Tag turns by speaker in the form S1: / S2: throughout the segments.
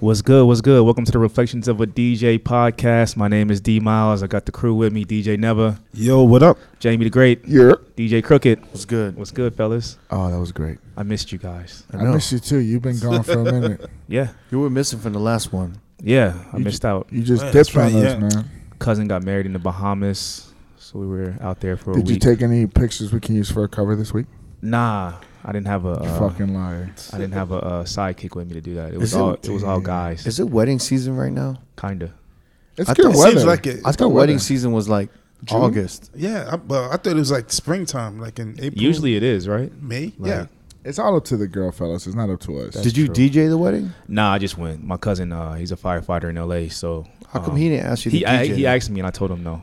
S1: What's good? What's good? Welcome to the Reflections of a DJ podcast. My name is D Miles. I got the crew with me: DJ Neva,
S2: Yo, what up?
S1: Jamie the Great,
S3: Yeah.
S1: DJ Crooked.
S2: What's good?
S1: What's good, fellas?
S3: Oh, that was great.
S1: I missed you guys.
S2: I
S3: I,
S2: know.
S3: miss you too. You've been gone for a minute.
S1: Yeah,
S2: You were missing from the last one.
S1: yeah, I
S3: You
S1: missed out.
S3: You just
S2: Yeah, that's
S3: dipped on
S2: right,
S3: us,
S2: yeah.
S3: man.
S1: Cousin got married in the Bahamas, so we were out there for a
S3: Did
S1: week.
S3: you take any pictures we can use for a cover this week?
S1: nah, I didn't have a. Uh,
S3: Fucking liar.
S1: I didn't have a uh, sidekick with me to do that. It
S2: Is
S1: was
S2: it-
S1: all. It was all guys,
S4: Is it wedding season right now?
S1: kinda.
S3: It's
S4: I
S3: good
S4: thought-
S2: it
S3: weather.
S2: seems like it.
S4: I
S3: good
S4: thought
S3: weather.
S4: wedding season was like
S3: June?
S4: August.
S2: Yeah, I, well, I thought it was like springtime, like in April.
S1: Usually it is, right?
S2: May.
S1: Like-
S2: yeah,
S3: It's all up to the girl, fellas. It's not up to us.
S1: That's
S4: Did you
S1: true.
S4: DJ the wedding?
S1: Nah, I just went. My cousin, uh, he's a firefighter in L.A., so
S4: How come
S1: um,
S4: he didn't ask you to
S1: he,
S4: DJ?
S1: I, he
S4: then?
S1: asked me and I told him no.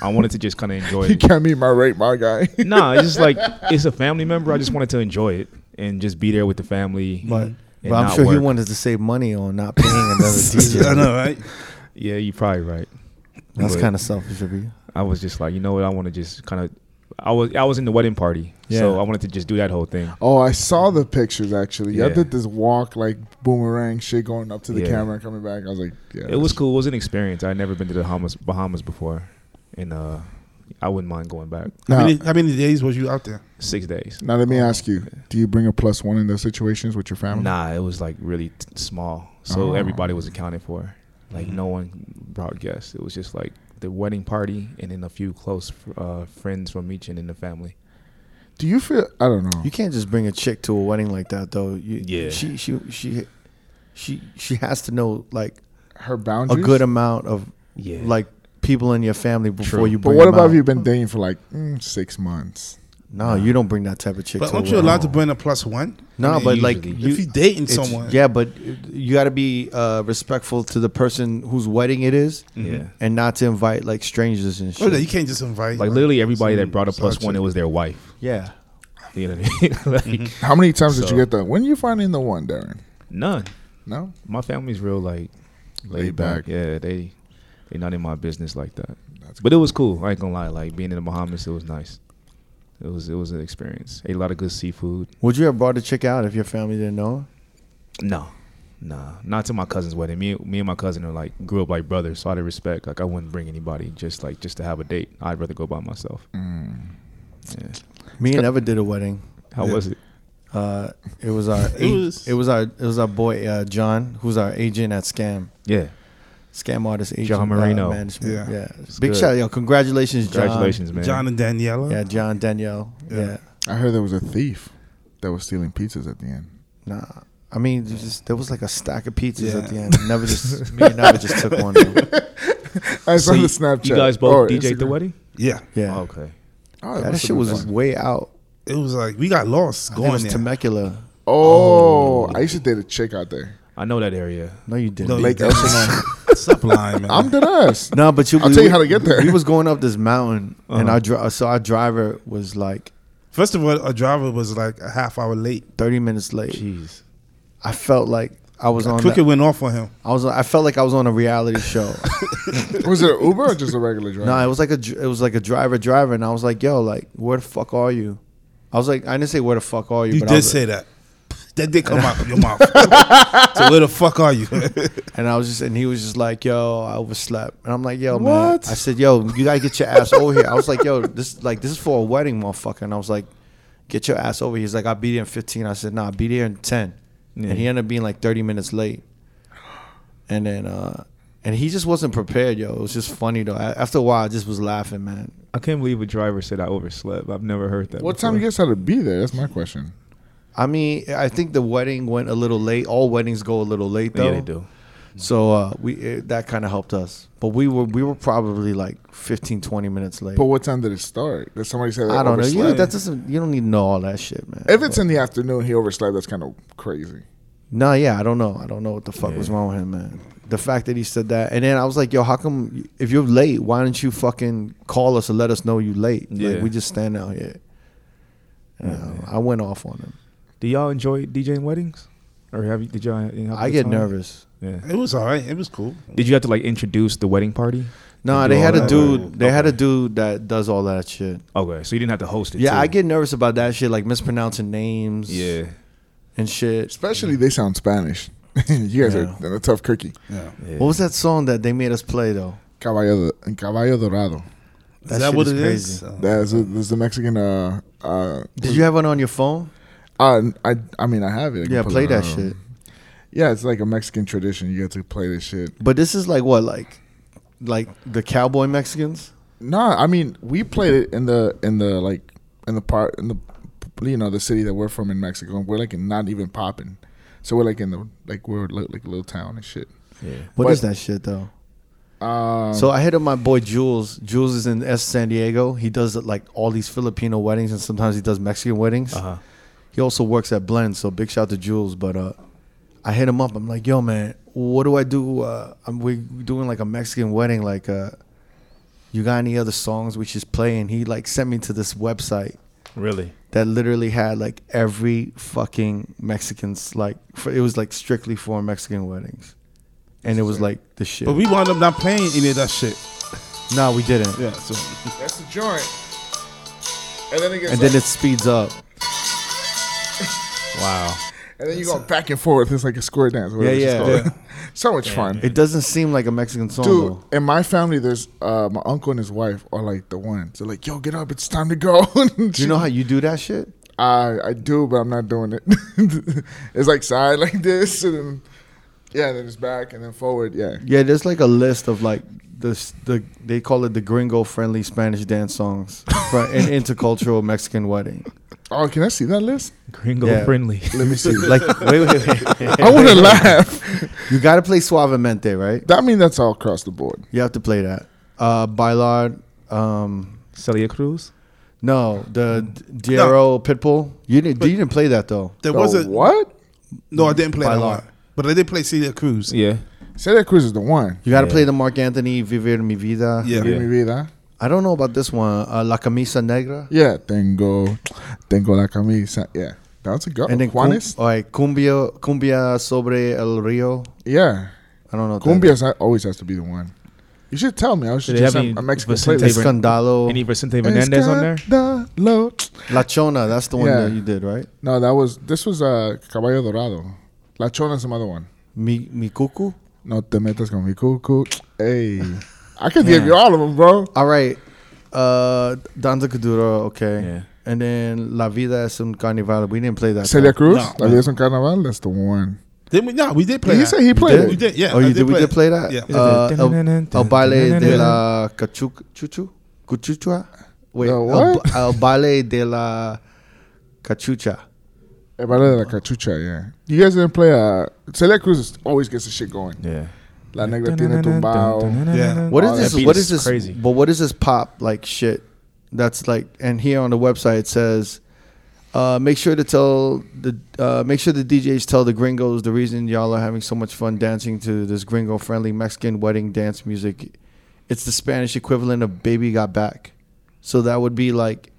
S1: I wanted to just kind of enjoy
S3: You
S1: it.
S3: can't meet my rate, my guy.
S1: nah, it's just like it's a family member. I just wanted to enjoy it and just be there with the family.
S4: but
S1: and
S4: but I'm
S1: not
S4: sure he
S1: work.
S4: wanted to save money on not paying another DJ.
S2: I know, right?
S1: Yeah, you're probably right.
S4: That's
S1: But Uh-huh.
S4: kind of selfish of you.
S1: I was just like, you know what? I want to just kind of. I was I was in the wedding party, so
S4: Yeah.
S1: I wanted to just do that whole thing.
S3: oh, I saw the pictures actually. Y'all
S1: Yeah.
S3: did this walk like boomerang shit going up to the
S1: Yeah.
S3: camera and coming back. I was like, yeah.
S1: It was cool. It was an experience. I'd never been to the Bahamas, Bahamas before, and uh, I wouldn't mind going back.
S2: How,
S3: Now,
S2: many, how many days was you out there?
S1: Six days.
S3: now let me ask you: Do you bring a plus one in those situations with your family?
S1: Nah, it was like really t- small, so
S3: Oh.
S1: everybody was accounted for. Like no one brought guests. It was just like the wedding party and then a few close fr- uh, friends from each and in the family.
S3: Do you feel? I don't know.
S4: You can't just bring a chick to a wedding like that though. You,
S1: Yeah.
S4: She she she she she has to know like
S3: Her
S4: a
S3: boundaries.
S4: good amount of
S1: Yeah,
S4: like people in your family before
S1: True.
S4: you
S3: But
S4: bring
S3: what
S4: them
S3: about
S4: out.
S3: if you've been dating for like mm, six months?
S4: No, you don't bring that type of chick
S2: But
S4: to a
S2: aren't you
S4: wedding.
S2: allowed to bring a plus one?
S4: No,
S1: Yeah,
S4: but like
S1: usually.
S4: you,
S2: if you dating
S4: It's-
S2: someone,
S4: Yeah, but you got to be uh, respectful to the person whose wedding it is,
S1: yeah.
S4: and not to invite like strangers and
S2: Oh, no, you
S4: shit.
S2: can't just invite.
S1: Like literally everybody that brought a
S2: so
S1: plus
S2: it's
S1: one,
S2: a-
S1: it was their wife.
S4: Yeah,
S1: You know what I mean? like,
S3: How many times did
S1: So-
S3: you get that? When you finding the one, Darren?
S1: None.
S3: No,
S1: My family's real like laid,
S3: Laid
S1: back.
S3: back.
S1: Yeah, they they not in my business like that.
S3: That's
S1: but it was cool. I ain't gonna lie. Like being in the Bahamas, it was nice. It was it was an experience. Ate a lot of good seafood.
S4: would you have brought a chick out if your family didn't know?
S1: No, nah, not to my cousin's wedding. Me, me and my cousin are like grew up like brothers, so out of respect, like I wouldn't bring anybody just like just to have a date. I'd rather go by myself.
S3: Mm.
S1: Yeah.
S4: Me and Ever did a wedding.
S1: How was it?
S4: Uh, it was our
S2: It
S4: it,
S2: was-
S4: was, our it was our boy uh, John, who's our agent at Scam
S1: Yeah,
S4: Scam Artist Agent
S1: John
S4: uh,
S1: Marino.
S4: Management.
S2: Yeah.
S4: Yeah,
S1: It's
S4: big
S1: good.
S4: shout, yo! Congratulations, John.
S1: congratulations, man.
S2: John and Daniela.
S4: Yeah, John Danielle.
S2: Yeah.
S4: Yeah.
S3: I heard there was a thief that was stealing pizzas at the end.
S4: nah. I mean, there's just, there was like a stack of pizzas
S2: Yeah.
S4: at the end. Never just me and Never just took one.
S3: I saw
S1: So
S3: the
S1: you,
S3: Snapchat.
S1: you guys both
S4: Oh,
S3: or
S1: DJ'd the
S3: Instagram.
S1: wedding?
S2: yeah.
S4: Yeah,
S1: okay.
S3: Oh,
S4: Yeah, that
S3: must
S4: shit
S3: have
S4: was
S3: been
S4: just
S3: fun.
S4: way out.
S2: It was like we got lost
S4: I think it
S2: going
S4: was
S2: there.
S4: Temecula.
S3: Oh, I used to date a chick out there.
S1: I know that area.
S4: No, you
S2: No,
S4: didn't.
S2: you
S3: Lake
S2: didn't.
S3: Elsinore.
S2: Sublime, man.
S3: I'm dead ass.
S4: no, but you.
S3: I'll
S4: we-
S3: tell you
S4: we-
S3: how to get there.
S4: We was going up this mountain, and
S1: Uh-huh.
S4: our dri- so our driver was like
S2: First of all, our driver was like a half hour late.
S4: thirty minutes late.
S1: Jeez.
S4: I felt like I was on.
S2: Crooked
S4: that-
S2: went off on him.
S4: I was. on- I felt like I was on a reality show.
S3: Was it Uber or just a regular driver?
S4: no, it was like a. dr- It was like a driver, driver, and I was like, "Yo, like, where the fuck are you?" I was like, I didn't say where the fuck are you.
S2: You
S4: but I
S2: did
S4: was,
S2: say that. That did come out of your mouth. so where the fuck are you?
S4: And I was just, and he was just like, "Yo, I overslept." And I'm like, "Yo, man."
S3: What?
S4: I said, "Yo, you gotta get your ass over here." I was like, "Yo, this like this is for a wedding, motherfucker." And I was like, "Get your ass over here." He's like, "I'll be there in 15." I said, "Nah, I'll be there in 10."
S1: Yeah.
S4: And he ended up being like 30 minutes late. And then, uh and he just wasn't prepared, yo. It was just funny though. A- After a while, I just was laughing, man.
S1: I can't believe a driver said I overslept. I've never heard that.
S3: What time you
S1: before.
S3: guys had to be there? That's my question.
S4: I mean, I think the wedding went a little late. All weddings go a little late though.
S1: Yeah, they do.
S4: So uh, we it, that kind of helped us. But we were we were probably like 15, 20 minutes late.
S3: But what time did it start? Did somebody say that?
S4: I don't know. You,
S3: overslept?
S4: that doesn't. You don't need to know all that shit, man.
S3: if it's in the afternoon, he overslept. That's kind of crazy.
S4: no, yeah, I don't know. I don't know what the fuck was
S1: Yeah.
S4: wrong with him, man. The fact that he said that, and then I was like, "Yo, how come if you're late, why don't you fucking call us and let us know you late?
S1: Yeah.
S4: Like we just stand out here." And, uh, I went off on him.
S1: Do y'all enjoy DJing weddings, or have you? Did y'all? have a
S4: I
S1: good
S4: get
S1: time?
S4: nervous.
S1: Yeah.
S2: it was all right. It was cool.
S1: Did you have to like introduce the wedding party?
S4: No,
S1: You do
S4: they
S1: all
S4: had a
S1: that?
S4: dude. They had a
S1: Okay.
S4: dude that does all that shit.
S1: Okay, so you didn't have to host it.
S4: Yeah,
S1: too.
S4: I get nervous about that shit, like mispronouncing names.
S1: Yeah.
S4: and shit.
S3: Especially they sound Spanish. you guys
S4: Yeah.
S3: are a tough cookie.
S2: Yeah.
S1: Yeah.
S4: What was that song that they made us play though?
S3: Caballo, Caballo Dorado.
S2: Is that
S4: shit
S2: what
S4: is
S2: it is?
S4: crazy.
S2: Uh,
S3: That's a, that's the Mexican. Uh, uh,
S4: Did you have one on your phone?
S3: I, I, I mean, I have it. I can
S4: Yeah,
S3: pull
S4: play
S3: it
S4: that
S3: out.
S4: shit.
S3: Yeah, it's like a Mexican tradition. You get to play this shit.
S4: But this is like what, like, like the cowboy Mexicans?
S3: No, I mean we played it in the in the like in the part in the you know the city that we're from in Mexico. We're like not even popping, so we're like in the like we're li- like a little town and shit.
S1: Yeah.
S4: What
S3: But-
S4: is that shit though?
S3: Um,
S4: So I hit up my boy Jules. Jules is in S San Diego. He does like all these Filipino weddings, and sometimes he does Mexican weddings.
S1: Uh-huh.
S4: He also works at Blend, so big shout to Jules. But uh, I hit him up. I'm like, yo, man, what do I do? Uh, I'm we doing like a Mexican wedding. Like, uh, you got any other songs we should play? And he like sent me to this website
S1: Really?
S4: that literally had like every fucking Mexicans like for, it was like strictly for Mexican weddings, and it was like the shit.
S2: But we wound up not playing any of that shit.
S4: no, we didn't.
S2: Yeah. So
S3: that's the joint, and then it gets
S4: And then it speeds up.
S1: Wow.
S3: and then you go back and forth. It's like a square dance. whatever
S4: Yeah,
S3: it's
S4: yeah.
S3: called. so much fun.
S4: It doesn't seem like a Mexican song
S3: Dude,
S4: though.
S3: in my family, there's uh, my uncle and his wife are like the ones. They're like, "Yo, get up! It's time to go."
S4: Do you know how you do that shit?
S3: I I do, but I'm not doing it. it's like side like this, and then, yeah, then it's back and then forward. Yeah,
S4: Yeah, there's like a list of like this the they call it the gringo friendly Spanish dance songs for an intercultural Mexican wedding.
S3: Oh, can I see that list?
S1: Gringo
S4: Yeah.
S1: friendly.
S3: Let me see.
S4: Like wait, wait, wait.
S3: I want to laugh.
S4: You got to play Suavemente, right?
S3: That mean that's all across the board.
S4: You have to play that. Uh Bailard um
S1: Celia Cruz?
S4: no, the D- Diero Pitbull. You didn't you didn't play that though.
S2: there
S3: The
S2: was a
S3: what?
S2: no. I didn't play
S4: By
S2: that
S4: law.
S2: one. But I did play Celia Cruz.
S1: Yeah.
S3: Celia Cruz is the one.
S4: You got to
S1: Yeah.
S4: play the Mark Anthony Vivir Mi Vida.
S2: Yeah.
S3: Give
S1: Yeah.
S3: me vida.
S4: I don't know about this one. Uh, La Camisa Negra.
S3: Yeah, tengo, tengo la camisa. Yeah, that's a go.
S4: And then cum-
S3: Juanes.
S4: all right, cumbia, cumbia sobre el río.
S3: yeah,
S4: I don't know. what that
S3: cumbia is- always has to be the one. You should tell me. I
S1: Did
S3: should
S1: they
S3: just
S1: have
S3: have
S1: any
S3: a Mexican
S1: Vicente
S4: is.
S3: playlist.
S1: Tabor-
S4: Escandalo.
S1: Any Vicente Hernandez on there?
S3: Escándalo.
S4: La Chona. That's the one
S3: Yeah.
S4: that you did, right?
S3: No, that was this was uh, Caballo Dorado. La Chona's another one.
S4: Mi, mi cucu.
S3: No te metas con mi cucu. Hey, I could give you all of them, bro.
S4: All right. Uh, Danza Kuduro. Okay.
S1: Yeah.
S4: And then La Vida es un carnival. We didn't play that.
S3: Celia
S4: though.
S3: Cruz,
S2: No,
S3: La Vida es un Carnaval. That's the one.
S2: Then we no, we did play.
S3: he
S2: that.
S3: said he played
S4: did?
S2: we
S3: it.
S2: did. Yeah.
S4: oh,
S2: I
S4: you did. We did play that.
S2: Yeah.
S4: Uh, el, el baile de
S1: Yeah.
S4: la cachuc- chuchu, cuchuchua. Wait.
S3: The
S4: el
S3: what?
S4: ba- El baile de la cachucha.
S3: El Baile de la Cachucha. Yeah, you guys didn't play. Uh, Celia Cruz is- always gets the shit going.
S1: Yeah.
S3: La Negra tiene tumbao.
S2: Yeah.
S4: What
S3: Oh,
S4: is
S3: that
S4: this?
S1: beat
S4: What
S1: is
S4: is this?
S1: crazy.
S4: But what is this pop like shit? That's like, and here on the website it says, uh, make sure to tell the uh, make sure the DJs tell the gringos the reason y'all are having so much fun dancing to this gringo friendly Mexican wedding dance music. It's the Spanish equivalent of "Baby Got Back," so that would be like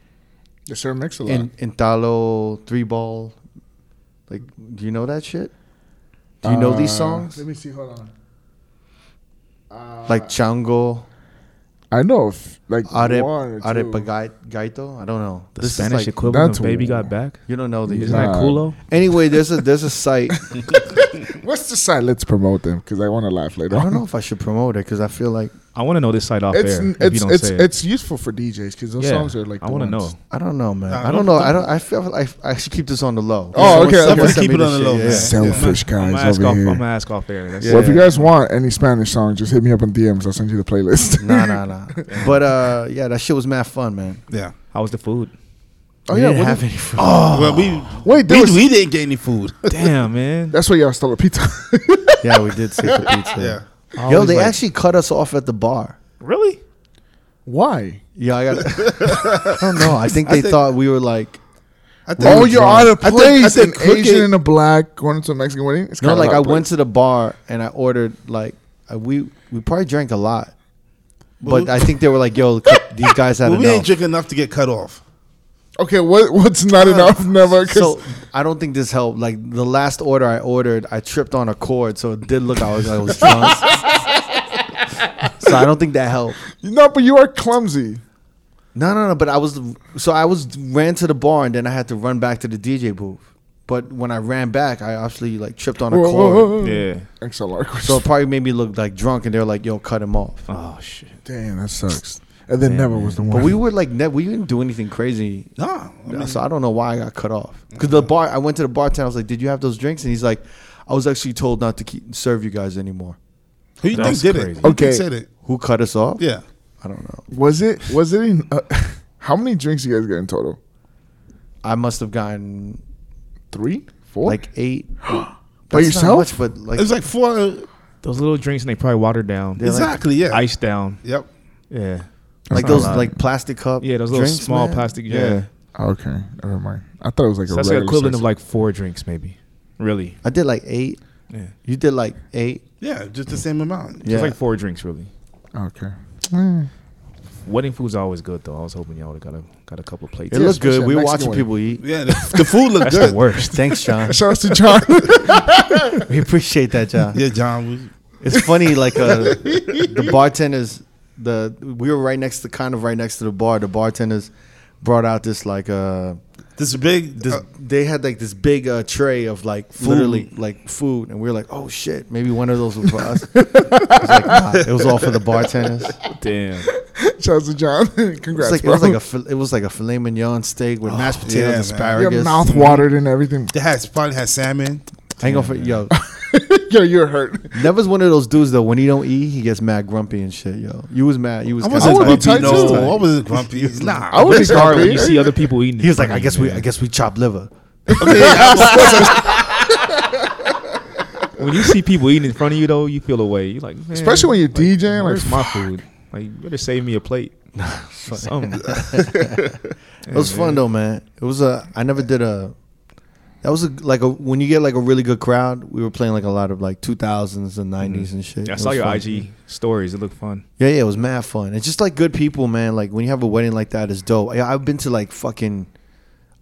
S3: Yes, sir. Mix a lot.
S4: in Intalo three ball. Like, do you know that shit? Do you know these
S3: Uh,
S4: songs?
S3: Let me see. Hold on. Uh,
S4: Like Chango,
S3: I know, if, like one or
S4: Arep,
S3: two.
S4: Arepa Gai- Gaito. I don't know.
S1: The
S4: This is
S1: Spanish
S4: like-
S1: equivalent
S3: that's
S1: of Baby
S3: w-
S1: Got Back?
S4: You don't know these.
S1: Isn't that
S3: Nah.
S1: Kulo?
S4: Anyway, there's a there's a site.
S3: What's the site? Let's promote them because I want to laugh
S4: I
S3: later.
S4: don't
S3: on.
S4: know if I should promote it because I feel like
S1: I want to know this site off
S3: it's
S1: air. if you
S3: it's
S1: don't
S3: it's
S1: say it.
S3: it's useful for DJs because those
S1: Yeah,
S3: songs are like.
S1: I
S3: the
S1: want to know.
S3: ones-
S4: I don't know, man.
S2: Nah,
S4: I don't
S2: don't-
S4: know. I don't. I feel like I, I should keep this on the low.
S3: Oh, okay,
S4: someone
S3: okay.
S4: sent
S2: Keep
S4: me
S2: it on
S4: this
S2: the low,
S4: shit,
S2: man.
S4: yeah.
S3: Selfish
S1: I'm gonna
S3: guys
S1: ask
S3: over
S1: off. I'm
S3: here.
S1: gonna ask off air. That's
S4: Yeah.
S3: Well, if you guys want any Spanish song, just hit me up on DMs. I'll send you the playlist.
S4: Nah, nah, nah. But uh, yeah, that shit was mad fun, man.
S2: Yeah.
S1: How was the food?
S3: Oh
S4: we
S3: yeah,
S4: didn't
S3: what
S4: have
S3: the-
S4: any food.
S2: Well, we
S3: wait, there
S2: we,
S3: was,
S2: we didn't get any food.
S1: Damn, man.
S3: that's why y'all stole a pizza.
S4: Yeah, we did see the pizza.
S2: yeah.
S1: I
S4: Yo,
S1: was
S4: they
S1: like-
S4: actually cut us off at the bar.
S1: really.
S3: why?
S4: Yeah, I got. I don't know. I think they
S2: I think-
S4: thought we were like.
S2: I think
S3: Oh,
S4: we
S3: you're
S4: drunk.
S3: out of
S2: I think- I
S3: place.
S2: think
S3: An
S2: Crooked-
S3: Asian and a black going to a Mexican wedding. It's
S4: No,
S3: kinda
S4: like
S3: out
S4: I
S3: of
S4: went
S3: place.
S4: to the bar and I ordered like I, we we probably drank a lot,
S2: Well,
S4: but I think they were like, "Yo, these guys had
S2: Well, we
S4: enough."
S2: ain't drink enough to get cut off.
S3: Okay, what what's not enough? Never. 'cause-
S4: Uh, So I don't think this helped. Like the last order I ordered, I tripped on a cord, so it did look I was I was drunk. so I don't think that helped.
S3: no, but you are clumsy.
S4: No, no, no. But I was so I was ran to the bar and then I had to run back to the DJ booth. But when I ran back, I actually like tripped on a
S3: Whoa,
S4: cord.
S3: whoa, whoa.
S1: Yeah.
S3: XLR. Question.
S4: So it probably made me look like drunk, and they were like, "Yo, cut him off."
S1: Oh shit.
S3: damn, that sucks. And then never was the one.
S4: But we were like, ne- we didn't do anything crazy,
S2: Nah, I mean,
S4: so I don't know why I got cut off. Because the bar, I went to the bartender. I was like, "Did you have those drinks?" And he's like, "I was actually told not to keep, serve you guys anymore."
S2: who you think
S1: That's
S2: did
S1: crazy.
S2: it? Who you
S3: Okay.
S2: think said it?
S4: Who cut us off?
S2: Yeah,
S4: I don't know.
S3: was it? Was it? In, uh, how many drinks you guys got in total?
S4: I must have gotten
S3: Three, four.
S4: like eight.
S3: by
S4: That's not
S3: yourself?
S4: much, but like,
S2: it was like four. uh,
S1: Those little drinks and they probably watered down,
S4: They're like-
S2: exactly. yeah.
S1: iced down.
S2: Yep.
S1: Yeah.
S4: like
S1: not
S4: those
S1: a lot.
S4: like plastic cup.
S1: Yeah, those little
S4: drinks,
S1: small
S4: man.
S1: plastic. Yeah.
S3: Oh, okay, never mind. I thought it was like
S1: So
S3: a
S1: that's the
S3: regular
S1: equivalent
S3: size.
S1: of like four drinks, maybe. Really.
S4: I did like eight.
S1: Yeah.
S4: You did like eight.
S2: Yeah, just the same amount.
S1: It's
S4: Yeah.
S1: like four drinks, really.
S3: okay. Eh.
S1: Wedding food's always good, though. I was hoping y'all would have got a, got a couple plates.
S4: It
S3: Yeah,
S4: looked good.
S3: especially
S4: We
S3: a
S4: were
S3: Mexican
S4: watching
S3: one.
S4: people eat.
S2: Yeah, the, the food looked
S1: That's
S2: good.
S1: the worst.
S4: Thanks, John.
S3: Shouts to John.
S4: we appreciate that, John.
S2: Yeah, John. We,
S4: It's funny, like uh, the bartenders. The we were right next to kind of right next to the bar. The bartenders brought out this like uh
S2: this big.
S4: this
S2: This,
S4: they had like this big uh, tray of like food, literally like food, and we were like, oh shit, maybe one of those was for us. it, was like, nah, it was all for the bartenders.
S1: Damn.
S3: Shouts to John. Congrats,
S4: It's like it
S3: bro.
S4: was like a fil- it was like a filet mignon steak with mashed potatoes,
S2: yeah, man.
S4: asparagus.
S3: Your mouth watered and everything.
S2: it has probably had salmon.
S4: Hang on for yo.
S3: Yo, you're hurt.
S4: Never's one of those dudes though. When he don't eat, he gets mad grumpy and shit. Yo, you was mad. You was.
S2: I
S4: kinda
S2: wasn't
S3: I would be
S2: grumpy.
S3: tight
S2: no,
S3: too.
S2: I wasn't grumpy. Nah,
S3: I would be
S1: It's hard when you
S3: grumpy.
S1: see other people eating.
S4: He was like,
S1: in
S4: I
S1: front
S4: guess
S1: of you,
S4: we, I
S1: man.
S4: guess we chop liver.
S1: When you see people eating in front of you, though, you feel away. You like, man,
S3: Especially when you're
S1: like,
S3: DJing, like,
S1: where's my food? Like, you better save me a plate. Something.
S4: It was fun though, man. It was a. I never did a. That was a, like a when you get like a really good crowd. We were playing like a lot of like two thousands and 90s and shit.
S1: Mm-hmm. I
S4: It
S1: saw
S4: was
S1: your
S4: fun.
S1: IG stories. It looked fun.
S4: Yeah, yeah, it was mad fun. It's just like good people, man. Like when you have a wedding like that, it's dope. I, I've been to like fucking,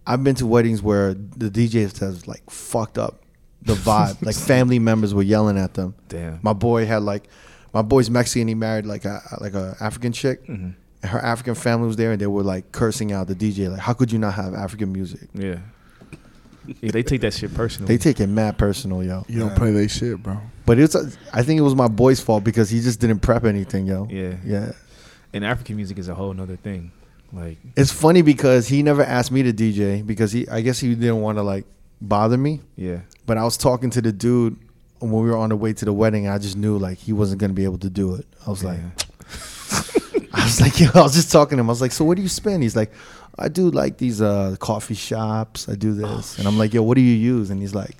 S4: I've been to weddings where the DJs has like fucked up the vibe. like family members were yelling at them.
S1: Damn.
S4: My boy had like, my boy's Mexican. He married like a like a African chick.
S1: Mm-hmm.
S4: Her African family was there, and they were like cursing out the DJ. Like, how could you not have African music?
S1: Yeah. Yeah, they take that shit personally.
S4: They take it mad personal, yo.
S3: You don't play that shit, bro.
S4: But it's, uh, I think it was my boy's fault because he just didn't prep anything, yo.
S1: Yeah.
S4: yeah.
S1: and African music is a whole nother thing. Like,
S4: It's funny because he never asked me to DJ because he I guess he didn't want to like bother me.
S1: yeah.
S4: But I was talking to the dude when we were on the way to the wedding. I just knew like he wasn't gonna be able to do it. I was like, I was like, yo, I was just talking to him. I was like, so what do you spend? He's like, I do like these uh, coffee shops. I do this, and I'm like, yo, what do you use? And he's like,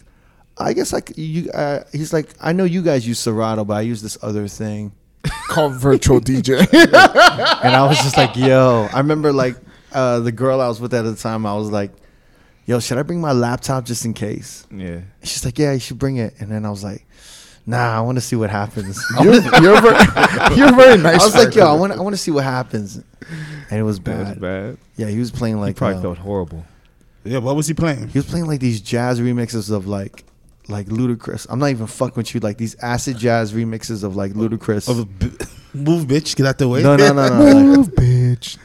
S4: I guess like you. Uh, he's like, I know you guys use Serato, but I use this other thing.
S3: Called virtual DJ.
S4: And I was just like, yo, I remember like uh, the girl I was with at the time, I was like, yo, should I bring my laptop just in case?
S1: yeah.
S4: She's like, yeah, you should bring it. And then I was like, nah, I want to see what happens.
S3: you're, you're, very, you're very
S4: Oh, I
S3: nice.
S4: was like, yo, I
S3: Michael.
S4: want, I want to see what happens. And it was
S1: That was
S4: bad.
S1: bad.
S4: Yeah, he was playing
S1: You
S4: like,
S1: probably
S4: uh,
S1: felt horrible.
S2: Yeah, what was he playing?
S4: he was playing like these jazz remixes of like, like ludicrous. I'm not even fucking with you. Like these acid jazz remixes of like ludicrous.
S2: Of a b- move, bitch, get out the way.
S4: No, no, no, no. like,
S3: Move, bitch.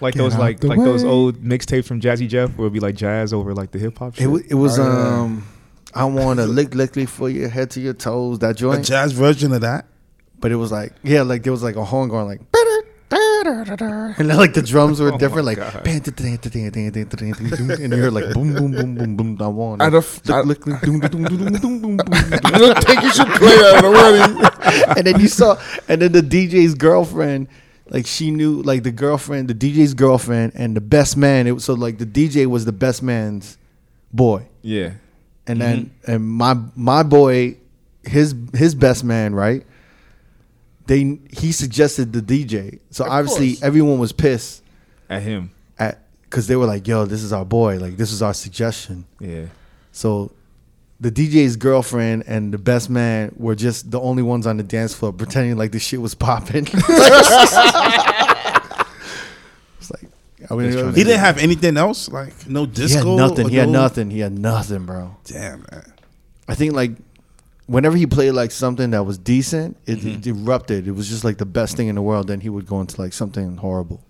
S1: Like
S3: Get
S1: those,
S3: out
S1: like
S3: the
S1: like those
S3: way.
S1: old mixtapes from Jazzy Jeff, where it'd be like jazz over like the hip hop.
S4: it, wa- it was,
S3: Oh, yeah.
S4: um, I want to lick, lickly for your head to your toes. That
S2: A
S4: joint.
S2: jazz version of that.
S4: but it was like yeah, like there was like a horn going like, and then like the drums
S3: Oh
S4: were different, like, and you heard like boom boom boom boom boom. I want.
S3: I
S4: it.
S3: don't, I,
S4: Look, look, look, doom, doom, doom, doom, doom, doom, doom.
S3: I don't think you should play that at a wedding.
S4: and then you saw, and then the DJ's girlfriend, like she knew, like the girlfriend, the DJ's girlfriend, and the best man. It was so like the DJ was the best man's boy.
S1: Yeah.
S4: and then
S3: Mm-hmm.
S4: and my my boy, his his best man, right? They he suggested the DJ, so obviously everyone was pissed
S1: At him.
S4: at because they were like, "Yo, this is our boy, like this is our suggestion."
S1: Yeah.
S4: So the DJ's girlfriend and the best man were just the only ones on the dance floor pretending like the shit was popping. it's like I mean,
S1: Just trying to
S2: He didn't have anything else, like no
S4: he had
S2: disco.
S4: nothing.
S2: or
S4: He had
S2: no-
S4: nothing. He had nothing, bro.
S2: Damn, man.
S4: I think like whenever he played like something that was decent, it,
S1: Mm-hmm.
S4: it erupted. It was just like the best thing in the world. Then he would go into like something horrible.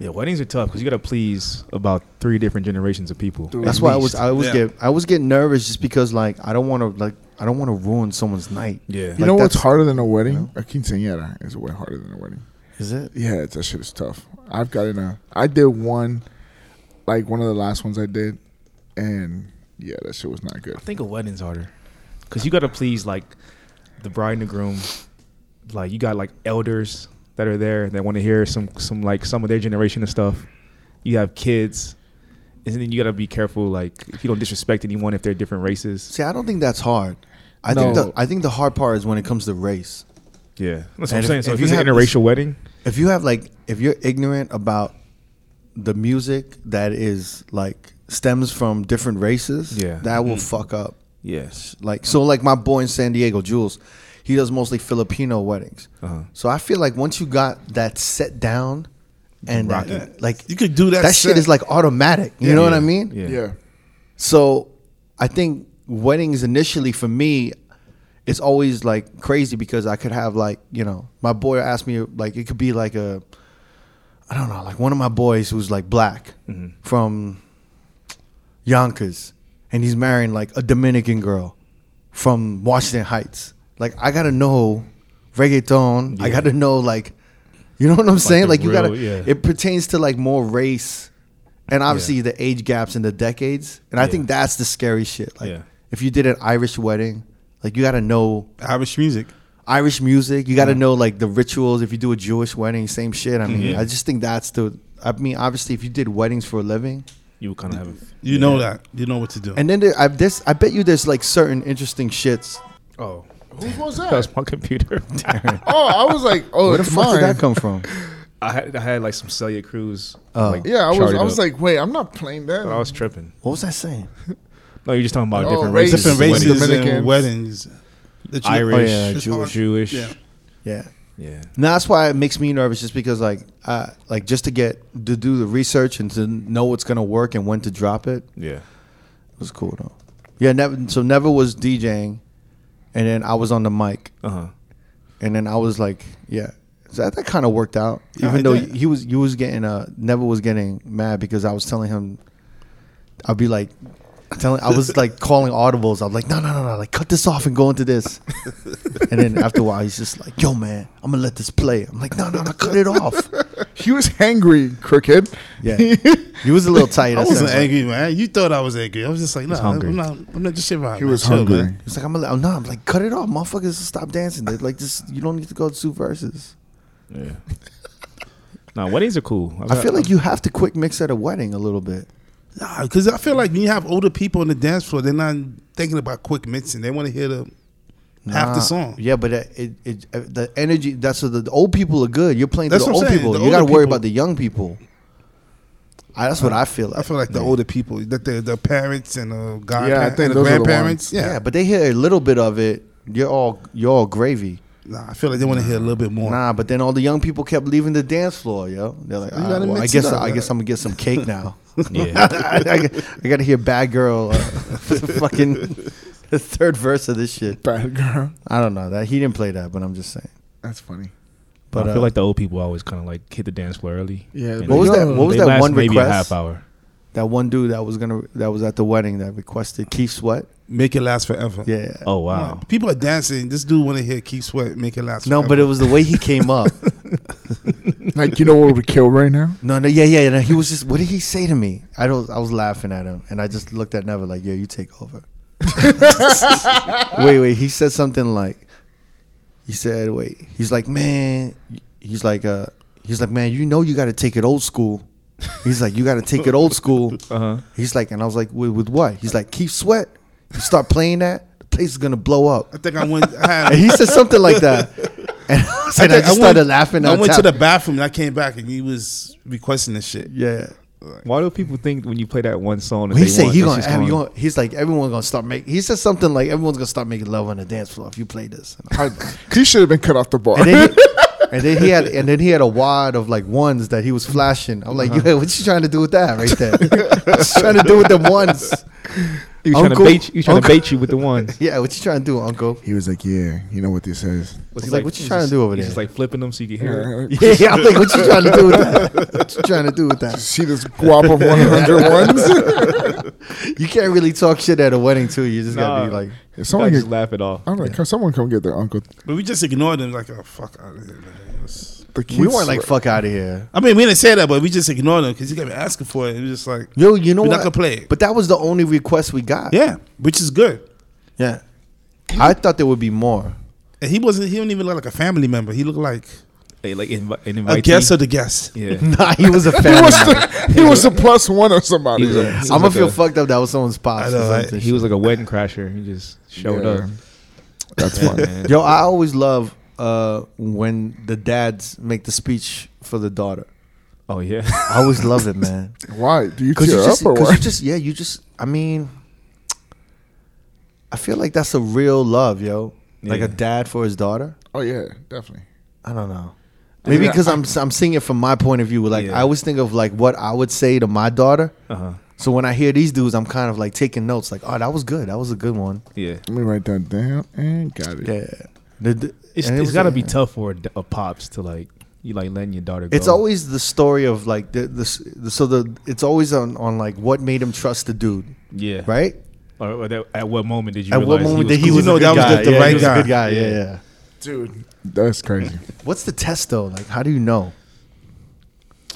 S1: Yeah, weddings are tough because you got to please about three different generations of people.
S3: Dude.
S4: That's
S3: At
S4: why I was
S1: least.
S4: I was
S2: Yeah.
S4: get I was getting nervous just because like I don't want to like I don't want to ruin someone's night.
S1: Yeah.
S3: You
S4: Like,
S3: know what's
S4: that's-
S3: harder than a wedding?
S4: you know?
S3: A quinceañera is way harder than a wedding.
S4: Is it?
S3: Yeah, it's, that shit is tough. I've gotten a. I did one, like one of the last ones I did, and yeah, that shit was not good.
S1: I think a wedding's harder because you got to please like the bride and the groom. Like you got like elders that are there that want to hear some some like some of their generation and stuff. You have kids, and then you got to be careful like if you don't disrespect anyone if they're different races.
S4: See, I don't think that's hard. I think
S3: No.
S4: the I think the hard part is when it comes to race.
S1: Yeah, that's what
S4: And
S1: I'm
S4: if-
S1: saying. So
S4: if
S1: if,
S4: you
S1: it's an
S4: have
S1: interracial
S4: this-
S1: wedding,
S4: If you have like if you're ignorant about the music that is like stems from different races,
S1: Yeah.
S4: that will
S3: Mm-hmm.
S4: fuck up.
S1: yes,
S4: Like
S2: Uh-huh.
S4: so like my boy in San Diego, Jules, he does mostly Filipino weddings.
S1: Uh-huh.
S4: So I feel like once you got that set down and
S1: Rock
S4: that-
S1: it.
S4: like
S2: You could do that
S4: that shit
S2: set.
S4: is like automatic. You
S2: Yeah.
S4: know what I mean?
S1: Yeah.
S3: Yeah,
S4: So I think weddings initially for me, it's always like crazy because I could have like, you know, my boy asked me like it could be like a I don't know, like one of my boys who's like black
S1: Mm-hmm.
S4: from Yonkers and he's marrying like a Dominican girl from Washington Heights. Like I gotta know reggaeton. I
S1: Yeah.
S4: gotta know like you know what I'm saying?
S1: the
S4: Like you gotta
S1: real- yeah.
S4: it pertains to like more race and obviously
S1: Yeah.
S4: the age gaps and the decades. And I
S1: Yeah.
S4: think that's the scary shit. Like
S1: Yeah.
S4: if you did an Irish wedding, like you gotta know
S2: Irish music.
S4: Irish music. You got to know like the rituals. If you do a Jewish wedding, same shit. I mean,
S1: Yeah.
S4: I just think that's the. I mean, obviously, if you did weddings for a living,
S1: you kind of have. a-
S2: You
S1: yeah.
S2: know that. You know what to do.
S4: and then there, I this, I bet you there's like certain interesting shits.
S1: Oh,
S3: who was
S1: that was
S3: that?
S1: my computer.
S3: Oh, I was like, oh,
S4: Where the
S3: it's
S4: fuck did
S3: mine.
S4: that come from?
S1: I had I had like some Celia Cruz.
S4: Oh.
S1: like,
S3: Yeah, I was.
S1: charted
S3: I was
S1: up,
S3: like, wait, I'm not playing that.
S1: but I was tripping.
S4: What was I saying?
S1: No, you're just talking about
S3: Oh,
S1: different
S3: race.
S1: races.
S2: Different
S3: This
S1: weddings.
S3: is
S2: races
S3: Dominicans.
S2: and weddings. That you-
S1: Irish,
S4: yeah,
S2: It's
S1: Jewish,
S2: hard.
S1: Jewish.
S2: Yeah.
S4: Yeah.
S1: yeah.
S4: And that's why it makes me nervous, just because like, I, like just to get to do the research and to know what's gonna work and when to drop it.
S1: Yeah.
S4: It was cool though. Yeah. Never. So never was DJing, and then I was on the mic.
S1: Uh huh.
S4: and then I was like, yeah. So that, that kind of worked out,
S2: Yeah,
S4: even
S2: it
S4: though
S2: did.
S4: he was you was getting uh Neville was getting mad because I was telling him, I'd be like, telling I was like calling audibles. I'm like, no, no, no, no, like cut this off and go into this. and then after a while, he's just like, yo, man, I'm gonna let this play. I'm like, no, no, no, cut it off.
S3: he was hangry, crooked.
S4: Yeah, he was a little tight.
S2: I
S4: that
S2: wasn't
S4: sounds like-
S2: angry, man. You thought I was angry. I was just like, no,
S1: hungry.
S2: I'm not. I'm not just shit about.
S3: he was hungry.
S4: He's like, I'm gonna, I'm not. I'm like, cut it off, motherfuckers, stop dancing. They're like, this, you don't need to go to two verses.
S1: Yeah. no, weddings are cool.
S4: I feel
S2: uh,
S4: like you have to quick mix at a wedding a little bit.
S2: Nah, because I feel like when you have older people on the dance floor, they're not thinking about quick mixing. They want to hear the half the
S4: Nah.
S2: song.
S4: Yeah, but it, it, it uh, the energy. That's what the, the old people are good. You're playing to
S2: That's
S4: the
S2: what I'm
S4: old
S2: saying,
S4: people.
S2: the
S4: you got to
S2: older
S4: worry
S2: people.
S4: about the young people. I, that's what I feel. Like.
S2: I feel like the older people, that the the parents and the god,
S3: Yeah, I
S2: yeah,
S3: think
S2: the
S3: those are the
S2: grandparents.
S4: yeah.
S2: yeah.
S4: but they hear a little bit of it. You're all you're all gravy.
S2: nah, I feel like they want to hear a little bit more.
S4: Nah, but then all the young people kept leaving the dance floor. Yo, they're like,
S2: You
S4: "All right,
S2: gotta
S4: well, I
S2: mix
S4: guess
S2: it up,
S4: I
S2: right?"
S4: guess I'm gonna get some cake now.
S1: Yeah.
S4: I, got to hear "Bad Girl," uh, fucking the third verse of this shit.
S3: Bad girl.
S4: I don't know that he didn't play that, but I'm just saying.
S3: That's funny.
S1: But
S4: But
S1: I
S4: uh,
S1: feel like the old people always kind of like hit the dance floor early.
S3: Yeah,
S1: And
S3: but
S1: they-
S4: what was that?
S3: Yo.
S4: What was
S1: they
S4: that
S1: last
S4: one
S1: maybe
S4: request?
S1: a half hour.
S4: That one dude that was gonna that was at the wedding that requested Keith Sweat.
S2: Make it last forever.
S4: Yeah.
S1: Oh
S2: Come
S1: wow.
S2: on, people are dancing. This dude want to hear Keep Sweat. Make it last.
S4: No,
S2: forever.
S4: but it was the way he came up.
S3: Like you know what would kill right now?
S4: no, no, yeah, yeah. No, he was just. What did he say to me? I don't. I was laughing at him, and I just looked at Neville like, "Yeah, you take over." wait, wait. He said something like, he said, "Wait." He's like, "Man," he's like, "Uh," he's like, "Man, you know you got to take it old school." He's like, "You got to take it old school."
S1: Uh huh.
S4: He's like, and I was like, "With, with what?" He's like, "Keep sweat. You start playing that, the place is gonna blow up."
S2: I think I went. I, had,
S4: And he said something like that. And I, was like, I,
S2: think
S4: just
S2: went-
S4: started laughing.
S2: I
S4: out
S2: went to the
S4: loud.
S2: bathroom and I came back and he was requesting this shit.
S4: yeah.
S1: Why do people think when you play that one song? That
S4: He
S1: they
S4: said
S1: want,
S4: he
S1: it's
S4: gonna,
S1: just
S4: have, you gonna he's like everyone's gonna start making he said something like everyone's gonna start making love on the dance floor if you play this. And, I-
S3: He should have been cut off the bar.
S4: and then he, and then he had and then he had a wad of like ones that he was
S2: Uh-huh.
S4: flashing. I'm like, yeah, what you trying to do with that right there? what you trying to do with them ones?
S1: He was trying to
S4: Uncle-
S1: bait you. He was trying to
S4: Uncle-
S1: bait you with the ones.
S4: Yeah, what you trying to do, Uncle?
S3: He was like, "Yeah, you know what this is."
S1: Was
S4: like, what you trying to do over
S1: he's
S4: there?
S1: Just like flipping them so you can hear. it.
S3: You
S4: Yeah, I'm like, what you trying to do with that? What you trying to do with that?
S3: See this guap of 101s?
S4: You can't really talk shit at a wedding too. You just gotta be
S1: Nah.
S4: like,
S3: If
S1: Someone
S3: someone
S1: just
S3: get,
S1: laugh it off.
S3: I'm like, "Can someone come get their uncle.
S2: But we just ignored them like, oh fuck out of here, man. It's-
S3: The kids
S4: we weren't like fuck out of here.
S2: I mean, we didn't say that, but we just ignored them because he kept asking for it. It was just like,
S4: Yo, you know
S2: We're not
S4: what?
S2: gonna play it.
S4: But that was the only request we got.
S2: yeah, which is good.
S4: yeah. I thought there would be more.
S2: And he wasn't. He didn't even look like a family member. He looked like
S1: They like invi- an
S2: a
S1: invitee.
S2: guest of the guest.
S1: yeah.
S4: Nah, he was a
S3: he
S4: family.
S3: was
S4: member.
S3: the, he was the plus one or somebody.
S1: He was a-
S4: I'm gonna
S1: like
S4: feel
S1: a-
S4: fucked up. That was someone's
S2: I
S4: pops.
S2: know,
S4: or
S2: right?
S4: something.
S1: He was like a wedding crasher. He just showed
S3: Yeah.
S1: up.
S3: That's
S1: Yeah,
S3: fun.
S1: man.
S4: Yo, I always love uh, when the dads make the speech for the daughter.
S1: Oh yeah.
S4: I always love it, man.
S3: Why do you
S4: Because
S3: tear
S4: you just,
S3: up or
S4: 'cause you
S3: what?
S4: just, yeah, you just. I mean, I feel like that's a real love, yo. Like
S1: Yeah.
S4: a dad for his daughter.
S3: Oh yeah, definitely.
S4: I don't know.
S3: I mean,
S4: Maybe because I'm I'm seeing it from my point of view. Like
S1: Yeah.
S4: I always think of like what I would say to my daughter.
S1: Uh huh.
S4: So when I hear these dudes, I'm kind of like taking notes. Like, oh, that was good. That was a good one.
S1: Yeah.
S3: Let me write that down and got it.
S4: Yeah. The- the-
S1: It's,
S4: and it
S1: it's
S4: was
S1: got to
S4: like-
S1: be tough for a, d- a pops to like you like letting your daughter go.
S4: It's always the story of like the, the, s- the so the it's always on, on like what made him trust the dude,
S1: yeah.
S4: right?
S1: Or, or that, at what moment did you?
S4: At what
S1: realize
S4: moment
S1: he
S4: did he
S1: cool?
S4: was
S2: You know
S4: a good
S2: that was
S4: guy.
S2: the- the
S4: yeah,
S2: right
S4: he was a good
S2: guy.
S4: guy. Yeah.
S1: Yeah.
S4: yeah.
S3: dude, that's crazy.
S4: What's the test though? Like, how do you know?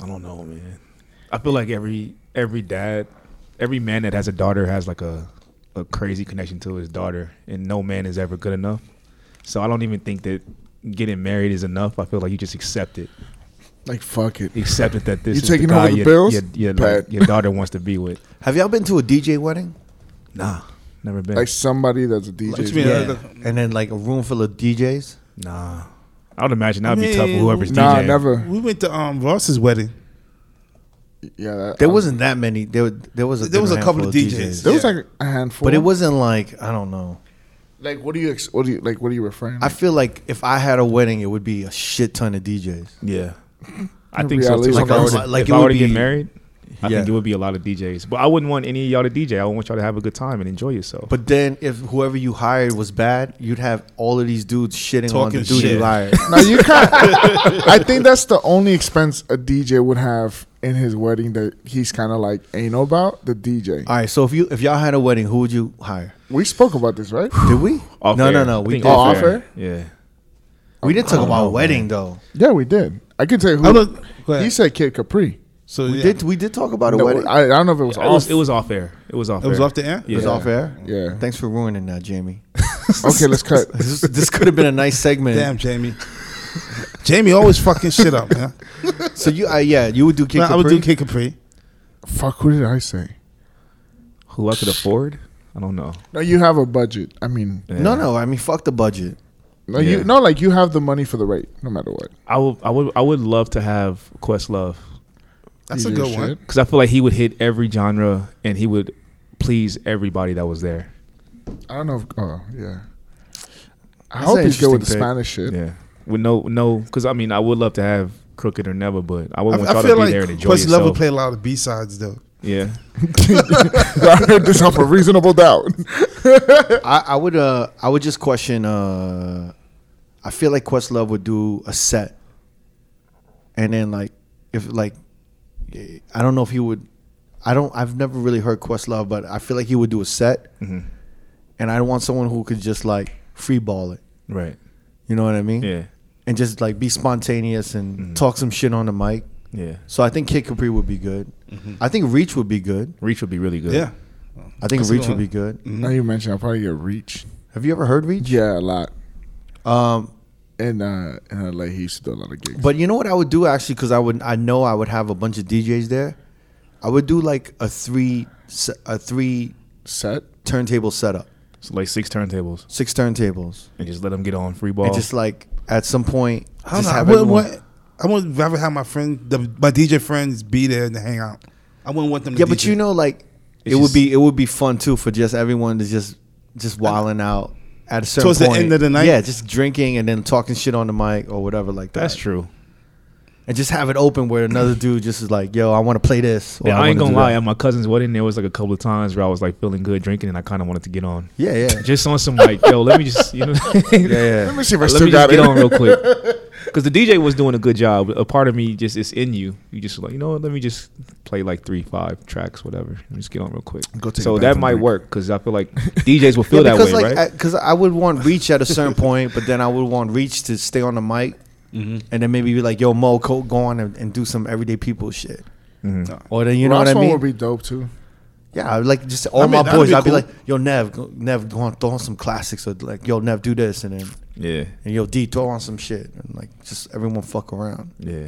S1: I don't know, man. I feel like every every dad, every man that has a daughter has like a a crazy connection to his daughter, and no man is ever good enough. So I don't even think that getting married is enough. I feel like you just accept it,
S3: Like fuck it.
S1: accept it that this
S3: You
S1: is
S3: taking
S1: the guy
S3: over the
S1: your,
S3: bills?
S1: your, your,
S3: Pat.
S1: like, your daughter wants to be with.
S4: Have y'all been to a DJ wedding?
S1: Nah, never been.
S3: Like somebody that's a DJ.
S2: What you mean? Yeah.
S4: And then like a room full of DJs.
S1: nah, I would imagine that'd be tough. for
S2: Yeah.
S1: Whoever's
S3: Nah,
S1: DJing.
S3: never.
S2: We went to um, Ross's wedding.
S3: Yeah, that,
S4: There
S3: um,
S4: wasn't that many. There was- there was a
S2: There was
S4: good
S2: a couple
S4: handful
S2: of DJs.
S3: There was
S2: Yeah.
S3: like a handful.
S4: but it wasn't like I don't know.
S3: like what do you ex- what do you like what are you referring?
S4: I
S3: to?
S4: feel like if I had a wedding, it would be a shit ton of DJs.
S1: Yeah. I think so.
S3: reality
S1: Too.
S3: is
S1: Like,
S3: like-
S1: I was,
S4: like- like
S1: if
S4: it
S1: I
S4: would
S1: were to get
S4: be-
S1: married, I
S4: Yeah.
S1: think it would be a lot of DJs. But I wouldn't want any of y'all to DJ. I would want y'all to have a good time and enjoy yourself.
S4: But then if whoever you hired was bad, you'd have all of these dudes shitting on
S2: Talking
S4: the dude
S2: shit.
S4: you hired.
S3: No, you can't. I think that's the only expense a DJ would have in his wedding that he's kind of like anal about the DJ.
S4: all right, so if you if y'all had a wedding, who would you hire?
S3: we spoke about this, right?
S4: Did we?
S1: Off
S4: no,
S1: air.
S4: no, no,
S1: I
S4: We
S1: think
S4: did.
S3: Oh, off air.
S1: Yeah.
S4: We didn't
S3: I
S4: talk
S3: don't
S4: about
S3: know,
S4: wedding though.
S3: Yeah, we did. I can tell you
S2: I
S3: who.
S2: don't, go ahead.
S3: he said Kid Capri.
S2: so
S4: We
S2: yeah.
S4: did. We did talk about a
S3: No,
S4: wedding.
S3: I, I don't know if it was
S1: It
S3: off.
S1: was, it was off air. It was off
S2: It
S1: air.
S2: was off the air.
S4: it was
S1: Yeah.
S4: off air.
S3: yeah.
S4: Thanks for ruining that, Jamie.
S3: Okay, let's cut.
S4: this, this could have been a nice segment.
S2: Damn, Jamie. Jamie always fucking shit up, man.
S4: So you, I, yeah, you would do kick.
S2: Nah, I would
S4: Capri?
S2: do Kid Capri.
S3: Fuck, who did I say?
S1: Who I could afford? I don't know.
S3: No, you have a budget. I mean,
S1: Yeah.
S4: No, no. I mean, fuck the budget.
S3: no,
S1: Yeah.
S3: you no, like you have the money for the rate, no matter what.
S1: I would, I would, I would love to have Questlove
S2: That's a
S3: DJ
S2: good
S3: shit.
S2: one.
S1: because I feel like he would hit every genre and he would please everybody that was there.
S3: I don't know. If, oh yeah. I
S4: That's
S3: hope
S4: an
S3: he's good
S4: interesting
S3: with the
S4: pick.
S3: Spanish shit.
S1: Yeah. With no, no, because I mean, I would love to have Crooked or Never, but I would
S2: I,
S1: want
S2: I
S1: y'all to
S2: feel
S1: be
S2: like
S1: there and enjoy
S2: Quest Love would
S1: yourself.
S2: play a lot of B sides though.
S1: yeah.
S3: I heard this off a reasonable doubt.
S4: I, I would. Uh, I would just question. Uh, I feel like Questlove would do a set, and then like, if like, I don't know if he would. I don't. I've never really heard Questlove, but I feel like he would do a set,
S2: Mm-hmm.
S1: Mhm.
S4: and I want someone who could just like free ball it.
S1: Right.
S4: You know what I mean?
S1: Yeah.
S4: And just like be spontaneous and
S2: Mm-hmm.
S4: talk some shit on the mic.
S1: Yeah.
S4: So I think Kid Capri would be good.
S2: Mm-hmm.
S4: I think Reach would be good.
S1: Reach would be really good.
S2: Yeah.
S4: I think
S2: That's a
S4: Reach
S2: good
S4: would
S2: one. Mm-hmm.
S4: be good.
S3: now you mentioned, I'll probably get Reach.
S4: Have you ever heard Reach?
S3: Yeah, a lot.
S4: Um,
S3: And uh, in LA, he used to do a lot of gigs.
S4: But you know what I would do actually, because I would I know I would have a bunch of DJs there. I would do like a three se- a three
S3: set.
S4: turntable setup,
S1: So like six turntables
S4: six turntables,
S1: and just let them get on free ball.
S4: and just like at some point,
S2: I don't
S4: just
S2: know. I
S4: have
S2: wouldn't
S4: everyone.
S2: want. I would rather have my friend, the, my DJ friends, be there and hang out. I wouldn't want them. to
S4: Yeah, but
S2: DJ.
S4: you know, like
S1: It's
S4: it would
S1: just-
S4: be it would be fun too for just everyone to just just wilding out at a certain
S2: Towards the
S4: point.
S2: end of the night?
S4: Yeah, just drinking and then talking shit on the mic or whatever like that.
S1: that's true.
S4: and just have it open where another dude just is like, "Yo, I want to play this." or
S1: Yeah, I ain't gonna
S4: wanna do that."
S1: lie. At my cousin's wedding, there was like a couple of times where I was like feeling good drinking, and I kind of wanted to get on,
S4: Yeah, yeah,
S1: just on some like, yo, let me just, you know,
S4: yeah,
S3: Let
S4: yeah.
S3: me see if I
S1: let
S3: still
S1: me just
S3: got
S1: get
S3: it.
S1: on real quick. Because the DJ was doing a good job. A part of me just it's in you. You just like, you know, what, let me just play like three, five tracks, whatever, and just get on real quick.
S3: Go take a
S1: so that
S3: bathroom
S1: might
S3: break.
S1: work because I feel like DJs will feel
S4: Yeah,
S1: that
S4: because
S1: way,
S4: like,
S1: right?
S4: Because I, would want reach at a certain point, but then I would want reach to stay on the mic, and then maybe be like, "Yo, Mo, co- go on and, and do some everyday people shit." Or then you know
S3: Rock's
S4: what I
S3: one
S4: mean?
S3: would be dope too.
S4: yeah, I would like just all
S2: I mean,
S4: my
S2: that'd
S4: boys.
S2: be
S4: I'd
S2: cool.
S4: be like, "Yo, Nev, go, Nev, go on, throw on some classics." Or like, "Yo, Nev, do this," and then
S1: yeah,
S4: and "Yo, D, throw on some shit," and like just everyone fuck around.
S1: yeah.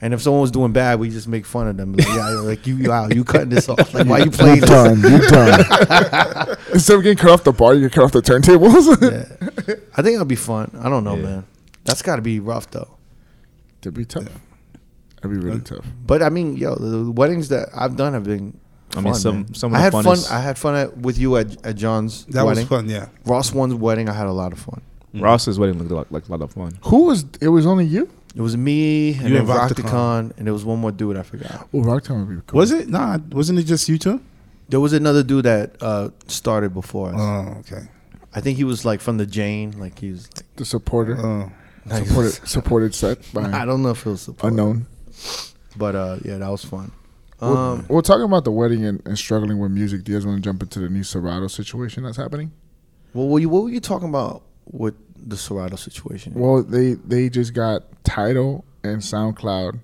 S4: And if someone was doing bad, we just make fun of them. Like, yeah, like you, you out, you cutting this off. Like, why you playing
S3: You
S4: this?
S3: done. You done. Instead of getting cut off the bar, you get cut off the turntables.
S4: Yeah. I think it'll be fun. I don't know,
S1: Yeah.
S4: man. That's got to be rough though.
S3: That'd be tough. That'd be really tough.
S4: But I mean, yo, the weddings that I've done have been.
S1: I mean,
S4: fun,
S1: some-
S4: man.
S1: some of
S4: I
S1: the
S4: had fun.
S1: funnest-
S4: I had fun at, with you at, at John's
S2: That
S4: wedding.
S2: was fun, yeah.
S4: Ross one's wedding. I had a lot of fun.
S1: Mm. Ross's wedding looked like, like a lot of fun.
S3: Who was? It was only you.
S4: It was me and
S2: You
S4: then
S2: and Rocktacon.
S4: Rocktacon, and there was one more dude I forgot.
S3: Oh, Rocktown would be cool.
S2: Was it? Nah, wasn't it just you two?
S4: There was another dude that uh, started before us.
S2: Oh, okay.
S4: I think he was like from the Jane. Like he was. Like,
S3: the supporter?
S2: Oh.
S3: supported supported set
S4: Uh, I
S3: by
S4: don't know if it was support,
S3: unknown.
S4: but uh, yeah, that was fun.
S3: We're-
S4: Um,
S3: we're, talking about the wedding and, and struggling with music. Do you guys want to jump into the new Serato situation that's happening?
S4: Well, what, you, what were you talking about with the Serato situation?
S3: Well, they they just got Tidal and SoundCloud,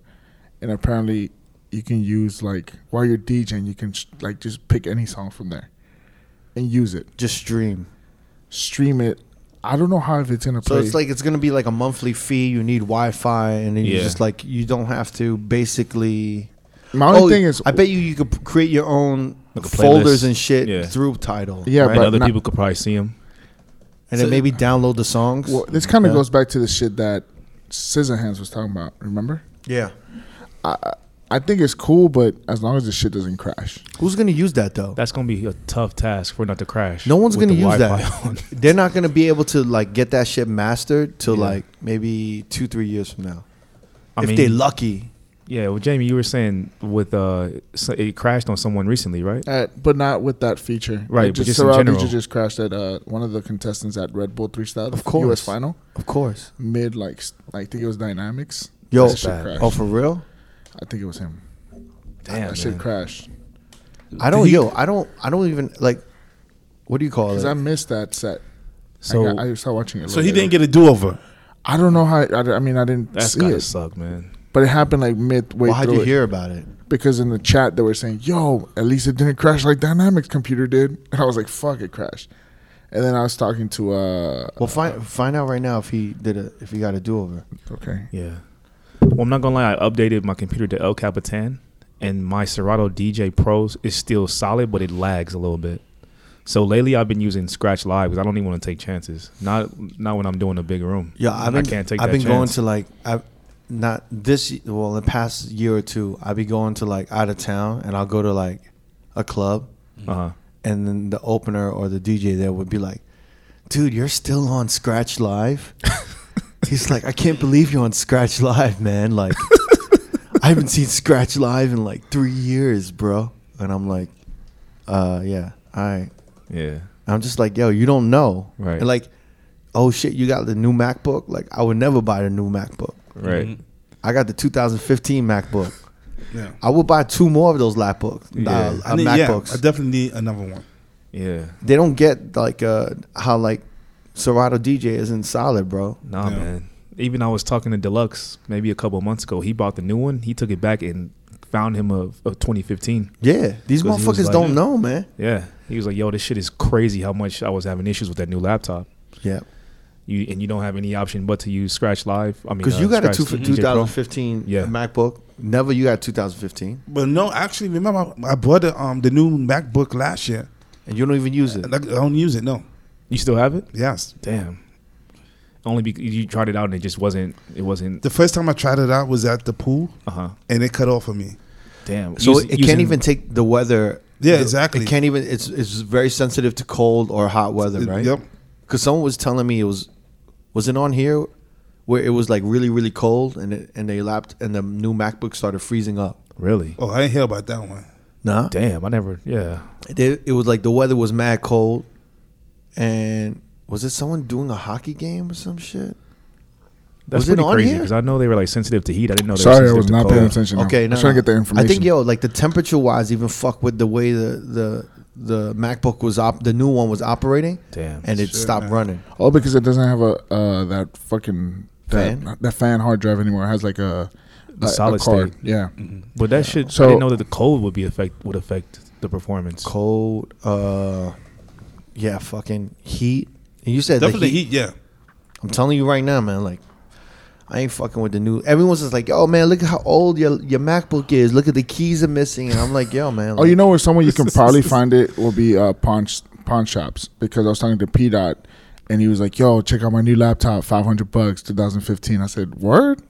S3: and apparently you can use like while you're DJing, you can sh- like just pick any song from there and use it,
S4: Just stream.
S3: stream it. I don't know how if it's gonna
S4: So
S3: play.
S4: it's like it's gonna be like a monthly fee. You need Wi-Fi, and then you
S1: Yeah.
S4: just like you don't have to basically.
S3: my only
S4: Oh,
S3: thing is
S4: I bet you you could p- create your own
S1: Like a
S4: folders
S1: playlist.
S4: and shit
S1: Yeah.
S4: through Title.
S3: yeah,
S1: Right?
S3: but
S1: other
S3: not-
S1: people could probably see him.
S4: and then
S3: So-
S4: maybe download the songs.
S3: Well, this kind of
S4: Yeah.
S3: goes back to the shit that Scissorhands was talking about. Remember?
S4: yeah.
S3: I think it's cool, but as long as the shit doesn't crash.
S4: Who's gonna use that though?
S1: That's gonna be a tough task for not to crash.
S4: no one's
S1: with
S4: gonna
S1: the
S4: use
S1: Wi-Fi on.
S4: that. They're not gonna be able to like get that shit mastered till
S1: Yeah.
S4: like maybe two, three years from now,
S1: I
S4: if
S1: mean,
S4: they're lucky.
S1: yeah. Well, Jamie, you were saying with uh, so it crashed on someone recently, right?
S3: Uh, but not with that feature.
S1: Right,
S3: It
S1: but
S3: Just,
S1: just in
S3: Sorrel
S1: general.
S3: DJ just crashed at uh, one of the contestants at Red Bull 3 Style.
S4: Of course.
S3: US final.
S4: Of course.
S3: Mid, like, s- I think it was Dynamics.
S4: Yo,
S3: That shit crashed.
S4: oh for real?
S3: I think it was him.
S1: Damn,
S3: That shit
S1: man.
S3: crashed.
S4: I don't. yo, I don't. I don't even like. What do you call
S3: Because
S4: it?
S3: I missed that set.
S1: So
S3: I, got, I stopped watching it.
S2: So he didn't get a do over.
S3: I don't know how. I, I mean, I didn't
S1: that's
S3: see
S1: gotta
S3: it.
S1: suck, man.
S3: But it happened like midway
S4: well, how'd
S3: through.
S4: you
S3: it.
S4: hear about it?
S3: Because in the chat they were saying, "Yo, at least it didn't crash like Dynamics computer did," and I was like, "Fuck, it crashed." And then I was talking to uh,
S4: Well, find find out right now if he did a if he got a do over.
S3: okay,
S1: Yeah. Well, I'm not gonna lie. I updated my computer to El Capitan, and my Serato DJ Pros is still solid, but it lags a little bit. So lately, I've been using Scratch Live because I don't even want to take chances. Not not when I'm doing a big room.
S4: Yeah, I've been.
S1: I can't take.
S4: I've
S1: that
S4: been going
S1: chance.
S4: to like I've not this y- well the past year or two. I've been going to like out of town and I'll go to like a club
S1: Uh-huh.
S4: and then the opener or the DJ there would be like, "Dude, you're still on Scratch Live." He's like, "I can't believe you're on Scratch Live, man! Like, I haven't seen Scratch Live in like three years, bro." And I'm like, "Uh, yeah, all right."
S1: Yeah.
S4: I'm just like, "Yo, you don't know,
S1: Right.
S4: And like, oh shit, you got the new MacBook? Like, I would never buy the new MacBook.
S1: Right.
S4: I got the 2015 MacBook.
S2: Yeah.
S4: I would buy two more of those lapbooks,
S1: Yeah.
S4: uh,
S2: I,
S4: uh,
S2: need, yeah,
S4: MacBooks
S2: I definitely need another one.
S1: Yeah.
S4: they don't get like uh how like Serato DJ isn't solid, bro.
S1: Nah,
S2: Yeah.
S1: man. Even I was talking to Deluxe maybe a couple of months ago. He bought the new one. He took it back and found him a, a 2015.
S4: Yeah, these
S1: 'Cause he was
S4: motherfuckers
S1: like-
S4: don't know, man.
S1: Yeah. He was like, "Yo, this shit is crazy. How much I was having issues with that new laptop."
S4: Yeah,
S1: You and you don't have any option but to use Scratch Live. I mean,
S4: because
S1: uh,
S4: you got a
S1: Scratch
S4: two for
S1: DJ Pro.
S4: 2015
S1: Yeah.
S4: MacBook. Never you got 2015,
S2: But no, actually, remember I, I bought the, um the new MacBook last year.
S4: and you don't even use it.
S2: Like, I don't use it. No.
S1: You still have it?
S2: Yes.
S1: Damn. Only because you tried it out and it just wasn't. It wasn't.
S2: The first time I tried it out was at the pool,
S1: Uh huh.
S2: and it cut off of me.
S1: Damn.
S4: So
S1: Use-
S4: it, it
S1: using-
S4: can't even take the weather.
S2: Yeah,
S4: the-
S2: exactly.
S4: It can't even. It's it's very sensitive to cold or hot weather,
S2: It-
S4: right?
S2: Yep.
S4: Because someone was telling me it was was it on here where it was like really really cold and it, and they lapped and the new MacBook started freezing up.
S1: Really?
S2: Oh, I ain't hear about that one.
S4: Nah,
S1: Damn, I never. Yeah.
S4: they, it was like the weather was mad cold, and was it someone doing a hockey game or some shit?
S1: That's
S4: Was it
S1: pretty
S4: on
S1: crazy
S4: here?
S1: because I know they were like sensitive to heat. I didn't know. They
S3: Sorry, I
S1: were
S3: was
S1: sensitive
S3: not
S1: to
S3: paying
S1: cold.
S3: attention.
S4: Okay,
S3: I'm
S4: no,
S3: trying to
S4: no.
S3: get the information.
S4: I think yo, like the temperature wise, even fuck with the way the the the MacBook was op, the new one was operating.
S1: Damn.
S4: and it
S2: Sure,
S4: stopped
S2: man.
S4: running.
S3: Oh, because it doesn't have a uh, that fucking that,
S4: Fan?
S3: that fan hard drive anymore. It has like a, a- a
S1: solid
S3: card.
S1: state. Mm-hmm.
S3: Yeah,
S1: But that shit.
S3: So-
S1: I didn't know that the cold would be affect would affect the performance.
S4: Cold, uh, yeah, fucking heat. And you said the
S2: Definitely
S4: heat.
S2: heat. Yeah.
S4: I'm telling you right now, man. Like, I ain't fucking with the new. Everyone's just like, "Oh man, look at how old your your MacBook is. Look at the keys are missing." And I'm like, "Yo, man."
S3: Oh, you know where someone you can probably find it will be uh, pawn sh- pawn shops because I was talking to P Dot and he was like, "Yo, check out my new laptop, five hundred bucks, 2015." I said, "Word,"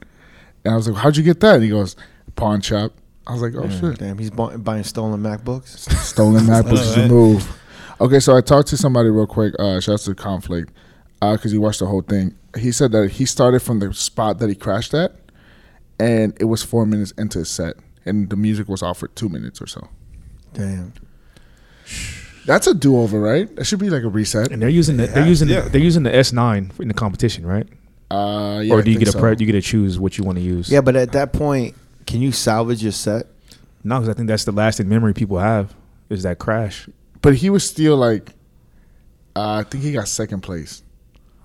S3: and I was like, "How'd you get that?" And he goes, "Pawn shop." I was like, "Oh shit,
S4: damn, he's bu- buying stolen MacBooks.
S3: stolen MacBooks is a
S2: Alright.
S3: move." Okay, so I talked to somebody real quick. Uh, shouts to Conflict because he watched the whole thing. He said that he started from the spot that he crashed at, and it was four minutes into his set, and the music was off for two minutes or so.
S4: Damn.
S3: That's a do over, right? That should be like a reset.
S1: And they're using the, they're
S2: Yeah,
S1: using
S2: yeah.
S1: they're using the S nine in the competition, right?
S3: Uh, yeah,
S1: or do you
S3: I think
S1: get a
S3: so.
S1: pre- you get to choose what you want to use?
S4: Yeah, but at that point, can you salvage your set?
S1: No, because I think that's the lasting memory people have is that crash.
S3: But he was still like, uh, I think he got second place.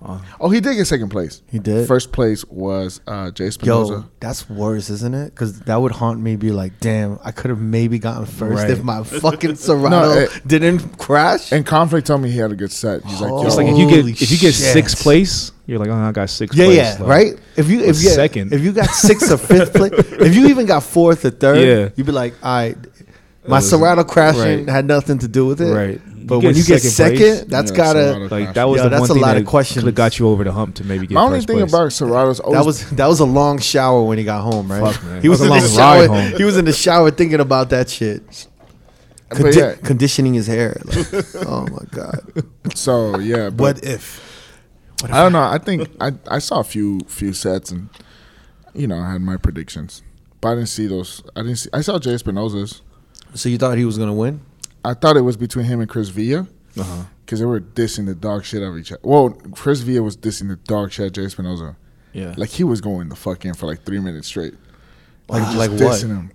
S1: Uh,
S3: Oh, he did get second place.
S4: He did?
S3: First place was uh, Jay
S4: Yo,
S3: Spinoza.
S4: that's worse, isn't it? Because that would haunt me. Be like, damn, I could have maybe gotten first
S1: Right.
S4: if my fucking Serato
S3: it-
S4: didn't crash.
S3: And conflict told me he had a good set. He's like,
S4: Oh.
S3: yo,
S1: it's like if you get
S4: Holy
S1: if you get
S4: shit.
S1: sixth place, you're like, oh, I got sixth.
S4: yeah,
S1: place.
S4: yeah,
S1: Like,
S4: right. If you if you
S1: second.
S4: if you got sixth or fifth place, if you even got fourth or third,
S1: Yeah.
S4: you'd be like, all right, my
S1: was-
S4: Serato crashing
S1: right.
S4: had nothing to do with it.
S1: Right.
S4: But
S1: You
S4: when
S1: get
S4: you get
S1: second
S4: second,
S1: place,
S4: that's
S3: yeah,
S4: gotta
S3: Serato.
S1: Like that was
S4: Yo,
S1: the
S4: that's
S1: one
S4: a
S1: thing
S4: lot of
S1: that
S4: questions.
S1: could've got you over the hump to maybe get
S3: my only
S1: first
S3: thing
S1: place.
S3: about Serrato's always
S4: That was that was a long shower when he got home, right?
S1: Fuck, man.
S4: He was,
S1: That
S4: in
S1: was
S4: the
S1: a long
S4: shower.
S1: ride home.
S4: He was in the shower thinking about that shit.
S3: But
S4: Condi-
S3: yeah.
S4: Conditioning his hair. Like, oh my god.
S3: so yeah. But
S2: What if?
S3: I don't know. I think I I saw a few few sets and you know I had my predictions, but I didn't see those. I didn't see. I saw Jay Spinoza's.
S4: So you thought he was gonna win?
S3: I thought it was between him and Chris Villa.
S1: Uh-huh.
S3: Because they were dissing the dog shit out of each other. Well, Chris Villa was dissing the dog shit at Jay Spinoza.
S1: Yeah.
S3: Like he was going the fuck in for like three minutes straight. Like
S4: Wow.
S3: just
S4: Like what?
S3: dissing him.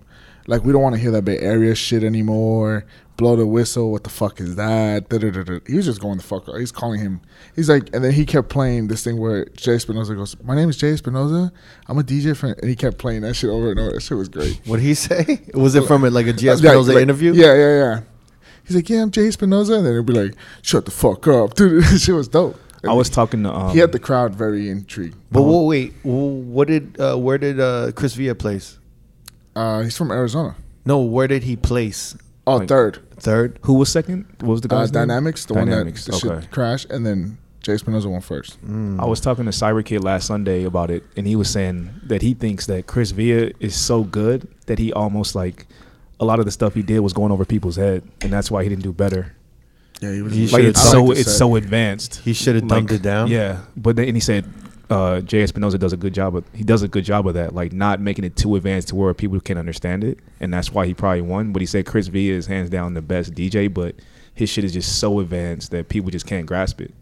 S3: Like we don't want to hear that Bay Area shit anymore. Blow the whistle. What the fuck is that? Da-da-da-da. He was just going the fuck. He's calling him. He's like, and then he kept playing this thing where Jay Spinoza goes, "My name is Jay Spinoza. I'm a DJ for," and he kept playing that shit over and over. That shit was great.
S4: What did he say? Was it from like a
S3: Yeah,
S4: GS Spinoza
S3: like-
S4: interview?
S3: Yeah, yeah, yeah. He's like, yeah, I'm Jay Spinoza, and then it'd be like, shut the fuck up, dude. This shit was dope.
S1: I was talking to um,
S3: he had the crowd very intrigued.
S4: But wha- wait, wha- what did uh, where did uh, Chris Villa place?
S3: Uh, he's from Arizona.
S4: No, where did he place?
S3: Oh,
S1: Like,
S3: third
S4: Third.
S1: who was second? What was the
S3: uh,
S1: guy's name?
S3: Dynamics, the
S1: Dynamics,
S3: one that the
S1: okay. Mm.
S3: shit crashed, and then Jay Spinoza won first.
S1: I was talking to Cyber Kid last Sunday about it, and he was saying that he thinks that Chris Villa is so good that he almost like a lot of the stuff he did was going over people's head, and that's why he didn't do better.
S3: Yeah, he was.
S4: He
S1: Like
S4: should've
S1: it's
S4: dunked
S1: so
S3: it.
S1: it's so advanced.
S4: He should have dumped
S1: Like,
S4: it down.
S1: Yeah, but then and he said uh, Jay Espinoza does a good job. Of, he does a good job of that, like not making it too advanced to where people can understand it, and that's why he probably won. But he said Chris Villa is hands down the best DJ, but his shit is just so advanced that people just can't grasp it.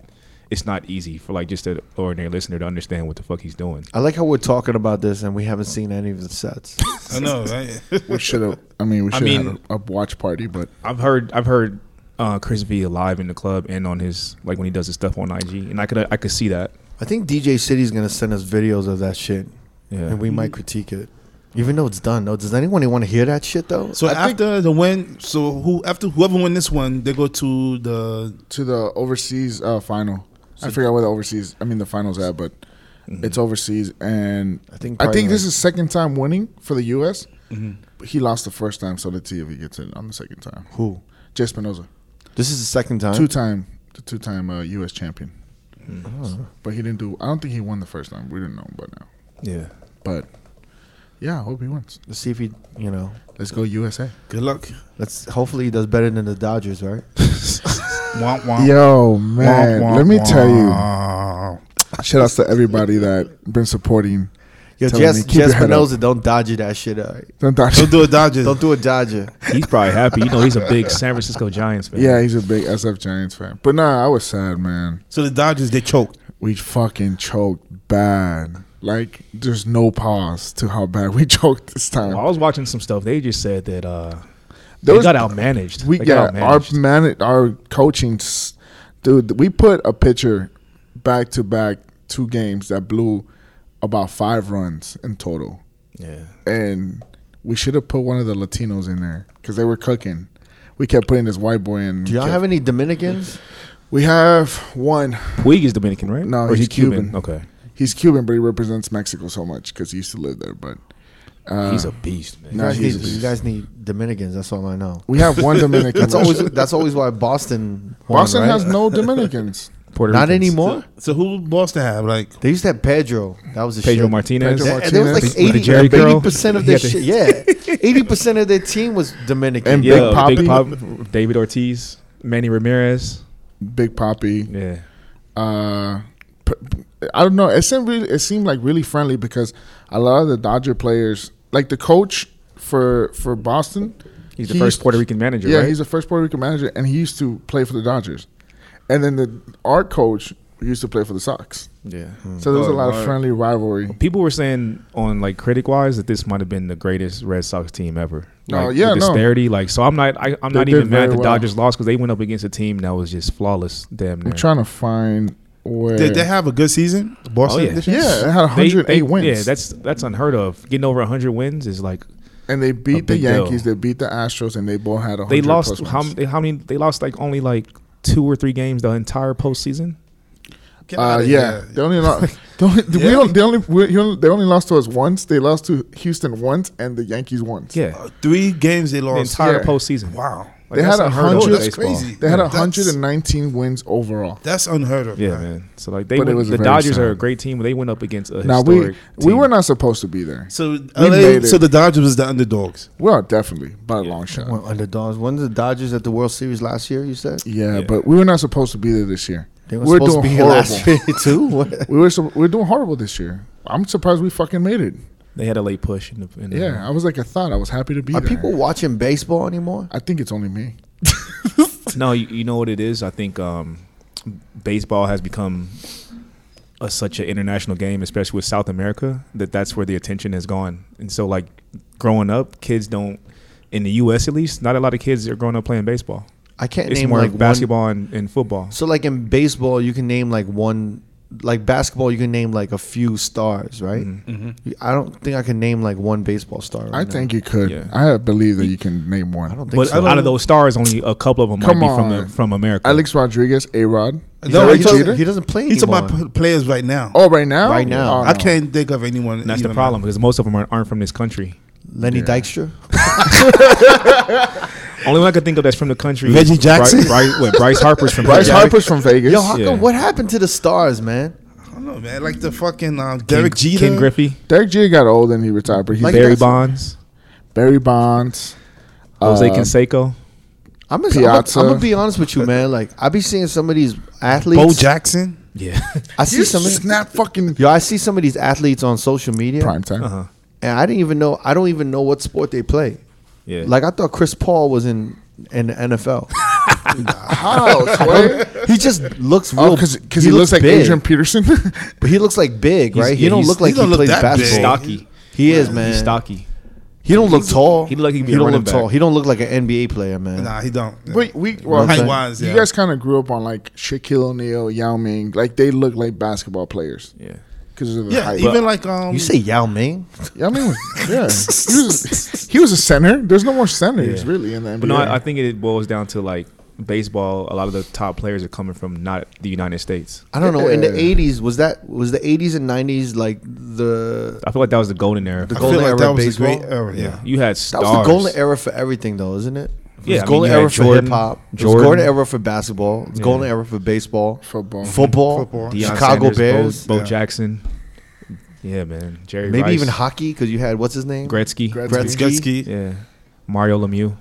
S1: It's not easy for like just an ordinary listener to understand what the fuck he's doing.
S4: I like how we're talking about this and we haven't seen any of the sets.
S2: I know, right?
S3: we should have. I mean, we
S1: I
S3: should have
S1: mean-
S3: had a, a watch party, but
S1: I've heard I've heard uh, Chris Villa live in the club and on his like when he does his stuff on IG, and I could I could see that.
S4: I think DJ City's gonna send us videos of that shit,
S1: Yeah,
S4: and we might critique it, even though it's done. Though, does anyone want to hear that shit though?
S2: So
S3: I think-
S2: after the win, so who after whoever win this one, they go to the
S3: to the overseas uh, final. I forgot where the overseas. I mean, the finals at, but
S1: Mm-hmm.
S3: it's overseas, and I
S4: I think
S3: think
S4: probably
S3: this
S4: like-
S3: is second time winning for the U.S.
S1: Mm-hmm.
S3: But He lost the first time, so let's see if he gets it on the second time.
S4: Who?
S3: Jay Spinoza,
S4: This is the second time.
S3: two time, the two time uh, U.S. champion,
S1: Mm-hmm.
S3: but he didn't do. I don't think he won the first time. We didn't know him by now,
S1: yeah.
S3: but yeah, I hope he wins.
S4: Let's see if he, you know,
S3: Let's go USA.
S2: good luck.
S4: let's hopefully he does better than the Dodgers, right?
S2: Womp, womp.
S3: Yo
S2: Womp,
S3: man,
S2: womp,
S3: let me tell you,
S2: womp.
S3: Shout outs to everybody that been supporting.
S4: Yo,
S3: Telling
S4: Jess,
S3: me, keep your
S4: Jess
S3: head up.
S4: Spinoza, don't dodge it, that shit. All right?
S3: Don't dodge-
S2: Don't do a Dodger.
S4: Don't do a dodger.
S1: He's probably happy. You know, he's a big San Francisco Giants fan.
S3: yeah, he's a big SF Giants fan. But nah, I was sad, man.
S2: so the Dodgers they choked.
S3: We fucking choked bad. Like, there's no pause to how bad we choked this time.
S1: Well, I was watching some stuff. They just said that uh,
S3: There
S1: they
S3: was-
S1: got outmanaged.
S3: We
S1: They
S3: yeah,
S1: got
S3: our
S1: outmanaged.
S3: man, our coaching, s- dude. We put a pitcher back to back two games that blew about five runs in total,
S1: yeah.
S3: and we should have put one of the Latinos in there because they were cooking. We kept putting this white boy in.
S4: Do y'all have any Dominicans?
S3: we have one.
S1: Puig is Dominican, right?
S3: No,
S1: Or is
S3: he's
S1: he Cuban.
S3: Cuban.
S1: Okay,
S3: He's Cuban, but he represents Mexico so much because he used to live there. But uh,
S1: he's a beast, man.
S4: You,
S3: Nah,
S4: guys
S3: he's
S4: need,
S3: a beast.
S4: you guys need Dominicans. That's all I know.
S3: we have one Dominican.
S4: That's always that's always why Boston. won,
S3: Boston
S4: right?
S3: has no Dominicans.
S1: Puerto
S4: not
S1: Ricans.
S4: anymore.
S2: So who Boston have like?
S4: They used to have Pedro. That was the
S1: Pedro
S4: shit.
S1: Martinez.
S3: Pedro
S4: Yeah, and there was like
S3: Martinez. With
S1: the
S4: 80,
S1: Jerry curl.
S4: 80% of
S1: He
S4: their
S1: had the-
S4: shit. Yeah. 80% of their team was Dominican.
S3: And
S1: Yeah,
S3: Big
S1: Big
S3: Poppy.
S1: Pop, David Ortiz, Manny Ramirez.
S3: Big Poppy.
S1: Yeah,
S3: uh, p- p- I don't know. It seemed really, it seemed like really friendly because a lot of the Dodger players, like the coach for for Boston,
S1: he's the
S3: he
S1: first
S3: used-
S1: Puerto Rican manager.
S3: Yeah,
S1: right?
S3: he's the first Puerto Rican manager, and he used to play for the Dodgers, and then the our coach used to play for the Sox.
S1: yeah.
S3: So there was
S2: Oh,
S3: a lot of
S2: right.
S3: friendly rivalry.
S1: People were saying on like critic wise that this might have been the greatest Red Sox team ever.
S3: No,
S1: Like,
S3: Oh, yeah, no.
S1: the disparity. Like, so I'm not. I, I'm
S3: They
S1: not
S3: did
S1: even
S3: very
S1: mad the
S3: well.
S1: Dodgers lost because they went up against a team that was just flawless. Damn near.
S3: I'm trying to find where.
S2: Did they have a good season? Boston.
S1: Oh, yeah.
S2: this year?
S3: yeah, it had
S1: They-
S3: 108
S1: they-
S3: wins.
S1: Yeah, that's that's unheard of. Getting over 100 wins is like
S3: and they
S1: a
S3: beat the
S1: big deal.
S3: Yankees. They beat the Astros, and they both had 100
S1: they lost
S3: plus
S1: how,
S3: wins.
S1: m- how many? They lost like only like two or three games the entire postseason.
S2: Get
S3: Uh,
S2: outta
S3: yeah.
S2: here.
S3: they only lost. They only, we
S2: Yeah.
S3: don't, they only we, you only- they only lost to us once. They lost to Houston once, and the Yankees once.
S1: Yeah,
S2: Uh, Three games they
S1: the
S2: lost.
S1: entire
S3: yeah.
S1: postseason.
S2: Wow.
S1: Like,
S3: They had
S1: that's
S3: a
S1: unheard of
S3: hundred-
S1: in
S3: That's
S1: baseball.
S2: crazy.
S3: They had
S2: That's-
S3: 119 wins overall.
S2: That's unheard of.
S1: Yeah,
S2: man.
S1: man. So like they
S3: But it
S1: went,
S3: was
S1: the
S3: very
S1: Dodgers
S3: sad.
S1: are a great team. They went up against a
S3: Now we
S1: historic
S3: we
S1: team.
S3: were not supposed to be there.
S2: So
S3: made
S2: LA,
S3: it.
S2: so the Dodgers was the underdogs.
S3: Well, definitely by a long shot.
S4: Well, underdogs. When the Dodgers at the World Series last year, you said?
S3: yeah,
S1: Yeah.
S3: but we were not supposed to be there this year.
S4: They were
S3: We were
S4: supposed to
S3: doing
S4: be here
S3: horrible.
S4: last year, too. What?
S3: We were so, we were doing horrible this year. I'm surprised we fucking made it.
S1: They had a late push. In the, in the-
S3: Yeah, I was like I thought. I was happy to be
S4: Are
S3: there.
S4: people watching baseball anymore?
S3: I think it's only me.
S1: No, you, you know what it is. I think um, baseball has become a, such an international game, especially with South America, that that's where the attention has gone. And so, like growing up, kids don't in the U.S. at least, not a lot of kids are growing up playing baseball.
S4: I can't
S1: It's
S4: name
S1: more
S4: like one-
S1: basketball and, and football.
S4: So, like in baseball, you can name like one, like basketball, you can name like a few stars, right? Mm-hmm. I don't think I can name like one baseball star. Right
S3: I
S4: now.
S3: think you could.
S1: Yeah.
S3: I believe that you can name one.
S4: I don't think
S1: But
S4: so.
S1: out of those stars, only a couple of them
S3: Come
S1: might be from
S3: on.
S1: the, from America.
S3: Alex Rodriguez, A Rod.
S4: no, he
S2: he's
S3: cheater?
S4: doesn't, he doesn't play
S2: he's
S4: anymore.
S2: about p- players right now.
S3: Oh, right now,
S4: Right now.
S3: Oh,
S2: I
S3: no.
S2: can't think of anyone.
S1: And that's the
S2: even-
S1: problem because most of them aren't, aren't from this country.
S4: Lenny Dykstra.
S1: Only one I could think of that's from the country.
S2: Reggie
S1: is Bri-
S2: Jackson?
S1: Bri- wait, Bryce Harper's from
S3: Bryce
S1: Vegas.
S3: Harper's from Vegas.
S4: Yo, how
S1: Yeah.
S4: come, what happened to the stars, man?
S2: I don't know, man. Like the fucking um,
S1: Ken-
S2: Derek Jeter.
S1: Ken Griffey,
S3: Derek Jeter got old and he retired, but he's
S4: Like
S1: Barry
S4: that's-
S1: Bonds,
S3: Barry Bonds,
S1: Jose
S2: Um,
S3: uh,
S1: Canseco.
S4: I'm gonna, I'm gonna-
S3: Piazza.
S4: I'm gonna be honest with you, man. Like I be seeing some of these athletes.
S2: Bo Jackson.
S1: Yeah.
S4: I see
S3: You
S4: some of
S3: snap fucking
S4: yo, I see some of these athletes on social media,
S3: prime time.
S1: Uh-huh.
S4: and I didn't even know. I don't even know what sport they play.
S1: Yeah.
S4: Like I thought Chris Paul was in in the NFL.
S3: How? Sway?
S4: he just looks real.
S3: oh, because he, looks, like
S4: big.
S3: Adrian Peterson.
S4: But he looks like big,
S1: He's-
S4: right?
S1: yeah,
S4: he don't
S1: he's-
S4: look like
S2: he
S4: he,
S2: don't look
S4: plays
S2: that big.
S4: basketball.
S1: stocky.
S4: He is man.
S1: He's stocky.
S4: He don't look tall.
S1: he look like he'd be a
S4: don't
S1: running
S4: look tall.
S1: back.
S4: He don't look like an NBA player, man.
S2: Nah, he don't.
S3: Wait, we well,
S4: Height
S3: you-
S2: wise,
S3: you
S2: yeah.
S3: guys kind of grew up on like Shaquille O'Neal, Yao Ming. Like they look like basketball players
S1: Yeah.
S3: because of the
S2: Yeah,
S3: height.
S2: even like um.
S4: You say Yao Ming?
S3: Yao Ming, was, yeah, he was, he was a center. There's no more centers
S1: Yeah.
S3: really in the NBA.
S1: But no, I, I think it boils down to like baseball. A lot of the top players are coming from not the United States.
S4: I don't know. In the
S3: Yeah.
S4: eighties, was that was the eighties and nineties like the
S1: I feel like that was the golden era.
S2: I
S4: goal-
S2: feel
S4: golden
S2: like
S4: era
S2: that was
S4: baseball?
S2: a great era. Yeah.
S1: you had
S4: that
S1: stars.
S4: was the golden era for everything though, isn't it? It
S1: Yeah,
S4: was
S1: I mean,
S4: golden
S1: you had
S4: era for
S1: Jordan,
S4: hip hop. It was
S1: Jordan.
S4: golden era for basketball. It was golden era for baseball,
S3: Football.
S4: football,
S2: Football.
S1: Mm-hmm. Deion
S4: Chicago
S1: Sanders,
S4: Bears,
S1: Bo, Bo
S2: Yeah.
S1: Jackson. Yeah, man. Jerry
S4: maybe
S1: Rice,
S4: even hockey because you had what's his name,
S1: Gretzky.
S3: Gretzky.
S4: Gretzky.
S1: Yeah. Mario Lemieux.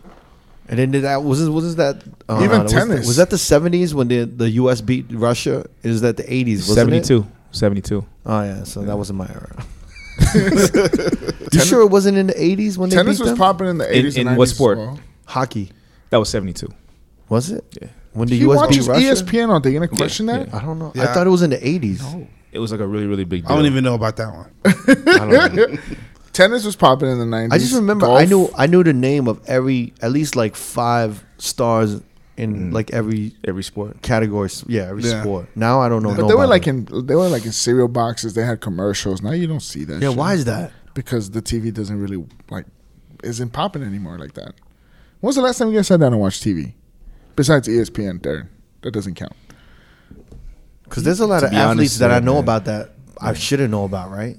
S4: And then that was wasn't that uh,
S3: Even
S4: was-
S3: tennis.
S4: was that the seventies when the the U.S. beat Russia? Is that the eighties?
S1: 72. 72.
S4: Oh yeah, so that wasn't my era. you
S3: Tennis-
S4: sure it wasn't in the '80s when they
S3: Tennis
S4: beat
S3: was
S4: them?
S3: popping in the
S1: In-
S3: 80s and 90s.
S1: in what
S3: as
S1: sport?
S3: well.
S4: Hockey
S1: That was 72.
S4: was it?
S1: Yeah.
S4: When the
S3: He
S4: US beat
S3: watches
S4: Russia.
S3: ESPN all day. You gonna question that?
S4: I don't know. I
S2: Yeah.
S4: thought it was in the '80s.
S1: It was like a really, really big deal.
S2: I don't even know about that one.
S4: I don't know.
S3: Tennis was popping in the 90s.
S4: I just remember
S3: Golf.
S4: I knew I knew the name of every at least like five stars in
S1: Mm.
S4: like every
S1: Every sport.
S4: category. s- Yeah, every
S2: Yeah.
S4: sport. Now I don't know.
S3: But they were
S4: nobody.
S3: like in they were like in cereal boxes. They had commercials. Now you don't see that.
S4: yeah.
S3: shit.
S4: Why is that?
S3: Because the TV doesn't really like isn't popping anymore like that. When's the last time you guys sat down and watched TV? Besides E ESPN, Darren, that doesn't count.
S4: Because there's a lot
S1: To
S4: of
S1: be
S4: athletes
S1: honest,
S4: that I
S1: yeah,
S4: know
S1: man.
S4: about that I shouldn't know about, right?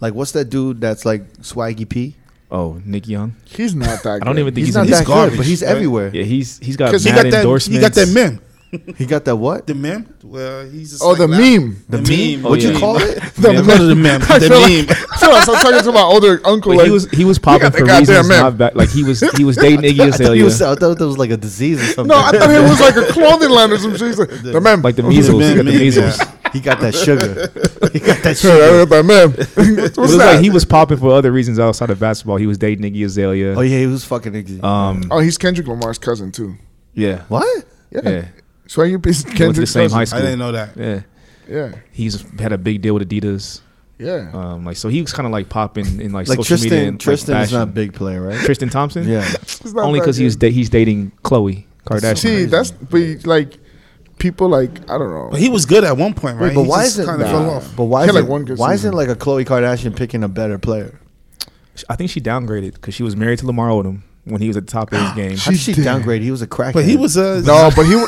S4: Like what's that dude that's like Swaggy P?
S1: Oh, Nick Young.
S3: He's not that.
S1: I don't
S3: good.
S1: even think
S4: He's,
S1: he's,
S4: not
S1: in
S4: that
S1: that.
S4: good,
S2: garbage,
S4: but he's
S2: right?
S4: everywhere.
S1: Yeah, he's he's got mad
S2: Because he got that, he
S1: endorsements.
S2: got that meme.
S4: He got that what?
S2: The meme? Well, he's just
S3: Oh,
S2: like
S3: the
S2: that.
S3: meme.
S2: The,
S1: meme?
S2: meme.
S1: Oh,
S4: What you
S1: yeah.
S4: call it?
S2: The,
S1: meme.
S2: go to the meme.
S3: I
S2: The
S3: feel
S2: meme.
S3: Like, I feel like I'm talking to my older uncle.
S1: But
S3: Like,
S1: he was he was popping
S3: got the
S1: for
S3: goddamn
S1: reasons
S3: meme.
S1: not back. Like he was he was dating
S4: I
S1: Iggy
S4: thought, he
S1: Azalea.
S4: was, I thought that was like a disease or something.
S3: no, I thought it was like a clothing line or some shit. He's like, the meme.
S1: like the
S3: meme.
S1: measles. he
S2: man,
S1: got the
S2: man,
S1: measles.
S2: yeah.
S4: he got that sugar. He got that sugar.
S3: the meme. What's
S1: It was
S3: that?
S1: like he was popping for other reasons outside of basketball. He was dating Iggy Azalea.
S4: Oh yeah, he was fucking Iggy.
S1: Um,
S3: oh, he's Kendrick Lamar's cousin too.
S1: yeah,
S4: what?
S3: Yeah.
S1: yeah.
S3: So you piece
S1: They went to the
S3: Kendrick's
S1: same
S3: cousin.
S1: high
S2: I didn't
S1: school.
S2: know that.
S1: Yeah,
S3: Yeah.
S1: he's had a big deal with Adidas.
S3: Yeah.
S1: Um, like so he was kind of like popping in like,
S4: Like
S1: social
S4: Tristan.
S1: media. And, like,
S4: Tristan is not a
S1: fashion.
S4: big player, right?
S1: Tristan Thompson.
S4: yeah.
S3: It's not
S1: only
S3: that
S1: because he was
S3: good.
S1: da- he's dating Khloe Kardashian.
S3: See, that's but like people like I don't know.
S2: But he was good at one point, right?
S4: Wait, but
S2: He
S4: why
S2: just
S4: is it?
S2: kinda
S4: nah.
S2: fell off.
S4: But
S3: He
S4: why is
S3: had,
S4: it?
S3: like, one good
S4: why isn't
S3: season.
S4: like a Khloe Kardashian picking a better player?
S1: I think she downgraded because she was married to Lamar Odom when he was at the top of his game.
S4: How did she
S3: did.
S4: downgrade? He was a crack.
S2: But he was a
S3: no, but he wa-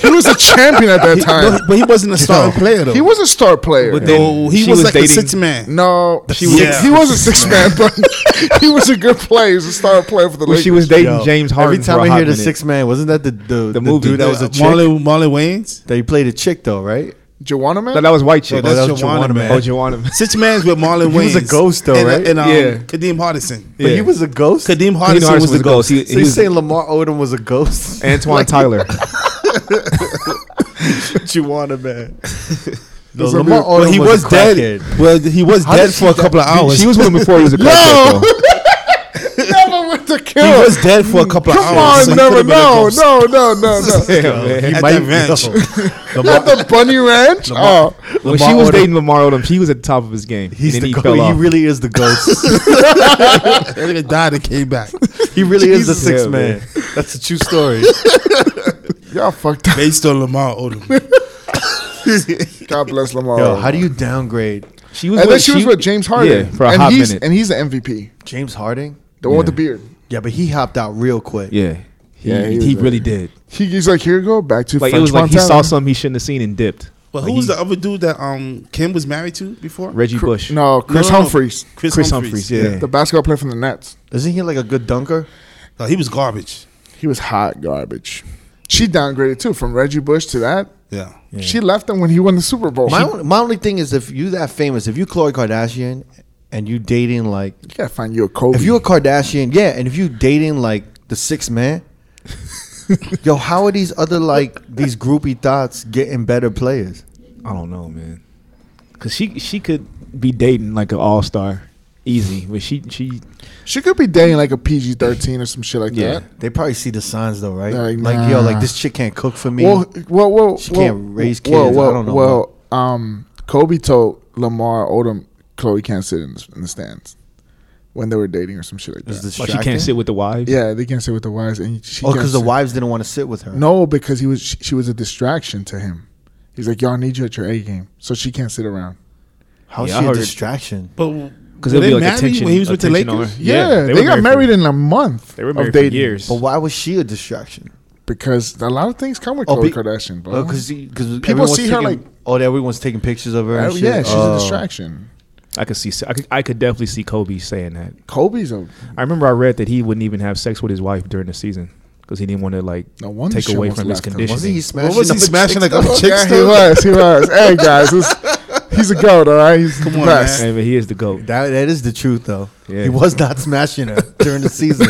S3: he was a champion at that
S2: he- no,
S3: time.
S2: but he wasn't a starting player though.
S3: He was a star player.
S1: But then-
S2: no, he
S1: She
S2: was,
S1: was
S2: like a
S1: dating-
S2: six man.
S3: no,
S2: She was-
S3: he was a six man, but he was a good player. He was a star player for the
S1: Well,
S3: Lakers.
S1: she was dating James Harden.
S4: Every time
S1: for a
S4: I
S1: hot
S4: hear the
S1: minute.
S4: six man, wasn't that the the, the
S1: movie.
S4: dude that was a
S1: Uh,
S4: chick?
S2: Marlon Marlon Wayne's.
S4: That he played a chick though, right?
S3: Joanna man.
S1: No, that was white chick.
S2: No, that's
S1: oh,
S2: Juwan, man.
S1: Oh, Juwan.
S2: Six man's with Marlon
S4: He
S2: Wayne's.
S4: was a ghost, though,
S2: and,
S4: right?
S2: And um,
S1: Yeah.
S2: Kadeem Hardison.
S4: But he
S1: Yeah.
S4: was a ghost.
S2: Kadeem Hardison,
S1: Harrison
S2: was, the ghost.
S1: He, he
S4: So you're
S1: was
S4: saying Lamar Odom was a ghost?
S1: Antoine Tyler.
S4: Juana man. no,
S3: Those are
S4: Lamar
S3: the-
S4: Odom
S2: But he was,
S4: a
S2: dead.
S4: crackhead.
S2: Well, he was
S4: How
S2: dead
S4: did
S2: for a
S4: she-
S2: couple of hours.
S1: she was with him before he was a
S3: no,
S1: crackhead. though.
S3: never went to
S2: he
S3: kill.
S2: was dead for a couple of
S3: Come
S2: hours.
S3: on,
S2: so he
S3: never.
S2: could've been a
S3: No,
S2: ghost.
S3: no, no, no, no.
S1: Yeah, man.
S2: At
S4: might-
S2: that ranch.
S3: Not the bunny ranch. Oh,
S1: When
S4: Lamar
S1: she was
S4: Odom-
S1: dating Lamar Odom, he was at the top of his game.
S4: He's
S1: and then
S4: the
S1: he
S4: ghost.
S1: fell
S4: He
S1: off.
S4: really is the ghost.
S2: That nigga died and came back.
S4: he really is the
S1: Jesus.
S4: six
S1: Yeah,
S4: man. That's a true story.
S3: y'all fucked up.
S2: Based on Lamar Odom.
S3: God bless Lamar.
S4: Yo, how do you downgrade
S1: She was
S3: And then
S1: with,
S3: she was with James Harden
S1: Yeah, for a
S3: and
S1: hot
S3: he's,
S1: minute.
S3: and he's the MVP,
S4: James Harding?
S3: the one with
S1: Yeah.
S3: the beard.
S4: Yeah, but he hopped out real quick.
S1: yeah. He,
S3: Yeah, he
S1: he,
S3: was there.
S1: really did.
S3: He, he's like, here you go, back to
S1: Like
S3: French
S1: it was like he saw
S3: Montana.
S1: something he shouldn't have seen and dipped.
S2: But
S1: Like,
S2: who was
S1: he-
S2: the other dude that um Kim was married to before?
S1: Reggie Bush?
S3: No, Chris
S2: No, no, no.
S3: Humphries,
S2: Chris,
S1: Chris
S2: Humphries.
S1: Humphries. Yeah.
S3: the basketball player from the Nets.
S4: Isn't he like a good dunker?
S2: No, he was garbage.
S3: He was hot garbage. She downgraded too from Reggie Bush to that.
S2: Yeah.
S1: Yeah.
S3: She left him when he won the Super Bowl.
S4: My,
S3: you
S4: only, my only thing is if you that famous, if you Khloe Kardashian and you dating like
S3: gotta find you a Kobe.
S4: if you a Kardashian, yeah, and if you dating like the six man, yo, how are these other like these groupie thoughts getting better players?
S1: I don't know, man. Cause she she could be dating like an all star, easy. But she she
S3: she could be dating like a PG thirteen or some shit like
S1: Yeah.
S3: that.
S4: They probably see the signs though, right?
S3: Like,
S4: Like, yo, like
S3: nah.
S4: this chick can't cook for me.
S3: Well, well, well,
S4: She
S3: well,
S4: can't raise
S3: Well,
S4: kids. I
S3: well,
S4: don't know
S3: well um, Kobe told Lamar Odom, Chloe can't sit in the, in the stands when they were dating or some shit like
S4: It's
S3: that.
S1: like, she
S4: distracting.
S1: can't sit with the wives.
S3: Yeah, they can't sit with the wives, and she
S4: Oh,
S3: can't
S4: because the
S3: sit-
S4: wives didn't want to sit with her.
S3: No, because he was she, she was a distraction to him. He's like, y'all need you at your A game, so she can't sit around.
S4: how's
S1: Yeah, I
S4: she a
S1: heard-
S4: distraction?
S2: But
S1: Because
S2: because
S1: it'd
S2: they
S1: be like
S2: married
S1: attention
S2: when he was with the
S1: attention on
S2: Lakers.
S1: her.
S3: Yeah, they, got
S1: for-
S3: married in a month.
S1: They were
S3: of
S1: married for
S3: dating
S1: years.
S4: But why was she a distraction?
S3: because a lot of things come with
S4: Oh,
S3: Khloe
S4: be-
S3: Kardashian, bro.
S4: Because because
S3: People see her, like-
S4: oh, everyone's taking pictures of her.
S3: Uh,
S4: And shit.
S3: yeah, she's
S4: Oh.
S3: a distraction.
S1: I could see I could I could definitely see Kobe saying that.
S3: Kobe's a
S1: I remember I read that he wouldn't even have sex with his wife during the season because he didn't want to like
S3: no wonder
S1: Take
S3: she
S1: away
S3: almost
S1: from his
S3: left him.
S1: condition.
S4: Wasn't he
S1: What
S4: smashing?
S2: was he
S4: other
S2: smashing,
S4: chicks,
S2: like,
S4: though?
S2: other chicks?
S3: Yeah, Eh, he was. He was. Hey guys, it's, he's a goat. All right, he's
S2: Come
S3: the
S2: on,
S3: best.
S1: Hey, man, he is the goat.
S4: That that is the truth though.
S1: Yeah.
S4: He was not smashing her during the season.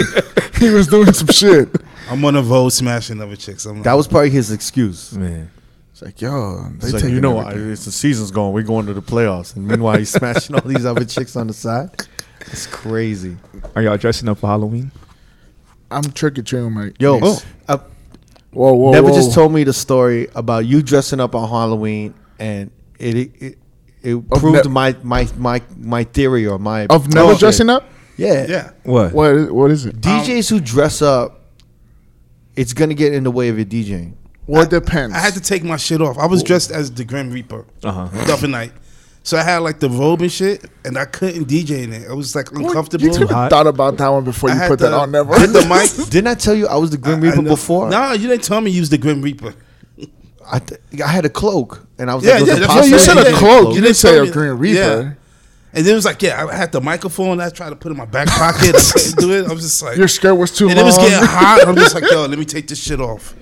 S3: He was doing some shit.
S2: I'm on a vote smashing other chicks. I'm
S4: that
S2: like,
S4: was probably his excuse.
S1: Man,
S3: It's like, yo, they
S4: It's like,
S3: taking
S4: you know, what?
S3: everything.
S4: it's the season's going. We're going to the playoffs, and meanwhile, he's smashing all these other chicks on the side. It's crazy.
S1: Are y'all dressing up for Halloween?
S3: I'm trick or treating my
S4: Yo,
S3: niece.
S4: uh,
S3: whoa, whoa,
S4: Never
S3: whoa.
S4: just told me the story about you dressing up on Halloween, and it it, it
S3: Of
S4: proved
S3: ne-
S4: my, my my my theory or my
S3: of never
S4: bullshit.
S3: dressing up.
S4: Yeah,
S2: Yeah.
S1: What?
S3: What? Is, what is it?
S2: Um,
S4: DJs who dress up, it's gonna get in the way of your DJing.
S3: Well, it depends.
S2: I had to take my shit off. I was dressed as the Grim Reaper,
S1: Uh huh.
S2: Duffin Night. So I had like the robe and shit, and I couldn't DJ in it. I was like
S3: Well,
S2: uncomfortable.
S3: You could
S1: Hot.
S3: have thought about that one before
S2: I
S3: you
S2: had
S3: put that
S2: the-
S3: on. Never.
S2: Hit the mic.
S4: Didn't I tell you I was the Grim Reaper
S2: I know-
S4: before?
S2: No, you didn't tell me you was the Grim Reaper.
S4: I, th- I had a cloak, and I was
S2: Yeah,
S4: like, it was
S2: yeah, that's
S4: a
S3: yeah,
S2: what
S4: possibility
S3: you
S2: I'm
S3: said
S4: of
S2: saying.
S3: a cloak. You
S2: You
S3: didn't
S2: didn't
S3: say
S2: tell
S3: a
S2: me-
S3: Green
S2: yeah.
S3: Reaper.
S2: And then it was like, yeah, I had the microphone. I tried to put it in my back pocket. I couldn't do it. I was just like,
S3: Your skirt was too
S2: and
S3: long.
S2: it was getting hot. I'm just like, yo, let me take this shit off.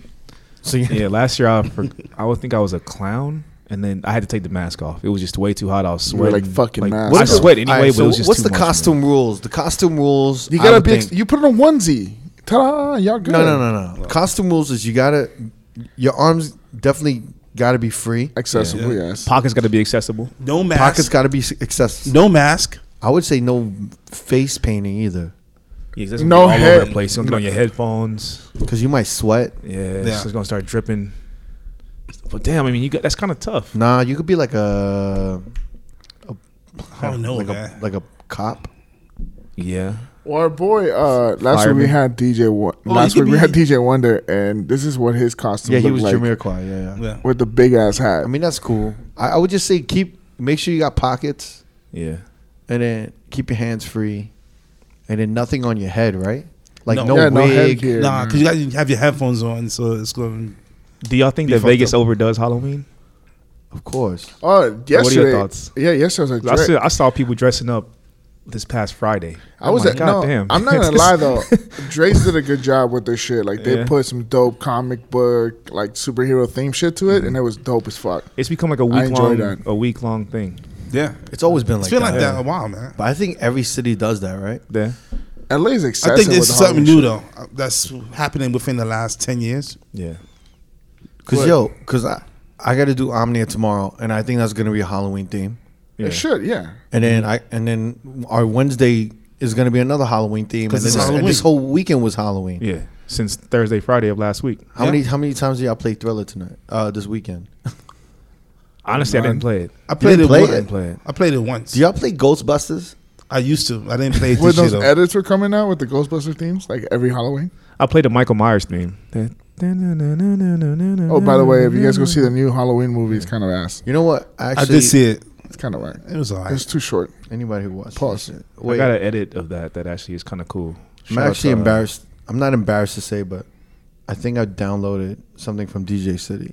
S4: So you-
S1: Yeah, last year I for, I would think I was a clown, and then I had to take the mask off. It was just way too hot. I was
S3: You were
S1: sweating.
S3: like, fucking mask
S1: I
S3: off.
S1: sweat anyway,
S4: All right,
S1: but it was just
S4: what's
S1: too
S4: the
S1: much, man.
S4: costume rules? The costume rules.
S3: you
S4: I
S3: gotta
S4: would
S3: be. ex-
S4: think-
S3: you put on a onesie. Ta-da! Y'all good?
S4: no, no, no, no. Costume rules is you gotta your arms definitely gotta be free.
S3: Accessible,
S2: Yeah.
S3: yes.
S1: Pockets got to be accessible.
S2: No mask.
S4: Pockets gotta be accessible.
S2: no mask.
S4: I would say no face painting either,
S1: Yeah, 'cause that's
S3: No
S1: gonna be all over
S3: head.
S1: the place. It's gonna get on your headphones.
S4: because you might sweat.
S1: Yeah, it's just gonna start dripping. But damn, I mean, you got that's kind of tough.
S4: Nah, you could be like a, a
S2: I don't know,
S4: like
S2: man.
S4: a like a cop.
S1: Yeah,
S3: Well, our boy, uh, last week
S1: Fireman.
S3: we had DJ. Wo-
S2: Oh,
S3: last
S2: you
S3: week
S2: could
S3: we had
S2: be-
S3: DJ Wonder, and this is what his costume.
S4: Yeah, he
S3: looked
S4: was
S3: like,
S4: Jamiroquai. Yeah, yeah.
S2: Yeah.
S3: with the big ass hat.
S4: I mean that's cool. I, I would just say keep make sure you got pockets,
S1: yeah.
S4: and then keep your hands free, and then nothing on your head, right? Like
S2: No.
S4: no,
S3: yeah,
S4: wig.
S3: no headgear.
S2: Nah,
S3: man.
S2: because you guys have your headphones on, so it's going.
S1: Do y'all think
S2: Be
S1: that
S2: fucked
S1: Vegas
S2: up.
S1: overdoes Halloween?
S4: Of course.
S3: oh, yesterday.
S1: your thoughts?
S3: Yeah, yesterday was
S1: I,
S3: like,
S1: see, I saw people dressing up this past Friday.
S3: I was
S1: I'm
S3: at
S1: like,
S3: no.
S1: oh "Goddamn."
S3: I'm not gonna lie though. Dre's did a good job with their shit. Like they
S1: Yeah.
S3: put some dope comic book, like superhero theme shit to it, and it was dope as fuck.
S1: It's become like a
S3: I
S1: week
S3: enjoyed
S1: long
S3: that.
S1: a week long thing.
S2: Yeah,
S4: It's always been
S2: it's
S4: like
S2: been
S4: that.
S2: like that a while, man.
S4: But I think every city does that, right?
S1: Yeah.
S3: At least excessive.
S2: I think
S3: with
S2: this
S3: the
S2: is something
S3: Halloween
S2: new
S3: shit.
S2: though. Uh, That's happening within the last ten years.
S1: Yeah.
S4: Cause
S3: What?
S4: yo, cause I I got to do Omnia tomorrow, and I think that's gonna be a Halloween theme.
S1: Yeah.
S3: It should, yeah.
S4: And then I and then our Wednesday is gonna be another Halloween theme. And
S2: 'Cause
S4: then
S2: it's
S4: this, and
S2: Halloween.
S4: this whole weekend was Halloween.
S1: Yeah. Since Thursday, Friday of last week.
S4: How
S2: Yeah.
S4: many how many times did y'all play Thriller tonight? Uh, this weekend.
S1: Honestly, I
S3: None.
S1: didn't play it.
S2: I played
S4: didn't
S2: it.
S4: play
S2: once.
S4: it?
S1: I didn't play it.
S2: I played it once.
S4: Do y'all play Ghostbusters?
S2: I used to. I didn't play it
S3: When
S2: this year
S3: those
S2: though.
S3: edits were coming out with the Ghostbuster themes, like every Halloween.
S1: I played the Michael Myers theme.
S3: Oh,
S1: Oh,
S3: by the way, if you guys go see the new Halloween movie, it's kind of ass.
S4: You know what? I
S2: I
S4: Actually,
S2: did see it.
S3: It's kind of whack.
S2: It was
S3: It's
S2: alright.
S3: too short.
S4: anybody who watched.
S3: Pause.
S4: it.
S1: I
S4: Wait,
S1: got
S4: I'm
S1: an edit of that that actually is kind of cool. Shout out
S4: actually
S1: to, uh,
S4: embarrassed. I'm not embarrassed to say, but I think I downloaded something from DJ City.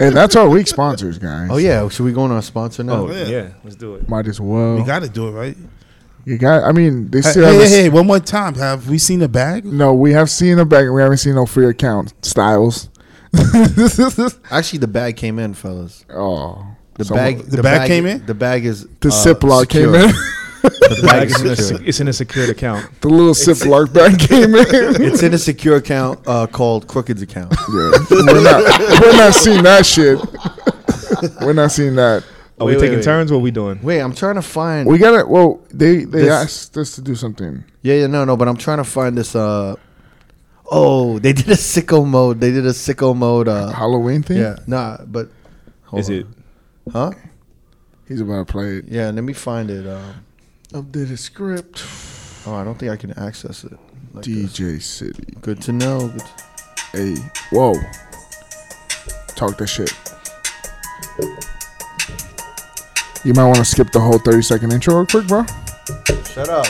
S3: and that's our week sponsors, guys.
S4: Oh yeah, should we go on our sponsor now?
S1: Oh yeah.
S2: Yeah.
S1: let's do it.
S3: Might as well.
S2: We got to do it right.
S3: you got. I mean, they
S2: Hey,
S3: still have.
S2: hey, hey, one more time. Have we seen the bag?
S3: No, we have seen a bag. We haven't seen no free account styles. Uh-huh.
S4: Actually, the bag came in, fellas.
S3: Oh,
S4: The
S3: someone-
S4: bag,
S2: the bag came in?
S4: The bag is
S3: The
S4: uh,
S3: Ziploc came
S4: secure.
S3: in.
S4: The bag
S1: It's in, a,
S4: is
S1: sec-
S4: secure.
S1: it's in a secured account.
S3: the little Ziploc bag came in.
S4: It's in a secure account uh, called Crooked's account.
S3: Yeah. We're not we're not seeing that shit. We're not seeing that.
S1: Are
S4: Wait,
S1: we
S4: wait,
S1: taking
S4: wait.
S1: turns? What are we doing?
S4: Wait, I'm trying to find.
S3: We gotta well they they
S4: This-
S3: asked us to do something.
S4: yeah, yeah, no, no, but I'm trying to find this. Uh, oh, they did a sicko mode. They did a sicko mode. Uh,
S3: Halloween thing?
S4: yeah, nah, but hold
S1: Is
S4: on.
S1: it?
S4: Huh?
S3: He's about to play it.
S4: Yeah, let me find it. Um,
S3: Updated script.
S4: oh, I don't think I can access it. Like this.
S3: DJ City.
S4: Good to know. Good to-
S3: Hey. Whoa. Talk that shit. You might want to skip the whole 30 second intro real quick, bro.
S4: Shut up.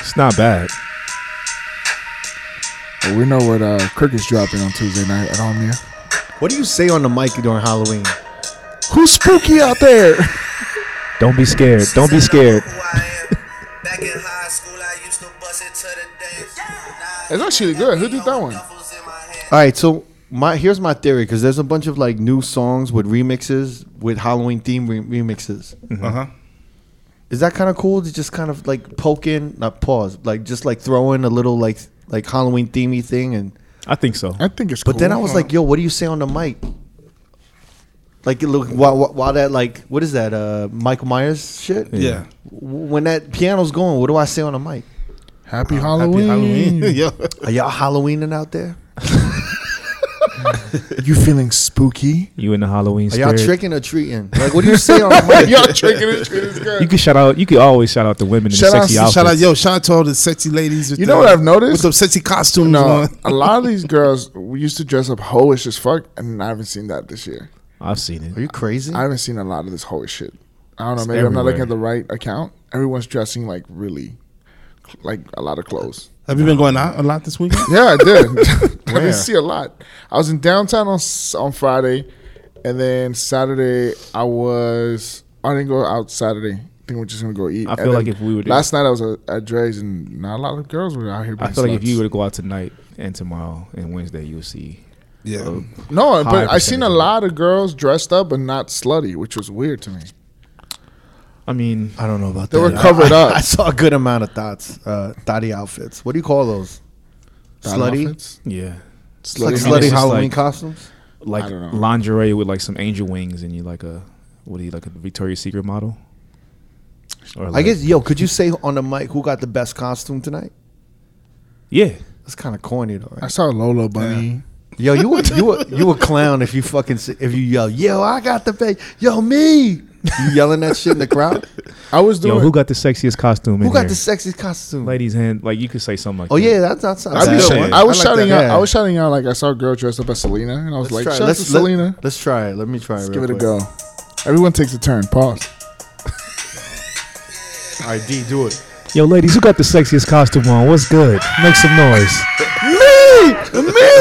S1: It's not bad.
S3: But we know what uh Kirk is dropping on Tuesday night at Omnia.
S4: What do you say on the mic during Halloween?
S3: Who's spooky out there?
S1: Don't be scared. Don't be scared.
S5: Back in high school, I used to bust it to the dance. Now
S3: It's actually good. Who did that one?
S5: duffels in my hand.
S4: All right, so my here's my theory because there's a bunch of
S2: Uh-huh.
S4: like new songs with remixes with Halloween theme re- remixes.
S2: Uh huh.
S4: Is that kind of cool to just kind of like poke in, not pause, like just like throw in a little like like Halloween themey thing and
S1: I think so.
S3: I think it's.
S4: but
S3: cool.
S4: then I was like, yo, what do you say on the mic? Like it look while, while- while that like what is that uh Michael Myers shit?
S2: Yeah.
S4: W- When that piano's going, what do I say on the mic? uh,
S3: happy Halloween.
S2: Yo.
S4: Are y'all Halloweening out there?
S3: you feeling spooky?
S1: You in the Halloween
S4: Are y'all
S1: spirit?
S4: tricking or treating? Like what do you say on the mic?
S3: Y'all tricking this shit is good.
S1: You can shout out. You can always shout out the women in the
S3: Shout out
S1: sexy
S3: to-
S1: outfits.
S2: Shout out, yo, shout out to all the sexy ladies. With
S3: You know
S2: the-
S3: what I've
S2: With
S3: noticed?
S2: the sexy costumes
S3: No,
S2: on.
S3: a lot of these girls we used to dress up hoish as fuck, and I haven't seen that this year.
S1: I've seen it.
S4: Are you crazy?
S3: I haven't seen a lot of this hoish shit. I don't know.
S1: It's
S3: Maybe I'm not looking
S1: everywhere.
S3: at the right account. Everyone's dressing like really, like a lot of clothes.
S2: Have you been going out a lot this weekend?
S3: Yeah, I did. I
S4: Where?
S3: didn't see a lot. I was in downtown on s- on Friday, and then Saturday I was. I didn't go out Saturday. I think we're just gonna go eat.
S1: I
S3: And
S1: feel like
S3: then
S1: if we were to-
S3: last night, I was at, at Dre's, and not a lot of girls were out here.
S1: I
S3: Being
S1: feel like if
S3: sluts.
S1: you were to go out tonight and tomorrow and Wednesday, you'll see. uh,
S2: Yeah.
S3: No, but
S1: high
S3: I seen a
S1: percentage.
S3: lot of girls dressed up but not slutty, which was weird to me.
S1: I mean,
S4: I don't know about
S3: They
S4: that.
S3: were covered
S4: I,
S3: up.
S4: I saw a good amount of thoughts, uh, thotty outfits. What do you call those? Slutty?
S3: Outfits.
S1: yeah,
S4: It's
S1: I mean,
S3: Slutty.
S4: like
S1: it's
S4: slutty
S1: just
S4: Halloween
S1: like-
S4: costumes.
S1: like
S3: I don't know.
S1: lingerie with like some angel wings, and you like a what are you like a Victoria's Secret model? Or
S4: I
S1: like-
S4: guess, yo, could you say on the mic who got the best costume tonight?
S1: Yeah,
S4: That's kind of corny though.
S3: I
S4: Right?
S3: saw Lolo Bunny.
S4: Yo, you a, you a, you a clown if you fucking s- if you yell, yo, I got the best, yo, me. You yelling that shit in the crowd?
S3: I was doing.
S1: yo, who got the sexiest costume?
S4: Who
S1: in
S4: got
S1: here?
S4: the sexiest costume?
S1: ladies hand? Like you could say something like,
S4: Oh
S1: that.
S4: yeah, that's not sounds
S3: I, be
S1: That's
S3: shouting-
S1: good.
S3: I was
S4: I like
S3: shouting
S4: that.
S3: out.
S4: Yeah.
S3: I was shouting out like I saw a girl dressed up as Selena, and I was like,
S4: try it.
S3: "Shout out to
S4: Let's- let-
S3: Selena."
S4: Let's try it. Let me try it.
S3: Let's give it a go. Everyone takes a turn. Pause.
S4: All right, D, do it.
S1: yo, ladies, who got the sexiest costume on? What's good? Make some noise.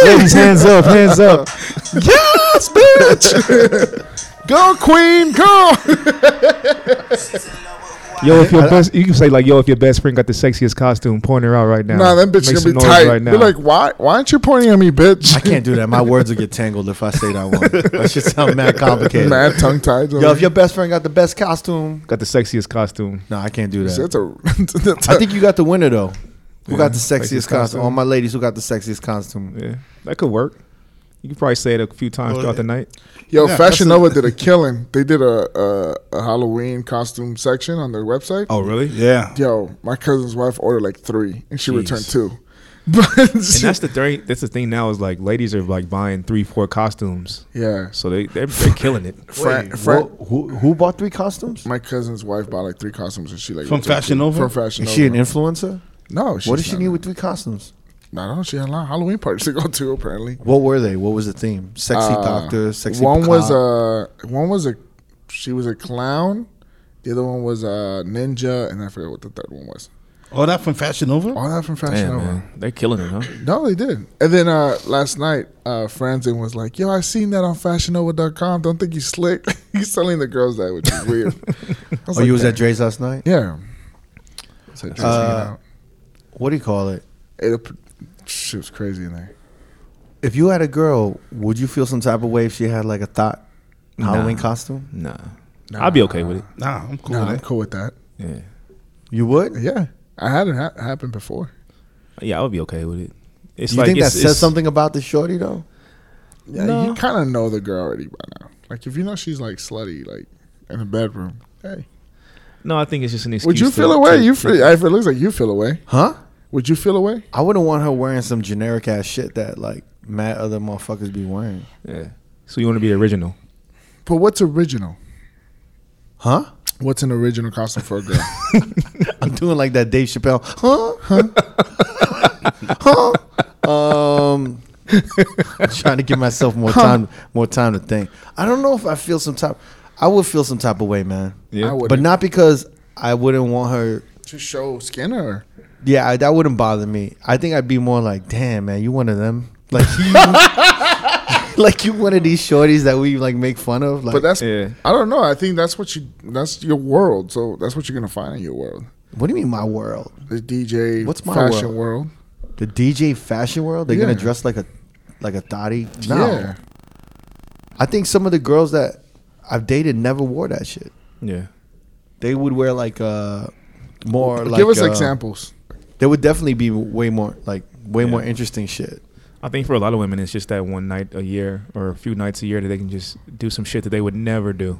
S1: ladies, hands up, hands up.
S3: yes, bitch. go queen, go.
S5: She's in love with who I
S1: Yo, if your best, you can say like, yo, if your best friend got the sexiest costume, point her out right now.
S3: nah, that bitch
S1: Make
S3: gonna
S1: some
S3: be
S1: noise
S3: tight.
S1: right now.
S3: Be like, why? Why aren't you pointing at me, bitch?
S4: I can't do that. My words will get tangled if I say that one. That shit sound mad complicated.
S3: Mad tongue tied.
S4: Yo, if your best friend got the best costume,
S1: got the sexiest costume.
S4: no, I can't do that.
S3: that's a. that's
S4: I
S3: a-
S4: think you got the winner though. Who got the
S1: sexiest
S4: sexiest costume?
S1: costume.
S4: All my ladies who got the sexiest costume.
S1: Yeah, that could work. You could probably say it a few times
S2: Well,
S1: throughout the night.
S3: Yo,
S2: Yeah,
S3: Fashion
S2: that's a-
S3: Nova did a killing. They did a, a, a Halloween costume section on their website.
S1: Oh, really?
S2: Yeah.
S3: Yo, my cousin's wife ordered like three, and she
S1: Jeez.
S3: returned two. But
S1: And that's the thing. That's the thing now is like ladies are like buying three, four costumes,
S3: yeah,
S1: so they they're, they're killing it.
S3: Fran,
S4: Wha-
S3: Fran,
S4: who who bought three costumes?
S3: my cousin's wife bought like three costumes, and she like
S2: From
S3: returned
S2: Fashion
S3: two.
S2: Nova?
S3: From Fashion
S4: Is
S3: Nova.
S4: she an influencer?
S3: no, she's
S4: what does she
S3: not
S4: need
S3: an-
S4: with three costumes?
S3: I don't know. She had a lot of Halloween parties to go to apparently.
S4: What were they? What was the theme? Sexy
S3: Uh,
S4: doctor, sexy.
S3: One was uh,
S4: cop.
S3: a one was a she was a clown. The other one was a ninja, and I forget what the third one was.
S2: All Oh, that from Fashion Nova?
S3: All that from Fashion
S1: Damn,
S3: Nova.
S1: man, they're killing it, huh?
S3: No, they did. And then uh, last night, uh, Franzen was like, "Yo, I seen that on fashionova.com. Don't think he's slick. he's telling the girls that, which is weird." I
S4: Oh,
S3: was like,
S4: you was
S3: "Damn."
S4: at Dre's last night.
S3: yeah. So Dre's hanging
S4: Uh,
S3: out.
S4: What do you call it?
S3: It, she was crazy in there.
S4: If you had a girl, would you feel some type of way if she had like a thought
S1: Nah.
S4: Halloween costume?
S1: Nah, I'll be okay with it.
S2: Nah, I'm cool
S3: Nah, I'm
S2: with that.
S3: cool with that.
S1: Yeah,
S4: You would.
S3: Yeah, I had it ha- happen before.
S1: yeah, I would be okay with it. It's
S4: you
S1: like
S4: think that
S1: it's-
S4: says
S1: it's-
S4: something about the shorty though?
S3: Yeah,
S1: No.
S3: you kind of know the girl already by now. Like if you know she's like slutty, like in the bedroom. Hey,
S1: No, I think it's just an excuse.
S3: would you
S1: to-
S3: feel
S1: to-
S3: away? You feel, I feel, it looks like you feel away.
S4: Huh?
S3: Would you feel away?
S4: I wouldn't want her wearing some generic ass shit that like mad other motherfuckers be wearing.
S1: yeah. So you want to be original?
S3: But what's original?
S4: Huh?
S3: What's an original costume for a girl?
S4: I'm doing like that Dave Chappelle. Huh? Huh? huh? Um, I'm trying to give myself more time, more time to think. I don't know if I feel some type. I would feel some type of way, man.
S1: Yeah.
S3: I would.
S4: But not because I wouldn't want her.
S3: to show skin or
S4: Yeah, I, that wouldn't bother me. I think I'd be more like, damn, man, you one of them. Like you, like you one of these shorties that we like make fun of. Like,
S3: but that's
S1: Yeah.
S3: I don't know. I think that's what you that's your world. So that's what you're gonna find in your world.
S4: what do you mean, my world?
S3: The DJ
S4: What's my
S3: fashion
S4: world?
S3: world.
S4: The DJ fashion world? They're gonna
S3: Yeah.
S4: dress like a like a thotty? No.
S3: Yeah.
S4: I think some of the girls that I've dated never wore that shit.
S1: Yeah.
S4: they would wear like uh more like
S3: Give us
S4: uh,
S3: examples.
S4: There would definitely be way more like way
S1: Yeah.
S4: more interesting shit.
S1: I think for a lot of women, it's just that one night a year or a few nights a year that they can just do some shit that they would never do.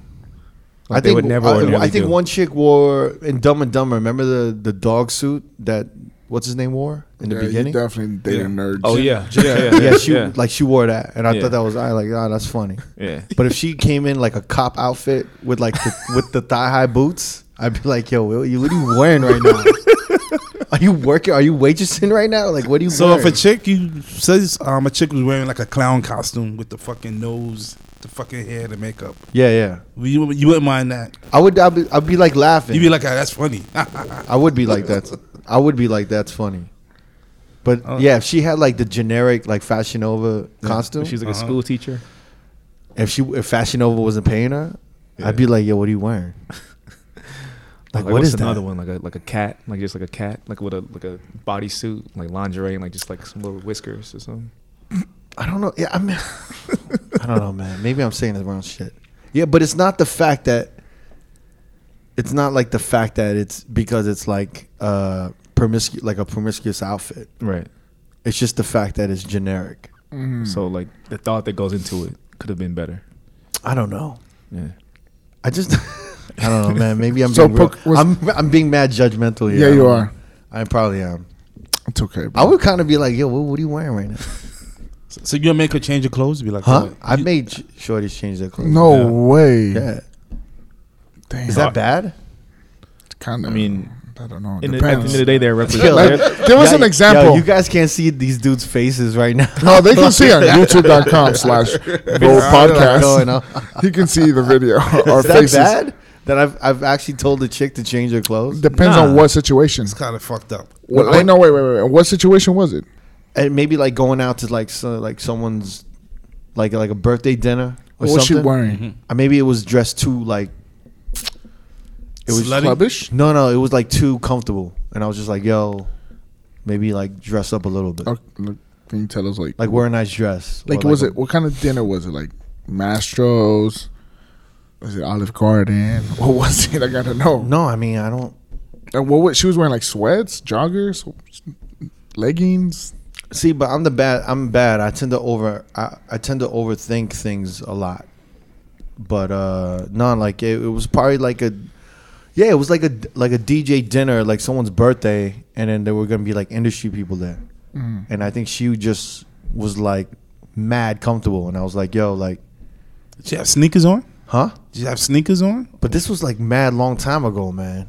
S1: Like
S4: I
S1: they
S4: think
S1: would never.
S4: I,
S1: ordinarily
S4: I think
S1: do.
S4: one chick wore in Dumb and Dumber. Remember the the dog suit that what's his name wore in the
S3: Yeah, you
S4: beginning?
S3: definitely dated nerds.
S1: Oh yeah, yeah, yeah,
S4: yeah, she
S1: yeah.
S4: like she wore that, and I
S1: Yeah.
S4: thought that was I like ah that's funny.
S1: yeah.
S4: But if she came in like a cop outfit with like the, with the thigh high boots, I'd be like, yo, Will, you what are you wearing right now? are you working? Are you waitressing right now? Like, what are you
S2: So
S4: wearing?
S2: if a chick you says um, a chick was wearing like a clown costume with the fucking nose, the fucking hair, the makeup,
S4: yeah, yeah.
S2: you you wouldn't mind that?
S4: I would I'd be, I'd be like laughing.
S2: You'd be like, ah, that's funny.
S4: I would be like that. I would be like that's funny. But
S2: Oh.
S4: yeah, if she had like the generic like Fashion Nova costume,
S1: She's like a
S2: Uh-huh.
S1: school teacher.
S4: if she if Fashion Nova wasn't paying her, I'd be like, yo, what are you wearing? Like, what
S1: what's
S4: is that?
S1: another one? Like a like a cat, like just like a cat, like with a like a bodysuit, like lingerie, and like just like some little whiskers or something.
S4: I don't know. Yeah, I mean, I don't know, man. Maybe I'm saying the wrong shit. Yeah, but it's not the fact that it's not like the fact that it's because it's like uh promiscuous, like a promiscuous outfit.
S1: Right.
S4: It's just the fact that it's generic.
S3: Mm-hmm.
S1: So like the thought that goes into it could have been better.
S4: I don't know.
S1: Yeah.
S4: I just, I don't know, man. Maybe I'm
S3: So
S4: being real-
S3: Poke was-
S4: I'm I'm being mad judgmental here.
S3: Yeah,
S4: I don't
S3: you
S4: know.
S3: are.
S4: I probably am.
S3: It's okay. Bro.
S4: I would kind of be like, yo, what, what are you wearing right now?
S2: so you'll make her change her clothes. Be like,
S4: Huh?
S2: oh,
S4: I
S2: you-
S4: made sh- shorties change their clothes.
S3: no way.
S4: Yeah.
S3: Damn.
S4: Is that bad?
S3: kind of?
S1: I mean,
S3: I don't know. It
S1: In the, at the end
S3: depends.
S1: of the day, they're
S4: Yo,
S1: representing. they're-
S3: Give us
S4: Yo,
S3: an example. Oh,
S4: yo, you guys can't see these dudes' faces right now.
S3: no, they can see on youtube.com slash Roll
S4: going on.
S3: podcast. You can see the video. Our
S4: Is that
S3: faces.
S4: bad? That I've I've actually told the chick to change her clothes.
S3: Depends on
S1: Nah.
S3: what situation.
S2: It's kind of fucked up.
S3: What, wait, no, wait, wait, wait. What situation was it?
S4: and maybe like going out to like so, like someone's like like a birthday dinner or
S3: What was she
S4: something. Mm-hmm.
S3: wearing?
S4: Or maybe it was dressed too like it was
S2: Slutty?
S3: Clubbish?
S4: no no it was like too comfortable and I was just like yo maybe like dress up a little bit
S3: Or, like, can you tell us, like,
S4: like wear a nice dress or,
S3: like, was
S4: a-
S3: it, what kind of dinner was it? Like, Mastro's? Was it Olive Garden? What was it? I gotta know.
S4: no I mean I don't
S3: And what was, she was wearing like sweats, joggers, leggings.
S4: see but I'm the bad I'm bad I tend to over I, I tend to overthink things a lot but uh no like it, it was probably like a yeah it was like a like a dj dinner like someone's birthday and then there were gonna be like industry people there and i think she just was like mad comfortable and i was like yo like
S2: Did you have sneakers on?
S4: huh
S2: Did you have sneakers on?
S4: but this was like mad long time ago man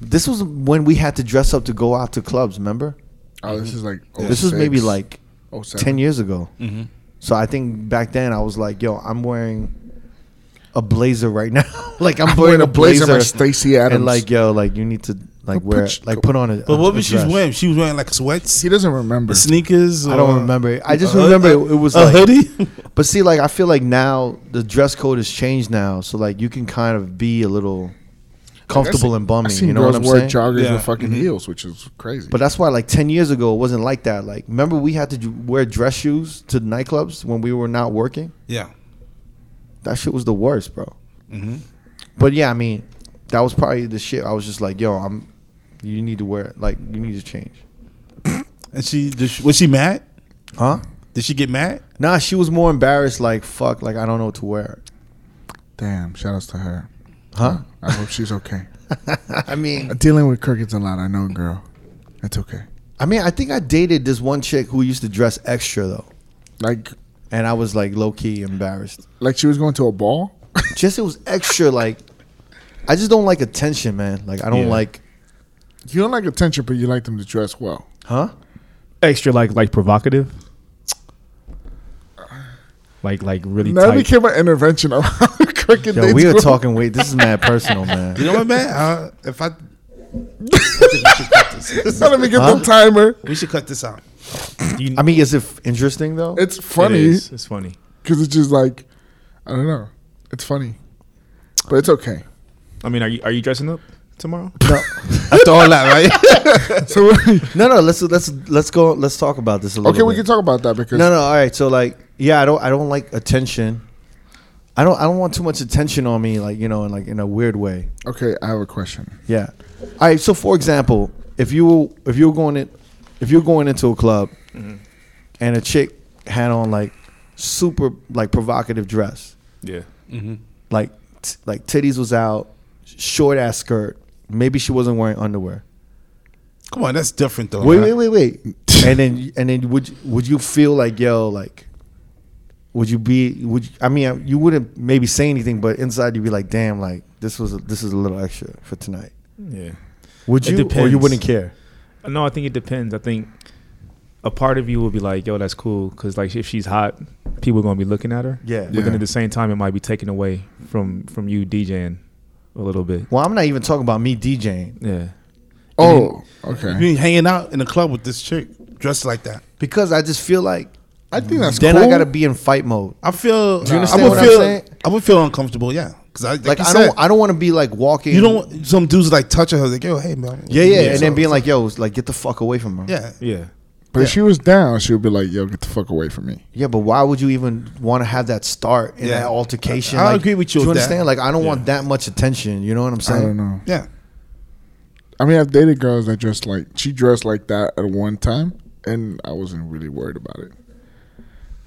S4: this was when we had to dress up to go out to clubs remember
S3: Oh, this is like.
S4: this was maybe like
S3: 07.
S4: 10 years ago
S2: Mm-hmm.
S4: so i think back then i was like yo i'm wearing a blazer right now like i'm,
S3: I'm
S4: wearing, a blazer,
S3: like Stacey Adams.
S4: and like yo like you need to
S3: Well,
S4: like
S3: put
S4: wear
S3: your-
S4: like put on a
S2: But what was
S4: was
S2: she wearing? She was wearing like sweats,
S3: he doesn't remember.
S2: sneakers.
S4: I don't
S2: or-
S4: remember. I just
S2: a-
S4: remember
S2: a-
S4: it, it was
S2: a
S4: like,
S2: hoodie.
S4: But see, like I feel like now the dress code has changed now, so like you can kind of be a little comfortable and
S3: I
S4: bummy.
S3: seen
S4: You know
S3: girls
S4: what I'm
S3: wear
S4: saying?
S3: joggers
S2: Yeah.
S3: with fucking heels, which is crazy.
S4: but that's why, like ten years ago, it wasn't like that. Like, remember we had to do, wear dress shoes to nightclubs when we were not working.
S2: yeah.
S4: That shit was the worst, bro.
S2: Mhm.
S4: But yeah, I mean, that was probably the shit. I was just like, yo, I'm. You need to wear like you need to change,
S2: And she, did she was she mad?
S4: huh?
S2: Did she get mad?
S4: Nah, she was more embarrassed. Like fuck, like I don't know what to wear,
S3: damn, shout outs to her.
S4: huh?
S3: I hope she's okay.
S4: I mean,
S3: Dealing with crickets a lot, I know, girl. That's okay.
S4: I mean, I think I dated this one chick who used to dress extra though,
S3: Like,
S4: and I was like low key embarrassed.
S3: like she was going to a ball.
S4: Just it was extra like, I just don't like attention, man. Like I don't
S1: Yeah.
S4: like,
S3: You don't like attention, but you like them to dress well.
S4: huh?
S1: extra like like provocative. Like like really
S3: Now
S1: tight.
S3: became an intervention of how cricket
S4: Yo,
S3: dates
S4: we are
S3: go.
S4: talking. Wait, this is mad personal,
S2: You
S4: man.
S2: know what, man? Uh, if I,
S3: Now Let me get the timer.
S2: we should cut this out.
S1: You-
S4: I mean, is it f- interesting though?
S3: It's
S1: it
S3: funny
S1: is. It's funny.
S3: because it's just like, I don't know. It's funny, but it's okay.
S1: I mean, are you are you dressing up tomorrow?
S4: no,
S2: After all that, right?
S3: So okay,
S4: no, no. Let's let's let's go. Let's talk about this a little.
S3: we
S4: bit.
S3: can talk about that because
S4: No, no. All right. So like, yeah, I don't I don't like attention. I don't I don't want too much attention on me, like you know, in like in a weird way.
S3: Okay, I have a question.
S4: Yeah. All right. So for example, if you were, if you're going in, if you're going into a club, and a chick had on like super like provocative dress,
S1: Yeah.
S4: like t- like titties was out, short ass skirt. Maybe she wasn't wearing underwear.
S2: Come on, that's different though.
S4: Wait, wait, wait, wait. and then and then would you- would you feel like yo like? Would you be? Would you, I mean you wouldn't maybe say anything, but inside you'd be like, "Damn, like this was a, this is a little extra for tonight."
S1: Yeah.
S4: Would
S1: It
S4: you or you
S1: depends.
S4: wouldn't care?
S1: No, I think it depends. I think a part of you will be like, "Yo, that's cool," because like if she's hot, people are gonna be looking at her.
S4: Yeah.
S1: But then
S3: Yeah.
S1: at the same time, it might be taken away from from you DJing a little bit.
S4: Well, I'm not even talking about me DJing
S1: Yeah.
S3: Oh,
S2: You
S3: okay.
S2: ain't hanging out in the club with this chick dressed like that.
S4: because I just feel like
S3: I think that's
S4: then
S3: cool.
S4: I gotta be in fight mode.
S2: I feel.
S4: Do you understand
S2: I would
S4: what I'm
S2: feel,
S4: saying?
S2: I would feel uncomfortable. Yeah, because I like,
S4: Like
S2: you
S4: I
S2: said,
S4: don't I don't want to be like walking.
S2: you don't. want- Some dudes like touching her. Like yo, hey man.
S4: Yeah, yeah, and
S2: so-
S4: then being like, yo, it's like get the fuck away from her.
S2: yeah.
S1: Yeah.
S3: But if she was down, she would be like, "Yo, get the fuck away from me."
S4: Yeah, but why would you even want to have that start in
S2: Yeah.
S4: that altercation?
S2: I- I
S4: Like,
S2: agree with you
S4: Do you
S2: with that.
S4: understand? Like I don't want that much attention. You know what I'm saying?
S3: I don't know.
S2: Yeah.
S3: I mean, I've dated girls that dress like she dressed like that at one time, and I wasn't really worried about it.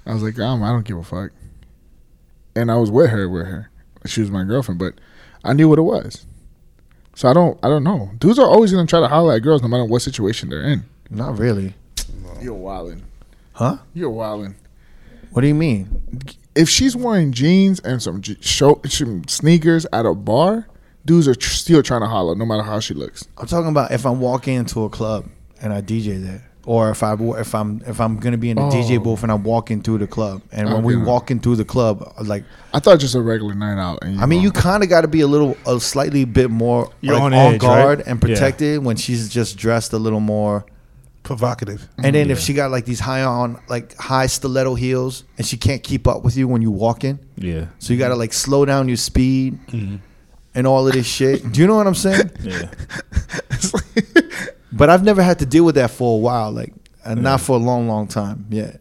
S3: I was like, um, I don't give a fuck. And I was with her, with her. She was my girlfriend, but I knew what it was. So I don't, I don't know. Dudes are always gonna try to holler at girls, no matter what situation they're in.
S4: Not really.
S3: You're wilding.
S4: Huh?
S3: You're wilding.
S4: What do you mean?
S3: If she's wearing jeans and some je- show, some sneakers at a bar, dudes are tr- still trying to holler, no matter how she looks.
S4: I'm talking about if I'm walking into a club and I DJ there, or if I if I'm if I'm gonna be in the DJ
S3: Oh.
S4: booth and I'm walking through the club, and when we
S3: Okay.
S4: walking through the club, uh, like
S3: I thought just a regular night out. And
S4: I mean,
S3: know.
S4: you kind of got to be a little, a slightly bit more
S1: You're
S4: like,
S1: on
S4: on,
S1: edge,
S4: guard
S1: right?
S4: and protected when she's just dressed a little more.
S2: Provocative.
S4: And then if she got like these high on, like high stiletto heels, and she can't keep up with you when you walk in,
S1: Yeah.
S4: so you got to like slow down your speed and all of this shit. Do you know what I'm saying?
S1: Yeah.
S4: But I've never had to deal with that for a while, like, and not for a long, long time. Yeah,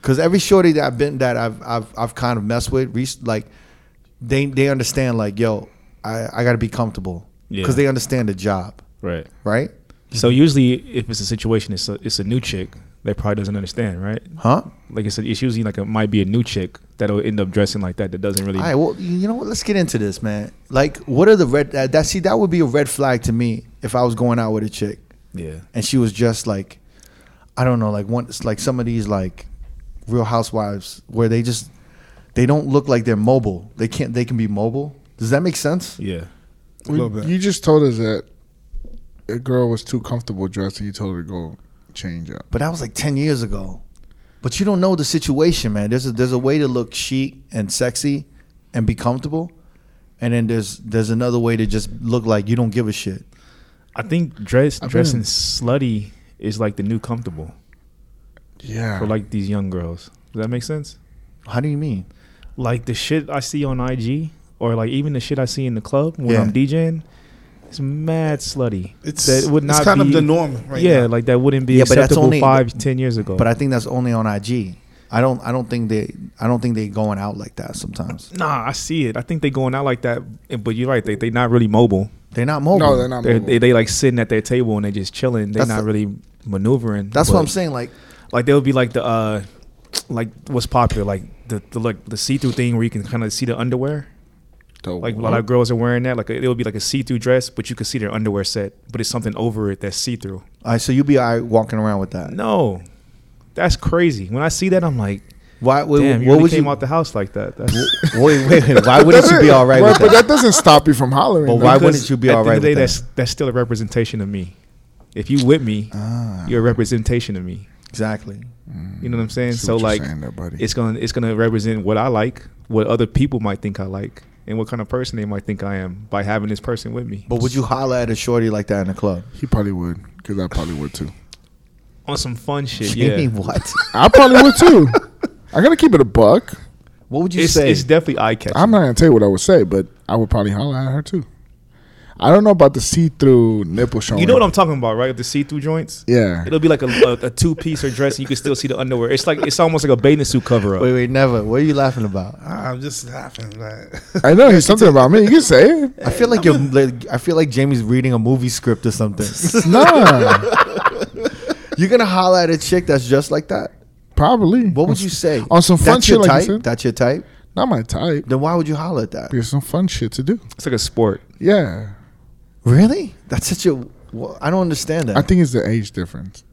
S4: because every shorty that I've been that I've I've I've kind of messed with, rec- like, they they understand like, yo, I I got to be comfortable
S1: Yeah.
S4: because they understand the job,
S1: right.
S4: right?
S1: So
S2: Mm-hmm.
S1: usually, if it's a situation, it's a it's a new chick that probably doesn't understand, right?
S4: Huh?
S1: Like I said, it's usually like it might be a new chick that'll end up dressing like that that doesn't really.
S4: All right. Well, you know what? Let's get into this, man. Like, what are the red? Uh, that see, that would be a red flag to me if I was going out with a chick
S1: yeah.
S4: and she was just like, I don't know, like one, it's like some of these like Real Housewives where they just they don't look like they're mobile. They can't. They can be mobile. Does that make sense?
S1: Yeah.
S3: We- You just told us that a girl was too comfortable dressed, and you told her to go change up.
S4: But that was like ten years ago. But you don't know the situation, man. There's a there's a way to look chic and sexy and be comfortable, and then there's there's another way to just look like you don't give a shit.
S1: I think dress
S3: I've been
S1: dressing
S3: in-
S1: slutty is like the new comfortable
S3: Yeah,
S1: for like these young girls. Does that make sense?
S4: How do you mean?
S1: Like the shit I see on IG or like even the shit I see in the club when
S4: Yeah.
S1: I'm DJing, it's mad slutty.
S2: It's
S1: that would not
S2: it's kind
S1: be,
S2: of the norm right
S1: yeah,
S2: now.
S1: like that wouldn't be
S4: Yeah, but that's
S1: acceptable
S4: only-
S1: five, ten years ago.
S4: But I think that's only on IG. I don't. I don't think they. I don't think they going out like that sometimes.
S1: nah, I see it. I think they going out like that, and- but you're right. They they not really mobile.
S4: They're not mobile.
S3: no, they're not.
S1: They're,
S3: mobile.
S1: they they like sitting at their table and they just chilling. They're
S4: That's
S1: not
S4: the-
S1: really maneuvering.
S4: That's what
S1: but-
S4: I'm saying. Like,
S1: Like they would be like the uh, like what's popular, like the the like the see through thing where you can kind of see the underwear.
S3: Dope.
S1: Like a lot
S4: Mm-hmm.
S1: of girls are wearing that. Like it would be like a see through dress, but you could see their underwear set, but it's something over it that's see through.
S4: all right, so you be all right walking around with that.
S1: No, that's crazy. When I see that, I'm like,
S4: Why?
S1: damn,
S4: Wait, what
S1: you really
S4: would
S1: came
S4: you?
S1: out the house like that. That's,
S4: wait, wait, wait. Why wouldn't you be all right
S3: But,
S4: with
S3: but
S4: that?
S3: that doesn't stop you from hollering.
S4: But
S3: though.
S4: why
S1: Because
S4: wouldn't you be
S1: at
S4: all
S1: the
S4: right
S1: end of the day,
S4: with that?
S1: that's that's still a representation of me. If you with me,
S4: Ah.
S1: you're a representation of me.
S4: Exactly.
S1: You know what I'm saying?
S3: See
S1: So
S3: what
S1: like,
S3: you're saying there, buddy.
S1: it's gonna it's gonna represent what I like, what other people might think I like, and what kind of person they might think I am by having this person with me.
S4: But would you holler at a shorty like that in a club?
S3: he probably would, because I probably would too.
S1: on some fun shit,
S4: Jamie,
S1: yeah.
S4: what?
S3: I probably would too. I gotta keep it a buck.
S4: What would you
S1: It's,
S4: say?
S1: it's definitely eye catching.
S3: I'm not gonna tell you what I would say, but I would probably holler at her too. I don't know about the see-through nipple showing.
S1: You know what I'm talking about, right? The see-through joints.
S3: Yeah.
S1: It'll be like a, a, a two-piece or dress, and you can still see the underwear. It's like it's almost like a bathing suit cover up.
S4: Wait, wait, never. What are you laughing about?
S2: I'm just laughing. Like,
S3: I know he's something about me. You can say it.
S4: I feel like you're. Like, I feel like Jamie's reading a movie script or something.
S3: Nah,
S4: you're gonna holler at a chick that's just like that.
S3: probably.
S4: What would you say?
S3: On some fun
S4: that's your
S3: shit like you
S4: type.
S3: said.
S4: that's your type.
S3: Not my type.
S4: Then why would you holler at that?
S3: There's some fun shit to do.
S1: It's like a sport.
S3: Yeah,
S4: Really? That's such a. wha- I don't understand that.
S3: I think it's the age difference.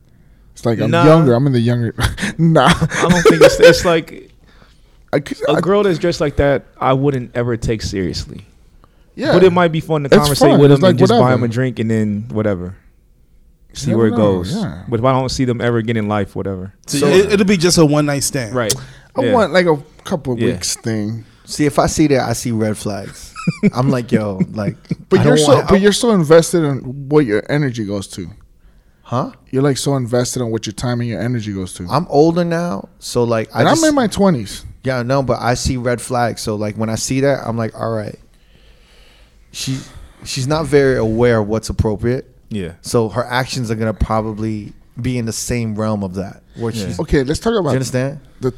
S3: It's like I'm
S1: Nah.
S3: younger. I'm in the younger. nah,
S1: I don't think it's, it's like
S3: I could- I-
S1: a girl that's dressed like that. I wouldn't ever take seriously.
S3: yeah,
S1: But it might be fun to
S3: It's
S1: conversate
S3: fun.
S1: with
S3: It's
S1: them
S3: like
S1: and just buy
S3: whatever.
S1: them a drink and then whatever. See
S3: never
S1: where it
S3: know,
S1: goes.
S3: yeah.
S1: But if I don't see them ever again in life, whatever.
S2: so it, it'll be just a one night stand.
S1: Right.
S3: I
S1: Yeah.
S3: want like a couple of
S1: Yeah.
S3: weeks thing.
S4: see, if I see that, I see red flags. I'm like, yo, like.
S3: But
S4: I
S3: you're
S4: don't
S3: so
S4: want-
S3: but you're so invested in what your energy goes to.
S4: huh?
S3: You're like so invested in what your time and your energy goes to.
S4: I'm older now, so like I
S3: and
S4: just,
S3: I'm in my twenties.
S4: yeah no, but I see red flags. So like when I see that, I'm like, all right. She, she's not very aware of what's appropriate.
S1: Yeah.
S4: So her actions are gonna probably be in the same realm of that. Where she's, do
S3: Okay, let's talk
S4: you
S3: about
S4: understand?
S3: the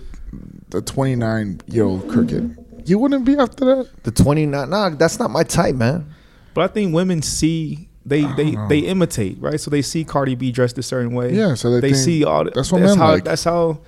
S3: the 29 year old cricket. You wouldn't be after that.
S4: The twenty nine, nah, that's not my type, man.
S1: But I think women see they they, they imitate, right? So they see Cardi B dressed a certain way.
S3: Yeah, so they think
S1: see all the,
S3: that's what men
S1: how
S3: like.
S1: that's how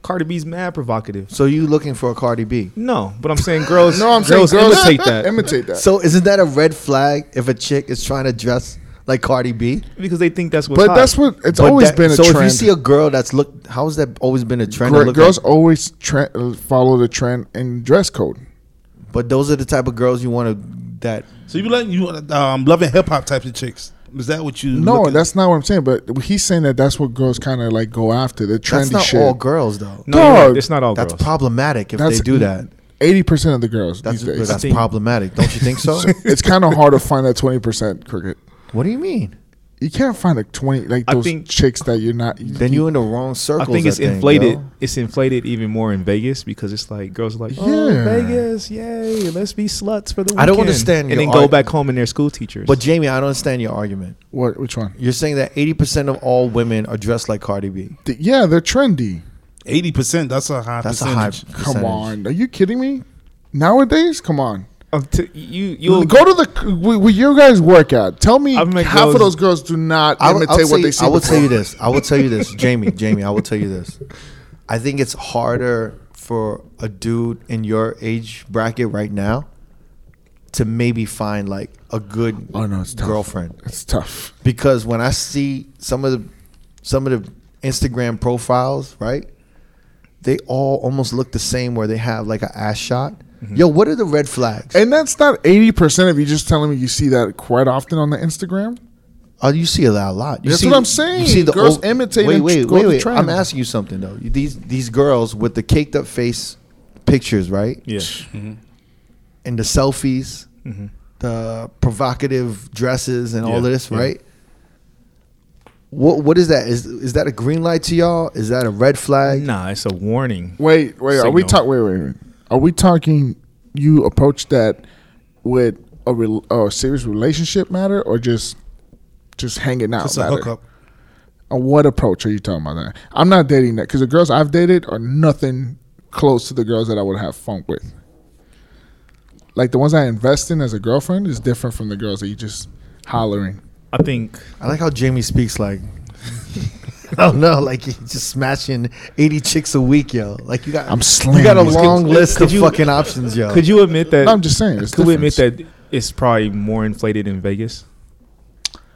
S1: Cardi B's mad provocative.
S4: So you looking for a Cardi B?
S1: No, but I'm saying girls
S3: No, I'm
S1: girls,
S3: saying girls
S1: imitate that
S3: Imitate that.
S4: So isn't that a red flag if a chick is trying to dress like Cardi B?
S1: because they think that's what's
S3: but
S1: hot.
S3: that's what it's
S4: But
S3: always
S4: that-
S3: been a
S4: so
S3: trend.
S4: if you see a girl that's look, how has that always been a trend? to
S3: Gr-
S4: look
S3: girls
S4: like-
S3: always tre- uh, follow the trend in dress code.
S4: but those are the type of girls you want to that.
S2: So you like you um, loving hip hop types of chicks? Is that what you?
S3: No,
S2: looking-
S3: that's not what I'm saying. But he's saying that that's what girls kind of like go after the
S4: That's
S3: trendy
S4: not all
S3: shit.
S4: girls though.
S1: no, you're right.
S3: Dog,
S1: it's not all
S4: that's
S1: girls.
S4: problematic if
S3: That's-
S4: they do that.
S3: Eighty percent of the girls
S4: That's
S3: these days.
S4: that's
S1: think-
S4: problematic, don't you think so?
S3: it's kind of hard to find that twenty percent cricket.
S4: what do you mean?
S3: You can't find like twenty like
S1: I
S3: those
S1: think-
S3: chicks that you're not.
S4: Then you're in the wrong
S1: I
S4: circles.
S1: think it's
S4: yo.
S1: inflated. it's inflated even more in Vegas because it's like girls are like, "Oh,
S3: Yeah.
S1: Vegas, yay, let's be sluts for the weekend."
S4: I don't understand
S1: And
S4: your
S1: then go
S4: arg-
S1: back home and they're school teachers.
S4: But Jamie, I don't understand your argument.
S3: What? Which one?
S4: You're saying that 80% of all women are dressed like Cardi B.
S3: The- yeah, they're trendy.
S2: eighty percent. That's a high.
S4: That's a high.
S2: percentage.
S4: Percentage.
S3: Come on, are you kidding me? Nowadays, come on.
S1: Um, t- you you
S3: go to the where where you guys work at. Tell me
S1: I've met
S3: half of
S1: girls-
S3: those girls do not
S4: I would,
S3: imitate
S4: I would
S3: what
S4: say,
S3: they see.
S4: I would tell
S3: before.
S4: you this. I would tell you this, Jamie. Jamie, I will tell you this. I think it's harder for a dude in your age bracket right now to maybe find like a good
S3: Oh, no, it's tough.
S4: girlfriend
S3: It's tough.
S4: because when I see some of the some of the Instagram profiles, right? They all almost look the same where they have like an ass shot.
S3: Mm-hmm.
S4: Yo, what are the red flags?
S3: And that's not eighty percent of you just telling me you see that quite often on the Instagram.
S4: Oh, you see that a lot. You
S3: That's
S4: see,
S3: what I'm saying. Girls imitate
S4: Wait,
S3: and
S4: wait,
S3: go
S4: wait,
S3: with
S4: wait.
S3: the
S4: I'm
S3: trend.
S4: asking you something though. These these girls with the caked up face pictures, right?
S1: yeah.
S4: And the selfies,
S3: Mm-hmm.
S4: the provocative dresses, and all
S1: Yeah,
S4: of this,
S1: yeah.
S4: right? What what is that? Is is that a green light to y'all? Is that a red flag?
S1: Nah, it's a warning.
S3: Wait, wait. Are we
S1: Signal.
S3: talk? Wait, wait, wait. Are we talking? You approach that with a, rel a serious relationship matter, or just just hanging out?
S2: That's a
S3: matter?
S2: hookup.
S3: Uh, What approach are you talking about? That I'm not dating that because the girls I've dated are nothing close to the girls that I would have fun with. Like the ones I invest in as a girlfriend is different from the girls that you just hollering.
S1: I think
S4: I like how Jamie speaks like. I don't know, like he's just smashing eighty chicks a week, yo. Like you got,
S3: I'm
S4: you got a
S3: slamming.
S4: long list
S1: could
S4: of
S1: you-
S4: fucking options, yo.
S1: could you admit that?
S3: No, I'm just saying. It's
S1: Could we admit
S3: difference.
S1: that it's probably more inflated in Vegas?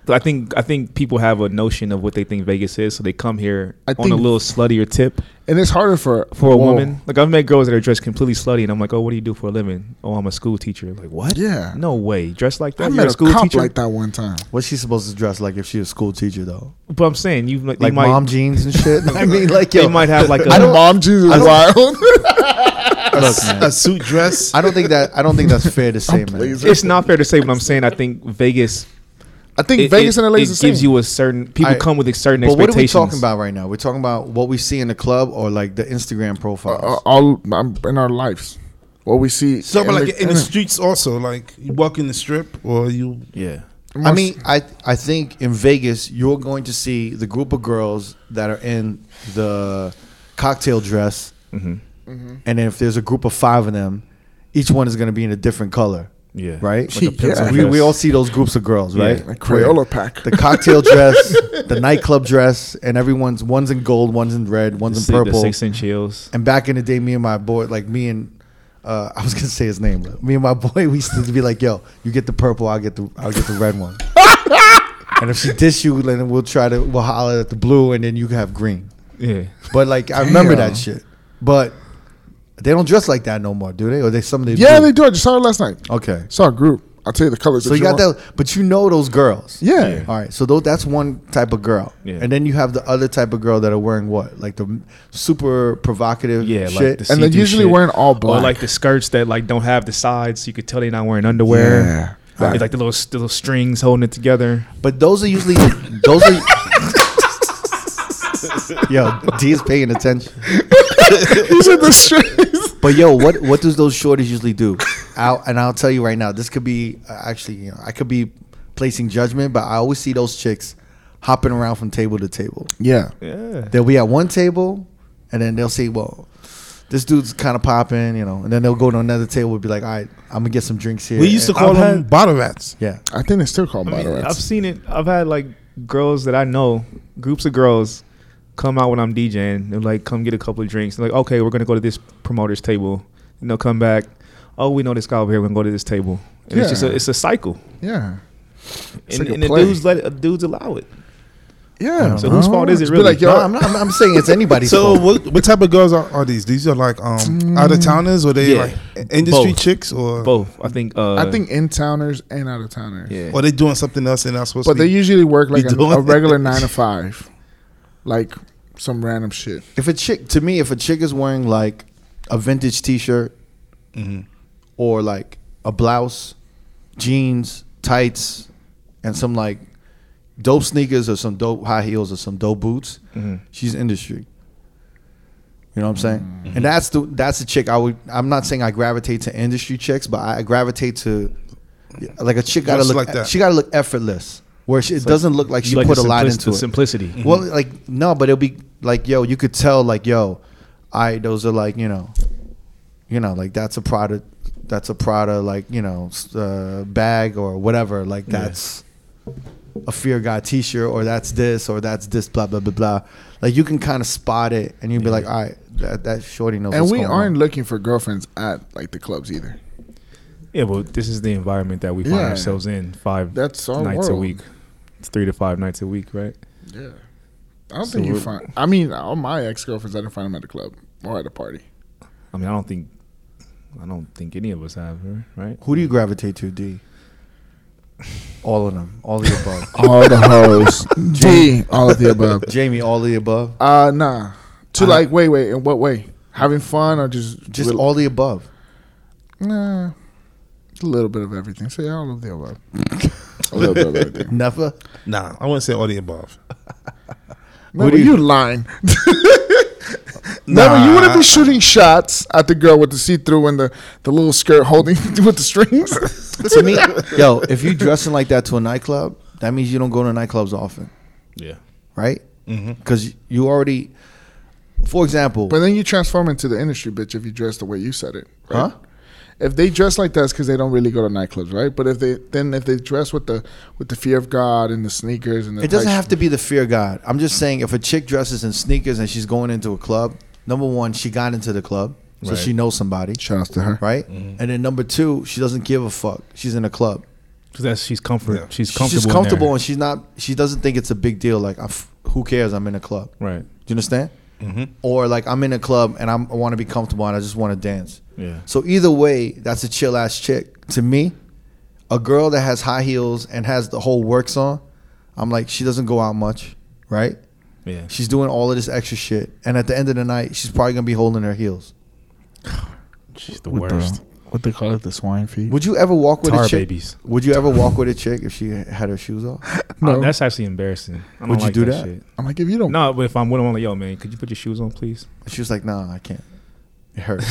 S1: I think I think people have a notion of what they think Vegas is, so they come here
S3: I
S1: on a
S3: think-
S1: little sluttier tip
S3: And it's harder for
S1: for a
S3: well,
S1: woman. Like I've met girls that are dressed completely slutty, and I'm like, "Oh, what do you do for a living?" "Oh, I'm a school teacher." Like, what?
S3: Yeah.
S1: no way, dressed like that.
S3: I
S1: You're
S3: met
S1: a
S3: a
S1: school
S3: cop
S1: teacher.
S3: like that one time.
S4: What's she supposed to dress like if she was a school teacher though?
S1: But I'm saying you, like,
S4: Like
S1: might,
S4: mom jeans and shit. I mean, like
S1: they
S4: yo,
S1: might have like a.
S3: I mom jeans is wild.
S2: A suit dress.
S4: I don't think that. I don't think that's fair to say, man.
S3: pleased.
S1: it's not fair to say what I'm saying. I think Vegas.
S3: I think
S1: it-
S3: Vegas
S1: it-
S3: and LA is
S1: it
S3: the same.
S1: gives you a certain people
S4: Alright.
S1: come with a certain
S4: But what are we
S1: expectations.
S4: talking about right now? We're
S1: Uh,
S4: talking about what we see in the club or like the Instagram profiles.
S3: Uh, all um, in our lives. what we see.
S2: So, but
S3: in uh,
S2: like in the streets also, like you walk in the strip or you
S4: Yeah. I
S3: Must-
S4: mean, I I think in Vegas you're going to see the group of girls that are in the cocktail dress,
S1: Mm-hmm.
S3: Mm-hmm.
S4: and if there's a group of five of them, each one is going to be in a different color,
S1: Yeah.
S4: right?
S3: Like a pencil
S4: We, we
S1: dress.
S4: all see those groups of girls, right?
S3: like Crayola pack.
S4: The cocktail dress, the nightclub dress, and everyone's one's in gold, one's in red,
S1: The,
S4: one's
S1: si-
S4: in
S1: the
S4: purple.
S1: six inch heels.
S4: And back in the day, me and my boy, like me and uh, I was gonna say his name. but Me and my boy, we used to be like, "Yo, you get the purple, I'll get the I'll get the red one." and if she dish you, then we'll try to we'll holler at the blue, and then you can have green.
S1: Yeah.
S4: But like I remember
S3: Damn.
S4: that shit. But they don't dress like that no more, do they? Or they some of them
S3: yeah,
S4: do.
S3: they do. I just saw it last night.
S4: Okay.
S3: Saw a group. I'll tell you the colors.
S4: So you got that, but you know those girls.
S3: Yeah.
S1: Yeah.
S4: All right. So tho- that's one type of girl.
S1: Yeah.
S4: And then you have the other type of girl that are wearing what, like the m- super provocative
S1: Yeah,
S4: shit.
S1: like the
S3: And they're
S1: see-through
S3: usually
S1: shit.
S3: wearing all black.
S1: Or like the skirts that like don't have the sides, so you could tell they're not wearing underwear.
S3: Yeah.
S1: It's like the little the little strings holding it together.
S4: But those are usually those are. yo, D is paying attention.
S3: These are the strings.
S4: But yo, what what does those shorties usually do? I'll, and I'll tell you right now, this could be uh, actually, you know, I could be placing judgment, but I always see those chicks hopping around from table to table.
S3: Yeah.
S1: Yeah.
S4: They'll be at one table, and then they'll say, "Well, this dude's kind of popping," you know, and then they'll go to another table and be like, "All right, I'm gonna get some drinks here."
S2: we used to
S4: And-
S2: call
S1: I've
S2: them
S1: had-
S2: bottle rats.
S4: yeah.
S3: I think they still call them
S1: I
S3: bottle
S1: mean, I've
S3: rats.
S1: seen it. I've had like girls that I know, groups of girls, come out when I'm DJing. They're like, "Come get a couple of drinks." They're like, "Okay, we're gonna go to this promoter's table." And they'll come back. Oh, we know this guy over here. We're gonna go to this table. And It's just a,
S3: Yeah.
S1: it's a cycle,
S3: Yeah. It's
S1: and,
S3: like a
S1: and the
S3: play.
S1: dudes let dudes allow it.
S3: Yeah.
S1: So whose fault is it
S3: Just be
S1: really?
S3: Like, yo,
S4: No, I'm, not, I'm, I'm saying it's anybody's
S2: So
S4: fault.
S2: what, what type of girls are, are these? These are like um out of towners or they
S1: Yeah.
S2: like industry
S1: Both.
S2: chicks or
S1: Both, I think. Uh,
S3: I think in towners and out of towners.
S1: Yeah.
S2: or they doing something else and not supposed
S3: But
S2: to
S3: they
S2: be.
S3: usually work like a,
S2: doing
S3: a regular nine to five, like some random shit.
S4: If a chick, to me, if a chick is wearing like a vintage T-shirt or like a blouse, jeans, tights, and some like dope sneakers or some dope high heels or some dope boots, she's industry. You know what I'm saying? And that's the that's the chick I would. I'm not saying I gravitate to industry chicks, but I gravitate to like a chick gotta
S2: Just
S4: look
S2: like that.
S4: she gotta look effortless, where she, it doesn't look like
S1: you
S4: she
S1: like
S4: put a
S1: the
S4: lot
S1: simplic-
S4: into
S1: the
S4: it.
S1: simplicity.
S3: Mm-hmm.
S4: Well, like no, but it'll be like yo, you could tell like yo, I those are like you know, you know like that's a Prada, that's a Prada like you know s- uh, bag or whatever like that's a Fear God T-shirt or that's this or that's this blah blah blah blah. Like you can kind of spot it and you'd be like, all right, that, that shorty knows.
S3: And
S4: what's
S3: we
S4: going
S3: aren't
S4: on.
S3: looking for girlfriends at like the clubs either.
S1: Yeah, well, this is the environment that we find
S3: Yeah.
S1: ourselves in five
S3: That's our
S1: nights a
S3: world.
S1: week. It's three to five nights a week, right?
S3: Yeah. I don't
S1: So
S3: think you
S1: we're-
S3: find. I mean, all my ex girlfriends, I didn't find them at the club or at a party.
S1: I mean, I don't think, I don't think any of us have, her, right?
S4: Who do you gravitate to, D? All of them, all of the above.
S3: All the hoes. D. All of the above.
S4: Jamie, all of the above.
S3: Uh, nah. To like, wait, wait. In what way? Having fun or just
S4: Just
S3: rel-
S4: all the above.
S3: Nah. A little bit of everything. So yeah, all of the above. a little bit of everything.
S4: Never.
S2: Nah, I wouldn't say all the above.
S3: No,
S4: do
S3: you,
S4: you-
S3: lying. Never, you wouldn't be shooting shots at the girl with the see-through and the, the little skirt holding with the strings.
S4: to me, yo, if you dressing like that to a nightclub, that means you don't go to nightclubs often,
S1: Yeah.
S4: right?
S1: Mm-hmm.
S4: Because you already, for example,
S3: but then you transform into the industry bitch if you dress the way you said it. Right?
S4: Huh?
S3: If they dress like that's because they don't really go to nightclubs, right? But if they then if they dress with the with the fear of God and the sneakers and the
S4: it doesn't
S3: tight
S4: have
S3: sh-
S4: to be the fear god. I'm just saying, if a chick dresses in sneakers and she's going into a club, number one, she got into the club, so
S1: Right. Mm-hmm.
S4: she knows somebody,
S3: Shouts to her.
S4: right? And then number two, she doesn't give a fuck. She's in a club.
S1: Because that's she's comfort.
S2: Yeah.
S1: She's
S4: She's
S1: comfortable.
S4: just
S1: in
S4: comfortable,
S1: there.
S4: and she's not. She doesn't think it's a big deal. Like, I f- who cares? I'm in a club.
S1: Right. Mm-hmm.
S4: Do you understand? Or like I'm in a club and I'm, I want to be comfortable and I just want to dance.
S1: Yeah.
S4: So either way, that's a chill ass chick to me. A girl that has high heels and has the whole works on, I'm like she doesn't go out much, right?
S1: Yeah.
S4: She's doing all of this extra shit, and at the end of the night, she's probably gonna be holding her heels.
S1: She's the worst.
S3: what they call it, the swine feet.
S4: Would you ever walk with a
S1: Tar
S4: chick?
S1: babies.
S4: Would you ever walk with a chick if she had her shoes off?
S1: No,
S3: No.
S1: that's actually embarrassing. I don't
S4: Would you
S1: like
S4: do that? Oh.
S1: shit.
S3: I'm like, if you don't,
S1: No, but if I'm with him, I'm like, yo, man, could you put your shoes on, please?
S4: And she was like, "Nah, I can't. It hurts."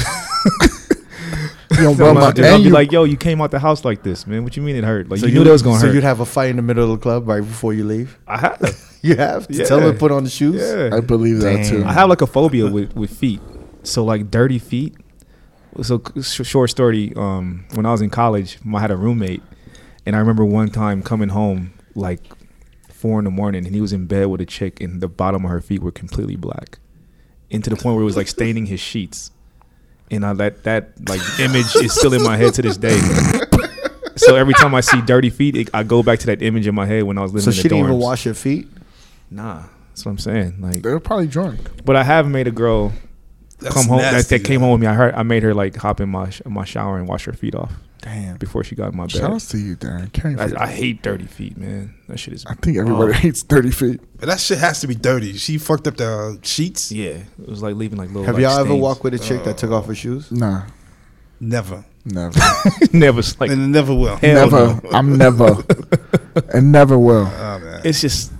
S3: gonna blow my
S1: I'll be
S3: and you,
S1: like, yo, you came out the house like this, man. What you mean it hurt? Like
S4: So
S1: you knew that was gonna
S4: so
S1: hurt.
S4: you'd have a fight in the middle of the club right before you leave.
S1: I have.
S4: You have to tell them
S1: Yeah.
S4: to put on the shoes.
S1: Yeah.
S3: I believe that too.
S1: I have like a phobia with, with feet. So like dirty feet. So sh- short story. Um, when I was in college, I had a roommate, and I remember one time coming home like four in the morning, and he was in bed with a chick, and the bottom of her feet were completely black, and to the point where it was like staining his sheets. And I, that that like image is still in my head to this day. So every time I see dirty feet, it, I go back to that image in my head when I was living
S4: So
S1: in the
S4: she didn't
S1: dorms.
S4: even wash her feet.
S1: Nah, that's what I'm saying. Like
S3: They're probably drunk.
S1: but I have made a girl
S2: That's
S1: come home that,
S2: nasty,
S1: that came
S2: man.
S1: home with me. I heard I made her like hop in my sh- my shower and wash her feet off
S4: Damn.
S1: before she got in my bed.
S3: Shout out to you, Darren. Caring for
S1: I, I hate dirty feet, man. That shit is.
S3: I think
S4: oh.
S3: everybody hates thirty feet.
S2: But that shit has to be dirty. She fucked up the uh, sheets.
S1: Yeah, it was like leaving like little.
S4: Have
S1: like,
S4: y'all ever
S1: stains.
S4: walked with a chick that took off her shoes?
S3: Nah,
S2: Never.
S3: never,
S1: Never like
S2: and it never will.
S1: Hell
S3: never. I'm never, and never will.
S2: Oh, man.
S1: It's just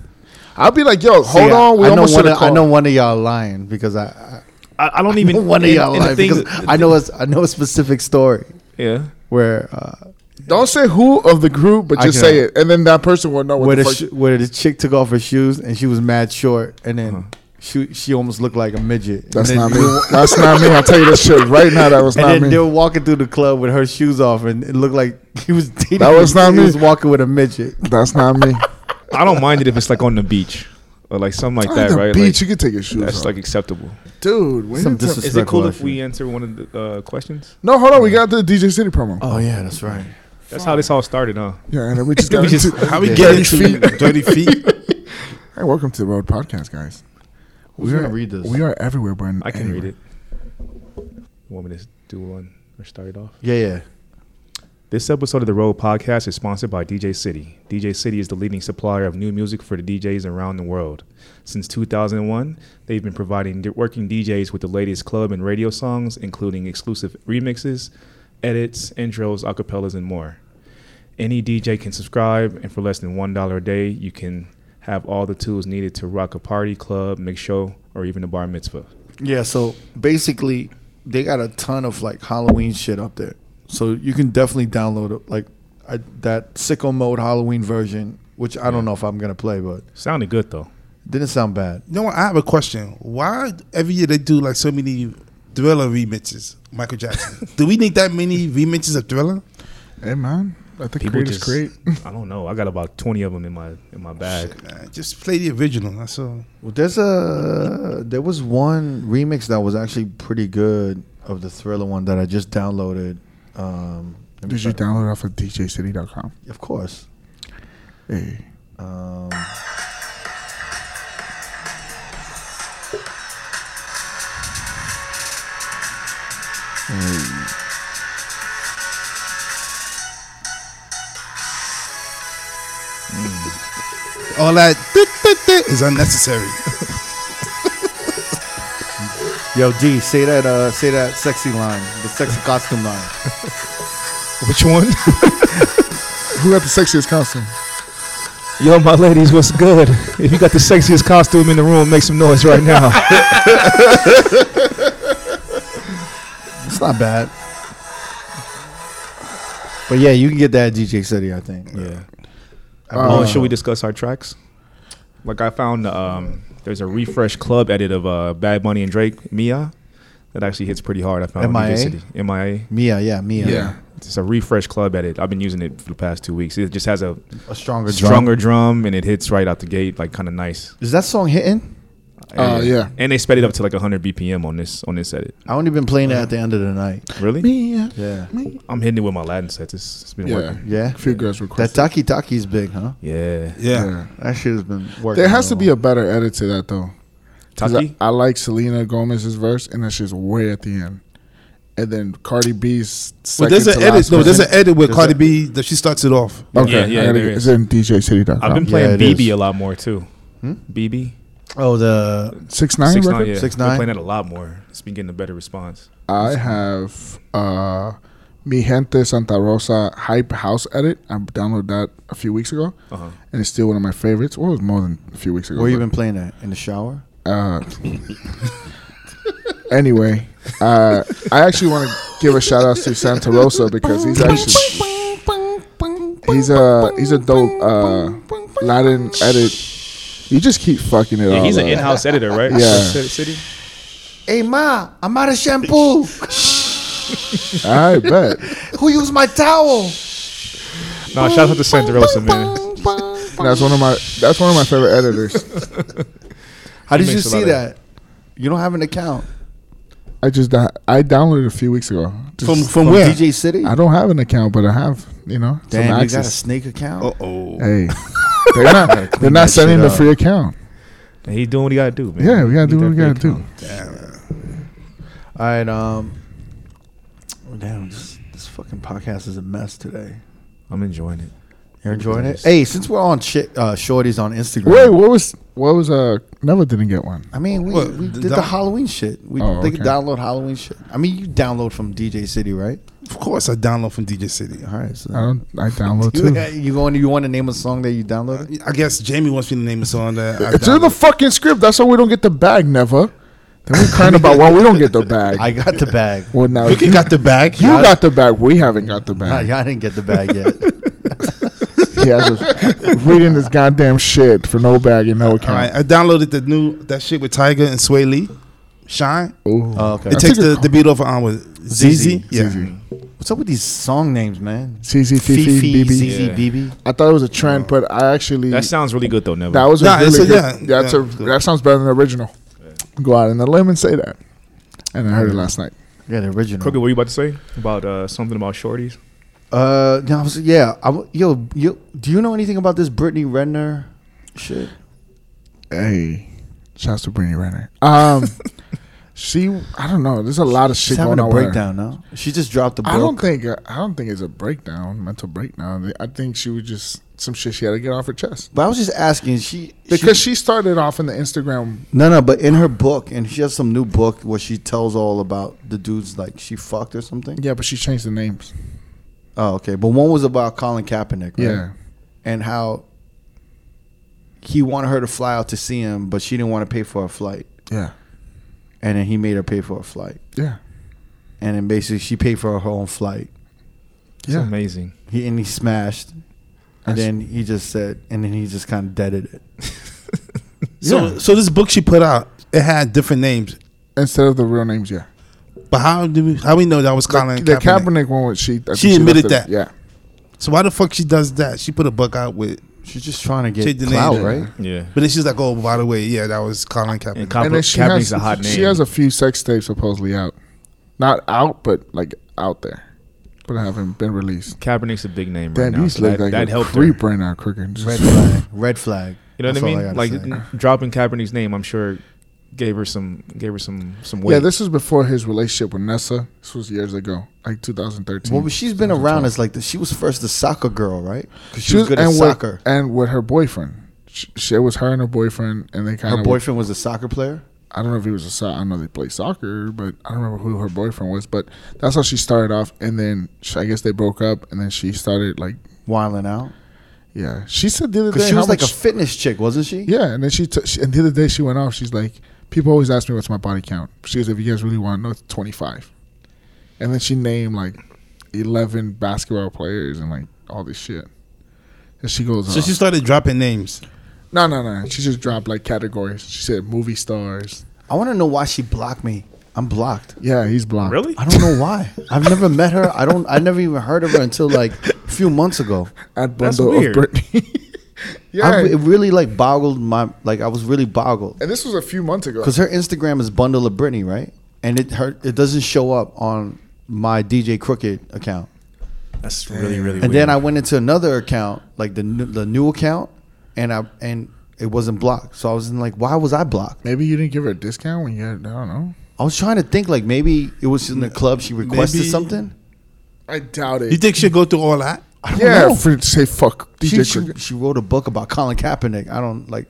S3: I'll be like, yo, hold
S4: See, I-
S3: on. We
S4: I know
S3: almost
S4: one.
S3: should
S4: Of,
S3: have
S4: I know
S3: called.
S4: one of y'all lying because I,
S1: I, I don't
S4: I
S1: even
S4: one of
S1: and-
S4: y'all
S1: and the
S4: lying
S1: thing
S4: because
S1: that-
S4: I know a, I know a specific story
S1: Yeah,
S4: where uh,
S3: Don't say who of the group, but
S4: I
S3: just
S4: can-
S3: say it, and then that person will know what
S4: where
S3: the
S4: the
S3: fuck.
S4: sh- where the chick took off her shoes and she was mad short and then
S3: Uh-huh.
S4: she she almost looked like a midget.
S3: That's
S4: and
S3: not
S4: then
S3: me.
S4: we-
S3: That's not me. I'll tell you this shit right now. That was
S4: And
S3: not
S4: then
S3: me.
S4: they were walking through the club with her shoes off, and it looked like he was dating.
S3: That was not
S4: he
S3: me.
S4: was walking with a midget.
S3: That's not me.
S1: I don't mind it if it's like on the beach or like something like
S3: On
S1: that,
S3: the
S1: right? Like,
S3: beach, you can take your shoes
S1: that's
S3: off.
S1: like acceptable.
S3: Dude, when
S4: Some
S3: you tell-
S4: disres-
S1: Is it cool if
S4: Respectful,
S1: we answer one of the uh, questions?
S3: no, hold on. We got the DJ City promo.
S4: Oh yeah, that's right.
S1: That's how this all started, huh?
S3: Yeah, and then we just got
S1: We just-
S3: into-
S2: How we
S4: Yeah.
S2: get
S3: Dirty
S2: into
S3: feet.
S2: dirty feet?
S3: Hey, welcome to the Road Podcast, guys.
S4: Who's
S3: we are,
S4: gonna read this?
S3: We are everywhere, but
S1: I can read it. You want me to do one or start it off?
S4: Yeah, yeah.
S1: This episode of the Road Podcast is sponsored by DJ City. DJ City is the leading supplier of new music for the DJs around the world. Since 2001, they've been providing d- working DJs with the latest club and radio songs, including exclusive remixes, edits, intros, acapellas, and more. Any DJ can subscribe, and for less than $1 a day, you can have all the tools needed to rock a party, club, mix show, or even a bar mitzvah.
S4: Yeah, so basically, they got a ton of like Halloween shit up there. So you can definitely download it, like I, that sicko mode Halloween version, which I don't know if I'm gonna play, but
S1: Sounded good though.
S4: didn't sound bad.
S2: You know what? I have a question. Why every year they do like so many Thriller remixes? Michael Jackson. do we need that many remixes of Thriller?
S3: Hey, man. I think creators create.
S1: I don't know. I got about 20 of them in my in my bag.
S2: Man, just play the original. That's all.
S4: Well, there's a there was one remix that was actually pretty good of the Thriller one that I just downloaded. Um, let me
S3: Did you
S4: try-
S3: download it off of DJCity.com?
S4: Of course.
S3: Hey.
S4: Um,
S2: All that dit, dit, dit is unnecessary.
S4: yo, D, say that uh, say that sexy line, the sexy costume line.
S1: Which one?
S3: Who got the sexiest costume?
S1: Yo, my ladies, what's good? If you got the sexiest costume in the room, make some noise right now.
S4: It's not bad. But yeah, you can get that at DJ City, I think.
S1: yeah.
S3: Uh,
S1: oh, should we discuss our tracks? Like I found um, there's a refresh club edit of uh, Bad Bunny and Drake Mia that actually hits pretty hard. I found on
S4: MIA?
S1: DJ City. MIA.
S4: Mia, yeah, Mia.
S3: Yeah.
S1: It's a refresh club edit. I've been using it for the past two weeks. It just has a
S4: A stronger drum.
S1: stronger drum and it hits right out the gate, like kind of nice.
S4: Is that song hitting?
S3: Uh, yeah.
S1: And they sped it up to like 100 BPM on this on this edit.
S4: I only been playing it at the end of the night.
S1: Really?
S3: Me.
S4: Yeah.
S3: Me.
S1: I'm hitting it with my Latin sets. It's, it's been
S3: Yeah.
S1: working.
S3: A
S4: Yeah.
S3: few girls
S4: That
S3: requested.
S4: Taki Taki's big, huh?
S1: Yeah.
S2: Yeah.
S3: yeah.
S4: That shit has been working.
S3: There has to
S4: out.
S3: be a better edit to that, though. 'Cause
S1: Taki?
S3: I, I like Selena Gomez's verse, and that shit's way at the end. And then Cardi B's.
S2: Well,
S3: Second
S2: there's an
S3: to last
S2: edit. No, there's an
S3: verse.
S2: edit where
S1: There's
S2: Cardi
S1: a-
S2: B that she starts it off.
S3: Okay,
S1: Yeah, yeah,
S3: I gotta
S1: there
S3: get-
S1: is.
S3: it's in DJCity.com.
S1: I've been
S4: Yeah,
S1: playing
S4: it
S1: BB
S4: is.
S1: a lot more too.
S4: Hmm?
S1: BB
S4: Oh, the
S3: six nine.
S1: six
S3: record?
S1: nine, yeah,
S4: Six
S1: I've been
S4: nine?
S1: playing it a lot more. It's been getting a better response.
S3: I have uh, Mi Gente Santa Rosa Hype House Edit. I downloaded that a few weeks ago,
S1: Uh huh.
S3: and it's still one of my favorites. Well, it was more than a few weeks ago.
S4: where you
S3: but,
S4: been playing at? In the shower?
S3: Uh, anyway, Uh, I actually want to give a shout out to Santa Rosa because he's actually he's a he's a dope uh, Latin edit. You just keep fucking it
S1: Yeah,
S3: all
S1: he's an
S3: up.
S1: in-house editor, right?
S3: Yeah.
S1: Ci- City.
S4: Hey ma, I'm out of shampoo.
S3: I bet.
S4: Who used my towel?
S1: No, shout out to Santa Rosa, man.
S3: That's one of my that's one of my favorite editors.
S4: How did
S1: He
S4: you
S1: makes a lot
S4: see
S1: of-
S4: that? You don't have an account
S3: I just di- I downloaded it a few weeks ago. Just-
S2: From from
S4: from
S2: where?
S4: DJ City.
S3: I don't have an account, but I have you know some
S4: Damn, you got a
S3: access.
S4: snake account.
S2: oh.
S3: Hey, they're not they're not
S4: that
S3: sending
S4: shit
S3: the
S4: up.
S3: free account.
S1: And he doing what he gotta do, man.
S3: Yeah, we gotta
S1: He
S3: do what we gotta
S1: definitely
S3: do.
S4: All right, um, oh, damn, this, this fucking podcast is a mess today.
S1: I'm enjoying it.
S4: You're enjoying it? Hey, since we're on shit, uh, shorties on Instagram.
S3: Wait, what was what was uh never didn't get one.
S4: I mean, we,
S2: What,
S4: we
S2: the
S4: did the
S2: down-
S4: Halloween shit. We
S3: Oh,
S4: they could
S3: okay.
S4: download Halloween shit. I mean, you download from DJ City, right?
S2: Of course, I download from DJ City.
S4: All right. So
S3: I don't I download
S4: you, uh,
S3: too.
S4: you going? You want to name a song that you downloaded?
S2: I guess Jamie wants me to name a song that. I
S3: It's in the
S2: download.
S3: fucking script. That's why we don't get the bag. Never. Then we're crying about why we don't get the bag.
S4: I got the bag.
S3: Uh, well, now
S2: Vicky
S3: you,
S2: got the bag.
S3: you got the bag. We haven't got the
S4: Nah,
S3: bag.
S4: y'all didn't get the bag yet.
S3: He has us reading this goddamn shit for no bag and no
S2: All right,
S3: account.
S2: I downloaded the new that shit with Tiger and Sway Lee, Shine.
S3: Ooh.
S4: Oh, okay.
S2: It
S3: I
S2: takes
S3: think
S2: the,
S3: it-
S2: the beat off on with ZZ.
S4: ZZ.
S2: Yeah.
S4: What's up with these song names, man?
S3: CZ, Fifi, BB.
S4: ZZ,
S1: Yeah.
S4: BB.
S3: I thought it was a trend, but I actually
S1: That sounds really good though, Never.
S3: that was a
S2: Nah,
S3: really
S2: it's a-
S3: good.
S2: yeah,
S3: that's
S2: yeah,
S3: a
S2: it's good.
S3: that sounds better than the original. Go out in the limb and say that. And I heard it last night.
S4: Yeah, the original.
S1: Crooked, what were you about to say about uh, something about shorties?
S4: Uh, no, I was, yeah. I, w- yo, yo, do you know anything about this Brittany Renner shit?
S3: Hey, shouts to Brittany Renner. Um, she I don't know. There's a lot of shit
S4: She's
S3: going
S4: having a
S3: on. with her.
S4: breakdown now. She just dropped the book.
S3: I don't think I don't think it's a breakdown, mental breakdown. I think she was just some shit she had to get off her chest
S4: but I was just asking. She
S3: because she started off in the Instagram
S4: no, no. But in her book, and she has some new book where she tells all about the dudes like she fucked or something.
S3: Yeah, but she changed the names.
S4: Oh, okay. But one was about Colin Kaepernick, right?
S3: Yeah.
S4: and how he wanted her to fly out to see him, but she didn't want to pay for a flight,
S3: Yeah.
S4: and then he made her pay for a flight,
S3: Yeah.
S4: and then basically she paid for her own flight.
S1: It's amazing.
S4: He and he smashed, and
S3: That's-
S4: then he just said, and then he just kind of deaded it.
S2: So so this book she put out, it had different names.
S3: Instead of the real names, yeah.
S2: But how do we how we know that was Colin
S3: the
S2: Kaepernick?
S3: Kaepernick one was she I think
S2: admitted
S3: left
S2: that.
S3: it- Yeah.
S2: So why the fuck she does that? She put a book out with,
S4: She's just trying to get
S2: She didn't
S4: clout,
S2: either.
S4: right?
S1: Yeah.
S2: but then she's like, oh, by the way, yeah, that was Colin Kaepernick.
S1: And Ka-
S3: And then she
S1: Kaepernick's
S3: has,
S1: a hot
S3: she
S1: name.
S3: has a few sex tapes supposedly out. Not out, but like out there. But haven't been released.
S1: Kaepernick's a big name right
S3: Damn,
S1: now.
S3: you
S1: so
S3: look
S1: that
S3: like
S1: that
S3: a
S1: helped her.
S3: creep right now, Crooked.
S4: Red
S3: Just,
S4: flag. Red flag.
S1: You know
S4: That's
S1: what I
S4: all
S1: mean?
S4: gotta
S1: Like
S4: say.
S1: n- dropping Kaepernick's name, I'm sure gave her some gave her some some weight.
S3: yeah, this was before his relationship with Nessa. This was years ago, like 2013.
S4: well, she's been around
S3: 2012.
S4: as like the, she was first the soccer girl, right? 'Cause she,
S3: She
S4: was, good at
S3: and
S4: soccer.
S3: With, and with her boyfriend. She, she, it was her and her boyfriend, and they kind
S4: Her
S3: of
S4: boyfriend was a soccer player.
S3: I don't know if he was a soc- I don't know they played soccer, but I don't remember who her boyfriend was. But that's how she started off, and then she, I guess they broke up, and then she started like,
S4: Wilding out
S3: yeah, she said the other
S4: because
S3: day
S4: she
S3: how
S4: was like a
S3: much-
S4: fitness chick, wasn't she?
S3: yeah, and then she, took she and the other day she went off. She's like, people always ask me what's my body count. She goes, if you guys really want to know, it's twenty five, and then she named like eleven basketball players and like all this shit. And she goes,
S2: so
S3: uh,
S2: she started dropping names.
S3: no, no, no. She just dropped like categories. She said movie stars.
S4: I want to know why she blocked me. I'm blocked.
S3: Yeah, he's blocked.
S1: really?
S4: I don't know why. I've never met her. I don't. I never even heard of her until like a few months ago.
S3: At
S1: That's
S3: bundle of
S1: weird.
S3: Britney. yeah,
S4: I, it really like boggled my like. I was really boggled.
S3: And this was a few months ago.
S4: Because her Instagram is Bundle of Britney, right? And it her it doesn't show up on my DJ Crooked account.
S1: That's really really
S4: And
S1: weird.
S4: then I went into another account, like the new, the new account, and I and it wasn't blocked. So I was in like, why was I blocked?
S3: Maybe you didn't give her a discount when you had, I don't know.
S4: I was trying to think like maybe it was in the club she requested
S2: Maybe-
S4: something.
S3: I doubt it.
S2: You think she'll go through all that?
S4: I don't
S3: yeah,
S4: know.
S3: for say fuck.
S4: She,
S3: DJ
S4: she,
S3: Crooked.
S4: she wrote a book about Colin Kaepernick. I don't like.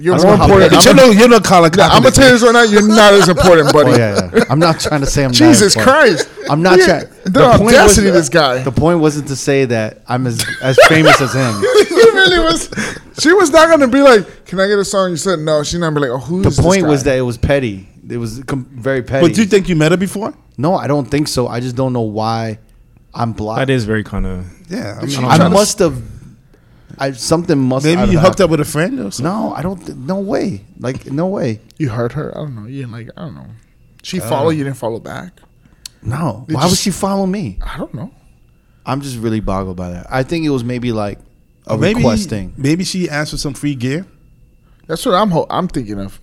S3: You're
S4: I don't
S3: more
S4: know how bad
S3: important.
S4: it
S2: you
S3: I'm,
S2: know, you know Colin Kaepernick.
S3: I'm gonna tell you this right now. You're not as important, buddy.
S4: Oh yeah, yeah. I'm not trying to say I'm. not
S3: Jesus
S4: important.
S3: Christ.
S4: I'm not.
S3: Yeah,
S4: trying.
S3: The,
S4: point
S3: audacity of
S4: wasn't-
S3: this guy.
S4: The point wasn't to say that I'm as as famous as him.
S3: he really was. She was not gonna be like, "Can I get a song?" You said no. She's not gonna be like, "Oh, who?"
S4: The
S3: is this
S4: point was
S3: guy?"
S4: that it was petty. It was com- very petty.
S2: But do you think you met her before?
S4: no, I don't think so. I just don't know why I'm blocked.
S1: That is very kind of.
S2: Yeah. I
S4: I,
S2: mean,
S1: I'm trying to-
S4: must have. I something must.
S2: maybe
S4: have
S2: you hooked
S4: happened.
S2: up with a friend or something.
S4: No, I don't. Th- no way. Like no way.
S3: You hurt her. I don't know. You didn't like. I don't know. She followed. You didn't follow back.
S4: No.
S3: It
S4: Why would
S3: just-
S4: she follow me?
S3: I don't know.
S4: I'm just really boggled by that. I think it was maybe like a
S2: Or maybe,
S4: request thing,
S2: Maybe she asked for some free gear,
S3: That's what I'm. Ho- I'm thinking of.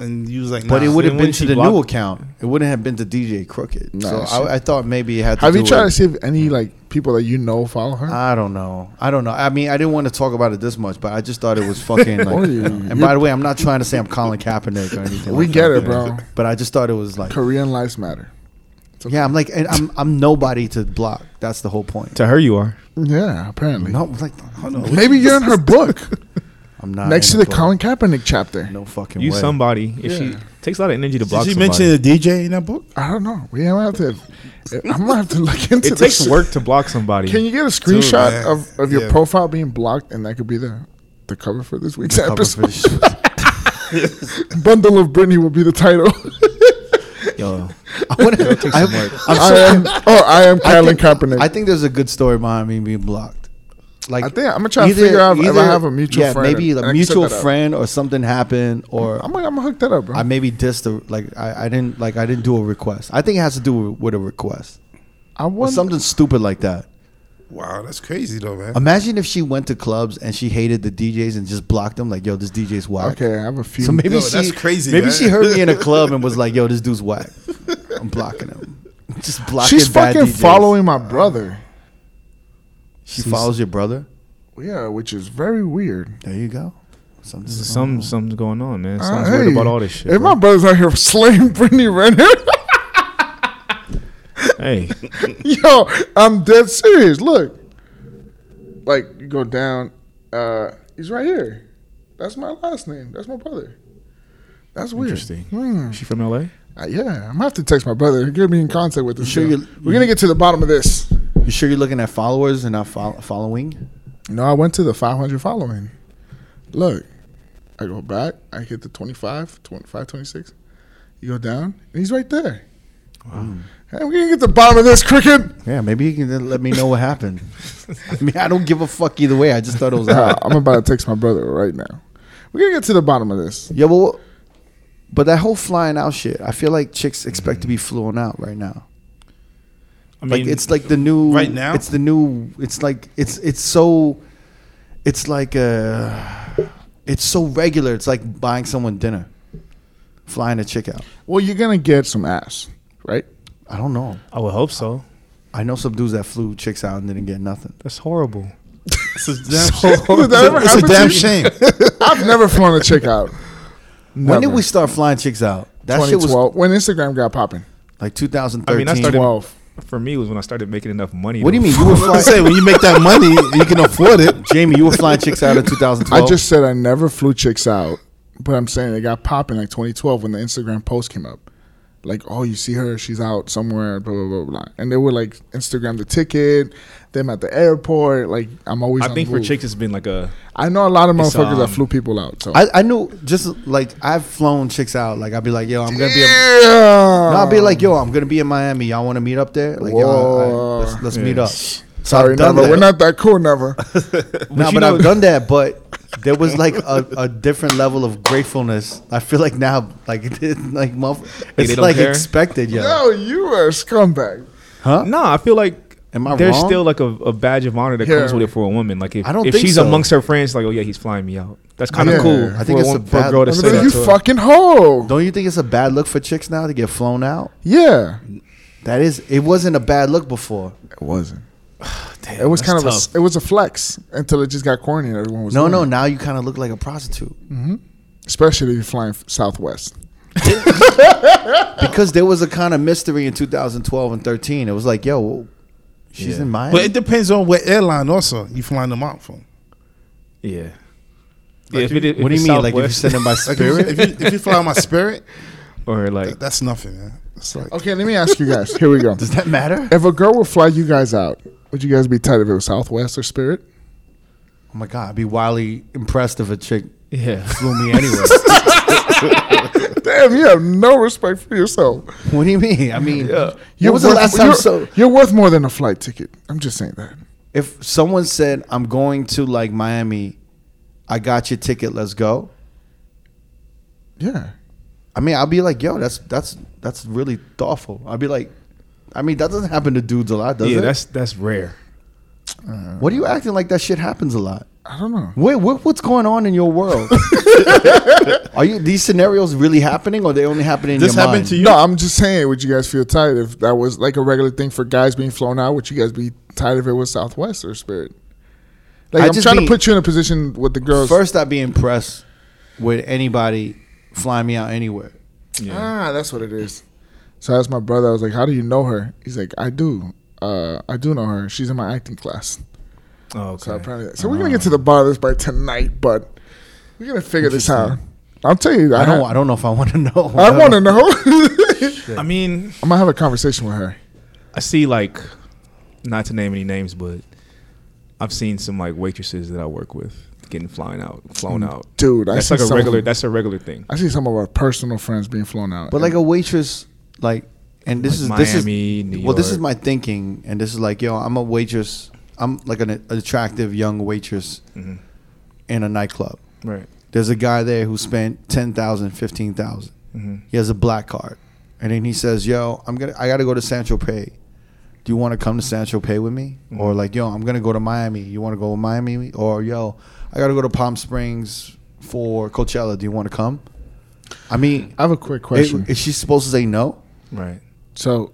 S2: and you was like,
S4: but
S2: nah.
S4: it would have
S1: then
S4: been
S1: when
S4: to
S1: she
S4: the new
S1: blocked-
S4: account. It wouldn't have been to DJ Crooked.
S3: Nah,
S4: so
S3: she-
S4: I, I thought maybe it had. To
S3: Have
S4: do
S3: you tried to
S4: with-
S3: see if any like people that you know follow her?
S4: I don't know. I don't know. I mean, I didn't want to talk about it this much, but I just thought it was fucking. Like,
S3: Oh, you-
S4: and
S3: you-
S4: by the way, I'm not trying to say I'm Colin Kaepernick or anything.
S3: we
S4: like
S3: get
S4: that,
S3: it, bro.
S4: But I just thought it was like,
S3: Korean lives matter.
S4: yeah, I'm like, and I'm I'm nobody to block. That's the whole point.
S1: To her, you are.
S3: Yeah, apparently.
S4: No, like,
S3: Maybe you're in her book
S4: I'm not
S3: next to
S4: in
S3: the
S4: it, bro.
S3: Colin Kaepernick chapter.
S4: No fucking
S1: You
S4: way.
S1: somebody. If she
S3: Yeah.
S1: takes a lot of energy to block
S2: Did she
S1: somebody.
S2: mention a DJ in that book?
S3: I don't know. We don't have to. I'm gonna have to look into.
S1: it takes
S3: this.
S1: work to block somebody.
S3: Can you get a screenshot
S2: man.
S3: of, of your
S2: Yeah.
S3: profile being blocked, and that could be the the cover for this week's
S4: Cover for
S3: episode?
S4: this shit.
S3: Bundle of Britney will be the title.
S1: Yo,
S4: I wanna- I- I'm
S3: I
S4: so-
S3: am, or I am
S4: I
S3: Colin
S4: think-
S3: Kaepernick.
S4: I think there's a good story behind me being blocked. Like
S3: I think I'm gonna try to figure out if I have a mutual
S4: yeah,
S3: friend
S4: maybe
S3: and I
S4: a
S3: can set
S4: mutual
S3: that up.
S4: friend or something happened, or
S3: I'm gonna, I'm gonna hook that up, bro.
S4: I maybe dissed the like I, I didn't like I didn't do a request. I think it has to do with a request
S3: I
S4: or
S3: wonder,
S4: something stupid like that.
S2: Wow, that's crazy though, man.
S4: Imagine if she went to clubs and she hated the DJs and just blocked them. Like, yo, this DJ's whack.
S3: Okay, I have a few.
S4: So maybe
S2: Yo,
S4: she,
S2: that's crazy,
S4: Maybe
S2: man.
S4: she heard me in a club and was like, "Yo, this dude's whack. I'm blocking him. Just blocking."
S3: she's
S4: bad
S3: fucking
S4: DJs.
S3: following my brother.
S4: She follows your brother.
S3: Yeah, which is very weird.
S4: There you go. Something.
S1: some something's going on, man.
S3: Uh,
S1: Sounds weird
S3: hey,
S1: about all this shit.
S3: If my
S1: bro.
S3: brother's out here slaying Britney Renner,
S1: hey,
S3: yo, I'm dead serious. Look, like you go down, uh, he's right here. That's my last name. That's my brother. That's weird.
S1: Interesting.
S3: Hmm.
S1: she from LA?
S3: Uh, yeah, I'm gonna have to text my brother. Get me in contact with him.
S4: sure
S3: yo.
S4: you-
S3: We're gonna get to the bottom of this.
S4: You sure you're looking at followers and not fol- following?
S3: No, I went to the 500 following. Look, I go back. I hit the 25, 25, 26. You go down, and he's right there. Hey, we're gonna get to the bottom of this, cricket.
S4: Yeah, maybe you can let me know what happened. I mean, I don't give a fuck either way. I just thought it was.
S3: Uh,
S4: odd.
S3: I'm about to text my brother right now. We're gonna get to the bottom of this.
S4: Yeah, but wh- but that whole flying out shit. I feel like chicks expect to be flown out right now.
S1: I
S4: Like
S1: mean,
S4: it's like the new
S2: Right now?
S4: It's the new. It's like it's it's so. It's like uh, it's so regular. It's like buying someone dinner, flying a chick out.
S3: Well, you're gonna get some ass, right?
S4: I don't know.
S1: I would hope so.
S4: I know some dudes that flew chicks out and didn't get nothing.
S1: That's horrible.
S2: It's a damn,
S3: Did that ever
S2: it's a
S3: happen to
S2: damn
S3: you?
S2: shame.
S3: I've never flown a chick out.
S4: When did
S3: Never.
S4: we start flying chicks out? That shit was
S3: 2012 when Instagram got popping.
S4: like 2013.
S1: I mean, I started-
S3: 12.
S1: For me, it was when I started making enough money.
S4: What do you
S1: though.
S4: mean? You were
S2: I
S4: flying,
S2: say when you make that money, you can afford it.
S4: Jamie? You were flying chicks out in 2012.
S3: I just said I never flew chicks out, but I'm saying it got popping like 2012 when the Instagram post came up. Like, oh, you see her, she's out somewhere, blah blah blah blah. And they would like Instagram the ticket, them at the airport. Like, I'm always.
S1: I
S3: on
S1: think
S3: the
S1: for
S3: move.
S1: chicks, it's been like a.
S3: I know a lot of
S1: It's,
S3: motherfuckers that
S1: um,
S3: flew people out. So
S4: I, I knew just like I've flown chicks out. Like I'd be like, yo, I'm gonna be. A,
S3: yeah.
S4: no, I'd be like, yo, I'm gonna be in Miami. Y'all want to meet up there? Like, yo, I- I- let's, let's
S1: Yeah.
S4: meet up.
S3: Sorry,
S4: I've done
S3: never.
S4: that.
S3: We're not that cool, never.
S4: No,
S1: you
S4: but
S1: know-
S4: I've done that. But there was like a, a different level of gratefulness. I feel like now, like like motherf-
S1: They
S4: it's
S1: don't
S4: like
S1: care?
S4: expected, yo.
S3: Yo, you are a scumbag.
S4: Huh?
S1: No, I feel like
S4: Uh, Am I
S1: there's
S4: wrong?
S1: still like a, a badge of honor that
S3: Yeah.
S1: comes with it for a woman. Like if,
S4: I don't
S1: if
S4: think
S1: she's
S4: so.
S1: amongst her friends, like oh yeah, he's flying me out. That's kind of
S3: Yeah.
S1: cool.
S3: I
S4: think
S1: for
S4: it's a
S1: wom- for
S4: bad-
S1: girl to
S4: I
S1: say
S4: mean,
S1: that
S3: you
S1: to her.
S3: fucking hoe.
S4: Don't you think it's a bad look for chicks now to get flown out?
S3: Yeah,
S4: That is, it wasn't a bad look before.
S3: it wasn't.
S1: Damn,
S3: It was
S1: that's
S3: kind of
S1: tough.
S3: a, it was a flex until it just got corny and everyone was
S4: No,
S3: doing
S4: no.
S3: it.
S4: Now you kind of look like a prostitute
S3: especially if you're flying f- Southwest.
S4: because there was a kind of mystery in 2012 and 13. It was like, yo, she's
S1: Yeah.
S4: in Miami.
S2: But it depends on what airline also you flying them out from.
S1: yeah. yeah if it, if
S4: what do you
S1: it's
S4: mean? Like if you
S1: Southwest
S4: send them by
S2: Like if you,
S4: spirit?
S2: if you if you fly my spirit,
S1: or like
S2: that's nothing, man. That's like
S3: Okay, let me ask you guys. Here we go.
S4: Does that matter?
S3: If a girl would fly you guys out, would you guys be tight if it was Southwest or Spirit?
S4: Oh my god, I'd be wildly impressed if a chick
S1: yeah,
S4: flew me anyway.
S3: Damn, you have no respect for yourself.
S4: What do you mean? I mean,
S3: Yeah.
S4: when was the last time?
S3: You're,
S4: So
S3: you're worth more than a flight ticket. I'm just saying that.
S4: if someone said, "I'm going to like Miami, I got your ticket, let's go."
S3: Yeah.
S4: I mean, I'll be like, "Yo, that's that's that's really thoughtful." I'll be like, "I mean, that doesn't happen to dudes a lot, does
S1: yeah,
S4: it?"
S1: that's that's rare.
S4: what are you acting like that shit happens a lot?
S3: I don't know.
S4: Wait, what, what's going on in your world? are you these scenarios really happening, or they only happen in
S2: This
S4: your
S2: happened
S4: mind?
S2: to you?
S3: No, I'm just saying, would you guys feel tired if that was like a regular thing for guys being flown out? Would you guys be tired if it was Southwest or Spirit? Like,
S4: I
S3: I am
S4: just
S3: trying
S4: be-
S3: to put you in a position with the girls.
S4: First, I'd be impressed with anybody flying me out anywhere.
S3: Ah, that's what it is. So I asked my brother, I was like, How do you know her? He's like, I do. Uh, I do know her. She's in my acting class.
S1: Oh,
S3: So
S1: okay.
S3: apparently, so we're gonna
S2: Ah.
S3: get to the bottom of this by tonight, but we're gonna figure this out. I'll tell you, I,
S4: I don't.
S3: don't.
S4: I don't know if I want to know.
S3: I, want to know.
S1: I mean,
S3: I'm gonna have a conversation with her.
S1: I see like, not to name any names, but I've seen some like waitresses that I work with getting flown out, flown
S4: Mm.
S1: out.
S3: dude, I
S1: That's
S3: see
S1: like a
S3: some-
S1: regular. That's a regular thing.
S3: I see some of our personal friends being flown out,
S4: But like a waitress, like, and this
S1: Like
S4: is this
S1: Miami,
S4: is
S1: New
S4: well, this is
S1: York.
S4: my thinking, and this is like, yo, I'm a waitress. I'm like an attractive young waitress
S1: Mm-hmm.
S4: in a nightclub.
S1: Right.
S4: There's a guy there who spent ten thousand, fifteen thousand.
S3: Mm-hmm.
S4: He has a black card, and then he says, "Yo, I'm gonna, I gotta go to Sancho Pay. Do you want to come to Sancho Pay with me?
S3: Mm-hmm.
S4: Or like, yo, I'm gonna go to Miami. You want to go to Miami? Or yo, I gotta go to Palm Springs for Coachella. Do you want to come? I mean,
S3: I have a quick
S4: is
S3: question.
S4: is she supposed to say no?
S1: Right.
S3: so,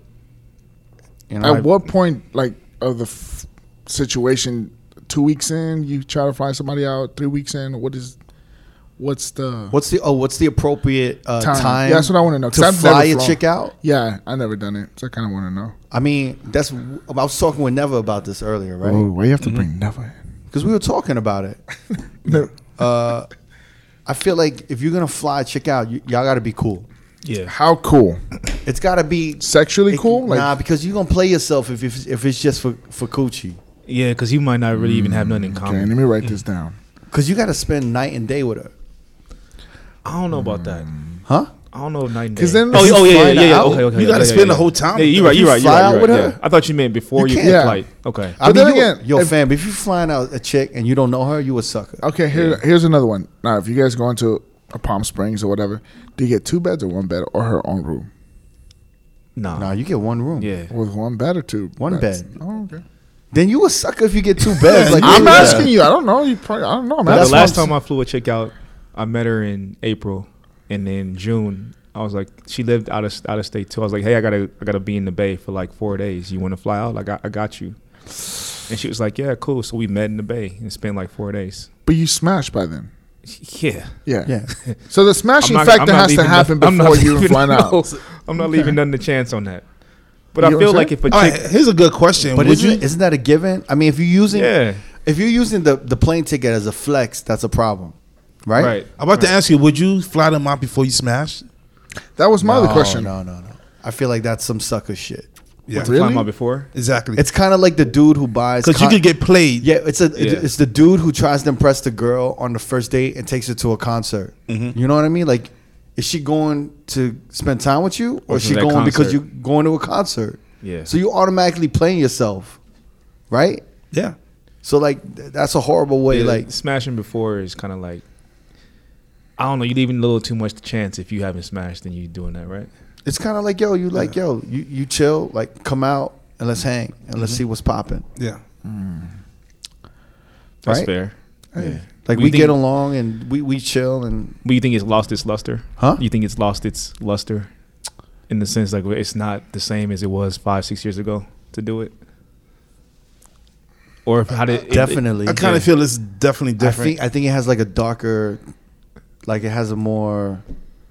S4: You
S3: at
S4: know, I-
S3: what point, like, of the f- situation, two weeks in, you try to find somebody out. Three weeks in, what is, what's the
S4: what's the oh, what's the appropriate uh,
S3: Time.
S4: time?
S3: Yeah, that's what I wanna know, 'cause
S4: To
S3: I've never
S4: fly a
S3: flown.
S4: chick out?
S3: Yeah, I never done it, so I kind of want to know.
S4: I mean, that's I was talking with Never about this earlier, right?
S3: why you have to bring never?
S4: Because we were talking about it.
S3: No,
S4: uh, I feel like if you're gonna fly a chick out, you, y'all gotta be cool.
S1: Yeah.
S3: how cool?
S4: It's gotta be
S3: Sexually
S4: it-
S3: cool? Like,
S4: nah, because you're gonna play yourself if if, if it's just for for coochie.
S1: Yeah, because you might not really even have nothing in
S3: okay,
S1: common.
S3: let me write this down.
S4: Cause you gotta spend night and day with her,
S1: I don't know about that.
S4: huh?
S1: I don't know if night and
S3: 'Cause
S1: day.
S3: then
S1: oh,
S3: if you
S1: oh yeah,
S3: fly
S1: yeah, yeah,
S3: out,
S1: okay, okay.
S2: you gotta
S1: yeah,
S2: spend
S1: yeah,
S2: the
S1: yeah.
S2: whole time
S1: Yeah,
S2: with
S1: you're
S2: her.
S1: right. You're
S4: You
S1: right. You're
S4: fly out
S1: right. You're
S4: with
S1: right
S4: her?
S1: yeah. I thought you meant before
S4: You
S1: you,
S4: can't.
S1: yeah.
S3: Yeah.
S1: flight. Okay.
S4: I
S3: But
S4: mean,
S3: then
S4: you-
S3: again,
S4: yo,
S3: if-
S4: fam, if you're flying out a chick and you don't know her, you a sucker.
S3: Okay, here, here's another one. Now, if you guys go into a Palm Springs or whatever, do you get two beds or one bed or her own room?
S1: Nah.
S4: Nah, you get one room.
S1: Yeah.
S3: With one bed or two?
S4: One
S3: beds?
S4: bed.
S3: Oh, okay.
S4: Then you a sucker if you get two beds. Like
S3: I'm
S4: yeah.
S3: asking you. I don't know. You probably. I don't know. I'm
S1: The
S3: asking.
S1: last time I flew a chick out, I met her in April, and then June. I was like, she lived out of out of state too. I was like, hey, I gotta I gotta be in the Bay for like four days. You want to fly out? Like, I got I got you. And she was like, yeah, cool. So we met in the Bay and spent like four days.
S3: but you smashed by then.
S1: Yeah.
S3: Yeah.
S4: Yeah.
S3: So the smashing
S1: not-
S3: factor
S1: not
S3: has to
S1: leaving
S3: happen
S1: noth- I'm not
S3: before you
S1: leaving-
S3: even fly
S1: no,
S3: out.
S1: I'm not leaving nothing to chance on that. But
S3: You
S1: I
S3: know
S1: feel
S3: what I'm
S1: like if a
S2: All right,
S1: chick,
S2: here's a good question.
S4: But
S2: Would
S4: isn't,
S2: you?
S4: isn't that a given? I mean, if you're using
S1: Yeah.
S4: if you're using the, the plane ticket as a flex, that's a problem, right?
S1: right?
S2: I'm about to ask you. Would you fly them out before you smash?
S3: That was my
S4: No,
S3: other question.
S4: No, no, no. I feel like that's some sucker shit.
S2: Yeah,
S1: To climb
S3: Really?
S1: out before.
S2: exactly.
S4: It's kind of like the dude who buys
S2: Because you
S4: con-
S2: could get played.
S4: yeah. It's a
S1: Yeah.
S4: it's the dude who tries to impress the girl on the first date and takes her to a concert.
S1: Mm-hmm.
S4: You know what I mean? Like, is she going to spend time with you, or,
S1: Or
S4: is
S1: to
S4: she
S1: that
S4: going because
S1: concert.
S4: you going to a concert?
S1: Yeah.
S4: So you automatically playing yourself, right?
S2: Yeah.
S4: So like th- that's a horrible way.
S1: Yeah,
S4: Like
S1: smashing before is kind of like I don't know. You're leaving a little too much to chance if you haven't smashed and you doing that right.
S4: it's kind of like yo, you like yo, you you chill, like come out and let's hang and let's
S1: Mm-hmm.
S4: see what's popping.
S2: Yeah.
S1: That's
S4: Right?
S1: fair. Yeah.
S4: Like
S1: We
S4: we,
S1: think-
S4: get along and we we chill and
S1: But you think it's lost its luster?
S4: Huh?
S1: You think it's lost its luster in the sense like it's not the same as it was five, six years ago to do it? Or if, how did it-
S4: definitely.
S2: I kind of feel it's definitely
S4: I
S2: different.
S4: think I think it has like a darker, like it has a more.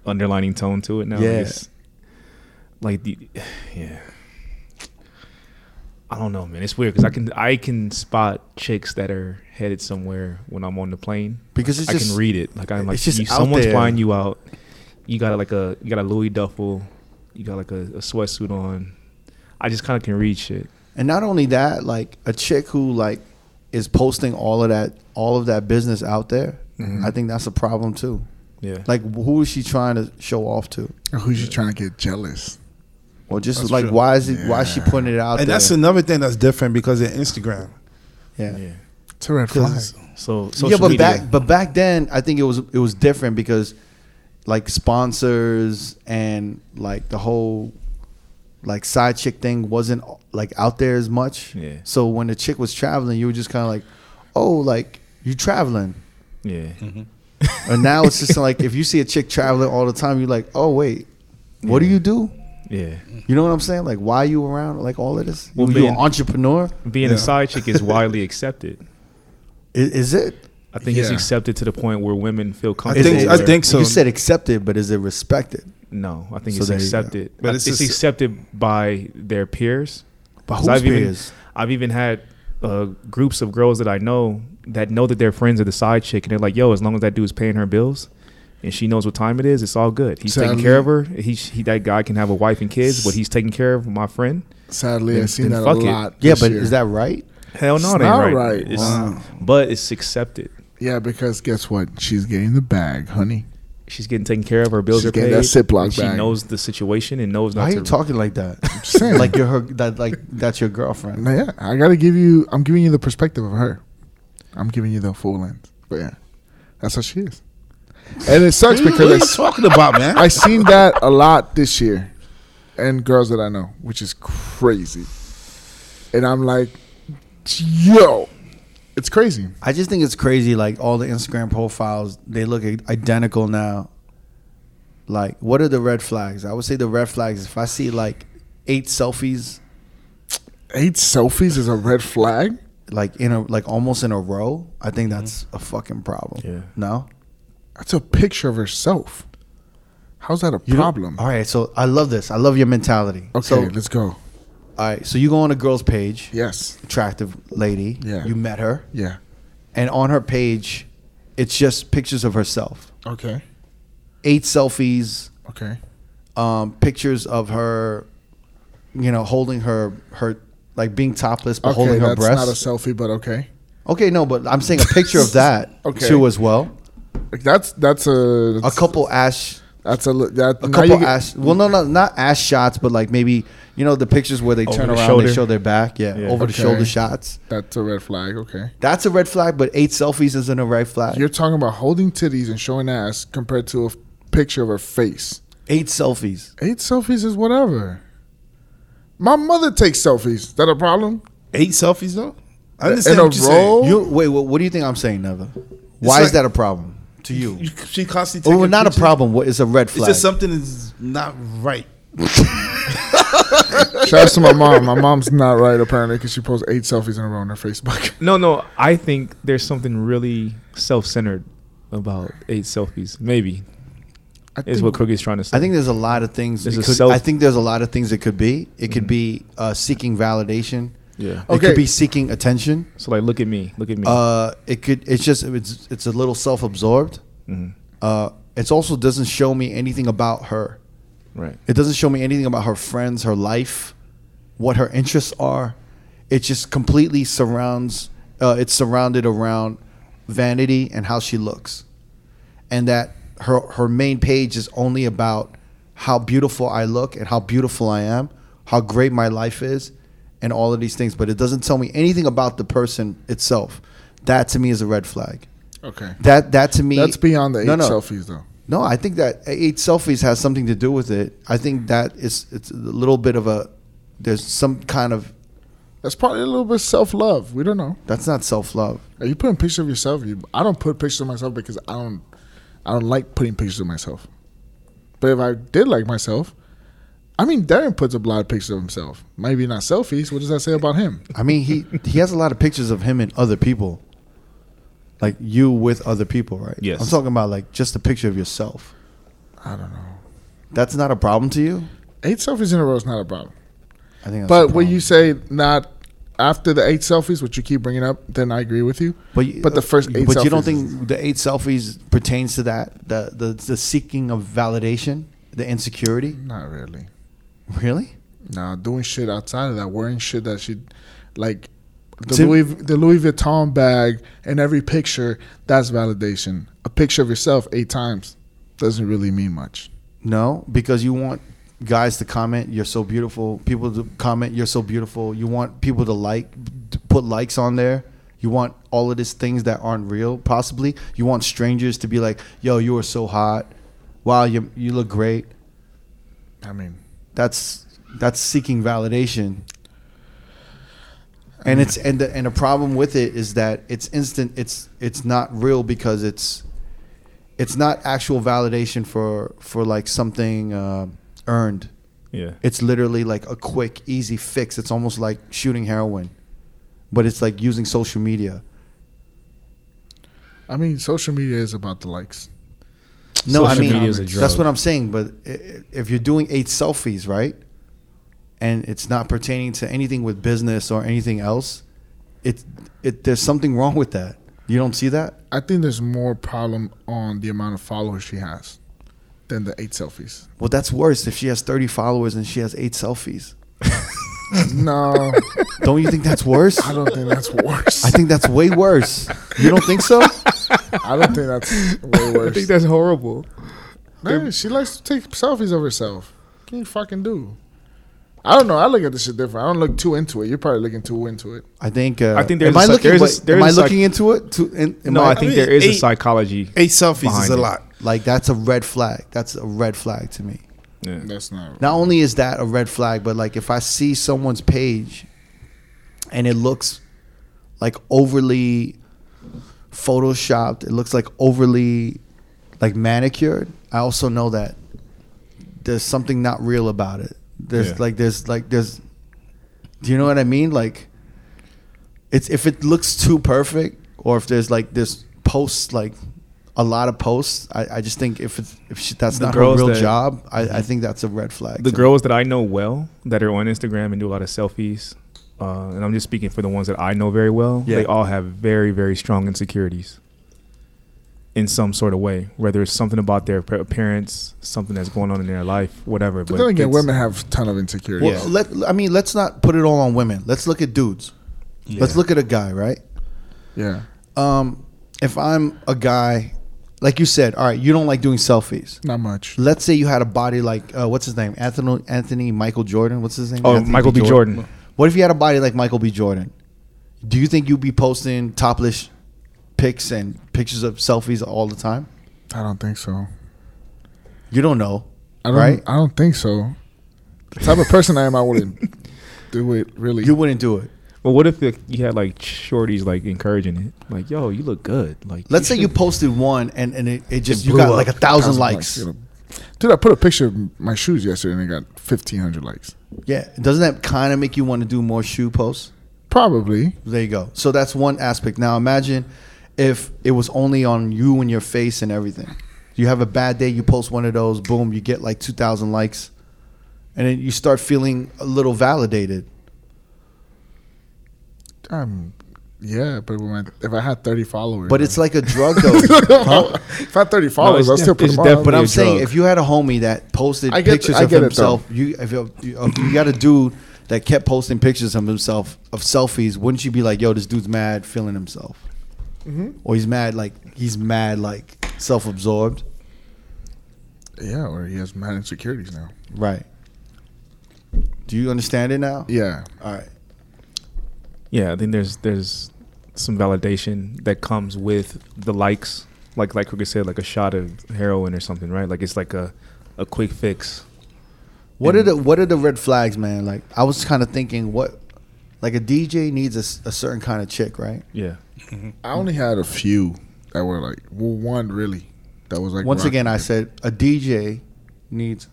S1: underlining tone to it now?
S4: Yeah.
S1: Like, it's- like the yeah. I don't know, man. It's weird because I can I can spot chicks that are headed somewhere when I'm on the plane.
S4: Because it's
S1: I
S4: just-
S1: can read it. Like I'm like
S4: it's just
S1: you,
S4: out
S1: someone's
S4: there.
S1: flying you out. You got like a you got a Louis duffel. You got like a, a sweatsuit on. I just kind of can read shit.
S4: And not only that, like a chick who like is posting all of that, all of that business out there. I think that's a problem too.
S1: Mm-hmm. Yeah.
S4: Like who is she trying to show off to?
S3: Or who's she trying to get jealous?
S4: Or just
S2: That's
S4: like
S2: true.
S4: why is it why is she putting it out
S2: And
S4: there?
S2: that's another thing that's different because of Instagram.
S4: yeah.
S1: yeah.
S3: It's a red flag.
S2: 'Cause
S1: So
S4: yeah,
S1: social
S4: but
S1: media.
S4: back but back then I think it was it was different because like sponsors and like the whole like side chick thing wasn't like out there as much.
S1: Yeah.
S4: So when the chick was traveling, you were just kind of like, oh, like you traveling.
S1: yeah,
S4: And now it's just like if you see a chick traveling all the time, you're like, oh wait, what do you do?
S1: yeah.
S4: You know what I'm saying? Like why are you around? Like all of this?
S1: Well,
S4: you, you
S1: man-
S4: an entrepreneur?
S1: Being
S2: Yeah.
S1: a side chick is widely accepted.
S4: I- Is, it?
S1: I think it's
S3: Yeah.
S1: accepted to the point where women feel
S2: I
S1: comfortable.
S2: think I
S1: where-
S2: think so.
S4: You said accepted, but is it respected?
S1: no. I think
S4: So
S1: it's
S4: there you go.
S1: accepted.
S2: But
S1: But
S2: it's
S1: it's,
S2: just-
S1: accepted by their peers.
S4: But
S1: 'Cause
S4: whose
S1: I've even-
S4: peers?
S1: I've even had uh, groups of girls that I know that know that their friends are the side chick, and they're like, "Yo, as long as that dude's paying her bills." And she knows what time it is. It's all good. He's
S3: Sadly-
S1: taking care of her. He, he that guy can have a wife and kids, but he's taking care of my friend.
S3: Sadly,
S1: Then-
S3: I've seen
S1: then
S3: that a
S1: fuck it.
S3: lot.
S4: Yeah,
S3: this
S4: but
S3: year.
S4: is that right?
S1: Hell no,
S3: It's
S1: it ain't
S3: not
S1: right.
S3: right.
S1: It's-
S3: Wow.
S1: But it's accepted.
S3: Yeah, because guess what? She's getting the bag, honey.
S1: She's getting taken care of. Her bills
S3: She's
S1: are
S3: getting
S1: paid.
S3: that Ziploc
S1: She
S3: bag.
S1: knows the situation and knows not
S4: Why are
S1: to.
S4: you talking like that?
S3: saying.
S4: like you're her, that, like that's your girlfriend.
S3: Now, yeah, I gotta give you. I'm giving you the perspective of her. I'm giving you the full lens. But yeah, that's how she is. And it sucks
S2: What are you
S3: because I,
S2: talking about, man?
S3: I seen that a lot this year, and girls that I know, which is crazy. And I'm like, yo, it's crazy.
S4: I just think it's crazy. Like all the Instagram profiles, they look i- identical now. Like, what are the red flags? I would say the red flags. If I see like eight selfies,
S3: Eight selfies is a red flag.
S4: like in a like almost in a row, I think that's a fucking problem.
S1: Yeah.
S4: No.
S3: That's a picture of herself. How's that a
S4: You don't-
S3: problem?
S4: All right. So I love this. I love your mentality.
S3: Okay,
S4: So,
S3: let's go.
S4: all right. So you go on a girl's page.
S3: Yes.
S4: Attractive lady.
S3: Yeah.
S4: You met her.
S3: Yeah.
S4: and on her page, it's just pictures of herself.
S3: Okay.
S4: Eight selfies,
S3: Okay.
S4: um, pictures of her, you know, holding her her like being topless but
S3: Okay,
S4: holding her
S3: that's not a
S4: breasts.
S3: selfie, but okay.
S4: okay, no, but I'm saying a picture of that
S3: Okay.
S4: too as well.
S3: Like, That's that's a
S4: A couple ash,
S3: That's a li- that
S4: a
S3: now
S4: couple
S3: you get-
S4: ash. Well, no, no, not ash shots, but like maybe you know the pictures where they
S1: Over
S4: turn
S1: the
S4: around,
S1: shoulder.
S4: they show their back, yeah,
S1: Yeah.
S4: over the
S3: Okay.
S4: shoulder shots.
S3: That's a red flag. Okay,
S4: That's a red flag, but eight selfies isn't a red flag.
S3: you're talking about holding titties and showing ass compared to a f- picture of her face.
S4: eight selfies.
S3: Eight selfies is whatever. My mother takes selfies. Is that a problem?
S2: Eight selfies though. I
S3: In
S2: understand
S3: a
S2: what you're saying.
S3: row?
S4: You wait. What, what do you think I'm saying, Neva? Why
S2: like-
S4: is that a problem to you?
S2: You- She constantly.
S4: Oh,
S2: taking
S4: not
S2: pictures.
S4: a problem. What is a red
S2: It's
S4: flag?
S2: just something that's not right.
S3: Shout out to my mom. My mom's not right apparently because she posts eight selfies in a row on her Facebook.
S1: no, no. I think there's something really self-centered about eight selfies. Maybe
S3: I
S1: is what Crooked is trying to say.
S4: I think there's a lot of things.
S1: There's
S4: it
S1: a
S4: could-
S1: self- Mm-hmm.
S4: I think there's a lot of things it could be. It could be uh, seeking validation.
S1: Yeah.
S4: It
S3: Okay.
S4: could be seeking attention.
S1: so. Like, look at me. Look at me.
S4: Uh, it could. It's just. It's. It's a little self-absorbed.
S1: Mhm.
S4: Uh, it also doesn't show me anything about her.
S1: Right.
S4: It doesn't show me anything about her friends, her life, what her interests are. It just completely surrounds. Uh, it's surrounded around vanity and how she looks, and that her her main page is only about how beautiful I look and how beautiful I am, how great my life is, and all of these things. But it doesn't tell me anything about the person itself. That to me is a red flag.
S3: Okay,
S4: That that to me
S3: that's beyond the eight
S4: No, no.
S3: selfies though.
S4: No, I think that eight selfies has something to do with it. I think that is it's a little bit of a there's some kind of
S3: That's probably a little bit self love. We don't know.
S4: that's not self love.
S3: Are you putting pictures of yourself? You, I don't put pictures of myself because I don't, I don't like putting pictures of myself. But if I did like myself, I mean, Darren puts up a lot of pictures of himself. Maybe not selfies. What does that say about him?
S4: I mean, he he has a lot of pictures of him and other people, like you with other people, right?
S1: Yes.
S4: I'm talking about like just a picture of yourself.
S3: I don't know.
S4: That's not a problem to you.
S3: Eight selfies in a row is not a problem.
S4: I think. That's a
S3: But when you
S4: problem.
S3: say not after the eight selfies, which you keep bringing up, then I agree with you.
S4: But,
S3: but the first eight
S4: But you
S3: selfies
S4: don't think the eight selfies pertains to that the the, the seeking of validation, the insecurity?
S3: Not really.
S4: Really?
S3: Nah, doing shit outside of that, wearing shit that she, like, the
S4: To-
S3: Louis the Louis Vuitton bag in every picture. That's validation. A picture of yourself eight times. doesn't really mean much.
S4: No, because you want guys to comment, "You're so beautiful." People to comment, "You're so beautiful." You want people to like, to put likes on there. You want all of these things that aren't real, possibly. You want strangers to be like, "Yo, you are so hot. Wow, you you look great."
S3: I mean,
S4: That's that's seeking validation. And it's and the and the problem with it is that it's instant. It's it's not real because it's it's not actual validation for for like something uh, earned.
S1: Yeah.
S4: It's literally like a quick, easy fix. It's almost like shooting heroin, but it's like using social media.
S3: I mean, social media is about the likes.
S4: No, I
S1: Social
S4: mean
S1: media is a
S4: that's
S1: drug.
S4: what I'm saying. But i- i- if you're doing eight selfies, right, and it's not pertaining to anything with business or anything else, it it there's something wrong with that. You don't see that?
S3: I think there's more problem on the amount of followers she has than the eight selfies.
S4: Well, that's worse. If she has 30 followers and she has eight selfies,
S3: No,
S4: don't you think that's worse?
S3: I don't think that's worse.
S4: I think that's way worse. You don't think so?
S3: I don't think that's way
S1: I think
S3: worse.
S1: that's horrible.
S3: Man, she likes to take selfies of herself. What can you fucking do? I don't know. I look at this shit different. I don't look too into it. You're probably looking too into it.
S4: I think. Uh,
S1: I think there's
S4: am
S1: a
S4: I
S1: psych-
S4: looking,
S1: there's a-
S4: wait,
S1: there's
S4: am I
S1: a psych-
S4: looking into it? To, in, am
S1: no, I,
S4: I,
S1: think
S2: mean,
S1: there is a
S2: eight-
S1: psychology.
S2: Eight selfies is
S1: Behind
S2: a
S1: it.
S2: lot.
S4: like that's a red flag. That's a red flag to me.
S1: Yeah.
S3: That's not.
S4: Not only is that a red flag, but like if I see someone's page and it looks like overly photoshopped, it looks like overly like manicured. I also know that there's something not real about it. There's
S1: Yeah.
S4: like there's like there's do you know what I mean? Like it's if it looks too perfect or if there's like this posts like a lot of posts, I, I just think if it's if she, that's
S1: The
S4: not her
S1: girls
S4: real
S1: that-
S4: job, I, I think that's a red flag.
S1: Mm-hmm. the
S4: to me.
S1: girls that I know well that are on Instagram and do a lot of selfies, uh, and I'm just speaking for the ones that I know very well.
S4: Yeah.
S1: They all have very, very strong insecurities in some sort of way, whether it's something about their pa- appearance, something that's going on in their life, whatever.
S3: But then again,
S1: it's-
S3: women have a ton of insecurities.
S4: Well, let I mean, let's not put it all on women. Let's look at dudes. Let's look at a guy, right?
S3: yeah.
S4: Um, if I'm a guy, like you said, all right, you don't like doing selfies.
S3: Not much.
S4: Let's say you had a body like uh, what's his name, Anthony Anthony Michael Jordan. What's his name?
S1: Oh,
S4: Anthony
S1: Michael B. Jordan.
S4: What if you had a body like Michael B. Jordan? Do you think you'd be posting topless pics and pictures of selfies all the time?
S3: I don't think so.
S4: You don't know.
S3: I don't,
S4: Right?
S3: I don't think so. The type of person I am, I wouldn't do it really.
S4: You wouldn't do it.
S1: Well, what if like, you had like shorties like encouraging it, like, "Yo, you look good." Like,
S4: Let's say you
S1: should-
S4: posted one and, and it, it just you
S3: blew
S4: got
S3: up.
S4: like a thousand, likes.
S3: you know. Dude, I put a picture of my shoes yesterday and it got 1,500 likes.
S4: Yeah, doesn't that kind of make you want to do more shoe posts?
S3: Probably.
S4: There you go. So that's one aspect. Now imagine if it was only on you and your face and everything. You have a bad day, you post one of those, boom, you get like 2,000 likes. And then you start feeling a little validated.
S3: Um, yeah, but when I, if I had 30 followers.
S4: But it's like a drug though.
S3: if I had 30 followers,
S1: No,
S3: I'll
S1: it's
S3: still
S1: def-
S3: put
S1: it's
S3: them on.
S1: definitely
S4: But
S1: a
S4: I'm saying
S1: drug.
S4: if you had a homie that posted
S3: I get-
S4: pictures
S3: I
S4: of
S3: get it,
S4: himself, you if you, if you got a dude that kept posting pictures of himself of selfies, wouldn't you be like, "Yo, this dude's mad, feeling himself,"
S3: Mm-hmm.
S4: or he's mad like he's mad like self-absorbed,
S3: Yeah, or he has mad insecurities now.
S4: right? Do you understand it now?
S3: Yeah.
S4: All right.
S1: yeah, I think there's there's some validation that comes with the likes, like like Ruka said, like a shot of heroin or something, right? Like it's like a a quick fix.
S4: What are the what are the red flags, man? Like I was kind of thinking, what like a DJ needs a s a a certain kind of chick, right?
S1: Yeah.
S3: I only had a few that were like, well, one really. That was like.
S4: Once
S3: rock-
S4: again, I said a DJ needs.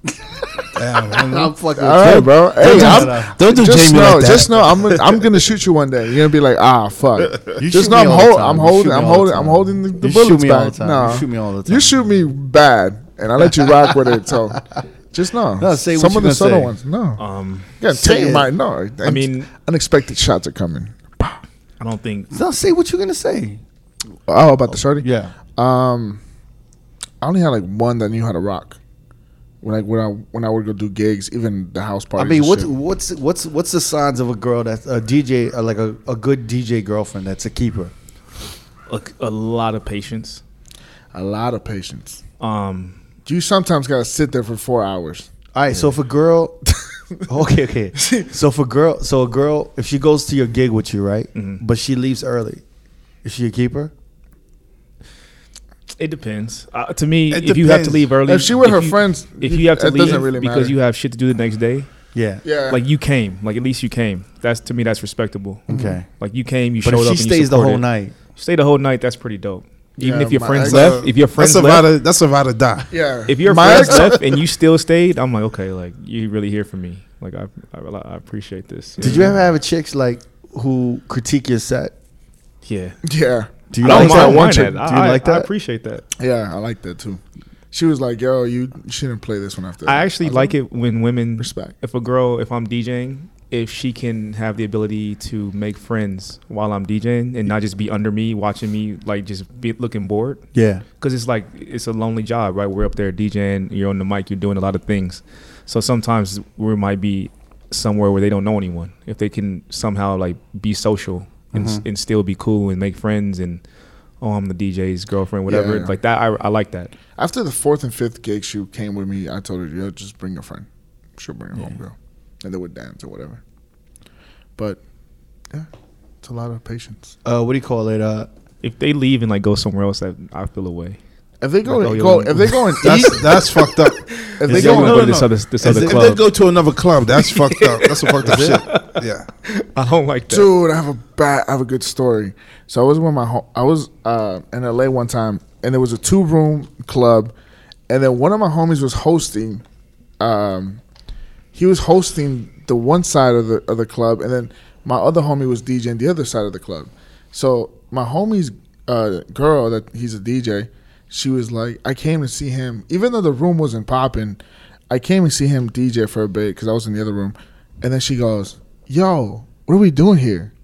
S2: Damn,
S4: I'm fucking.
S3: All right, bro. Hey,
S4: do
S3: I'm-
S4: that.
S2: Don't do
S3: just
S2: Jamie
S3: know,
S2: like that.
S3: just know, I'm gonna, I'm gonna shoot you one day. You're gonna be like, ah, fuck.
S4: You
S3: just
S4: shoot
S3: know,
S4: me
S3: I'm,
S4: all
S3: hol-
S4: the time.
S3: I'm
S4: You
S3: holding,
S4: shoot me
S3: I'm
S4: all the
S3: holding,
S4: time.
S3: I'm holding the, the
S4: You shoot
S3: bullets
S4: me all
S3: back.
S4: the time.
S3: Nah.
S4: You shoot me all the
S3: You
S4: time.
S3: shoot me bad, and I let you rock with it. So, just know.
S4: No, say what
S3: some
S4: you
S3: of the
S4: gonna
S3: subtle
S4: say.
S3: ones. No,
S1: Um,
S3: you gotta
S4: say
S3: take
S4: it.
S3: my no.
S1: I mean-
S3: unexpected shots are coming.
S1: I don't think
S4: Now say what you're gonna say.
S3: Oh, about the shorty.
S4: Yeah.
S3: Um, I only had like one that knew how to rock. When I when I when I would go do gigs, even the house
S4: I
S3: parties.
S4: mean,
S3: and
S4: what's
S3: shit.
S4: what's what's what's the signs of a girl that's a DJ, uh, like a, a good DJ girlfriend that's a keeper?
S1: a, a lot of patience.
S3: a lot of patience.
S1: Um,
S3: You sometimes gotta sit there for four hours.
S4: All right, so if a girl, okay, okay, so if a girl, so a girl, if she goes to your gig with you, right,
S1: Mm-hmm.
S4: but she leaves early, is she a keeper?
S1: It depends. Uh, to me,
S2: It
S1: if you have to
S2: depends.
S1: leave early,
S3: If she with her
S1: you-
S3: friends,
S1: if you have to
S3: it
S1: leave
S3: doesn't really
S1: because
S3: matter.
S1: you have shit to do the next day,
S4: Yeah.
S3: yeah,
S1: like you came, like at least you came. That's to me, that's respectable.
S3: Mm-hmm.
S4: Okay.
S1: Like you came, you
S4: But
S1: showed
S4: if
S1: up.
S4: she
S1: and you
S4: stays the
S1: supported.
S4: whole night,
S1: Stay the whole night. That's pretty dope. Even
S3: Yeah,
S1: if your
S3: my
S1: friends
S3: ex-
S1: left, if your friends
S2: That's about
S1: left,
S2: a that's about a die.
S3: yeah.
S1: if your
S2: my
S1: friends
S2: ex-
S1: left and you still stayed, I'm like, okay, like you really here for me. Like I, I, I appreciate this.
S4: did you ever have a chicks like who critique your set?
S1: Yeah.
S3: yeah,
S4: Do you
S1: I don't
S4: like that
S1: mind
S4: one
S1: that.
S4: chick? Do you
S1: I,
S4: like
S1: I
S4: that?
S1: appreciate that.
S3: yeah, I like that too. She was like, "Yo, you shouldn't play this one after."
S1: I actually like it when women
S3: Respect.
S1: If a girl, if I'm DJing, if she can have the ability to make friends while I'm DJing and not just be under me watching me like just be looking bored,
S4: yeah.
S1: because it's like it's a lonely job, right? We're up there DJing, you're on the mic, you're doing a lot of things, so sometimes we might be somewhere where they don't know anyone. If they can somehow like be social and, s and still be cool and make friends and oh, I'm the DJ's girlfriend, whatever,
S3: yeah.
S1: like that. I, I like that.
S3: After the fourth and fifth gig, she came with me. I told her, "Yo, just bring a friend. She'll bring her home, girl, and they would dance or whatever." But yeah, it's a lot of patience.
S4: Uh, what do you call it? Uh,
S1: If they leave and like go somewhere else, I, I feel away.
S3: If they go,
S1: Like, oh,
S3: and
S1: you
S3: go
S1: want-
S3: if they go and eat,
S2: That's that's fucked up.
S3: if they
S1: Is
S3: go,
S1: y'all gonna
S3: and-
S2: no,
S1: go
S2: no,
S1: to this
S2: no.
S1: other this
S2: If
S1: other
S2: they, if they
S1: club?
S2: go to another club, that's fucked up. That's some fucked up shit. Yeah.
S1: I don't like that.
S3: Dude, I have a bad, I have a good story. So I was with my home. I was uh, in LA one time, and there was a two room club, and then one of my homies was hosting. Um, he was hosting the one side of the of the club, and then my other homie was DJing the other side of the club. So my homie's uh, girl, that he's a DJ, she was like, I came to see him, even though the room wasn't popping. I came to see him DJ for a bit because I was in the other room, and then she goes, "Yo, what are we doing here?"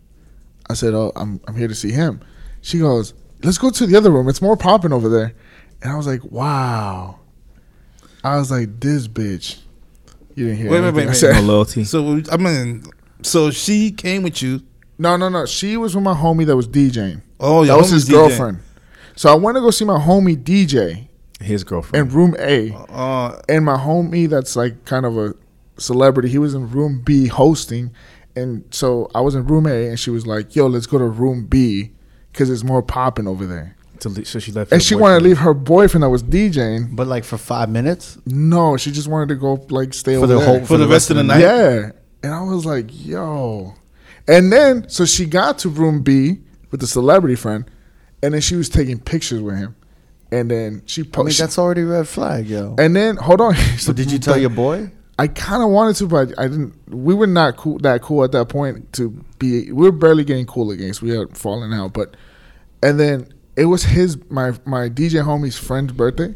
S3: I said, "Oh, I'm I'm here to see him." She goes, "Let's go to the other room. It's more popping over there." And I was like, "Wow." I was like, "This bitch." You didn't hear
S2: Wait, wait,
S3: anything
S2: wait,
S3: I
S2: wait.
S3: said.
S1: No loyalty.
S2: So we- I mean, so she came with you.
S3: No, no, no. She was with my homie that was DJing.
S2: Oh,
S3: That
S2: your
S3: was
S2: homie's
S3: his
S2: DJ.
S3: girlfriend. So I went to go see my homie DJ
S1: His girlfriend.
S3: in room A,
S2: Uh,
S3: and my homie that's like kind of a celebrity. He was in room B hosting, and so I was in room A, and she was like, "Yo, let's go to room B because it's more popping over there."
S1: To le- so she left.
S3: And
S1: her
S3: she wanted to
S1: boyfriend.
S3: leave her boyfriend that was DJing.
S4: but like for five minutes.
S3: No, she just wanted to go like stay
S4: For
S3: over
S4: the
S3: there.
S4: whole-
S2: for the rest of the night.
S3: Yeah. And I was like, yo. And then, so she got to room B with the celebrity friend, and then she was taking pictures with him. And then she
S1: Oh,
S4: I mean,
S3: posted.
S4: that's already a red flag, yo.
S3: and then, hold on.
S4: So did you tell your boy?
S3: I kind of wanted to, but I didn't. We were not cool that cool at that point to be. We were barely getting cool again, so we had fallen out. But and then it was his my my DJ homie's friend's birthday,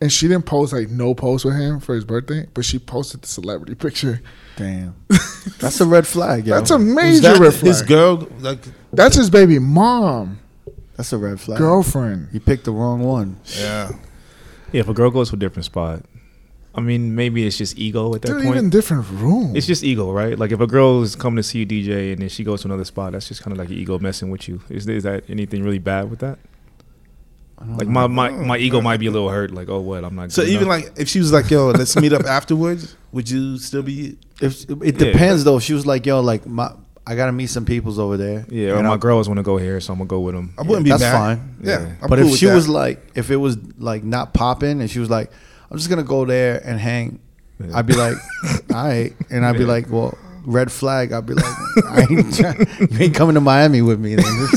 S3: and she didn't post like no post with him for his birthday, but she posted the celebrity picture.
S4: Damn, that's a red flag, yo.
S3: That's a
S2: was
S3: major
S2: that
S3: red
S2: his
S3: flag.
S2: girl? Like,
S3: That's his baby mom,
S4: that's a red flag.
S3: girlfriend.
S4: You picked the wrong one.
S2: yeah.
S1: Yeah, if a girl goes to a different spot, I mean, maybe it's just ego at that
S3: They're
S1: point.
S3: even different room.
S1: it's just ego, right? Like if a girl is coming to see you DJ and then she goes to another spot, that's just kind of like your ego messing with you. Is, is that anything really bad with that? Like my, my, my ego might be a little hurt. Like oh what I'm not.
S2: So
S1: good
S2: even
S1: enough.
S2: like if she was like, "Yo, let's meet up afterwards," would you still be?
S4: If it depends though. If she was like, yo, like my, I gotta meet some peoples over there.
S1: yeah, or
S4: and
S1: my
S4: I'm-
S1: girls want to go here, so I'm gonna go with them.
S2: I wouldn't
S4: That's
S2: be mad.
S4: fine.
S2: Yeah,
S1: Yeah.
S2: I'm
S4: but
S2: cool
S4: if
S2: with
S4: she
S2: that.
S4: was like, if it was like not popping, and she was like, I'm just gonna go there and hang,
S1: Yeah.
S4: I'd be like, all right, and I'd be
S1: Yeah.
S4: like, well, red flag. I'd be like, I ain't trying, you ain't coming to Miami with me. Then.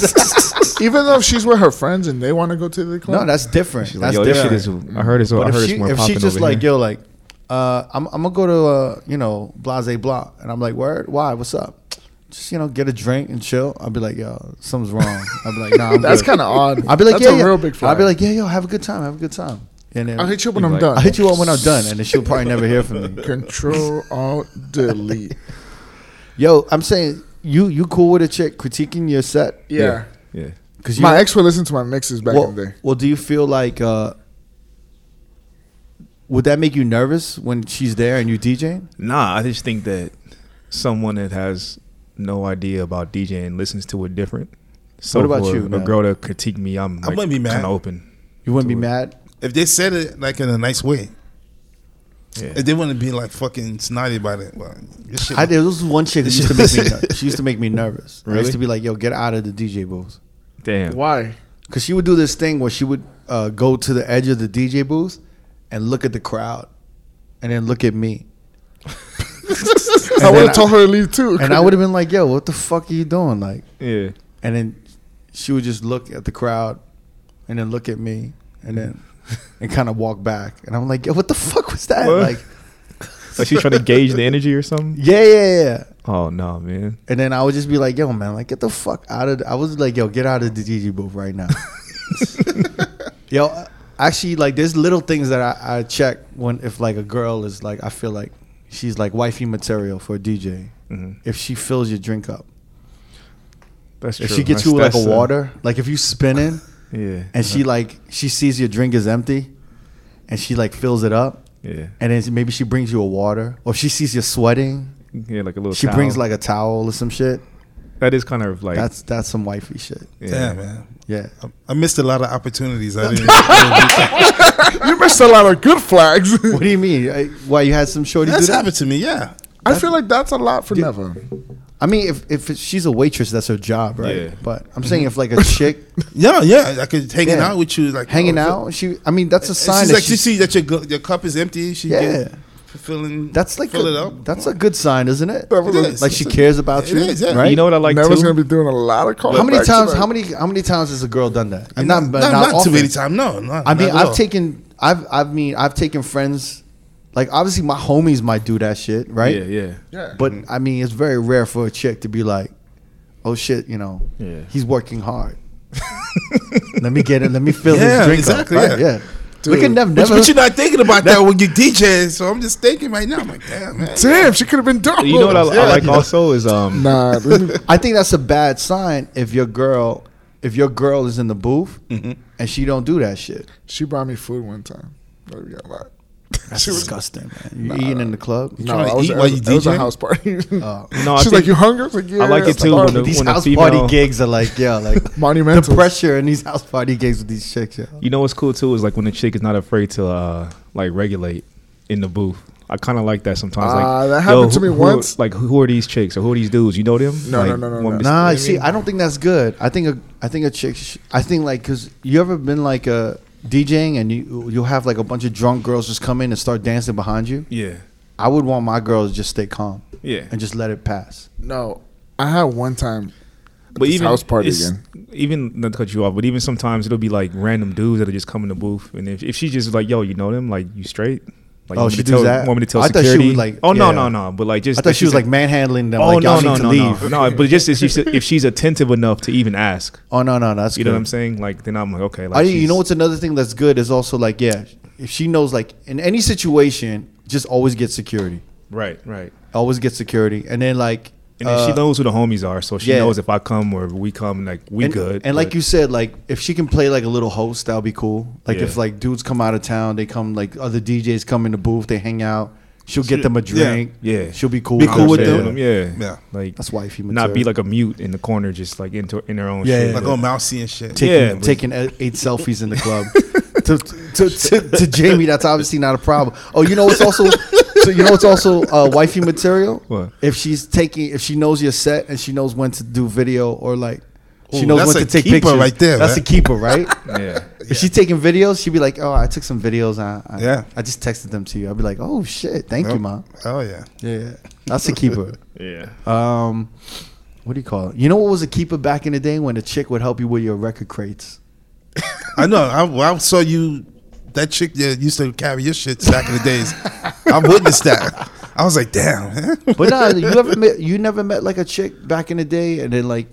S3: even though she's with her friends and they want to go to the club.
S4: no, that's different.
S1: She's like,
S4: that's
S1: yo, this
S4: different.
S1: shit is. I heard it's. I
S4: But
S1: heard
S4: if she,
S1: it's more
S4: if
S1: popping
S4: she's just
S1: over
S4: like,
S1: here.
S4: yo, like, uh, I'm, I'm gonna go to, uh, you know, Blase Blah, and I'm like, word, why, what's up? Just you know, get a drink and chill. I'll be like, yo, something's wrong. I'll be like, nah, I'm
S3: that's
S4: good.
S3: kind of odd.
S4: I'll be like,
S3: that's
S4: yeah,
S3: a
S4: yeah.
S3: real big flag.
S4: I'll be like, yeah, yo, have a good time, have a good time. And then
S3: I'll hit you up when
S1: You're
S3: I'm
S1: like-
S3: done.
S4: I'll hit you up when I'm done, and then she'll probably never hear from me.
S3: Control Alt Delete.
S4: Yo, I'm saying you you cool with a chick critiquing your set
S3: Yeah.
S1: yeah.
S4: because
S3: My ex would listen to my mixes back
S4: well,
S3: in the day.
S4: well, do you feel like uh, would that make you nervous when she's there and you DJing?
S1: Nah, I just think that someone that has no idea about DJing listens to it different. So
S4: What about
S1: for
S4: you,
S1: A
S4: man?
S1: girl to critique me, I'm like,
S2: wouldn't be mad.
S1: kind of open.
S4: You wouldn't be
S1: Totally.
S4: mad.
S2: If they said it like in a nice way,
S1: Yeah.
S2: if they wouldn't be like fucking snotty about it. Well, this shit,
S4: I did. There was one chick that used to make me. ner- She used to make me nervous. I
S1: Really?
S4: used to be like, "Yo, get out of the DJ booth,"
S1: Damn.
S3: Why?
S4: because she would do this thing where she would uh, go to the edge of the DJ booth and look at the crowd, and then look at me,
S3: I would
S4: then I-
S3: have told her to leave too.
S4: and I would have been like, "Yo, what the fuck are you doing?" Like,
S1: Yeah.
S4: and then she would just look at the crowd, and then look at me, and then and kind of walk back, and I'm like, "Yo, what the fuck was that?"
S1: What?
S4: Like,
S1: Like she's trying to gauge the energy or something.
S4: yeah, yeah, yeah.
S1: Oh no, man.
S4: And then I would just be like, "Yo, man, like get the fuck out of." The-. I was like, "Yo, get out of the DJ booth right now." Yo, uh, actually, like there's little things that I, I check when if like a girl is like I feel like she's like wifey material for a DJ.
S1: Mhm.
S4: If she fills your drink up,
S1: That's true.
S4: if she gets
S1: That's-
S4: you like
S1: that's,
S4: a
S1: uh,
S4: water, like if you spinning
S1: yeah.
S4: and she like she sees your drink is empty, and she like fills it up,
S1: Yeah.
S4: and then maybe she brings you a water, or if she sees you sweating,
S1: Yeah, like a little.
S4: she
S1: towel.
S4: brings like a towel or some shit.
S1: that is kind of like
S4: That's that's some wifey shit.
S1: yeah.
S2: damn, man.
S4: Yeah.
S2: I, I missed a lot of opportunities. I didn't.
S3: you missed a lot of good flags.
S4: What do you mean? I, why you had some shorty do
S2: that's
S4: that?
S2: happened to me. Yeah.
S3: I feel like that's a lot for Never.
S4: I mean, if if she's a waitress, that's her job, right?
S1: Yeah. Mm-hmm.
S4: But I'm saying if like a chick
S2: Yeah, yeah. I could hanging
S4: Yeah.
S2: out with you, like
S4: hanging
S2: oh,
S4: out, she. I mean, that's a
S2: She's
S4: sign. that
S2: like, she
S4: she's-
S2: see that your gu- your cup is empty. She
S4: Yeah.
S2: yeah, filling.
S4: that's like
S2: fill
S4: a,
S2: it up.
S4: That's a good sign, isn't it?
S2: was a-
S4: like she cares about
S2: It
S4: you,
S2: is, yeah.
S4: right?
S1: You know what I like
S3: Never's
S1: too?
S3: gonna be doing a lot of calls.
S4: how many times? How many? How many times has a girl done that?
S2: I'm
S4: Not-
S2: not,
S4: but
S2: not, not
S4: often.
S2: too many times. No, no.
S4: I mean,
S2: not at
S4: I've
S2: all.
S4: taken. I've. I mean, I've taken friends. Like obviously, my homies might do that shit, right?
S1: Yeah, yeah.
S3: Yeah.
S4: But I mean, it's very rare for a chick to be like, "Oh shit, you know,
S1: Yeah.
S4: he's working hard. let me get it. Let me fill
S2: Yeah,
S4: his drink
S2: exactly,
S4: up." Right?
S2: yeah.
S4: Yeah, look at Nev.
S2: But,
S4: Never.
S2: but you're not thinking about that when you DJ. So I'm just thinking right now. I'm like, damn, man.
S3: Damn, she could have been done.
S1: You know what I, I like also is um.
S3: Nah, let me-
S4: I think that's a bad sign if your girl, if your girl is in the booth
S1: Mm-hmm.
S4: and she don't do that shit.
S3: she brought me food one time. That we got a lot.
S4: That's disgusting, man. You eating in the club?
S3: No,
S2: trying to
S3: I was,
S2: eat
S3: it
S2: while
S3: was-
S2: you
S3: it was a
S2: DJing?
S3: house party.
S4: Uh,
S1: No, I
S3: She's like,
S1: think
S3: you hungry? I was like, yeah.
S1: like it
S3: It's
S1: too
S3: oh,
S1: when the-
S4: these
S1: when a
S4: house
S1: female-
S4: party gigs are like, yeah, like the
S3: Monumental.
S4: pressure in these house party gigs with these chicks. Yeah.
S1: You know what's cool too is like when the chick is not afraid to uh like regulate in the booth. I kind of like that sometimes.
S3: Ah,
S1: like
S3: that happened
S1: yo,
S3: to
S1: who-
S3: me
S1: who-
S3: once.
S1: Like who are these chicks or who are these dudes? You know them?
S3: No,
S1: like,
S3: no, no, no,
S1: one
S3: no.
S1: mis-
S4: Nah,
S3: I
S4: see,
S3: mean-
S4: I don't think that's good. I think a, I think a chick. Sh- I think like because you ever been like a DJing and you you'll have like a bunch of drunk girls just come in and start dancing behind you.
S1: Yeah,
S4: I would want my girls to just stay calm
S1: yeah.
S4: and just let it pass.
S3: No, I had one time.
S1: But
S3: this house party
S1: it's- Even not to cut you off, but even sometimes it'll be like random dudes that'll just come in the booth, and if, if she's just like, "Yo, you know them? Like you straight?" Like,
S4: Oh,
S1: want me
S4: she
S1: to
S4: does
S1: tell,
S4: that?
S1: Want me to tell
S4: I thought she
S1: security?
S4: was like-
S1: "Oh no,
S4: yeah.
S1: no, no!" But like just
S4: I thought
S1: if
S4: she was
S1: she's
S4: like manhandling them.
S1: "Oh
S4: like,
S1: no,
S4: y'all
S1: no,
S4: need
S1: no,
S4: to
S1: no,
S4: leave.
S1: no!" But just if she's if she's attentive enough to even ask,
S4: Oh no, no, that's
S1: you
S4: good.
S1: know what I'm saying? Like then I'm like, okay, like
S4: I, you
S1: she's-
S4: know what's another thing that's good is also like yeah, if she knows like in any situation, just always get security.
S1: right, right.
S4: Always get security, and then like
S1: And then
S4: uh,
S1: she knows who the homies are, so she
S4: yeah.
S1: knows if I come or we come, like we
S4: and,
S1: good.
S4: And like
S1: but-
S4: you said, like if she can play like a little host, that'll be cool. Like if
S1: Yeah.
S4: like dudes come out of town, they come like other DJs come in the booth, they hang out. She'll get them a drink.
S1: yeah.
S4: she'll be cool.
S2: Be cool with
S1: Conversate
S2: them.
S1: Yeah,
S2: Yeah.
S1: Like
S4: That's wifey
S1: Not be
S4: material.
S1: like a mute in the corner, just like into in her own.
S4: Yeah,
S1: shit.
S4: yeah.
S2: Like on Mousy and shit.
S4: Taking,
S1: Yeah, but-
S4: taking eight eight selfies in the club. to, to, to, to Jamie, that's obviously not a problem. Oh, you know it's also so you know it's also uh, wifey material.
S1: What?
S4: If she's taking, if she knows your set and she knows when to do video or like. She
S2: Ooh,
S4: knows
S2: that's
S4: when
S2: a
S4: to take
S2: keeper
S4: pictures.
S2: right there,
S4: That's
S2: man.
S4: a keeper, right?
S1: yeah.
S4: If she's taking videos, she'd be like, "Oh, I took some videos. I, I,
S2: Yeah.
S4: I just texted them to you." I'd be like, "Oh shit, thank you, mom."
S2: Oh yeah.
S4: Yeah, that's a keeper.
S1: Yeah.
S4: um, what do you call it? You know what was a keeper back in the day when a chick would help you with your record crates?
S2: I know. I, I saw you. That chick that used to carry your shit back in the days. I witnessed that. I was like, damn. Man.
S4: But nah, you ever met? You never met like a chick back in the day, and then like,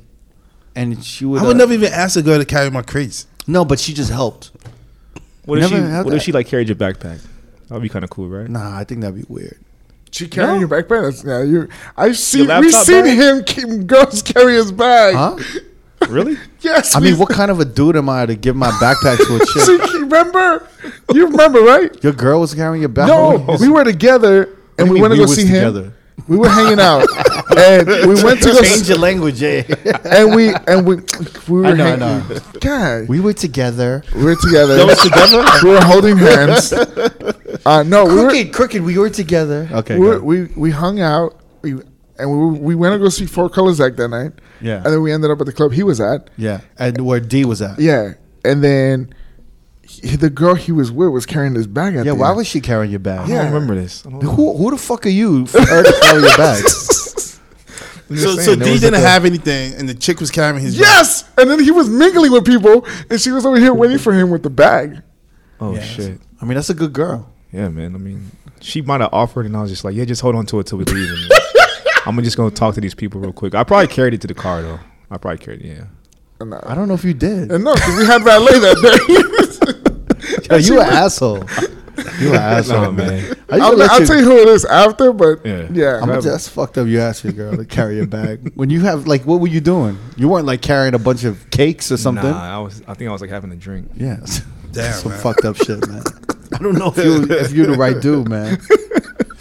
S4: and she would.
S2: I would
S4: uh,
S2: never even ask a girl to carry my crates.
S4: No, but she just helped.
S1: What if she?
S4: Never had
S1: What if
S4: that.
S1: she like carried your backpack? That'd be kind of cool, right?
S4: Nah, I think that'd be weird.
S3: She carrying your backpack. That's, yeah, you. I've seen.
S1: Your
S3: We've
S1: laptop
S3: seen
S1: bag?
S3: him keep girls carry his bag.
S4: Huh?
S1: Really?
S3: Yes.
S4: I mean,
S3: we-
S4: what kind of a dude am I to give my backpack to a
S3: she,
S4: chick?
S3: remember? You remember, right?
S4: Your girl was carrying your backpack.
S3: No, we were together and
S4: do you
S3: we
S4: mean
S3: went to
S4: we
S3: go
S4: was
S3: see
S4: together?
S3: him. we were hanging out, and we went to go,
S4: Change your language, eh?
S3: and we and we we were
S4: I know, I
S3: hanging.
S4: know.
S3: God, we,
S4: we were together.
S3: were together. together. we were holding hands. Uh, no, we were,
S4: Crooked, crooked. We were together. Okay.
S3: we, we we hung out, we, and we we went to go see Four Colors Act that night.
S4: Yeah.
S3: and then we ended up at the club he was at.
S4: yeah, and where D was at.
S3: Yeah, and then he, the girl he was with was carrying this bag. At
S4: Yeah,
S3: the
S4: why
S3: end.
S4: was she carrying your bag?
S1: I
S3: Yeah.
S1: don't remember this. I don't remember.
S4: Who, who the fuck are you for her to carry your bag?
S2: So, so
S4: saying,
S2: D
S4: there was
S2: didn't
S4: like a-
S2: have anything, and the chick was carrying his. bag.
S3: Yes, and then he was mingling with people, and she was over here waiting for him with the bag.
S1: Oh shit.
S4: I mean, that's a good girl.
S1: Yeah, man. I mean, she might have offered, and I was just like, yeah, just hold on to it till we leave. And I'm just gonna talk to these people real quick. I probably carried it to the car though. I probably carried it. Yeah.
S3: And, I,
S4: I don't know if you did.
S3: and no, because we had valet that day.
S4: Yo, you an asshole. You an asshole,
S1: Nah, man.
S4: man. I used to
S3: I'll,
S4: let
S3: I'll
S4: you-
S3: tell you who it is after, but yeah,
S1: Yeah.
S4: I'm gonna- that's fucked up. You asked your girl to carry your bag when you have like, what were you doing? You weren't like carrying a bunch of cakes or something.
S1: Nah, I was. I think I was like having a drink.
S4: Yeah,
S2: Damn,
S4: some
S2: man.
S4: fucked up shit, man. I don't know if you if you're the right dude, man.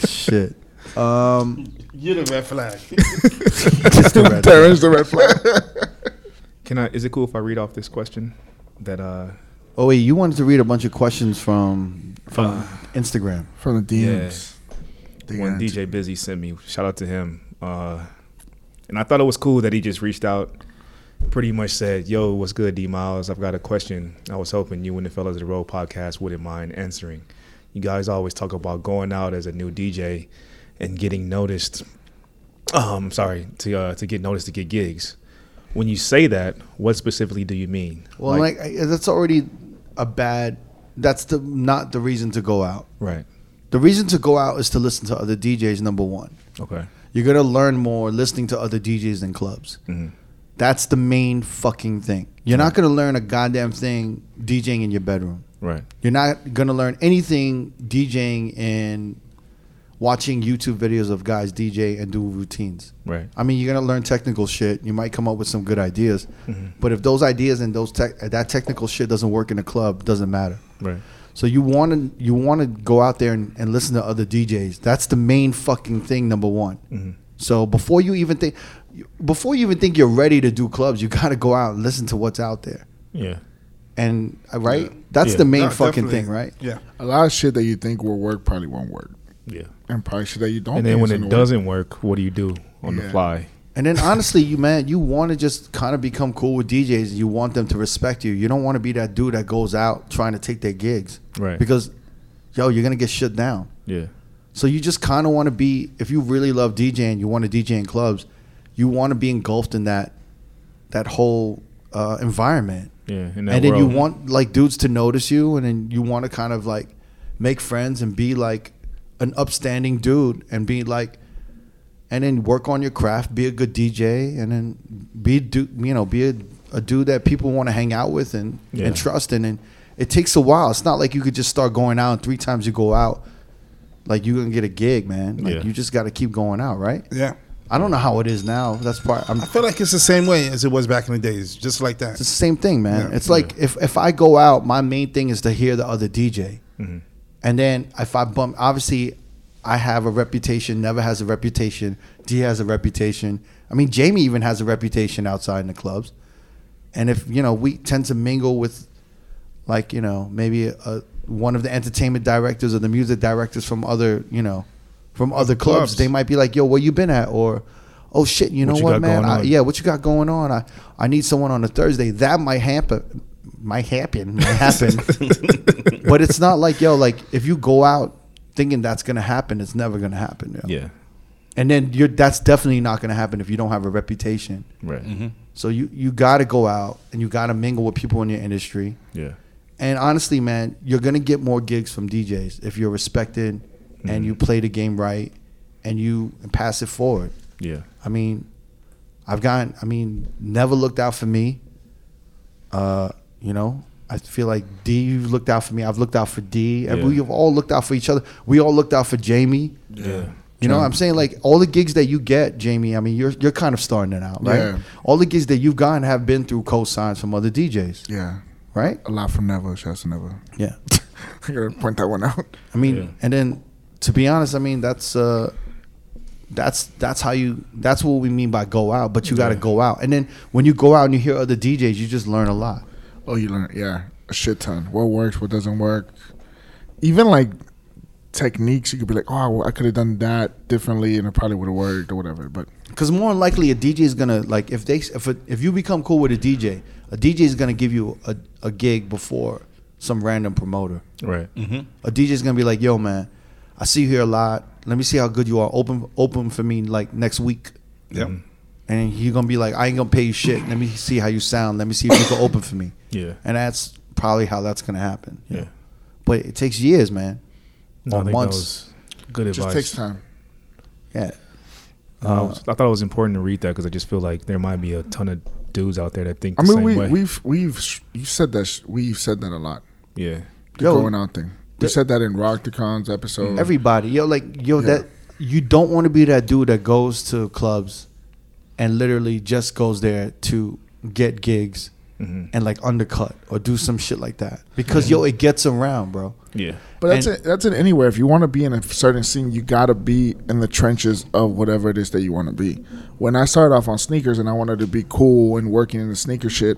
S4: shit. Um,
S2: You're the red flag.
S4: just the red
S3: Terrence the red flag.
S1: Can I? Is it cool if I read off this question? That uh,
S4: Oh wait, you wanted to read a bunch of questions from from Instagram.
S3: From the
S1: uh, yeah,
S3: DMs.
S1: when DJ Busy sent me, shout out to him. Uh, and I thought it was cool that he just reached out, pretty much said, "Yo, what's good, D Miles? I've got a question. I was hoping you and the Fellas of the Road podcast wouldn't mind answering. You guys always talk about going out as a new DJ and getting noticed. Um, sorry to uh, to get noticed to get gigs. When you say that, what specifically do you mean?
S4: Well, like, I, that's already a bad. That's the not the reason to go out.
S1: right,
S4: The reason to go out is to listen to other DJs. Number one,
S1: okay,
S4: you're gonna learn more listening to other DJs than clubs.
S3: Mm-hmm.
S4: That's the main fucking thing. You're not gonna learn a goddamn thing DJing in your bedroom.
S1: right."
S4: You're not gonna learn anything DJing and watching YouTube videos of guys DJ and do routines.
S1: Right.
S4: I mean, you're gonna learn technical shit. You might come up with some good ideas, but if those ideas and those tech, that technical shit doesn't work in a club, doesn't matter.
S1: Right.
S4: So you want to you want to go out there and, and listen to other DJs. That's the main fucking thing, number one.
S1: Mm-hmm.
S4: So before you even think, before you even think you're ready to do clubs, you gotta go out and listen to what's out there.
S1: Yeah.
S4: And uh, right, that's
S1: Yeah.
S4: the main
S2: No,
S4: fucking
S2: definitely.
S4: thing, right?
S2: Yeah.
S3: A lot of shit that you think will work probably won't work.
S1: Yeah.
S3: And probably shit that you don't
S1: And then
S3: think
S1: when
S3: is
S1: it
S3: gonna work.
S1: doesn't work, what do you do on the
S3: Yeah.
S1: fly?
S4: And then honestly, you man, you want to just kind of become cool with DJs. and You want them to respect you. You don't want to be that dude that goes out trying to take their gigs,
S1: Right.
S4: Because, yo, you're gonna get shut down.
S1: Yeah.
S4: So you just kind of want to be, if you really love DJing, you want to DJ in clubs, you want to be engulfed in that, that whole uh, environment.
S1: Yeah, in
S4: And
S1: that
S4: then you
S1: world.
S4: want like dudes to notice you, and then you want to kind of like make friends and be like an upstanding dude, and be like, and then work on your craft, be a good DJ, and then be do you know be a, a dude that people want to hang out with and
S1: Yeah.
S4: and trust, and then it takes a while. It's not like you could just start going out and three times you go out, like you're gonna get a gig, man. Like
S1: Yeah.
S4: you just got to keep going out, right?
S2: Yeah.
S4: I don't know how it is now. That's part. I'm,
S2: I feel like it's the same way as it was back in the days, just like that.
S4: it's the same thing, man.
S2: Yeah.
S4: It's like if, if I go out, my main thing is to hear the other DJ.
S1: Mm-hmm.
S4: And then if I bump, obviously, I have a reputation. Never has a reputation. D has a reputation. I mean, Jamie even has a reputation outside in the clubs. And if you know, we tend to mingle with, like you know, maybe a, one of the entertainment directors or the music directors from other you know, from other clubs.
S2: Clubs.
S4: They might be like, "Yo, where you been at?" Or, "Oh shit, you know
S1: What you
S4: what,
S1: got
S4: man?
S1: going
S4: I,
S1: on?"
S4: yeah, what you got going on? I, I need someone on a Thursday. That might happen. Might happen. Might happen. but it's not like yo, like if you go out thinking that's gonna happen, it's never gonna happen. yo.
S1: Yeah.
S4: And then you're that's definitely not gonna happen if you don't have a reputation.
S1: Right.
S3: Mm-hmm.
S4: So you you gotta go out and you gotta mingle with people in your industry.
S1: Yeah.
S4: And honestly, man, you're gonna get more gigs from DJs if you're respected and you play the game right and you pass it forward.
S1: Yeah.
S4: I mean, I've gotten. I mean, never looked out for me. Uh, you know, I feel like D you've looked out for me. I've looked out for D, and
S1: Yeah.
S4: we have all looked out for each other. We all looked out for Jamie.
S1: Yeah.
S4: You know, what I'm saying like all the gigs that you get, Jamie. I mean, you're you're kind of starting it out, right?
S3: Yeah.
S4: All the gigs that you've gotten have been through cosigns from other DJs,
S3: Yeah.
S4: right?
S3: A lot from Neville. Shouts to Neville.
S4: Yeah.
S3: I gotta point that one out.
S4: I mean,
S1: Yeah.
S4: and then to be honest, I mean that's uh, That's that's how you. That's what we mean by go out. But you got to go out, and then when you go out and you hear other DJs, you just learn a lot.
S3: Oh, you learn, yeah, a shit ton. What works, what doesn't work. Even like techniques, you could be like, oh, well, I could have done that differently, and it probably would have worked or whatever. But
S4: Because more than likely, a DJ is gonna like if they if a, if you become cool with a DJ, a DJ is gonna give you a, a gig before some random promoter.
S1: Right. Mm-hmm.
S4: A DJ is gonna be like, "Yo, man, I see you here a lot. Let me see how good you are. Open, open for me like next week."
S2: Yep.
S4: And you're gonna be like, "I ain't gonna pay you shit. Let me see how you sound. Let me see if you can open for me."
S1: Yeah.
S4: And that's probably how that's gonna happen.
S1: Yeah.
S4: But it takes years, man.
S1: No, I
S4: or
S1: think that
S4: months.
S1: was good
S3: it
S1: advice.
S3: just takes time.
S4: Yeah.
S1: Uh, I, was- I thought it was important to read that because I just feel like there might be a ton of dudes out there that think
S3: I
S1: the
S3: mean,
S1: same
S3: we,
S1: way.
S3: we've we've sh- you said that sh- we've said that a lot.
S1: yeah.
S3: The
S4: Yo,
S3: going out thing. We
S4: the-
S3: said that in Rock the Cons episode.
S4: Everybody, yo, like yo,
S3: Yeah.
S4: that you don't want to be that dude that goes to clubs and literally just goes there to get gigs and like undercut or do some shit like that because yo, it gets around, bro.
S1: Yeah.
S3: But that's
S4: And-
S3: it. That's it anywhere. If you want to be in a certain scene, you gotta be in the trenches of whatever it is that you want to be. When I started off on sneakers and I wanted to be cool and working in the sneaker shit,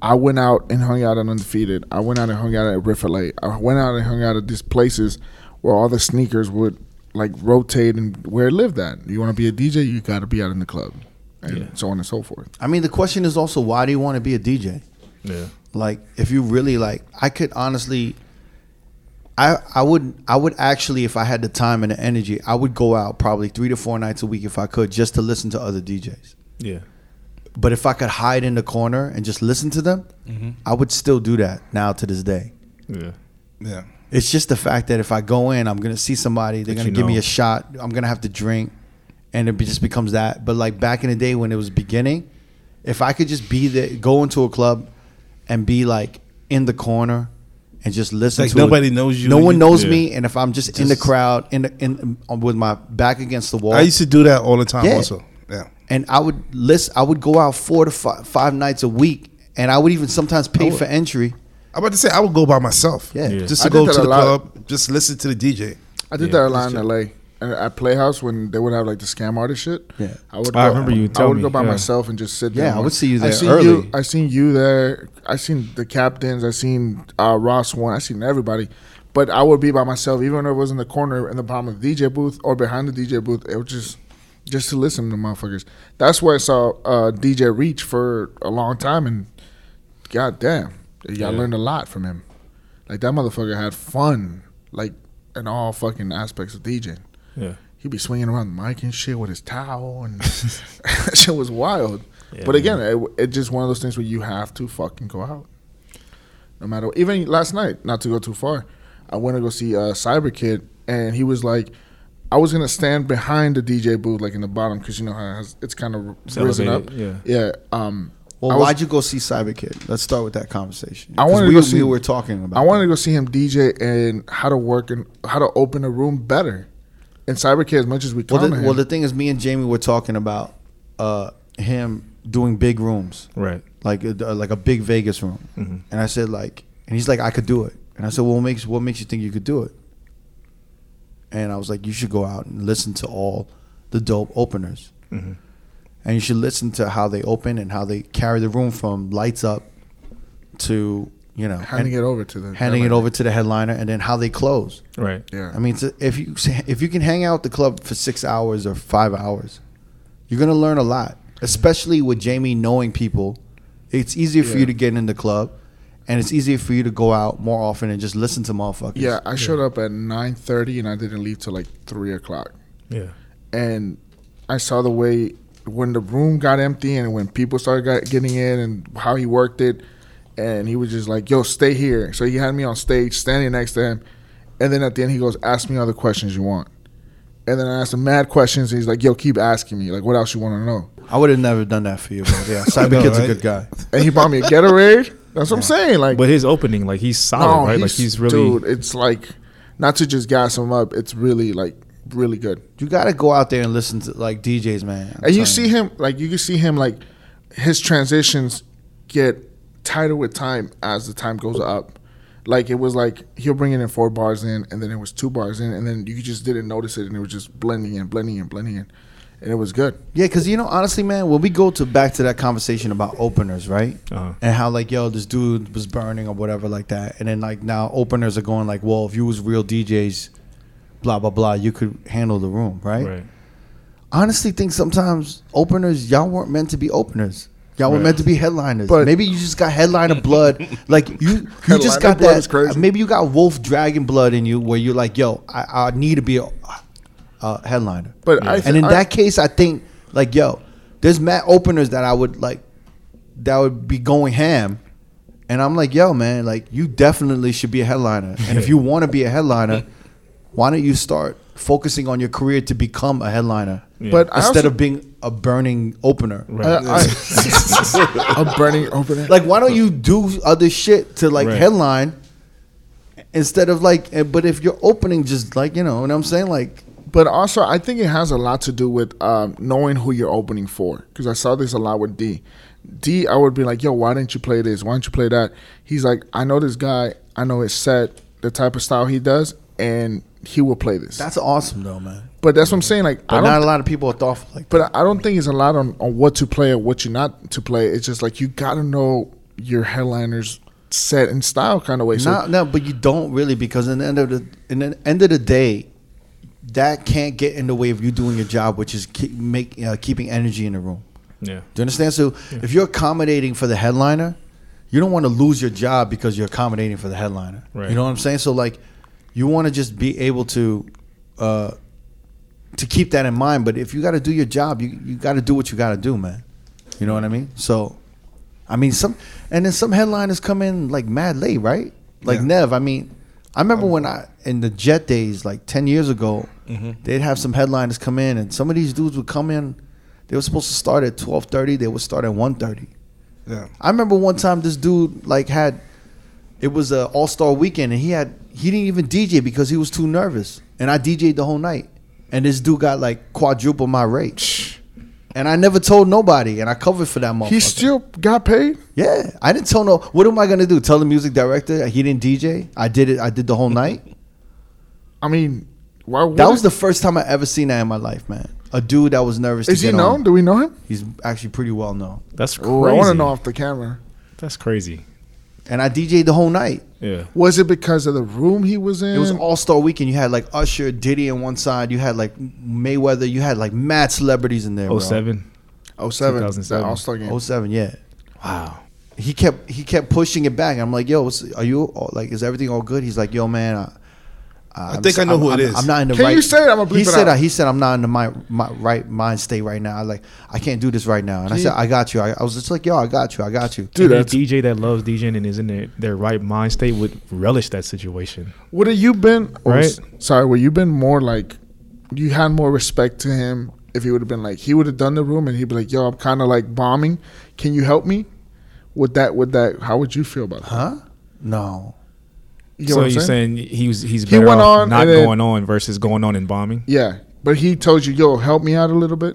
S3: I went out and hung out at Undefeated. I went out and hung out at Riffle. I went out and hung out at these places where all the sneakers would like rotate and where it lived at. You want to be a DJ, you gotta be out in the club, and
S1: Yeah.
S3: so on and so forth.
S4: I mean, the question is also why do you want to be a DJ?
S1: Yeah.
S4: Like, if you really like, I could honestly, I I would I would actually, if I had the time and the energy, I would go out probably three to four nights a week if I could just to listen to other DJs.
S1: Yeah.
S4: But if I could hide in the corner and just listen to them, I would still do that now to this day.
S1: Yeah.
S2: Yeah.
S4: It's just the fact that if I go in, I'm gonna see somebody. They're
S1: That
S4: gonna
S1: you
S4: give me
S1: know.
S4: a shot. I'm gonna have to drink, and it be- just becomes that. But like back in the day when it was beginning, if I could just be there, go into a club, and be like in the corner, and just listen
S2: Like
S4: to it.
S2: nobody knows you
S4: No
S2: and
S4: one
S2: you-
S4: knows
S1: yeah.
S4: me, and if I'm just, in the crowd, in the, in um, with my back against the wall,
S2: I used to do that all the time.
S4: Yeah.
S2: Also, yeah.
S4: and I would list. I would go out four to five, five nights a week, and I would even sometimes pay for entry.
S2: I'm about to say I would go by myself.
S4: Yeah. Yeah.
S2: Just
S3: I
S2: to
S3: did
S2: go
S3: that
S2: to
S3: a
S2: the
S3: lot.
S2: club, just listen to the DJ.
S3: I did
S1: Yeah,
S3: that a lot in LA. And at Playhouse when they would have like the scam artist shit.
S4: Yeah.
S3: I would.
S1: I remember you
S3: I would
S1: telling
S3: go
S1: me,
S3: by
S1: yeah.
S3: myself and just sit. there.
S4: Yeah, I would see you
S3: I
S4: there
S3: seen
S4: early.
S3: you. I seen you there. I seen the captains. I seen uh, Ross one. I seen everybody. But I would be by myself, even when it was in the corner in the bottom of the DJ booth or behind the DJ booth. It was just, just to listen to motherfuckers. That's where I saw uh, DJ Reach for a long time, and goddamn, y'all
S1: Yeah.
S3: learned a lot from him. Like that motherfucker had fun, like in all fucking aspects of DJing.
S1: Yeah.
S3: He'd be swinging around the mic and shit with his towel, and that shit was wild.
S1: Yeah,
S3: but again, it, it's just one of those things where you have to fucking go out, no matter. Even last night, not to go too far, I went to go see uh, Cyber Kid, and he was like, "I was gonna stand behind the DJ booth, like in the bottom, because you know how it has, it's kind of risen up."
S1: elevated,
S3: yeah. Um,
S4: Well,
S3: I was-
S4: why'd you go see Cyber Kid? Let's start with that conversation.
S3: I
S4: 'Cause
S3: wanted to
S4: we,
S3: go see-
S4: we were talking about.
S3: I wanted to
S4: that.
S3: go see him DJ and how to work and how to open a room better. And Cyber Kid, as much as we
S4: Well
S3: clown
S4: the,
S3: him,
S4: well, the thing is, me and Jamie were talking about uh, him doing big rooms,
S1: Right.
S4: like a, like a big Vegas room.
S3: Mm-hmm.
S4: And I said like, and he's like, I could do it. And I said, well, what makes what makes you think you could do it? And I was like, you should go out and listen to all the dope openers,
S3: Mm-hmm.
S4: and you should listen to how they open and how they carry the room from lights up to you know
S3: handing
S4: and-
S3: it over to the
S4: handing it
S3: headliner.
S4: over to the headliner, and then how they close.
S1: Right.
S3: Yeah,
S4: I mean, it's if you if you can hang out at the club for six hours or five hours, you're gonna learn a lot. Especially with Jamie knowing people, it's easier for
S3: Yeah.
S4: you to get in the club, and it's easier for you to go out more often and just listen to motherfuckers.
S3: Yeah, I showed up at nine thirty and I didn't leave till like three o'clock.
S1: Yeah.
S3: And I saw the way when the room got empty and when people started got, getting in and how he worked it, and he was just like, "Yo, stay here." So he had me on stage, standing next to him, and then at the end he goes, "Ask me all the questions you want." And then I asked him mad questions, and he's like, "Yo, keep asking me. Like, what else you want to know?"
S4: I would have never done that for you, but yeah, Cyber
S2: know,
S4: Kid's a
S2: right?
S4: good guy.
S3: And he bought me a Gatorade. That's what I'm saying. Like,
S1: But his opening, like he's solid, right? like he's really
S3: Oh, dude. It's like not to just gas him up. It's really like really good.
S4: You gotta go out there and listen to like DJs, man. I'm
S3: and you
S4: telling
S3: see him like you can see him like his transitions get tighter with time as the time goes up like it was like he'll bring it in four bars in and then it was two bars in and then you just didn't notice it and it was just blending in blending in blending in and it was good.
S4: Yeah, because you know, honestly, man, when we go to back to that conversation about openers, right?
S1: Uh-huh.
S4: And how like, yo, this dude was burning or whatever like that, and then like now openers are going like, well, if you was real DJs, blah blah blah, you could handle the room, right?
S1: Right.
S4: Honestly, think sometimes openers, y'all weren't meant to be openers. Y'all all were
S1: Right.
S4: meant to be headliners.
S3: But-
S4: maybe you just got headliner blood. Like you, you
S3: Headliner
S4: just got
S3: blood
S4: that.
S3: is crazy.
S4: Maybe you got wolf dragon blood in you, where you're like, yo, I, I need to be a, a headliner.
S3: But I
S4: and in
S3: I-
S4: that case, I think like yo, there's mad openers that I would like that would be going ham, and I'm like yo man, like you definitely should be a headliner, and if you want to be a headliner, why don't you start focusing on your career to become a headliner
S1: Yeah.
S3: but I
S4: instead
S3: also,
S4: of being a burning opener?
S1: Right.
S3: I, I, am burning opener.
S4: Like why don't you do other shit to like
S1: Right.
S4: headline instead of like? eh, But if you're opening, just like you know, what I'm saying like.
S3: But also, I think it has a lot to do with um, knowing who you're opening for. Because I saw this a lot with D. D, I would be like, yo, why didn't you play this? Why didn't you play that? He's like, I know this guy. I know his set, the type of style he does, and he will play this.
S4: That's awesome though, man.
S3: but that's what I'm saying. Like, I
S4: But
S3: don't,
S4: not a lot of people are thoughtful like
S3: but I don't think it's a lot on, on what to play or what you not to play. It's just like you got to know your headliner's set and style kind of way. So,
S4: No, no, but you don't really because in the end of the in the end of the day, that can't get in the way of you doing your job, which is keep, make uh, keeping energy in the room.
S1: Yeah.
S4: Do you understand? So if you're accommodating for the headliner, you don't want to lose your job because you're accommodating for the headliner.
S1: Right.
S4: You know what I'm saying? So like, you want to just be able to. Uh, to keep that in mind, but if you got to do your job, you, you got to do what you got to do, man. You know what I mean? So, I mean some, and then some headliners come in like mad late, right? Like Nev. I mean, I remember when I in the Jet days, like ten years ago, they'd have some headliners come in, and some of these dudes would come in. They were supposed to start at twelve thirty. They would start at one thirty.
S2: Yeah.
S4: I remember one time this dude like had it was a All Star weekend and he had he didn't even DJ because he was too nervous and I DJ'd the whole night and this dude got like quadruple my rate and I never told nobody and I covered for that motherfucker.
S3: he still got paid?
S4: yeah I didn't tell no what am I gonna do tell the music director he didn't DJ I did it I did the whole night
S3: I mean, why would
S4: that was the first time I ever seen that in my life man a dude that was nervous to
S3: Is he
S4: get on.
S3: known? Do we know him?
S4: he's actually pretty well known
S1: That's crazy.
S3: Ooh, I want to know off the camera.
S1: That's crazy.
S4: and I DJ'd the whole night
S1: Yeah.
S3: Was it because of the room he was in?
S4: It was All Star Weekend. You had like Usher, Diddy on one side. You had like Mayweather. You had like mad celebrities in there.
S1: Oh
S4: bro.
S1: seven.
S3: 07,
S1: 2007.
S3: All Star game.
S4: 07, yeah.
S1: Wow.
S4: He kept he kept pushing it back. I'm like, yo, what's, are you all, like, is everything all good? He's like, yo, man, I, I'm
S2: think I know
S4: I'm-
S2: who it
S4: I'm,
S2: is.
S4: I'm not in the
S3: Can
S4: right.
S3: you say it? I'ma bleep
S4: he
S3: it
S4: said
S3: out.
S4: I- he said I'm not in the my, my right mind state right now. I like I can't do this right now. And I said I got you. I, I was just like, yo, I got you. I got you.
S3: Dude,
S1: Dude, Any
S3: that's-
S1: DJ that loves DJing and is in their, their right mind state would relish that situation.
S3: Would have you been or
S1: Right.
S3: s- Sorry, would you been more like you had more respect to him if he would have been like he would have done the room and he'd be like, "Yo, I'm kind of like bombing. Can you help me?" Would that would that how would you feel about that?
S4: Huh? No.
S3: You get
S1: so
S3: what I'm
S1: you're
S3: saying?
S1: saying he was he's better
S3: went
S1: off
S3: on
S1: not
S3: and then-
S1: going on versus going on and bombing.
S3: Yeah, but he told you, "Yo, help me out a little bit."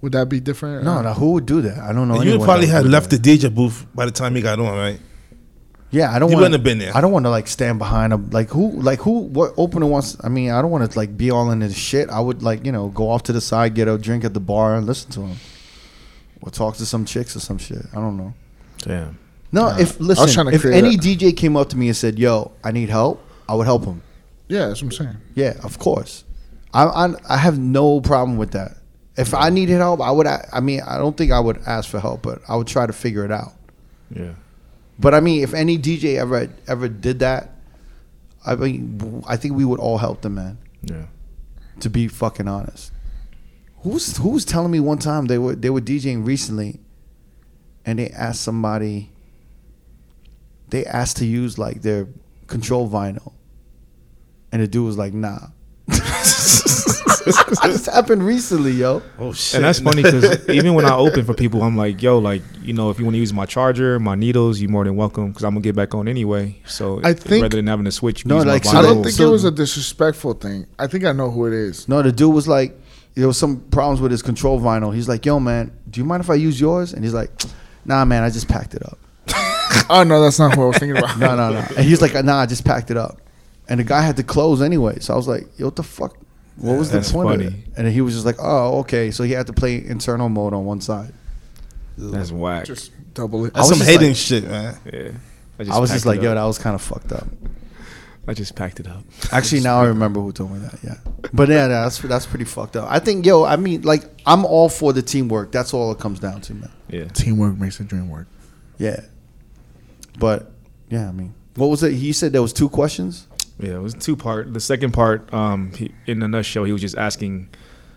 S3: Would that be different? Uh,
S4: No, no. Who would do that? I don't know.
S2: You
S4: anyone
S2: probably
S4: that
S2: had
S4: would do
S2: left
S4: that.
S2: the DJ booth by the time he got on, right?
S4: Yeah, I don't
S2: You
S4: want.
S2: wouldn't have been there.
S4: I don't want to like stand behind him. Like who? Like who? What opener wants? I mean, I don't want to like be all in his shit. I would like you know go off to the side, get a drink at the bar, and listen to him, or talk to some chicks or some shit. I don't know.
S1: Damn.
S4: No, if listen,
S3: trying to
S4: if
S3: create
S4: any
S3: a-
S4: DJ came up to me and said, "Yo, I need help," I would help him.
S3: Yeah, that's what I'm saying.
S4: Yeah, of course. I I, I have no problem with that. If I needed help, I would. a- I mean, I don't think I would ask for help, but I would try to figure it out.
S1: Yeah.
S4: But I mean, if any DJ ever ever did that, I mean, I think we would all help the man.
S1: Yeah.
S4: To be fucking honest, who's who was telling me one time they were they were DJing recently, and they asked somebody. They asked to use like their control vinyl, and the dude was like, "Nah." this happened recently, yo.
S2: Oh shit!
S1: And that's funny because even when I open for people, I'm like, yo, like, you know, if you want to use my charger, my needles, you're more than welcome because I'm going to get back on anyway. So
S3: I think-
S1: rather than having to switch, you
S4: No,
S1: use my
S4: like, so
S3: I
S1: vinyl.
S3: don't think it
S4: So-
S3: was a disrespectful thing. I think I know who it is.
S4: No, the dude was like, there was some problems with his control vinyl. He's like, yo, man, do you mind if I use yours? And he's like, nah, man, I just packed it up.
S3: Oh no, that's not who I was thinking about.
S4: No, no, no. And he's like, nah, I just packed it up. And the guy had to close anyway. So I was like, yo, what the fuck? What was
S1: That's
S4: the point? Of
S1: funny.
S4: it? And he was just like, "Oh, okay." So he had to play internal mode on one side.
S1: That's whack.
S3: Just double it.
S4: I
S2: That's
S4: was
S2: some
S4: just
S2: hidden
S4: like-
S2: shit, man.
S1: yeah.
S4: I was just
S1: packed
S4: like,
S1: it
S4: "Yo,
S1: up.
S4: that was kind of fucked up."
S1: I just packed it up.
S4: Actually, now I remember who told me that. Yeah, but yeah, that's that's pretty fucked up. I think, yo, I mean, like, I'm all for the teamwork. That's all it comes down to, man.
S1: Yeah.
S3: Teamwork makes the dream work.
S4: Yeah, but yeah, I mean, what was it? He said there was two questions.
S1: Yeah, it was two part. The second part, um, he, in a nutshell, he was just asking,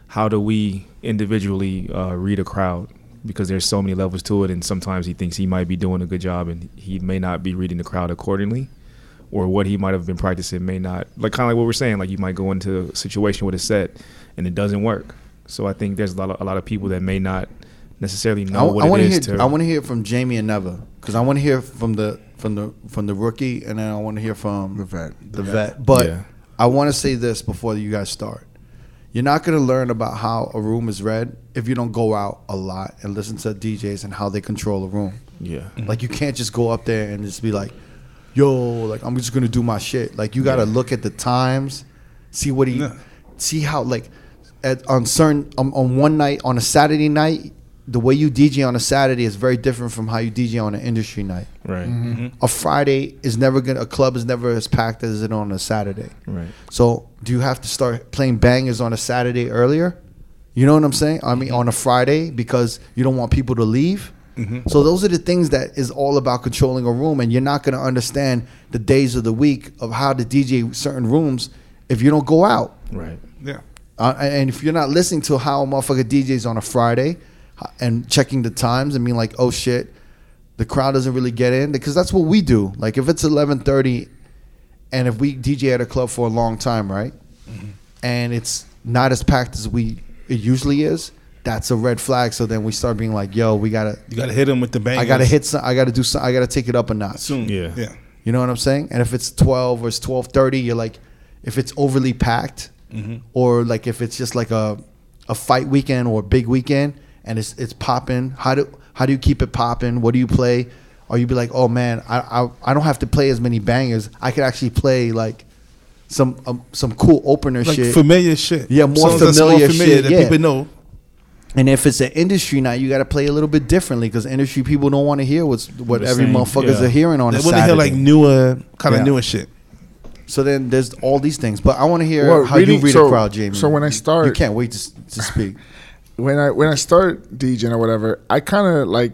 S1: how do we individually uh, read a crowd? Because there's so many levels to it, and sometimes he thinks he might be doing a good job, and he may not be reading the crowd accordingly, or what he might have been practicing may not. Like kind of like what we're saying, like you might go into a situation with a set, and it doesn't work. So I think there's a lot of, a lot of people that may not necessarily know
S4: I,
S1: what it
S4: want to
S1: is
S4: hear.
S1: to.
S4: I want to hear from Jamie and Neva because I want to hear from the from the from the rookie, and then I want to hear from
S3: The vet.
S4: The vet. But
S1: Yeah.
S4: I want to say this before you guys start. You're not going to learn about how a room is read if you don't go out a lot and listen to DJs and how they control a room.
S1: yeah,
S4: Like you can't just go up there and just be like, "Yo, like I'm just gonna do my shit." Like you gotta look at the times, see what he,
S2: Yeah.
S4: see how like, at on certain um, on one night on a Saturday night, the way you DJ on a Saturday is very different from how you DJ on an industry night.
S1: right,
S4: A Friday is never gonna a club is never as packed as it on a Saturday.
S1: right.
S4: So do you have to start playing bangers on a Saturday earlier? You know what I'm saying? I mean, on a Friday because you don't want people to leave. So those are the things that is all about controlling a room, and you're not going to understand the days of the week of how to DJ certain rooms if you don't go out,
S1: Right.
S2: Yeah.
S4: uh, and if you're not listening to how a motherfucker DJs on a Friday, uh, and checking the times and being like, oh shit, the crowd doesn't really get in because that's what we do. Like if it's 11:30, and if we DJ at a club for a long time, right?
S2: Mm-hmm.
S4: and it's not as packed as we it usually is, that's a red flag. So then we start being like, "Yo, we gotta,
S2: You gotta hit him with the bang.
S4: I gotta hit some, I gotta do some, I gotta take it up a notch."
S2: soon.
S1: Yeah.
S2: Yeah.
S4: You know what I'm saying? And if it's 12 or it's 12:30, you're like, if it's overly packed,
S2: Mm-hmm.
S4: or like if it's just like a a fight weekend or a big weekend, and it's it's popping. How do how do you keep it popping? What do you play? Or you be like, oh man, I, I I don't have to play as many bangers. I could actually play like some um, some cool opener
S2: Like
S4: shit.
S2: familiar shit.
S4: Yeah, more
S2: Songs that's
S4: familiar shit,
S2: that
S4: yeah.
S2: people know.
S4: And if it's an industry night, you got to play a little bit differently because industry people don't want to hear what's what
S1: The
S4: every
S1: same,
S4: motherfuckers
S1: yeah.
S4: are hearing on
S2: They
S4: a
S2: want to
S4: Saturday.
S2: hear like newer, kind of
S4: Yeah.
S2: newer shit.
S4: so then there's all these things, but I want to hear
S3: Well,
S4: how you
S3: really-
S4: read
S3: so-
S4: a crowd, Jamie.
S3: so when I
S4: You- you
S3: start-
S4: can't wait to, s- to speak.
S3: when I when I start DJing or whatever, I kind of like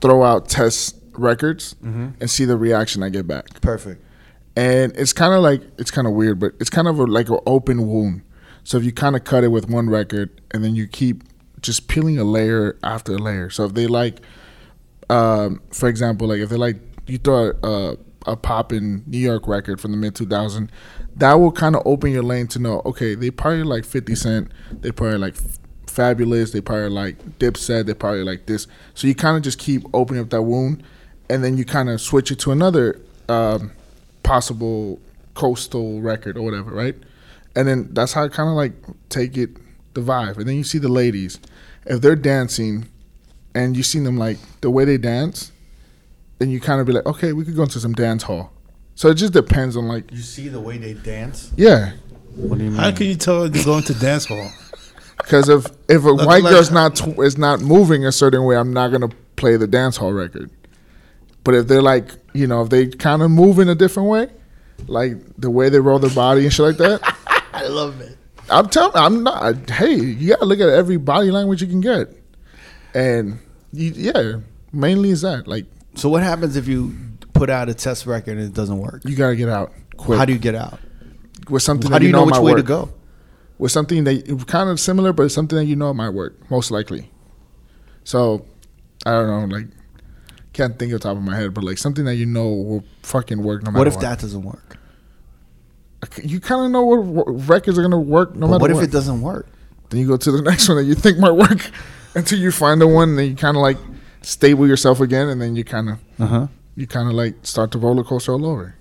S3: throw out test records and see the reaction I get back.
S4: Perfect.
S3: And it's kind of like it's kind of weird, but it's kind of a, like an open wound. So if you kind of cut it with one record and then you keep just peeling a layer after a layer. So if they like, um, for example, like if they like you throw a, a, a pop in New York record from the mid 2000, that will kind of open your lane to know. Okay, they probably like 50 Cent. They probably like Fabulous. They probably like Dipset. They probably like this. So you kind of just keep opening up that wound, and then you kind of switch it to another um, possible coastal record or whatever, right? And then that's how I kind of like take it the vibe. And then you see the ladies, if they're dancing, and you see them like the way they dance, then you kind of be like, okay, we could go into some dance hall. So it just depends on like,
S4: You see the way they dance.
S3: yeah,
S4: What do you mean?
S2: How can you tell they're going to dance hall?
S3: because if if a
S2: Look
S3: white
S2: like-
S3: girl's not tw- is not moving a certain way, I'm not gonna play the dance hall record. But if they're like, you know, if they kind of move in a different way, like the way they roll their body and shit like that.
S4: I love it.
S3: I'm telling. I'm not. Hey, you gotta look at every body language you can get, and you, yeah, mainly is that like
S4: So what happens if you put out a test record and it doesn't work?
S3: you gotta get out quick.
S4: How do you get out?
S3: with something?
S4: How
S3: that
S4: do you know which
S3: might
S4: way to
S3: work.
S4: go?
S3: With something that kind of similar, but something that you know might work most likely. So, I don't know. Like, can't think of the top of my head, but like something that you know will fucking work no matter
S4: What if
S3: what.
S4: that doesn't work?
S3: You kind of know what w- records are gonna work no
S4: But
S3: matter
S4: what if
S3: what.
S4: it doesn't work?
S3: Then you go to the next one that you think might work until you find the one that you kind of like stable yourself again, and then you kind of
S4: Uh huh.
S3: you kind of like start the roller coaster all over.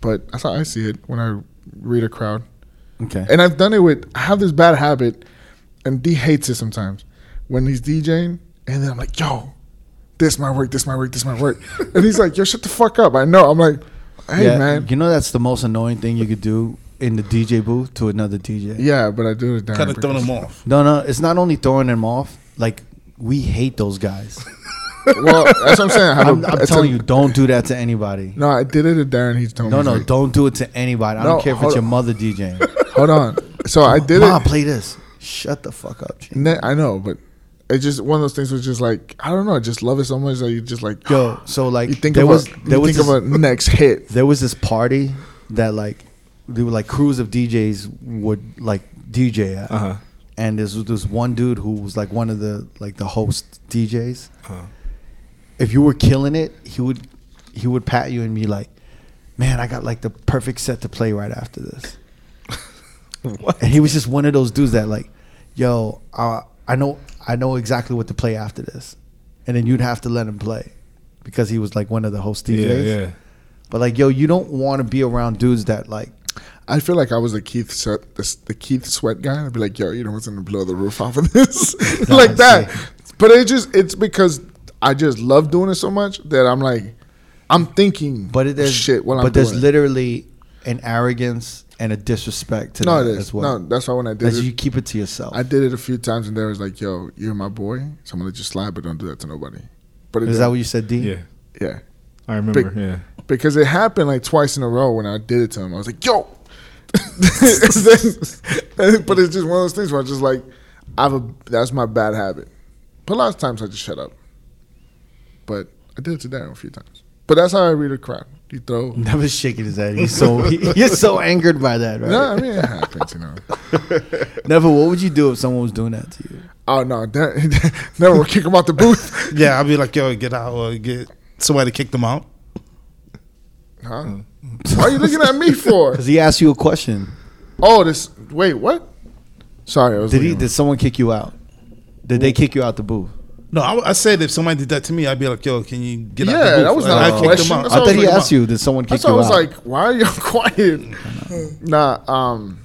S3: But that's how I see it when I read a crowd.
S4: Okay.
S3: And I've done it with, I have this bad habit, and D hates it sometimes when he's DJing, and then I'm like, yo, this might work, this might work, this might work. and he's like, yo, shut the fuck up. I know. I'm like, hey,
S4: Yeah,
S3: man.
S4: You know that's the most annoying thing you could do in the DJ booth to another DJ.
S3: Yeah, but I do it.
S2: Kind of throwing them off.
S4: No, no, it's not only throwing them off. Like we hate those guys.
S3: Well, that's what I'm saying. I have
S4: I'm,
S3: a-
S4: I'm
S3: it's a-
S4: telling you, don't do that to anybody.
S3: No, I did it to Darren. He's telling
S4: No,
S3: me.
S4: no,
S3: like,
S4: don't do it to anybody. I
S3: No,
S4: don't care if
S3: hold
S4: it's your
S3: on.
S4: mother DJing.
S3: Hold on. So I did
S4: Mom,
S3: it.
S4: play this. Shut the fuck up. G.
S3: Ne- I know, but it's just one of those things. Was just like I don't know. I just love it so much that you just like
S4: Yo, so like
S3: You think
S4: there
S3: of
S4: was
S3: a,
S4: there
S3: you
S4: was
S3: think
S4: this,
S3: of a next hit.
S4: there was this party that like they were like crews of DJs would like DJ at,
S1: Uh-huh.
S4: and this was this one dude who was like one of the like the host DJs.
S1: Uh-huh.
S4: If you were killing it, he would he would pat you and be like, "Man, I got like the perfect set to play right after this."
S1: What?
S4: And he was just one of those dudes that like, "Yo, I I know I know exactly what to play after this," and then you'd have to let him play because he was like one of the host DJs.
S1: Yeah, yeah.
S4: But like, yo, you don't want to be around dudes that like.
S3: I feel like I was the Keith Sweat, the, the Keith Sweat guy. I'd be like, yo, you know what's gonna blow the roof off of this, like that. But it just it's because I just love doing it so much that I'm like, I'm thinking,
S4: But it, there's
S3: shit while
S4: But
S3: I'm
S4: there's
S3: doing it.
S4: literally an arrogance and a disrespect to
S3: no,
S4: that
S3: it is.
S4: as well.
S3: No, that's why when I did
S4: As
S3: it,
S4: you keep it to yourself.
S3: I did it a few times, and there was like, yo, you're my boy, so I'm gonna let you slide, but don't do that to nobody. But it,
S4: Is that what you said, D?
S1: Yeah.
S3: yeah.
S1: I remember.
S3: Big-
S1: yeah.
S3: because it happened like twice in a row when I did it to him. I was like, "Yo," Then- but it's just one of those things where I just like, I have a that's my bad habit. But a lot of times I just shut up. But I did it to Darren a few times. But that's how I read a crowd. You throw.
S4: That was shaking his head. He's so he- you're so angered by that, right?
S3: No, I mean it happens, you know.
S4: Never. What would you do if someone was doing that to you?
S3: Oh no, Darren, never will kick him out the booth.
S2: Yeah, I'd be like, yo, get out or get somebody kicked them out.
S3: Huh?
S4: Mm.
S3: Why are you looking at me for?
S4: Because he asked you a question.
S3: Oh, this. Wait, what? Sorry, I was.
S4: Did he?
S3: looking-
S4: Did someone kick you out? Did they kick you out the booth?
S2: No, I, I said if somebody did that to me, I'd be like, yo, can you get out?
S3: Yeah,
S2: the booth?
S3: that was
S2: And
S3: not
S2: I'd
S3: a
S2: kick
S3: question.
S2: Them out.
S3: That's
S4: I
S3: what was
S4: thought he
S3: talking
S4: asked
S3: about.
S4: you. Did someone kick
S3: That's why I
S4: you
S3: was
S4: out?
S3: like, why are you quiet? nah, um,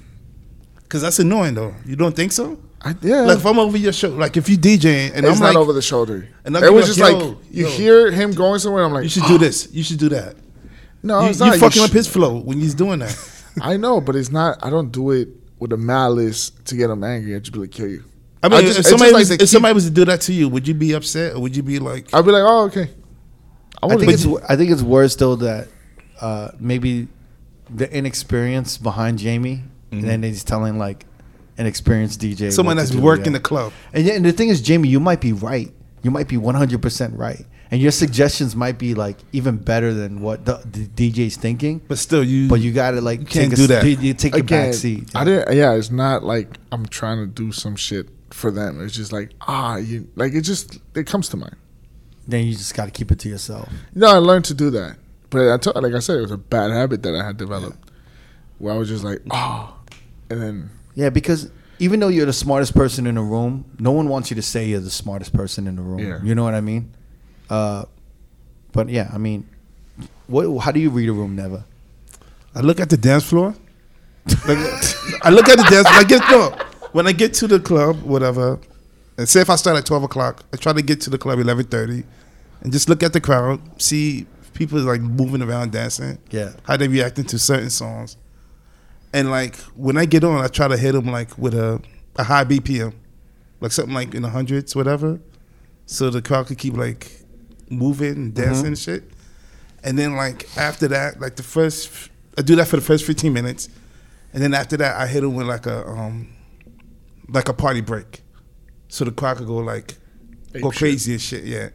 S2: Cause that's annoying though. You don't think so?
S3: I, yeah.
S2: Like if I'm over your show, like if you DJing and
S3: it's
S2: I'm
S3: not
S2: like,
S3: over the shoulder.
S2: And
S3: And
S2: I'm
S3: it
S2: like,
S3: was just
S2: yo,
S3: like you
S2: yo.
S3: hear him going somewhere. I'm like,
S2: you should do this, you should do that.
S3: no,
S2: you,
S3: it's not.
S2: you fucking up
S3: sh-
S2: his flow when he's doing that.
S3: I know, but it's not. I don't do it with a malice to get him angry. I just be like, kill you.
S2: I mean,
S3: just-
S2: if
S3: it's
S2: somebody
S3: just like
S2: was,
S3: they
S2: if
S3: keep-
S2: somebody was to do that to you, would you be upset or would you be like,
S3: I'd be like, oh okay. I
S4: I
S3: want
S4: think
S3: to.
S4: it's I think it's worse though that uh, maybe the inexperience behind Jamie,
S3: Mm-hmm.
S4: and then he's telling like an experienced DJ
S2: someone
S4: what to
S2: that's
S4: do,
S2: working
S4: yeah.
S2: the club?
S4: And, yet- and the thing is, Jamie, you might be right. You might be one hundred percent right, and your suggestions might be like even better than what the, the DJ's thinking.
S2: But still, you.
S4: But you gotta like
S2: can't
S4: take
S2: do
S4: a,
S2: that.
S4: You, you take a
S3: Again,
S4: back seat.
S3: I didn't. Yeah, it's not like I'm trying to do some shit for them. It's just like ah, you like it. Just it comes to mind.
S4: then you just gotta keep it to yourself.
S3: No, I learned to do that, but I told, like I said, it was a bad habit that I had developed, where I was just like, oh, and then
S4: Yeah, because even though you're the smartest person in the room, no one wants you to say you're the smartest person in the room.
S3: Yeah.
S4: You know what I mean? Uh, but yeah, I mean, what? How do you read a room? Never.
S2: I look at the dance floor. Like, I look at the dance. I get no. When I get to the club, whatever, and say if I start at twelve o'clock, I try to get to the club eleven thirty, and just look at the crowd, see if people like moving around, dancing,
S4: Yeah.
S2: how they reacting to certain songs, and like when I get on, I try to hit them like with a a high BPM, like something like in the hundreds, whatever, so the crowd could keep like moving and dancing and shit. And then like after that, like the first, I do that for the first 15 minutes, and then after that, I hit him with like a um, like a party break, so the crowd could go like go
S3: shit.
S2: crazy and shit, yeah.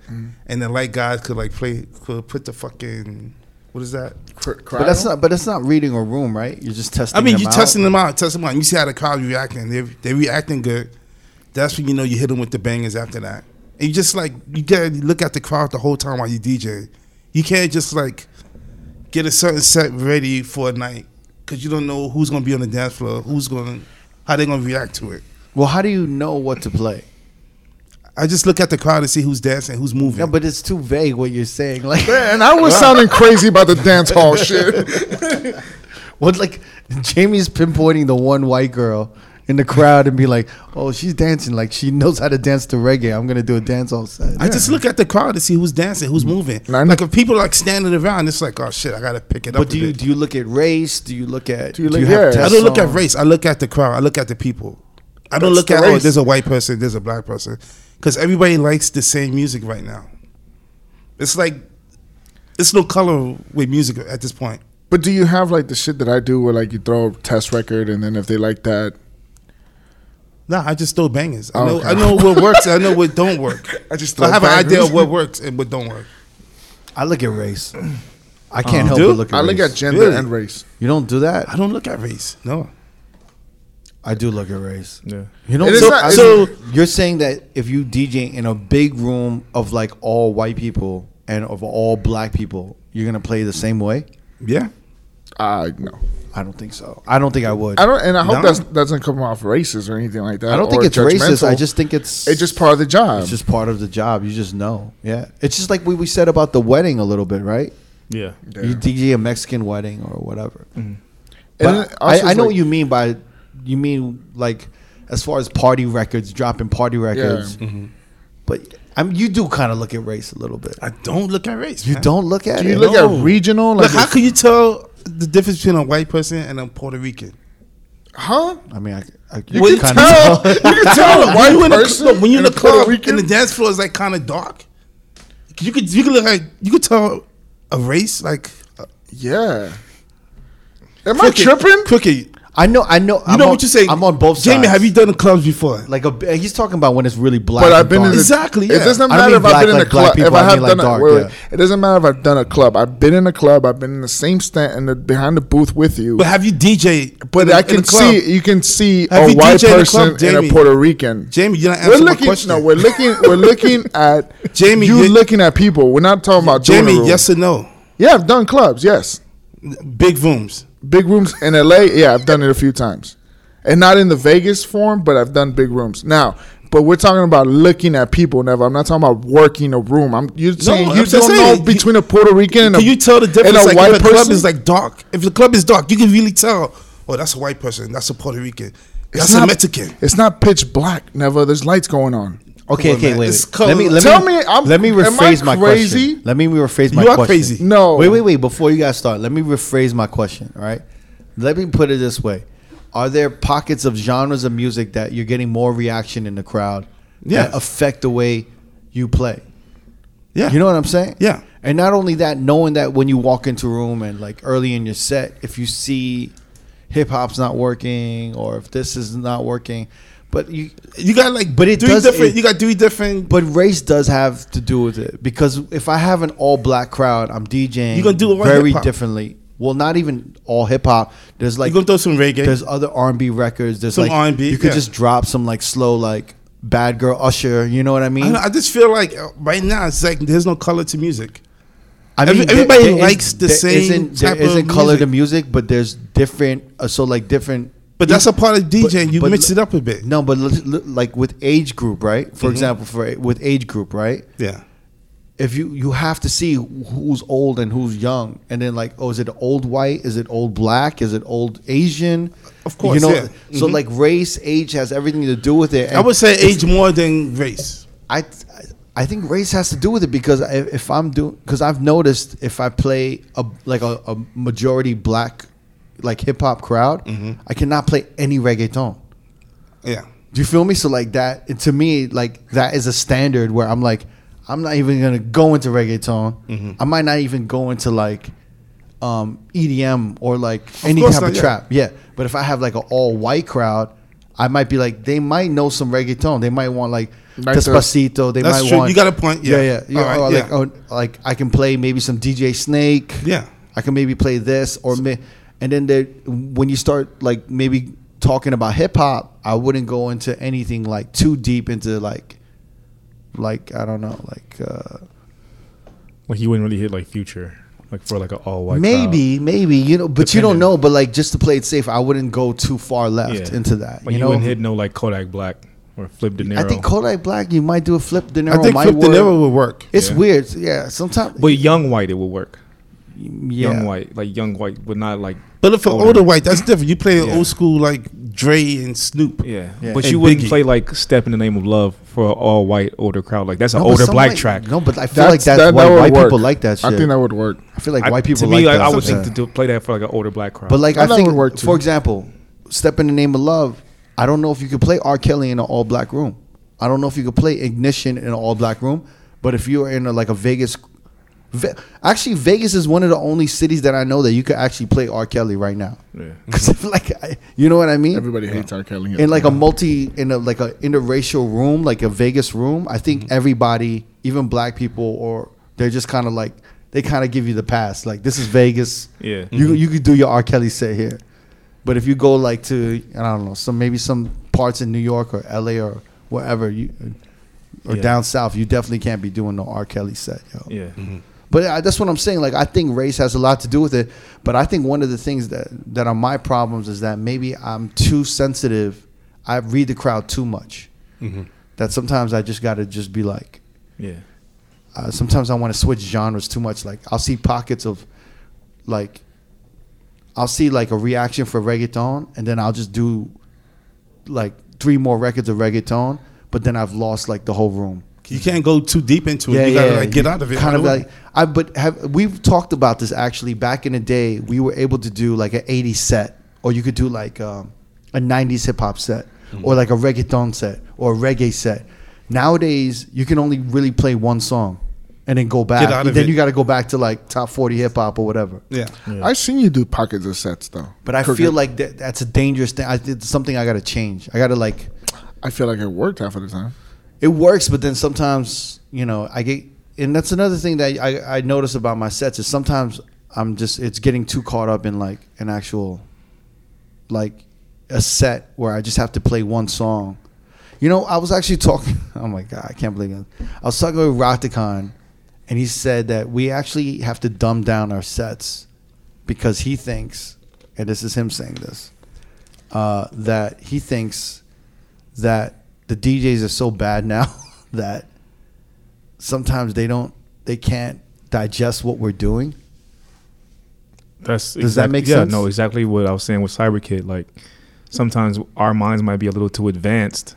S2: And the light guys could like play, could put the fucking what is that?
S3: cr- cry.
S4: But that's not. But that's not reading a room, right? You're just testing.
S2: I mean,
S4: them
S2: you
S4: out.
S2: testing them out, testing them out. And you see how the crowd reacting. They they reacting good. That's when you know you hit them with the bangers after that. And you just like you gotta look at the crowd the whole time while you DJ. You can't just like get a certain set ready for a night because you don't know who's gonna be on the dance floor, who's gonna how they gonna react to it.
S4: Well, how do you know what to play?
S2: I just look at the crowd and see who's dancing, who's moving.
S4: Yeah, but it's too vague what you're saying. Like,
S3: and I was sounding crazy about the dance hall shit.
S4: what? Like, Jamie's pinpointing the one white girl. in the crowd and be like, "Oh, she's dancing like she knows how to dance to reggae. I'm gonna do a dance all set."
S2: I just look at the crowd to see who's dancing, who's moving.
S3: Nah, I know.
S2: Like if people like standing around, it's like, oh shit, I gotta pick it up.
S4: but
S2: a
S4: do you
S2: bit.
S4: do you look at race? Do you look at
S3: Do you look- yeah.
S2: I
S4: test
S2: don't look at
S4: songs?
S2: race. I look at the crowd. I look at the people. I don't
S3: That's
S2: look
S3: the
S2: at oh,
S3: race.
S2: there's a white person, there's a black person, because everybody likes the same music right now. It's like it's no color with music at this point.
S3: But do you have like the shit that I do where like you throw a test record and then if they like that,
S2: Nah, I just throw bangers. I know,
S3: Okay.
S2: I know what works. I know what don't work.
S3: I just
S2: I have an idea of what works and what don't work.
S4: I look at race. I can't help
S2: Uh-huh. do?
S4: but look at
S3: I look
S4: race.
S3: at gender
S2: Really?
S3: and race.
S4: you don't do that.
S2: I don't look at race. No,
S4: I do look at race.
S1: Yeah.
S4: You know,
S3: It is
S4: so,
S3: not-
S4: so you're saying that if you DJ in a big room of like all white people and of all black people, you're gonna play the same way?
S2: yeah.
S3: I no.
S4: I don't think so. I don't think I would.
S3: I don't and I hope
S2: No.
S3: that's that doesn't come off racist or anything like that.
S4: I don't think
S3: or
S4: it's racist. I
S3: judgmental.
S4: just think it's
S3: it's just part of the job.
S4: it's just part of the job. You just know. Yeah. It's just like we, we said about the wedding a little bit, right?
S1: Yeah.
S3: Yeah. Mm-hmm.
S4: You DJ a Mexican wedding or whatever.
S3: And
S4: But
S3: it also
S4: I,
S3: is
S4: I know
S3: like-
S4: what you mean by you mean like as far as party records, dropping party records. But I mean, you do kind of look at race a little bit.
S2: I don't look at race.
S4: You
S2: man.
S4: don't look at
S3: Do
S4: it.
S3: you look
S2: No.
S3: at regional? Like
S2: Look, how can you tell the difference between a white person and a Puerto Rican?
S3: huh?
S4: I mean, I, I
S3: You can tell. you can tell a
S2: Why
S3: white
S2: you in
S3: person
S2: the, when you in
S3: and
S2: the
S3: a Puerto
S2: club
S3: Rican?
S2: and the dance floor is like kind of dark? You could you could look like you could tell a race like. uh,
S3: yeah. Am I
S2: crooked-
S3: tripping?
S2: Crooked. You
S4: I know. I know. I'm
S2: know
S4: on-
S2: what you say.
S4: I'm on both sides.
S2: Jamie, have you done the clubs before?
S4: Like a, b- he's talking about when it's really black.
S3: But
S4: and
S3: I've been in
S4: dark.
S3: the,
S2: Exactly, yeah.
S3: It doesn't
S4: I don't
S3: matter
S4: mean
S3: if I've
S4: black
S3: been in
S4: like
S3: a
S4: black
S3: club.
S4: people,
S3: if I
S4: I
S3: have
S4: mean like
S3: done
S4: dark,
S3: a, wait, wait.
S4: yeah.
S3: it doesn't matter if I've done a club. I've been in a club. I've been in the same stand and the, behind the booth with you.
S2: But
S3: But,
S2: have you DJ? in
S3: I
S2: the- in
S3: can
S2: the club?
S3: see you can see
S2: Have
S3: a
S2: you
S3: white
S2: DJ in the
S3: person
S2: club,
S3: and a
S2: Jamie?
S3: Puerto Rican.
S2: Jamie, you're not
S3: we're
S2: answering my
S3: looking.
S2: question.
S3: No, we're looking. We're looking at
S2: Jamie,
S3: You
S2: you-
S3: looking at people. We're not talking about doing a
S2: Jamie,
S3: room.
S2: yes or no?
S3: Yeah, I've done clubs. Yes,
S2: Big rooms.
S3: big rooms in LA. Yeah, I've done it a few times, and not in the Vegas form, but I've done big rooms now. But we're talking about looking at people. Never. I'm not talking about working a room. I'm you saying
S2: I'm
S3: you
S2: just
S3: don't
S2: saying,
S3: know
S2: you-
S3: between a Puerto Rican and a
S2: Can you tell the
S3: and
S2: difference?
S3: a
S2: like
S3: white
S2: if the club
S3: person?
S2: is like dark, if the club is dark, you can really tell. Oh, that's a white person. That's a Puerto Rican.
S3: It's
S2: That's
S3: not-
S2: a Mexican.
S3: It's not pitch black. Never. There's lights going on.
S4: Okay,
S2: Come on,
S4: okay,
S2: man.
S4: wait.
S2: It's
S4: wait. Let me let
S3: color- Tell
S4: me,
S3: me, I'm-
S4: let me
S3: am I
S4: rephrase my
S3: crazy?
S4: question. Let me rephrase my
S2: You are
S4: question.
S2: crazy.
S3: No.
S4: Wait, wait, wait. Before you guys start, let me rephrase my question. All right. Let me put it this way: Are there pockets of genres of music that you're getting more reaction in the crowd
S2: Yeah.
S4: that affect the way you play?
S2: Yeah,
S4: You know what I'm saying?
S2: Yeah.
S4: And not only that, knowing that when you walk into a room and like early in your set, if you see hip hop's not working or if this is not working, but you
S2: You got like,
S4: But it
S2: three
S4: does-
S2: different.
S4: it-
S2: you got three different.
S4: But race does have to do with it because if I have an all black crowd, I'm DJing.
S2: You gonna do it with
S4: very
S2: hip-hop.
S4: differently. Well, not even all hip hop. There's like
S2: you gonna throw some reggae?
S4: there's other R and B records. There's
S2: Some
S4: like
S2: R&B,
S4: You could
S2: yeah.
S4: just drop some like slow like Bad Girl Usher. You know what I
S2: I, don't
S4: mean?
S2: know, I just feel like uh, right now it's like there's no color to music.
S4: I
S2: Every-
S4: there-
S2: everybody
S4: there is-
S2: likes the
S4: there
S2: same
S4: Isn't, there
S2: type of
S4: isn't color
S2: music.
S4: to music, but there's different. Uh, so like different.
S2: But that's a part of
S4: But-
S2: DJing. You
S4: but
S2: mix
S4: l-
S2: it up a bit. Mm-hmm.
S4: No, but l- l- like with age group, right? For example, for with age group, right?
S2: Yeah,
S4: if you you have to see who's old and who's young and then like oh is it old white is it old black is it old asian
S2: Of course,
S4: you know
S2: yeah.
S4: so
S2: Mhm.
S4: like race age has everything to do with it
S2: I would say
S4: it's-
S2: age more than race.
S4: I I think race has to do with it because I, if I'm doing because I've noticed if I play a like a, a majority black like hip hop crowd
S2: Mm-hmm.
S4: I cannot play any reggaeton
S2: Yeah,
S4: do you feel me? So like that and to me, like that is a standard where I'm like, I'm not even gonna go into reggaeton.
S2: Mm-hmm.
S4: I might not even go into like um, EDM or like any
S2: course
S4: type
S2: not,
S4: of
S2: yeah.
S4: trap. Yeah. But if I have like an all white crowd, I might be like, they might know some reggaeton. They might want like
S3: Like the-
S4: Despacito. They
S2: That's
S4: might
S2: true.
S4: want
S2: You got a point, yeah.
S4: yeah, yeah. You
S2: All
S4: know,
S2: right,
S4: or
S2: yeah.
S4: Like, oh, like I can play maybe some DJ Snake.
S2: Yeah.
S4: I can maybe play this or may, and then there, when you start like maybe talking about hip hop, I wouldn't go into anything like too deep into like like I don't know like uh,
S1: Like you wouldn't really hit like future, like for like an all white.
S4: maybe maybe you know but you don't
S1: Depending.
S4: know but like just to play it safe, I wouldn't go too far left into that.
S1: Like
S4: you
S1: you,
S4: know,
S1: wouldn't hit no like Kodak Black or Flip De Niro.
S4: I think Kodak Black, you might do a flip. De Niro
S2: I think
S4: might
S2: Flip De
S4: work.
S2: Niro would work.
S4: It's
S1: Yeah.
S4: weird, yeah. Sometimes
S1: but young white it would work.
S4: yeah.
S1: young white, like young white, but not like
S2: But if an
S1: Older.
S2: older, white, that's different. You play the
S1: Yeah.
S2: old school like Dre and Snoop.
S1: yeah.
S4: Yeah.
S1: But
S2: And
S1: you wouldn't
S2: Biggie.
S1: play like "Step in the Name of Love" for an all white older crowd. Like that's an
S4: No, but
S1: older
S4: some
S1: black
S4: white-
S1: track.
S4: No, but I feel
S3: That's-
S4: like that's
S3: that-
S4: why
S3: that would
S4: white
S3: work.
S4: people like that shit.
S3: I think that would work.
S4: I feel like
S1: I-
S4: white people
S1: to me,
S4: like
S1: like,
S4: that.
S1: I would
S4: shit.
S1: think to do, play that for like an older black crowd.
S4: But like
S3: I
S4: I,
S3: thought it
S4: think,
S3: would work, too.
S4: for example, stepping in the name of love. I don't know if you could play R. Kelly in an all black room. I don't know if you could play Ignition in an all black room. But if you're in a, like a Vegas, Ve- actually Vegas is one of the only cities that I know that you could actually play R. Kelly right now.
S1: Yeah.
S4: Because like I, you know what I mean.
S3: Everybody hates R. Kelly.
S4: in like a multi in a like a interracial room, like a Vegas room, I think
S1: Mm-hmm.
S4: everybody, even black people, or they're just kind of like they kind of give you the pass. Like this is Vegas.
S1: Yeah. Mm-hmm.
S4: you you could do your R. Kelly set here, but if you go like to I don't know some maybe some parts in New York or L.A. or wherever you or
S1: Yeah.
S4: down south, you definitely can't be doing no R. Kelly set. Yo.
S1: yeah, Mm-hmm.
S4: But I, that's what I'm saying. Like I think race has a lot to do with it. But I think one of the things that that are my problems is that maybe I'm too sensitive. I read the crowd too much. That sometimes I just got to just be like.
S1: yeah,
S4: Uh, sometimes I want to switch genres too much. Like I'll see pockets of, like. I'll see like a reaction for reggaeton, and then I'll just do, like three more records of reggaeton. But then I've lost like the whole room.
S2: You can't go too deep into it. you gotta like get out of it.
S4: Kind of
S2: right away.
S4: like I, but have we've talked about this actually? Back in the day, we were able to do like an '80s set, or you could do like um, a '90s hip hop set,
S2: Hmm.
S4: or like a reggaeton set, or a reggae set. Nowadays, you can only really play one song, and then go back.
S2: out of
S4: then
S2: it.
S4: you got to go back to like top forty hip hop or whatever.
S2: yeah.
S3: I've seen you do pockets of sets though.
S4: But I
S3: Crooked.
S4: feel like that, that's a dangerous thing. I, it's something I got to change. I got to like.
S3: I feel like it worked half of the time.
S4: it works, but then sometimes you know I get, and that's another thing that I, I notice about my sets is sometimes I'm just it's getting too caught up in like an actual, like a set where I just have to play one song. You know, I was actually talking. Oh my god, I can't believe it. I was talking with Ratikon, and he said that we actually have to dumb down our sets because he thinks, and this is him saying this, uh, that he thinks that the DJs are so bad now that sometimes they don't they can't digest what we're doing.
S1: That's
S4: Does that make
S1: yeah,
S4: sense?
S1: No, exactly what I was saying with Cyber Kid. Like sometimes our minds might be a little too advanced.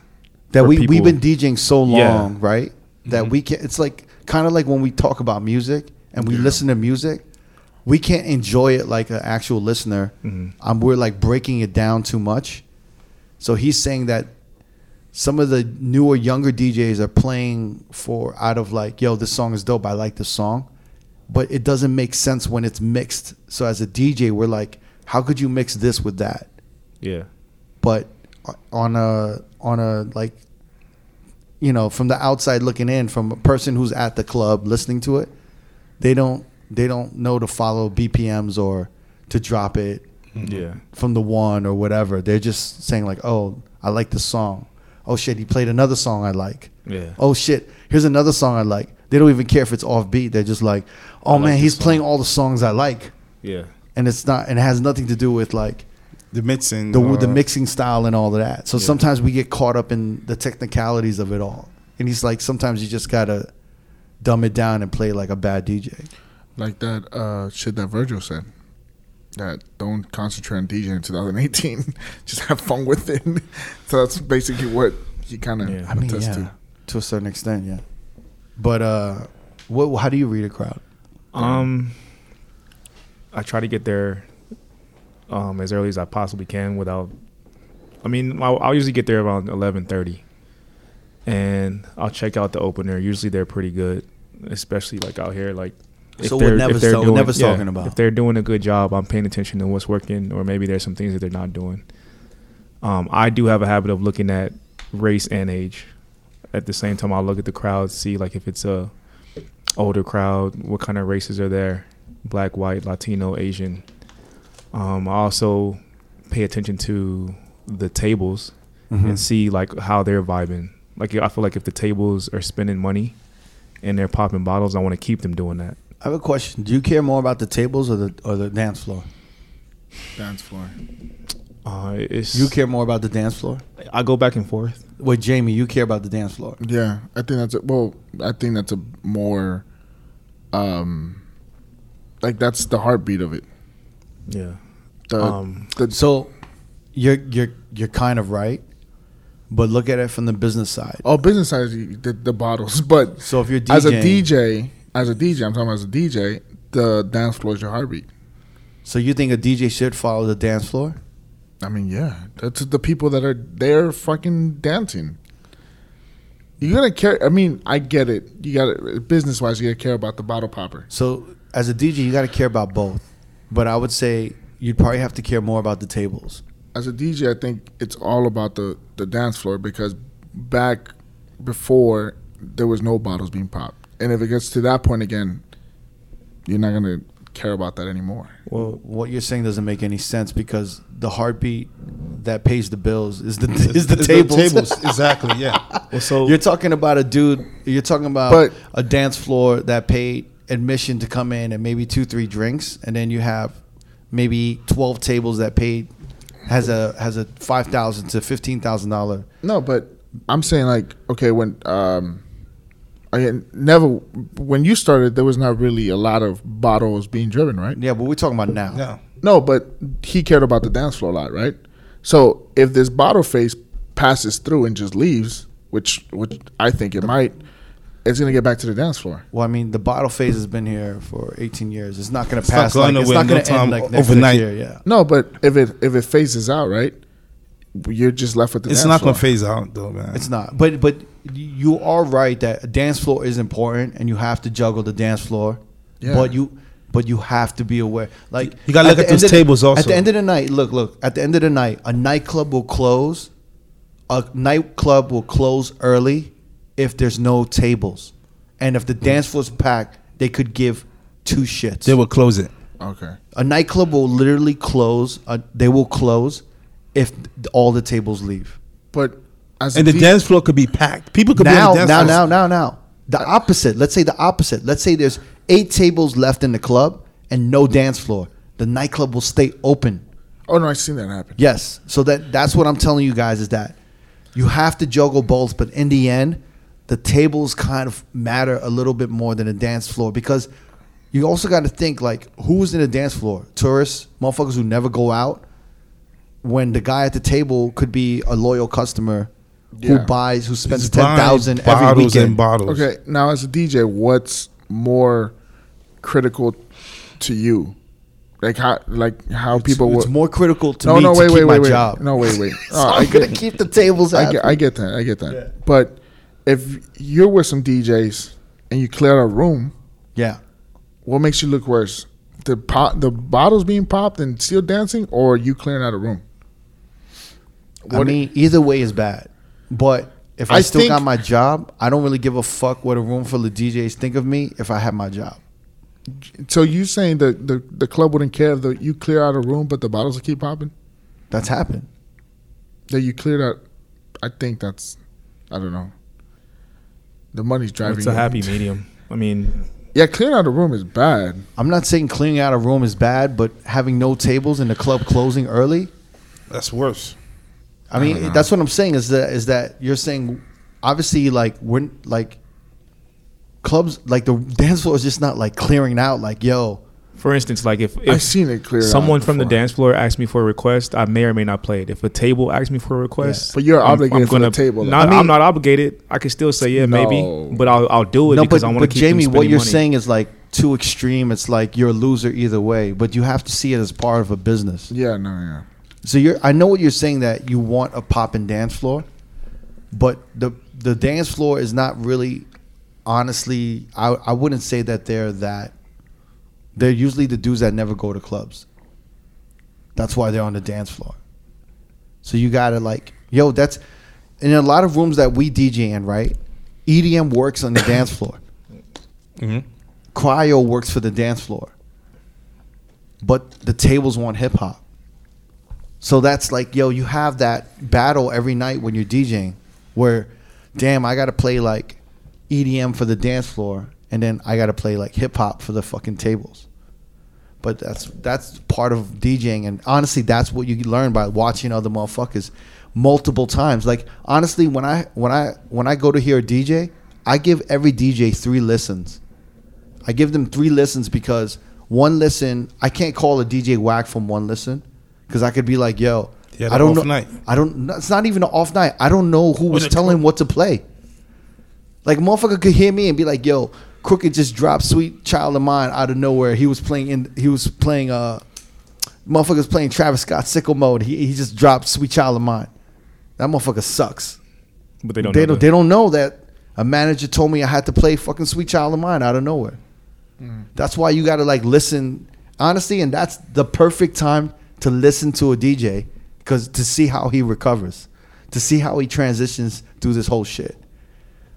S4: That
S1: for
S4: we we've
S1: people-
S4: been DJing so
S1: Yeah. Mm-hmm.
S4: long, right? That we can it's like kind of like when we talk about music and we listen to music, we can't enjoy it like an actual listener.
S1: Mm-hmm.
S4: Um, we're like breaking it down too much. So he's saying that some of the newer younger DJs are playing for out of like, yo, this song is dope. I like this song, but it doesn't make sense when it's mixed. So as a DJ, we're like, how could you mix this with that?
S1: Yeah,
S4: But on a on a like, you know, from the outside looking in, from a person who's at the club listening to it, they don't they don't know to follow BPMs or to drop it
S1: yeah,
S4: from the one or whatever. They're just saying like, "Oh, I like this song. Oh shit, he played another song I like.
S1: Yeah.
S4: Oh shit, here's another song I like." They don't even care if it's offbeat. They're just like, "Oh man,
S1: this
S4: he's
S1: song."
S4: playing all the songs I like,"
S1: yeah,
S4: and it's not, and it has nothing to do with like
S2: The mixing.
S4: the
S2: uh,
S4: the mixing style and all of that. So sometimes we get caught up in the technicalities of it all. And he's like, sometimes you just gotta dumb it down and play like a bad DJ.
S3: Like that uh, shit that Virgil said. That don't concentrate on DJ in 2018. Just have fun with it. so that's basically what he kind of
S1: Yeah.
S4: I mean,
S3: attests
S4: yeah,
S3: to.
S4: to a certain extent, yeah. But uh, what? How do you read a crowd?
S1: Um, I try to get there um, as early as I possibly can without. I mean, I'll, I'll usually get there around eleven thirty, and I'll check out the opener. Usually, they're pretty good, especially like out here. Like,
S4: So what Nevis- so what Nevis talking about.
S1: If they're doing a good job, I'm paying attention to what's working, or maybe there's some things that they're not doing. Um, I do have a habit of looking at race and age. At the same time, I'll look at the crowd, see like if it's a older crowd, what kind of races are there? Black, white, Latino, Asian. Um, I also pay attention to the tables
S3: Mm-hmm.
S1: and see like how they're vibing. Like I feel like if the tables are spending money and they're popping bottles, I want to keep them doing that.
S4: I have a question. Do you care more about the tables or the or the dance floor?
S3: Dance floor.
S1: Uh, it's
S4: You care more about the dance floor?
S1: I go back and forth.
S4: Wait, Jamie, you care about the dance floor?
S3: Yeah, I think that's a, well. I think that's a more um, like that's the heartbeat of it.
S4: Yeah.
S3: The,
S4: Um,
S3: the,
S4: So you're you're you're kind of right, but look at it from the business side.
S3: oh, business size you- the, the bottles, but
S4: So if you're
S3: as a DJ,
S4: DJing-
S3: as a DJ, I'm talking about as a DJ, the dance floor is your heartbeat.
S4: So you think a DJ should follow the dance floor?
S3: I mean, yeah, that's the people that are there fucking dancing. You gotta care. I mean, I get it. You gotta business wise, you gotta care about the bottle popper.
S4: So as a DJ, you got to care about both, but I would say you'd probably have to care more about the tables.
S3: as a DJ, I think it's all about the the dance floor because back before there was no bottles being popped, and if it gets to that point again, you're not gonna care about that anymore.
S4: Well, what you're saying doesn't make any sense because the heartbeat that pays the bills is the is the tables.
S2: tables. Exactly. Yeah.
S1: Well, so
S4: You're talking about a dude. You're talking about
S3: But-
S4: a dance floor that paid admission to come in and maybe two, three drinks, and then you have maybe twelve tables that paid has a has a five thousand to fifteen thousand dollar.
S3: No, but I'm saying like okay, when um, I never when you started, there was not really a lot of bottles being driven, right?
S4: Yeah, but we're talking about now.
S2: No.
S3: No, but he cared about the dance floor a lot, right? So if this bottle face passes through and just leaves, which which I think it might, it's gonna get back to the dance floor.
S4: Well, I mean, the bottle phase has been here for 18 years. It's not going to
S2: not
S4: pass.
S2: going
S4: like, it's
S2: away
S4: not
S2: in
S4: going
S2: no
S4: to end
S2: time,
S4: like
S2: o-
S4: next,
S2: overnight.
S4: next year. Yeah.
S3: No, but if it if it phases out, right, you're just left with the.
S2: It's
S3: dance
S2: not
S3: floor.
S2: gonna phase out though, man.
S4: It's not. But but you are right that a dance floor is important and you have to juggle the dance floor.
S3: Yeah.
S4: But you but you have to be aware. Like
S2: You gotta look
S4: the
S2: at
S4: end
S2: those
S4: of the-
S2: tables also.
S4: At the end of the night, look, look, at the end of the night, a nightclub will close. A nightclub will close early if there's no tables. And
S2: Mm.
S4: if the dance floor's packed, they could give two shits.
S2: They will close it.
S3: Okay.
S4: a nightclub will literally close. Uh, they will close if th- all the tables leave.
S3: But as
S2: And
S3: a
S2: the
S3: D-
S2: dance floor could be packed. People could
S4: now,
S2: be on the dance
S4: now,
S2: floor.
S4: now, now, now. The opposite. Let's say the opposite. Let's say there's eight tables left in the club and no dance floor. The nightclub will stay open.
S3: Oh no, I've seen that happen.
S4: Yes. So that that's what I'm telling you guys is that you have to juggle both, but in the end, the tables kind of matter a little bit more than the dance floor because you also got to think like who's in the dance floor? Tourists, motherfuckers who never go out. When the guy at the table could be a loyal customer who
S3: Yeah.
S4: buys, who spends
S2: It's
S4: ten thousand
S2: buying
S4: every
S2: bottles
S4: weekend.
S2: and bottles.
S3: Okay. Now, as a DJ, what's more critical to you? Like how like how people
S4: it's
S3: wo-
S4: more critical to me to keep my job.
S3: No, wait, wait.
S4: so
S3: Oh,
S4: I'm
S3: I
S4: gonna
S3: get-
S4: keep the tables.
S3: I
S4: happy.
S3: get, I get that. I get that. But if you're with some DJs and you clear out a room,
S4: yeah.
S3: what makes you look worse? The pot, the bottles being popped and still dancing, or you clearing out a room?
S4: I
S3: What-
S4: mean, either way is bad. But if I,
S3: I
S4: still
S3: think-
S4: got my job, I don't really give a fuck what a room full of DJs think of me if I have my job.
S3: So you saying that the, the club wouldn't care if the, you clear out a room, but the bottles will keep popping?
S4: That's happened.
S3: That you cleared out? I think that's, I don't know. The money's driving.
S1: it's a
S3: you.
S1: happy medium. I mean,
S3: Yeah, clearing out a room is bad.
S4: I'm not saying cleaning out a room is bad, but having no tables and the club closing early.
S2: That's worse.
S4: I mean, that's what I'm saying is that is that you're saying obviously like we're like clubs like the dance floor is just not like clearing out like yo
S1: for instance, like if, if
S3: I've seen it cleared out
S1: someone from the
S3: before.
S1: dance floor asks me for a request, I may or may not play it. If a table asks me for a request,
S3: But you're obligated for the
S1: gonna,
S3: table, though.
S1: Not,
S3: I
S1: I
S3: mean-
S1: am not obligated. I could still say yeah,
S3: No.
S1: maybe, but I'll, I'll do it
S4: no,
S1: because
S4: but,
S1: I want to
S4: but
S1: keep them
S4: Jamie, what
S1: spending
S4: you're
S1: money.
S4: saying is like too extreme. It's like you're a loser either way, but you have to see it as part of a business.
S3: Yeah, no, yeah.
S4: So you're, I know what you're saying that you want a pop and dance floor, but the the dance floor is not really, honestly, I I wouldn't say that they're that. They're usually the dudes that never go to clubs. That's why they're on the dance floor. So you gotta like, yo, that's in a lot of rooms that we DJ in, right? EDM works on the dance floor. Cryo works for the dance floor, but the tables want hip hop. So that's like, yo, you have that battle every night when you're DJing where, damn, I got to play like EDM for the dance floor and then I got to play like hip hop for the fucking tables. But that's that's part of DJing and honestly that's what you learn by watching other motherfuckers multiple times. Like honestly when I when I when I go to hear a DJ, I give every DJ 3 listens. I give them three listens because one listen, I can't call a DJ whack from one listen because I could be like, yo,
S2: He had
S4: I
S2: an
S4: don't
S2: off
S4: know.
S2: night.
S4: I don't. It's not even an off night. I don't know who was
S2: it-
S4: telling him what to play. Like a motherfucker could hear me and be like, yo, Crooked just dropped Sweet Child of Mine out of nowhere. He was playing in. He was playing. Uh, motherfucker's playing Travis Scott Sickle Mode. He he just dropped Sweet Child of Mine. That motherfucker sucks
S1: But they don't.
S4: they
S1: know
S4: don't,
S1: that.
S4: they don't know that a manager told me I had to play fucking Sweet Child of Mine out of nowhere. That's why you got to like listen honestly, and that's the perfect time to listen to a DJ because to see how he recovers, to see how he transitions through this whole shit.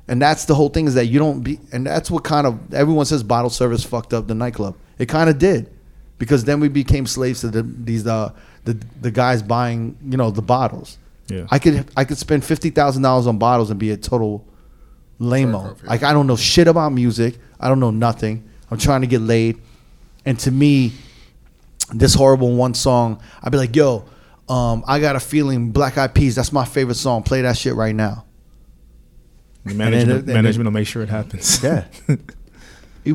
S4: And that's the whole thing is that you don't be, and that's what kind of everyone says bottle service fucked up the nightclub. It kind of did, because then we became slaves to the, these uh, the the guys buying you know the bottles.
S1: Yeah.
S4: I could I could spend fifty thousand dollars on bottles and be a total lameo.
S3: Jerk off, yeah.
S4: Like I don't know shit about music. I don't know nothing. I'm trying to get laid, and to me, this horrible one song. I'd be like, yo, um, I got a feeling. Black Eyed Peas. That's my favorite song. Play that shit right now.
S1: The management,
S4: and then-
S1: management will make sure it happens.
S4: Yeah. If-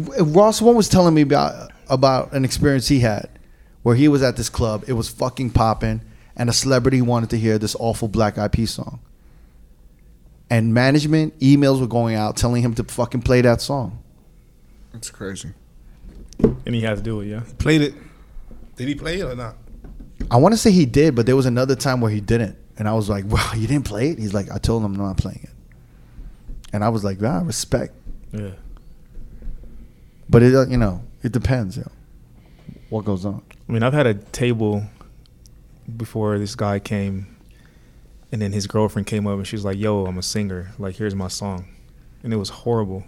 S4: if Ross one was telling me about about an experience he had where he was at this club. It was fucking popping, and a celebrity wanted to hear this awful Black Eyed Peas song. And management emails were going out telling him to fucking play that song.
S3: It's crazy.
S1: and he has to do it. Yeah.
S2: Played it. Did he play it or not?
S4: I want to say he did, but there was another time where he didn't, and I was like, "Wow, you didn't play it." He's like, "I told him I'm not playing it," and I was like, "Wow, respect."
S1: Yeah.
S4: But it, uh, you know, it depends, yo. What goes on?
S1: I mean, I've had a table before this guy came, and then his girlfriend came up and she was like, "Yo, I'm a singer. Like, here's my song," and it was horrible.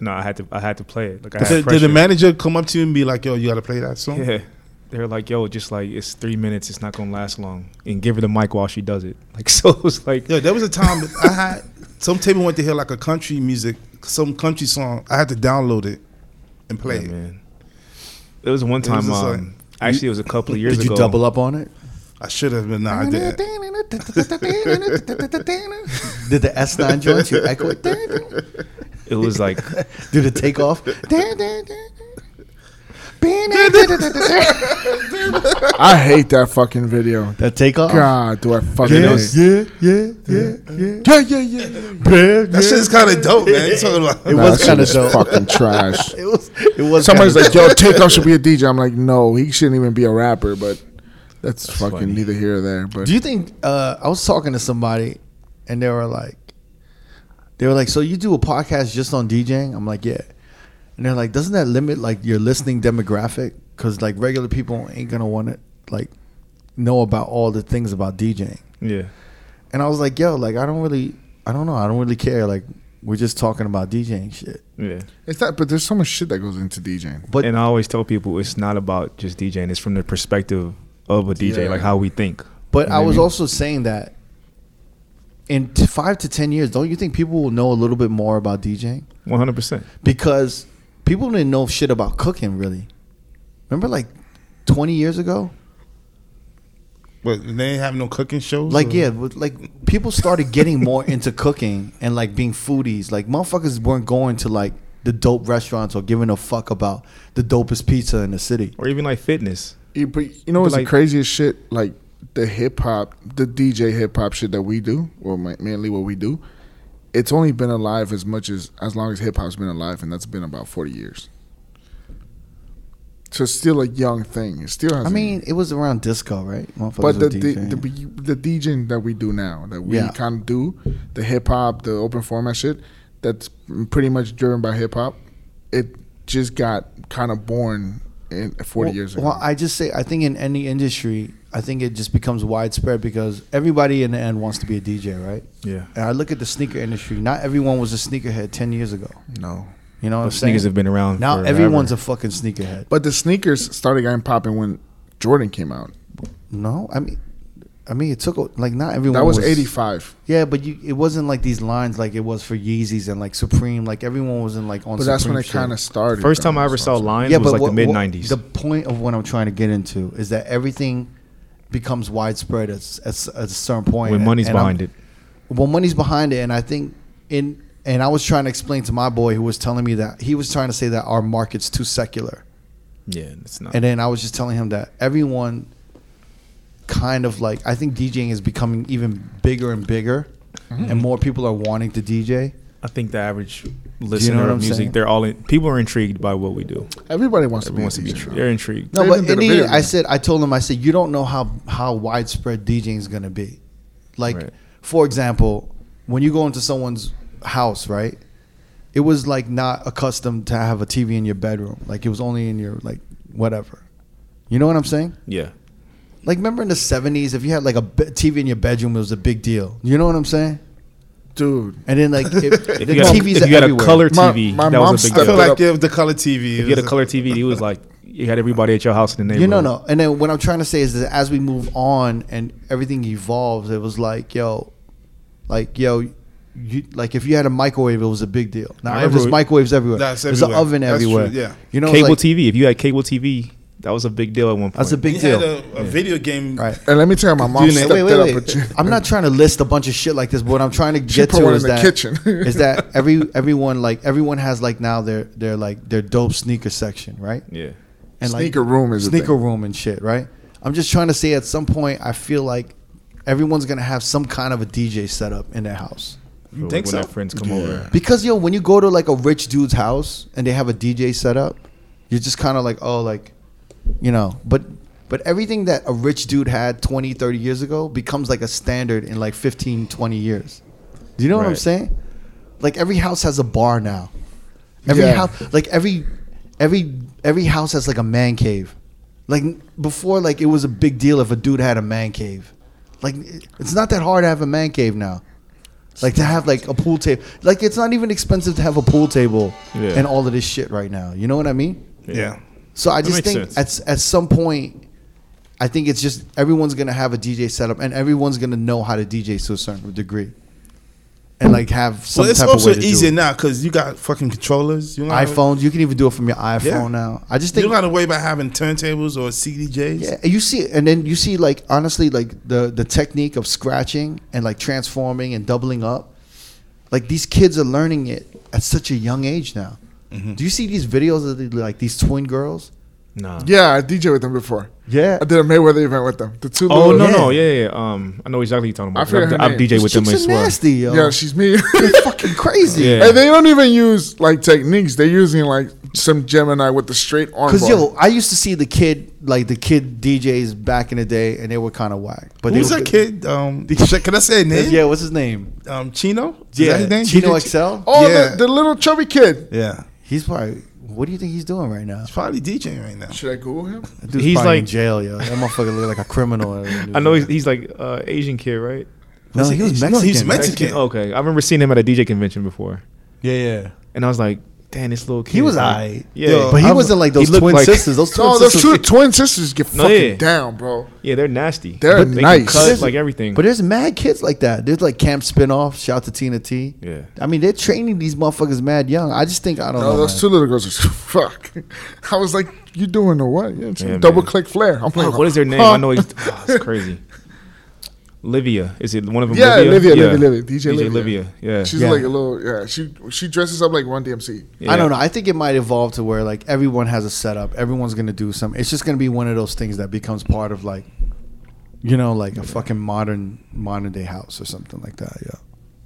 S1: No, I had to. I had to play it. Like, I had
S2: Did, did
S1: pressure.
S2: the manager come up to you and be like, "Yo, you gotta play that song"?
S1: Yeah. They were like, yo, just like it's three minutes, it's not gonna last long. And give her the mic while she does it. Like so it was like
S2: Yo, there was a time that I had some table went to hear like a country music, some country song. I had to download it and play
S1: Yeah,
S2: it.
S1: man. It was one time
S2: just like-
S1: um, actually it was a couple of years
S4: did
S1: ago.
S4: you double up on it?
S2: I should have been. Nah, I did.
S4: Did the S nine joints? You echo it.
S1: It was like
S4: Do the takeoff.
S3: I hate that fucking video.
S4: That takeoff.
S3: God, do I fucking
S1: Yeah.
S3: hate.
S4: yeah, yeah, yeah, yeah,
S3: Yeah, yeah, yeah.
S2: That shit's kind of dope, man. You talking about?
S4: It was
S3: that shit
S4: kinda
S3: is
S4: dope.
S3: Fucking trash.
S4: It was. It was.
S3: Somebody's
S4: kinda-
S3: like, "Yo, Takeoff should be a DJ." I'm like, "No, he shouldn't even be a rapper." But that's, fucking
S1: funny.
S3: neither here or there. But
S4: Do you think uh, I was talking to somebody and they were like, they were like, so you do a podcast just on DJing? I'm like, yeah. And they're like, doesn't that limit like your listening demographic? Because like regular people ain't gonna want to like know about all the things about DJing.
S1: Yeah.
S4: And I was like, yo, like I don't really, I don't know, I don't really care. Like we're just talking about DJing shit.
S1: Yeah.
S3: it's that, but there's so much shit that goes into DJing.
S4: But-
S1: and I always tell people it's not about just DJing, it's from the perspective of a DJ,
S3: Yeah.
S1: like how we think.
S4: But I was
S1: Maybe.
S4: also saying that in t- five to ten years, don't you think people will know a little bit more about DJing?
S1: One hundred percent.
S4: because people didn't know shit about cooking really. Remember, like twenty years ago,
S2: What, they didn't have no cooking shows.
S4: like
S2: or-
S4: yeah, with- like people started getting more into cooking and like being foodies. Like motherfuckers weren't going to like the dope restaurants or giving a fuck about the dopest pizza in the city.
S1: Or even like fitness.
S3: You, but you know what's
S1: like-
S3: the craziest shit? Like the hip hop, the DJ hip hop shit that we do, or ma- mainly what we do. It's only been alive as much as as long as hip hop's been alive, and that's been about forty years. So it's still a young thing. It still has.
S4: I mean, it was around disco, right? Motherfuckers
S3: But
S4: were
S3: the, the,
S4: DJing.
S3: the the DJing that we do now, that we
S4: Yeah.
S3: kind of do, the hip hop, the open format shit, that's pretty much driven by hip hop. It just got kind of born in forty
S4: well,
S3: years ago.
S4: well, I just say I think in any industry, I think it just becomes widespread because everybody in the end wants to be a DJ, right?
S1: Yeah.
S4: And I look at the sneaker industry. Not everyone was a sneakerhead ten years ago.
S3: no,
S4: You know what I'm
S1: Those sneakers
S4: saying?
S1: have been around
S4: Now
S1: forever.
S4: everyone's a fucking sneakerhead.
S3: but the sneakers started getting popping when Jordan came out.
S4: No, I mean, I mean, it took a- like not everyone.
S3: That was eighty five.
S4: Yeah, but you, it wasn't like these lines like it was for Yeezys and like Supreme. Like everyone was in like on.
S3: But that's when
S4: Supreme
S3: it
S4: shit.
S3: kind of started.
S1: First
S3: though,
S1: time I ever
S3: so-
S1: saw
S3: so-
S1: lines was like
S4: what-
S1: the mid
S4: what-
S1: nineties.
S4: The point of what I'm trying to get into is that everything becomes widespread at, at, at a certain point.
S1: When
S4: And-
S1: money's
S4: and I'm-
S1: behind it.
S4: Well, money's behind it, and I think in and I was trying to explain to my boy who was telling me that he was trying to say that our market's too secular.
S1: Yeah, it's not.
S4: And then I was just telling him that everyone kind of like I think DJing is becoming even bigger and bigger and more people are wanting to DJ.
S1: I think the average listener
S4: what I'm
S1: of music,
S4: saying?
S1: they're all in, people are intrigued by what we do.
S3: Everybody wants
S1: Everyone wants
S3: to
S1: to
S3: be
S1: be
S3: a DJ.
S1: they're intrigued.
S4: No,
S3: They
S4: but
S3: even did
S4: it
S3: a
S4: needed,
S3: video.
S4: I said I told him I said you don't know how how widespread DJing is going to be. Like
S1: Right.
S4: for example, when you go into someone's house, right? It was like not accustomed to have a TV in your bedroom. Like it was only in your like whatever. You know what I'm saying?
S1: Yeah,
S4: Like remember in the 70s if you had like a be- TV in your bedroom it was a big deal. You know what I'm saying?
S3: Dude,
S4: And then like if,
S1: if
S4: the
S1: you got, a,
S4: TVs
S1: if
S4: are
S1: you got a
S4: everywhere.
S1: color
S3: My-
S1: TV,
S3: my
S1: that
S3: mom
S1: was a big
S2: I
S1: deal.
S3: stuck
S2: feel
S3: Yeah.
S2: like the, the color
S1: If
S2: TV.
S1: you had
S2: is-
S1: a color TV, it was like you had everybody at your house in the
S4: you
S1: neighborhood.
S4: know no and then what i'm trying to say is that as we move on and everything evolves it was like yo like yo you like if you had a microwave it was a big deal now
S1: I
S4: I have
S1: remember
S4: this
S1: we-
S4: microwave everywhere
S2: That's
S4: there's
S2: everywhere.
S4: an oven
S2: That's
S4: everywhere
S2: true, yeah.
S4: you know
S1: cable
S4: like,
S1: TV. If you had cable TV, that was a big deal at one point.
S4: that's a big
S2: You
S4: deal
S2: had a, a video game.
S4: right
S3: and let me tell you, my mom
S2: Dude,
S3: stepped
S4: wait,
S3: it up.
S4: wait,
S3: with
S4: wait.
S3: you.
S4: I'm not trying to list a bunch of shit like this, but what I'm trying to get
S3: put
S4: to
S3: one
S4: is
S3: in the
S4: that
S3: kitchen.
S4: is that every everyone like everyone has like now their their like their dope sneaker section, right?
S1: yeah.
S4: and
S3: Sneaker room is a
S4: sneaker
S3: thing.
S4: room and shit, right? I'm just trying to say at some point I feel like everyone's gonna have some kind of a DJ setup in their house
S1: You
S2: think
S1: when
S2: so?
S1: our friends come over,
S4: because yo, when you go to like a rich dude's house and they have a DJ setup, you're just kind of like oh like, you know, but. But everything that a rich dude had 20, 30 years ago becomes like a standard in like 15, 20 years. Do you know what I'm
S1: Right.
S4: saying? Like every house has a bar now. Every
S3: Yeah.
S4: house, like every every every house has like a man cave. Like before, like it was a big deal if a dude had a man cave. Like it's not that hard to have a man cave now. Like to have like a pool table. Like it's not even expensive to have a pool table
S1: Yeah.
S4: and all of this shit right now. You know what I mean?
S2: Yeah.
S4: So I
S1: That
S4: just
S1: makes
S4: think
S1: sense.
S4: at at some point, I think it's just everyone's gonna have a DJ setup and everyone's gonna know how to DJ to a certain degree, and like have some
S2: Well, it's
S4: type of way
S2: also
S4: to
S2: easier
S4: do it.
S2: now because you got fucking controllers. You don't have-
S4: iPhones. You can even do it from your iPhone
S2: Yeah.
S4: now. I just
S2: You
S4: think
S2: don't got to worry about having turntables or CDJs.
S4: yeah, and you see, and then you see like honestly, like the the technique of scratching and like transforming and doubling up. Like these kids are learning it at such a young age now. Do you see these videos of the, like these twin girls?
S1: nah.
S3: yeah, I DJ with them before.
S4: Yeah,
S3: I did a Mayweather event with them. The two.
S1: Oh
S3: little-
S1: no no yeah yeah. yeah. Um, I know exactly what you're talking
S3: I
S1: about. 'cause
S3: forget her
S1: I've, I've
S3: name.
S1: DJ with them
S4: chicks
S1: as
S4: are
S1: well.
S4: nasty, yo.
S3: Yeah, she's me.
S4: They're fucking crazy.
S1: Yeah.
S3: And they don't even use like techniques. They're using like some Gemini with the straight arm.
S4: Cause
S3: bar.
S4: yo, I used to see the kid like the kid DJs back in the day, and they were kind of whack. But
S2: Who's
S4: they were,
S2: that kid? Um, can I say a name?
S4: Yeah, what's his name?
S2: Um, Chino. Is
S4: yeah,
S2: that his name?
S4: Chino
S2: DJ
S4: XL.
S3: oh,
S2: yeah.
S3: the, the little chubby kid.
S2: Yeah,
S4: He's probably. What do you think he's doing right now?
S2: he's probably DJing right now.
S3: Should I Google him?
S4: That dude's
S1: He's
S4: probably
S1: like-
S4: in jail, yo. That motherfucker look like a criminal.
S1: I know he's, he's like uh, Asian kid, right?
S4: No, he was Mexican.
S2: No, he's
S4: right?
S2: Mexican.
S1: Okay, I remember seeing him at a DJ convention before,
S4: Yeah, yeah.
S1: and I was like, "Damn, this little kid."
S4: He was
S1: like-
S4: alright.
S1: Yeah,
S4: but he
S1: I
S4: wasn't like those
S1: looked
S4: twin
S1: like-
S4: sisters. Those twin
S3: No, those
S4: sisters.
S3: two twin sisters get
S1: No,
S3: fucking
S1: yeah.
S3: down, bro.
S1: Yeah, they're nasty.
S3: They're
S1: But they can
S3: nice.
S1: cut, like everything.
S4: But there's mad kids like that. There's like Camp Spinoff. Shout to Tina T.
S1: Yeah.
S4: I mean, they're training these motherfuckers mad young. I just think I don't
S3: No,
S4: know.
S3: those
S4: Oh, man.
S3: two little girls are fuck. I was like, you doing the what? You know what I'm saying?
S1: Yeah,
S3: Double
S1: man.
S3: click flare. I'm
S1: Fuck,
S3: like,
S1: what is their name?
S3: huh?
S1: I know he's oh, it's crazy. Livia, is it one of them?
S3: Yeah,
S1: Livia,
S3: Livia, Livia, Livia, DJ Livia.
S1: Livia, yeah.
S3: She's
S4: Yeah.
S3: like a little yeah. She she dresses up like Run DMC.
S1: yeah.
S4: I don't know. I think it might evolve to where like everyone has a setup. Everyone's gonna do some. It's just gonna be one of those things that becomes part of like, you know, like a fucking modern modern day house or something like that. Yeah,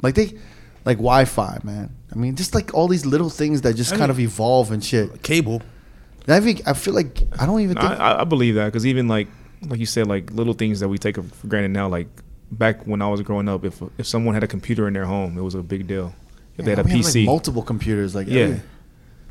S4: like they, like Wi-Fi, man. I mean, just like all these little things that just
S2: I
S4: kind
S2: mean-
S4: of evolve and shit.
S2: Cable.
S4: And I think I feel like I don't even think.
S1: I, I believe that because even like like you said, like little things that we take for granted now, like back when I was growing up, if if someone had a computer in their home, it was a big deal. If they had a
S4: we have, like,
S1: PC,
S4: multiple computers, like
S1: yeah,
S4: every-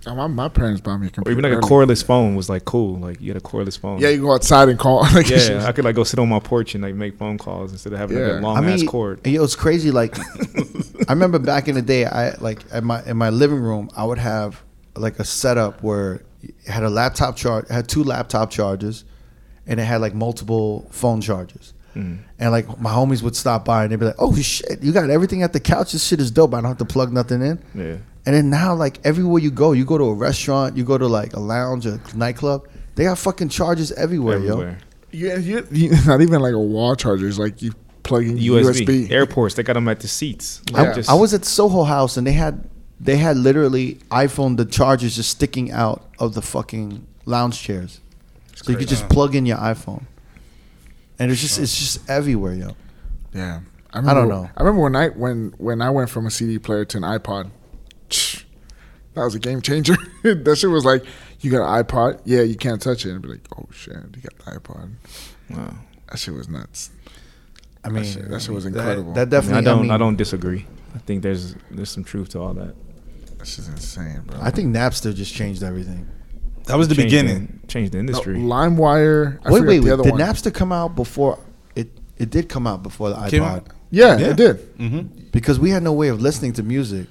S3: Oh, my, my parents bought me a
S1: or
S3: computer.
S1: even like a
S3: early.
S1: cordless phone was like cool. Like you had a cordless phone.
S3: Yeah, you go outside and call. Like,
S1: yeah. I could like go sit on my porch and like make phone calls instead of having
S3: Yeah.
S1: like, a long
S4: I mean,
S1: ass cord.
S4: and, yo, it's crazy. Like, I remember back in the day, I like at my in my living room, I would have like a setup where it had a laptop charge, had two laptop chargers, and it had like multiple phone chargers.
S1: Mm.
S4: And like my homies would stop by and they'd be like, "Oh shit, you got everything at the couch. This shit is dope. I don't have to plug nothing in."
S1: Yeah.
S4: And then now, like everywhere you go, you go to a restaurant, you go to like a lounge, a nightclub, they got fucking chargers everywhere,
S1: Everywhere.
S3: yeah, you, you, not even like a wall charger. It's like you plugging
S1: USB.
S3: USB.
S1: airports. They got them at the seats.
S4: yo.
S1: Like,
S4: I, I was at Soho House and they had they had literally iPhone the chargers just sticking out of the fucking lounge chairs. So you could
S2: crazy.
S4: just plug in your iPhone, and it's just it's just everywhere, yo.
S3: Yeah, I,
S4: don't
S3: remember,
S4: know.
S3: I remember when I when when I went from a CD player to an iPod. That was a game changer. that shit was like, you got an iPod? Yeah, you can't touch it. And be like, oh shit, you got the iPod.
S1: Wow.
S3: That shit was nuts.
S4: I mean,
S3: shit- that shit was
S4: that-
S3: incredible.
S4: That,
S1: I, mean,
S4: definitely.
S1: I
S4: I,
S1: don't. I,
S4: mean,
S1: don't disagree. I think there's there's some truth to all that.
S3: That shit's insane, bro.
S4: I think Napster just changed everything.
S2: That was the
S1: Changed
S2: beginning.
S1: the- changed the
S3: No,
S1: industry.
S3: LimeWire. I
S4: wait,
S3: forgot
S4: wait,
S3: the
S4: wait.
S3: other
S4: Did
S3: one.
S4: Napster come out before it? It did come out before the iPod
S2: Came out?
S3: yeah,
S2: Yeah.
S3: it did.
S4: because we had no way of listening to music.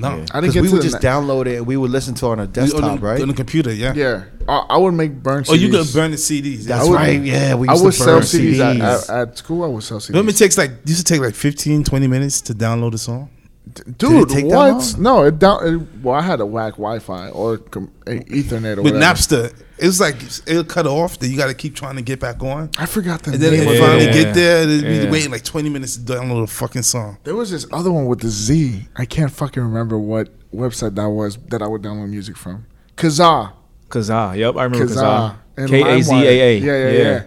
S2: No.
S1: Yeah.
S3: I didn't
S4: Because
S3: get
S4: we
S3: to
S4: would
S3: the
S4: just
S3: na-
S4: download it and we would listen to it on our desktop,
S2: on the,
S4: right?
S2: On the computer, yeah.
S3: Yeah, I, I would make burn. CDs.
S2: Oh, you could burn the CDs.
S4: That's
S2: That's
S3: I would-
S4: right. Yeah, we
S3: I
S4: used
S3: would
S4: to
S3: sell
S4: burn
S3: CDs, At,
S4: CDs.
S3: at, at school. I would sell CDs.
S2: Remember, it takes like used to take like 15, 20 minutes to download a song.
S3: Dude,
S4: Did it take that
S3: what?
S4: long?
S3: No, it down. It, well, I had a whack Wi-Fi or com- Ethernet or
S2: With
S3: whatever.
S2: Napster, it was like it'll cut off. Then you got to keep trying to get back on.
S3: I forgot the
S2: And then
S3: name.
S2: it
S3: of
S2: would
S3: it.
S2: finally
S1: Yeah.
S2: get there. and It'd be
S1: Yeah.
S2: waiting like twenty minutes to download a fucking song.
S3: There was this other one with the Z. I can't fucking remember what website that was that I would download music from. Kazaa,
S1: Kazaa. Yep, I remember
S3: Kazaa,
S1: Kazaa.
S3: and
S1: K A Z A A.
S3: LimeWire. Yeah, yeah, yeah.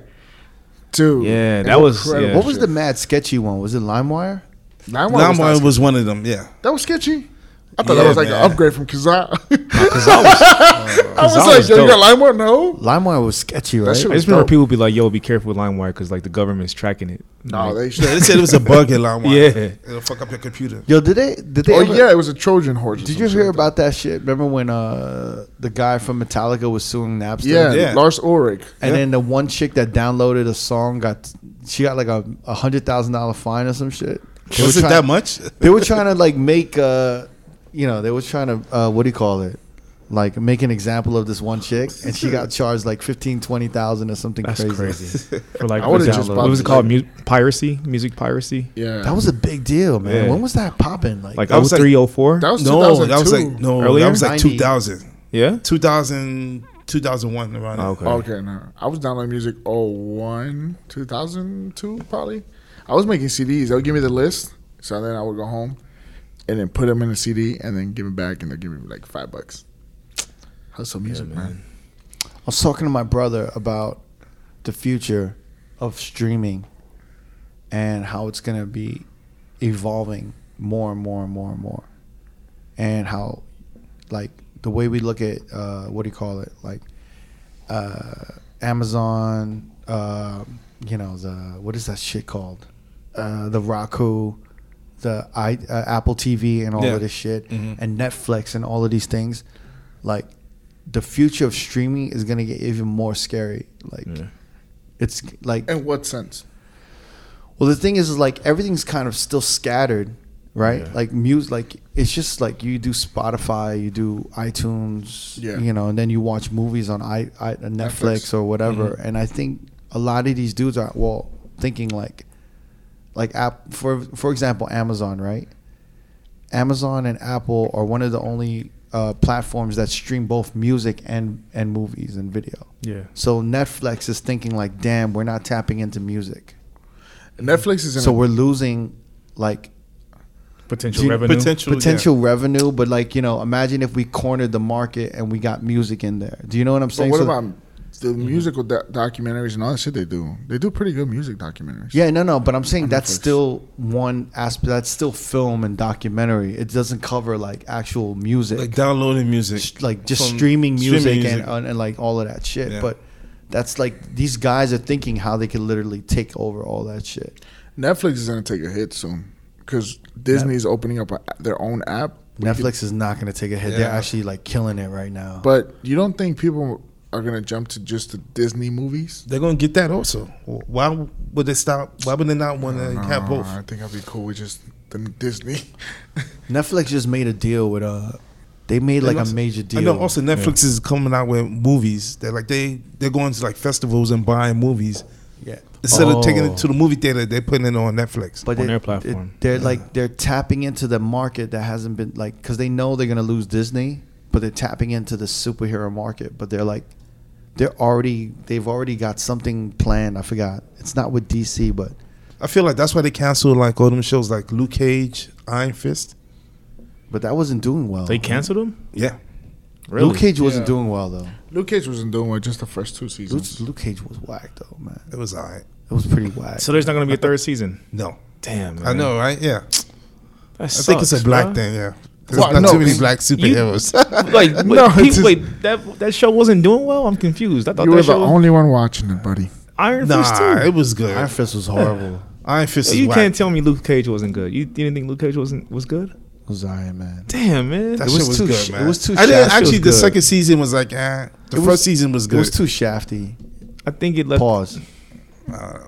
S3: Dude,
S1: Yeah,
S3: it's
S1: that was-
S3: incredible
S1: yeah.
S4: what was
S3: shit.
S4: the mad sketchy one? Was it LimeWire?
S3: LimeWire? was not
S2: Limewire was,
S3: sketchy.
S2: one of them. Yeah,
S3: that was sketchy. I thought that
S2: Yeah,
S3: was like
S2: man.
S3: an upgrade from Kazaa.
S1: Kazaa was-
S3: I was
S1: Kazaa
S3: like,
S1: was
S3: yo, you
S1: dope.
S3: got LimeWire? No,
S4: LimeWire was sketchy, right?
S3: shit
S1: I
S3: was
S1: just remember
S3: dope.
S1: people be like, "Yo, be careful with LimeWire because like the government's tracking it."
S3: no, Oh, they.
S2: they said it was a bug in LimeWire.
S1: Yeah.
S2: it'll fuck up your computer.
S4: Yo, did they? Did they?
S3: Oh
S4: ever-
S3: yeah, it was a Trojan horse. or
S4: Did
S3: some
S4: you
S3: shit
S4: hear
S3: like that.
S4: about that shit? Remember when uh, the guy from Metallica was suing Napster?
S3: Yeah,
S2: Yeah.
S3: Lars Ulrich.
S4: And then the one chick that downloaded a song got she got like a a hundred thousand dollar fine or some shit. They
S2: Was
S4: were
S2: it
S4: trying-
S2: that much?
S4: They were trying to like make uh, you know, they were trying to uh, what do you call it? Like make an example of this one chick, and she got charged like fifteen, twenty thousand or something
S1: That's
S4: crazy.
S1: crazy. For like,
S3: I would've
S1: what
S3: just
S1: what was it
S3: bought-
S1: called? Mu- piracy, music piracy.
S3: Yeah,
S4: That was a big deal, man.
S1: Yeah.
S4: When was that popping? Like,
S1: Like
S2: That was like-
S1: 03, 04?
S3: that was
S2: No,
S3: 2002.
S2: that was like no,
S1: Earlier?
S2: that was like
S4: 90.
S2: 2000.
S1: yeah.
S2: 2000, 2001 around.
S1: Oh,
S2: there.
S1: okay.
S3: Okay, no, I was downloading music 01, 2002 probably. I was making CDs. They would give me the list, so then I would go home and then put them in a CD and then give them back, and they'll give me like five bucks. Hustle music,
S1: man.
S3: man.
S4: I was talking to my brother about the future of streaming and how it's going to be evolving more and more and more and more. And how, like, the way we look at uh, what do you call it? Like, uh, Amazon, uh, you know, the what is that shit called? Uh, the Roku, the I, uh, Apple TV, and all
S2: Yeah.
S4: of this shit, and Netflix, and all of these things. Like, the future of streaming is gonna get even more scary. Like,
S1: Yeah.
S4: it's like
S3: In what sense?
S4: well, the thing is, is like everything's kind of still scattered, right?
S1: Yeah.
S4: Like music, like it's just like you do Spotify, you do iTunes,
S3: Yeah.
S4: you know, and then you watch movies on I, I uh, Netflix,
S3: Netflix.
S4: or whatever. And I think a lot of these dudes are well thinking like, like app for for example, Amazon, right? Amazon and Apple are one of the only uh, platforms that stream both music and and movies and video.
S1: Yeah.
S4: So Netflix is thinking like, damn, we're not tapping into music.
S3: Netflix is in
S4: So
S3: a-
S4: we're losing like
S1: Potential
S4: Do you-
S1: revenue.
S2: Potential,
S4: potential revenue, but like you know, imagine if we cornered the market and we got music in there. Do you know what I'm
S3: But
S4: saying?
S3: what
S4: So- Mm-hmm.
S3: about the musical do- documentaries and all that shit they do? They do pretty good music documentaries.
S4: yeah, no, no, but I'm saying that's
S3: Netflix?
S4: still one aspect. That's still film and documentary. It doesn't cover like actual music,
S2: Like
S4: like,
S2: downloading music,
S4: just
S2: From
S4: streaming music,
S2: streaming
S4: And, and and like all of that shit.
S2: Yeah.
S4: But that's like these guys are thinking how they can literally take over all that shit.
S3: Netflix is gonna take a hit soon because Disney's opening up a, their own app. We could-
S4: Netflix is not going to take a hit. They're
S2: Yeah.
S4: actually like killing it right now.
S3: but you don't think people are gonna jump to just the Disney movies?
S2: They're gonna get that also. Why would they stop? Why would they not want to have both?
S3: I think I'd be cool with just the Disney.
S4: Netflix just made a deal with uh they made like
S2: And
S4: a
S2: also-
S4: major deal.
S2: I know also Netflix is coming out with movies. They're like they they're going to like festivals and buying movies
S4: yeah.
S2: instead of taking
S1: Oh.
S2: it to the movie theater. They're putting it on Netflix.
S4: But
S1: On
S4: they-
S1: their platform.
S4: they- they're like they're tapping into the market that hasn't been like because they know they're gonna lose Disney, but they're tapping into the superhero market. But they're like they're already they've already got something planned. I forgot. It's not with DC, but
S2: I feel like that's why they canceled like all them shows like Luke Cage, Iron Fist.
S4: but that wasn't doing well.
S1: They canceled them.
S2: Yeah,
S1: Really?
S4: Luke Cage wasn't
S3: Yeah.
S4: doing well though.
S3: Luke Cage wasn't doing well just the first two
S4: Luke,
S3: seasons.
S4: Luke Cage was whack though, man.
S2: It was all right.
S4: It was pretty whack.
S1: So there's not gonna be a third season.
S2: No.
S1: Damn, man.
S2: I know, right? Yeah.
S1: That
S2: I think it's
S1: sucks,
S2: a black
S1: bruh.
S2: thing, yeah. There's
S1: Well,
S2: not
S1: no,
S2: too many
S1: you-
S2: black superheroes.
S1: Like, wait,
S3: No,
S1: pe-
S3: it's just-
S1: wait, that that show wasn't doing well. I'm confused. I thought
S3: You were
S1: that
S3: the
S1: show
S3: only one watching it, buddy.
S1: Iron Fist too.
S2: nah, it was good.
S6: Iron Fist was horrible.
S2: Iron Fist is
S1: you
S2: whack.
S1: can't tell me Luke Cage wasn't good. You didn't think Luke Cage wasn't was good?
S6: It was Iron Man.
S1: Damn, man.
S2: That
S1: It
S2: shit
S1: was-
S2: was
S4: too
S2: good,
S4: sh-
S2: man.
S4: it was too
S2: I didn't,
S1: shy. It was
S2: actually, the
S1: good.
S2: second season was like, eh. The first season was
S4: It
S2: good.
S4: was too shafty.
S1: I think it left.
S4: Pause.
S2: Uh,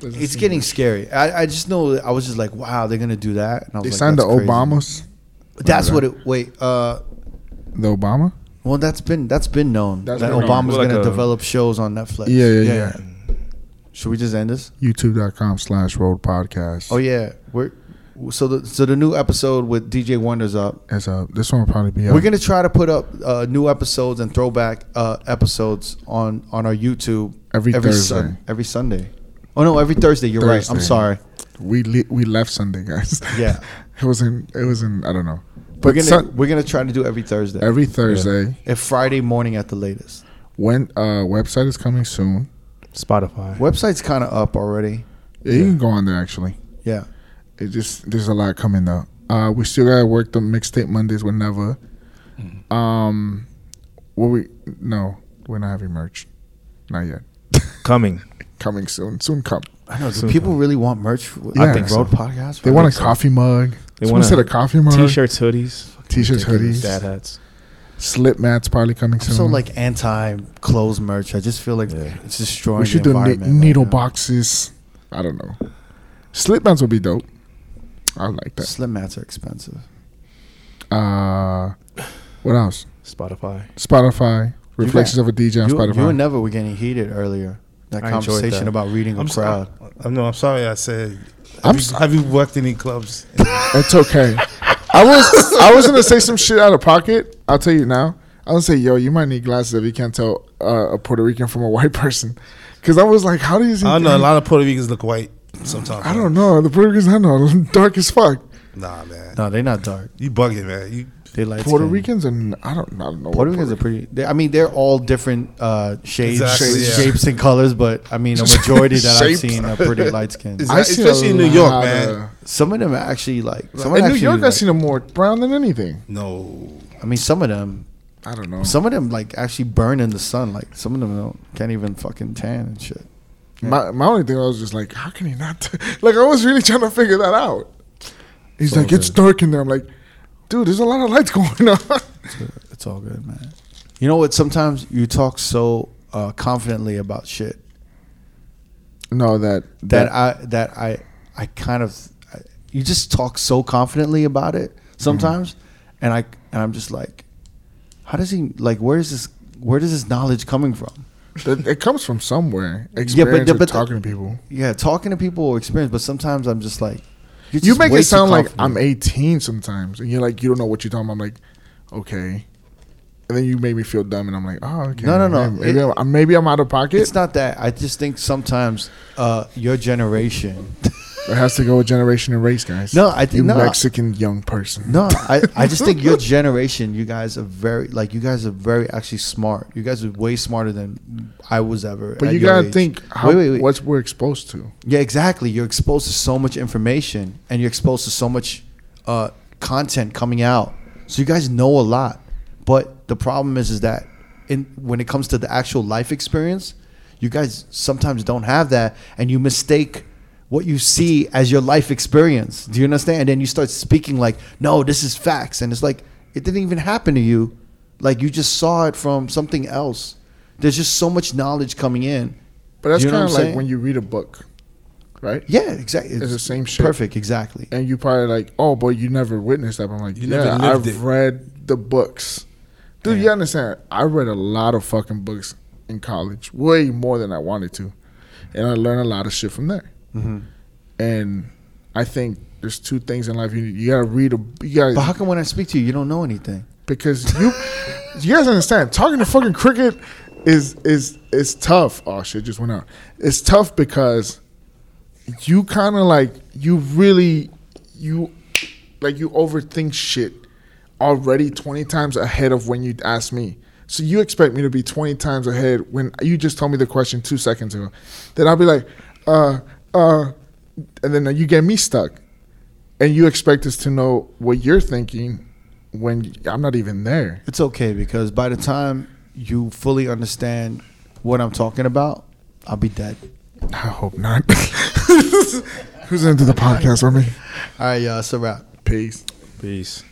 S4: It's getting scary. I, I just know I was just like, wow, they're gonna do that. And I was
S3: They
S4: like,
S3: signed the
S4: that's crazy.
S3: Obamas.
S4: That's what it. Wait, uh,
S3: The Obama?
S4: well, that's been that's been known
S3: That's
S4: that
S3: been known.
S4: Obama's
S1: Like
S4: gonna
S1: a-
S4: develop shows on Netflix.
S3: Yeah, yeah, yeah.
S4: Should we just end this?
S3: YouTube.com slash road podcast.
S4: Oh yeah, we're so the so the new episode with DJ Wonders up.
S3: As a, this one will probably be up.
S4: We're gonna try to put up uh, new episodes and throwback uh, episodes on on our YouTube
S3: Every Thursday.
S4: every Sunday. Oh no, every Thursday. You're right. I'm
S3: Thursday.
S4: sorry.
S3: we le- we left Sunday, guys.
S4: Yeah.
S3: it was in it was in I don't know.
S4: We're
S3: But
S4: gonna
S3: Sun-
S4: we're gonna try to do every Thursday.
S3: every Thursday
S4: If Friday morning at the latest.
S3: when uh website is coming soon.
S1: Spotify.
S4: Website's kind of up already.
S3: Yeah, You can go on there actually.
S4: Yeah.
S3: It just there's a lot coming though. Uh, we still gotta work the mixtape Mondays whenever.
S4: Mm-hmm.
S3: Um, what we no, we're not having merch, not yet.
S1: Coming.
S3: Coming soon, soon come.
S4: I know. Do
S1: Soon
S4: people
S1: come.
S4: really want merch? For,
S3: Yeah.
S4: I think Road Podcast.
S3: They
S4: I
S3: want a
S4: think so.
S3: coffee mug.
S1: They
S3: Someone
S1: want
S3: said a coffee mug.
S1: T-shirts, hoodies,
S3: t-shirts, hoodies,
S1: dad hats.
S3: slip mats probably coming
S4: I'm
S3: soon.
S4: so like anti clothes merch. I just feel like it's destroying
S3: we should
S4: the
S3: do ne-
S4: environment. right
S3: needle
S4: now.
S3: boxes. I don't know. Slip mats would be dope. I like that.
S4: Slim mats are expensive.
S3: Uh, what else?
S1: Spotify.
S3: Spotify.
S4: You
S3: Reflections
S4: got-
S3: of a DJ on
S4: you,
S3: Spotify.
S4: you and Never were getting heated earlier. That
S1: I enjoyed
S4: conversation
S1: that.
S4: about reading a
S1: I'm so-
S4: crowd.
S2: I know, I'm sorry I said.
S3: I'm
S2: Have,
S3: s-
S2: you, have you worked any clubs?
S3: It's okay. I was I was gonna say some shit out of pocket. I'll tell you now. I was gonna say, yo, you might need glasses if you can't tell uh, a Puerto Rican from a white person. Because I was like, how do you?
S2: I don't know. A lot of Puerto Ricans look white sometimes.
S3: I don't know. The Puerto Ricans I know are dark as fuck.
S2: Nah, man.
S4: no, they're not dark.
S2: You bugging, man. You
S4: They like
S3: Puerto Ricans and I don't, I don't know. what
S4: Puerto Ricans are pretty. They, I mean, they're all different uh, shades,
S2: Exactly,
S4: shapes,
S2: yeah.
S4: shapes and colors, but I mean, a majority that I've
S3: Shapes.
S4: seen are pretty light skinned.
S2: Is- Especially in New York, man.
S4: Some of them are actually like. Some
S3: in New
S4: actually
S3: York, I've
S4: like-
S3: seen them more brown than anything.
S2: no.
S4: I mean, some of them,
S3: I don't know.
S4: some of them like actually burn in the sun. Like some of them don't, can't even fucking tan and shit.
S3: My my only thing I was just like, how can he not? t-" Like I was really trying to figure that out. He's like, it's dark in there. I'm like, dude, there's a lot of lights going on.
S4: It's all good, man. You know what? Sometimes you talk so uh, confidently about shit
S3: no, that
S4: that I that I I kind of I, you just talk so confidently about it sometimes,
S3: Mm-hmm.
S4: and I and I'm just like, how does he like? Where is this? Where does this knowledge coming from?
S3: that- it comes from somewhere. Experience
S4: Yeah, but-
S3: with
S4: but-
S3: talking to people.
S4: Yeah, talking to people or experience, but sometimes I'm just like,
S3: You
S4: you're just
S3: make
S4: way
S3: it
S4: too
S3: sound like
S4: confident.
S3: I'm 18 sometimes, and you're like, you don't know what you're talking. about. I'm like, okay. And then you made me feel dumb, and I'm like, oh, okay.
S4: No, no, no.
S3: Maybe,
S4: It-
S3: I'm, maybe I'm out of pocket.
S4: It's not that. I just think sometimes uh, your generation.
S3: it has to go with generation and race, guys.
S4: No, I think-
S3: you
S4: no.
S3: Mexican young person.
S4: No, I, I just think your generation, you guys are very like you guys are very actually smart. You guys are way smarter than I was ever.
S3: But
S4: at
S3: you
S4: your
S3: gotta
S4: age.
S3: think how,
S4: Wait, wait, wait.
S3: what we're exposed to.
S4: Yeah, exactly. You're exposed to so much information, and you're exposed to so much uh, content coming out. So you guys know a lot, but the problem is, is that in when it comes to the actual life experience, you guys sometimes don't have that, and you mistake what you see as your life experience. Do you understand? And then you start speaking like, "No, this is facts," and it's like it didn't even happen to you. Like you just saw it from something else. There's just so much knowledge coming in.
S3: But that's
S4: Do you know
S3: kind of
S4: what I'm
S3: like
S4: saying?
S3: when you read a book, right?
S4: Yeah, exactly.
S3: It's the same shit.
S4: Perfect, exactly.
S3: And you probably like, oh, but you never witnessed that. But I'm like,
S2: You never
S3: yeah,
S2: lived
S3: I've
S2: it."
S3: read the books, dude. You understand? I read a lot of fucking books in college, way more than I wanted to, and I learned a lot of shit from there.
S2: Mm-hmm.
S3: And I think there's two things in life you need. You gotta read a, you gotta
S4: But how come when I speak to you, you don't know anything?
S3: because you you guys understand talking to fucking cricket is is is tough. Oh shit, just went out. It's tough because you kind of like you really you like you overthink shit already 20 times ahead of when you asked me. So you expect me to be 20 times ahead when you just told me the question two seconds ago. Then I'll be like, uh, uh, and then you get me stuck. And you expect us to know what you're thinking when I'm not even there.
S4: It's okay because by the time you fully understand what I'm talking about, I'll be dead.
S3: I hope not. Who's into the podcast with me?
S4: All right, y'all. It's a wrap.
S3: Peace.
S1: Peace.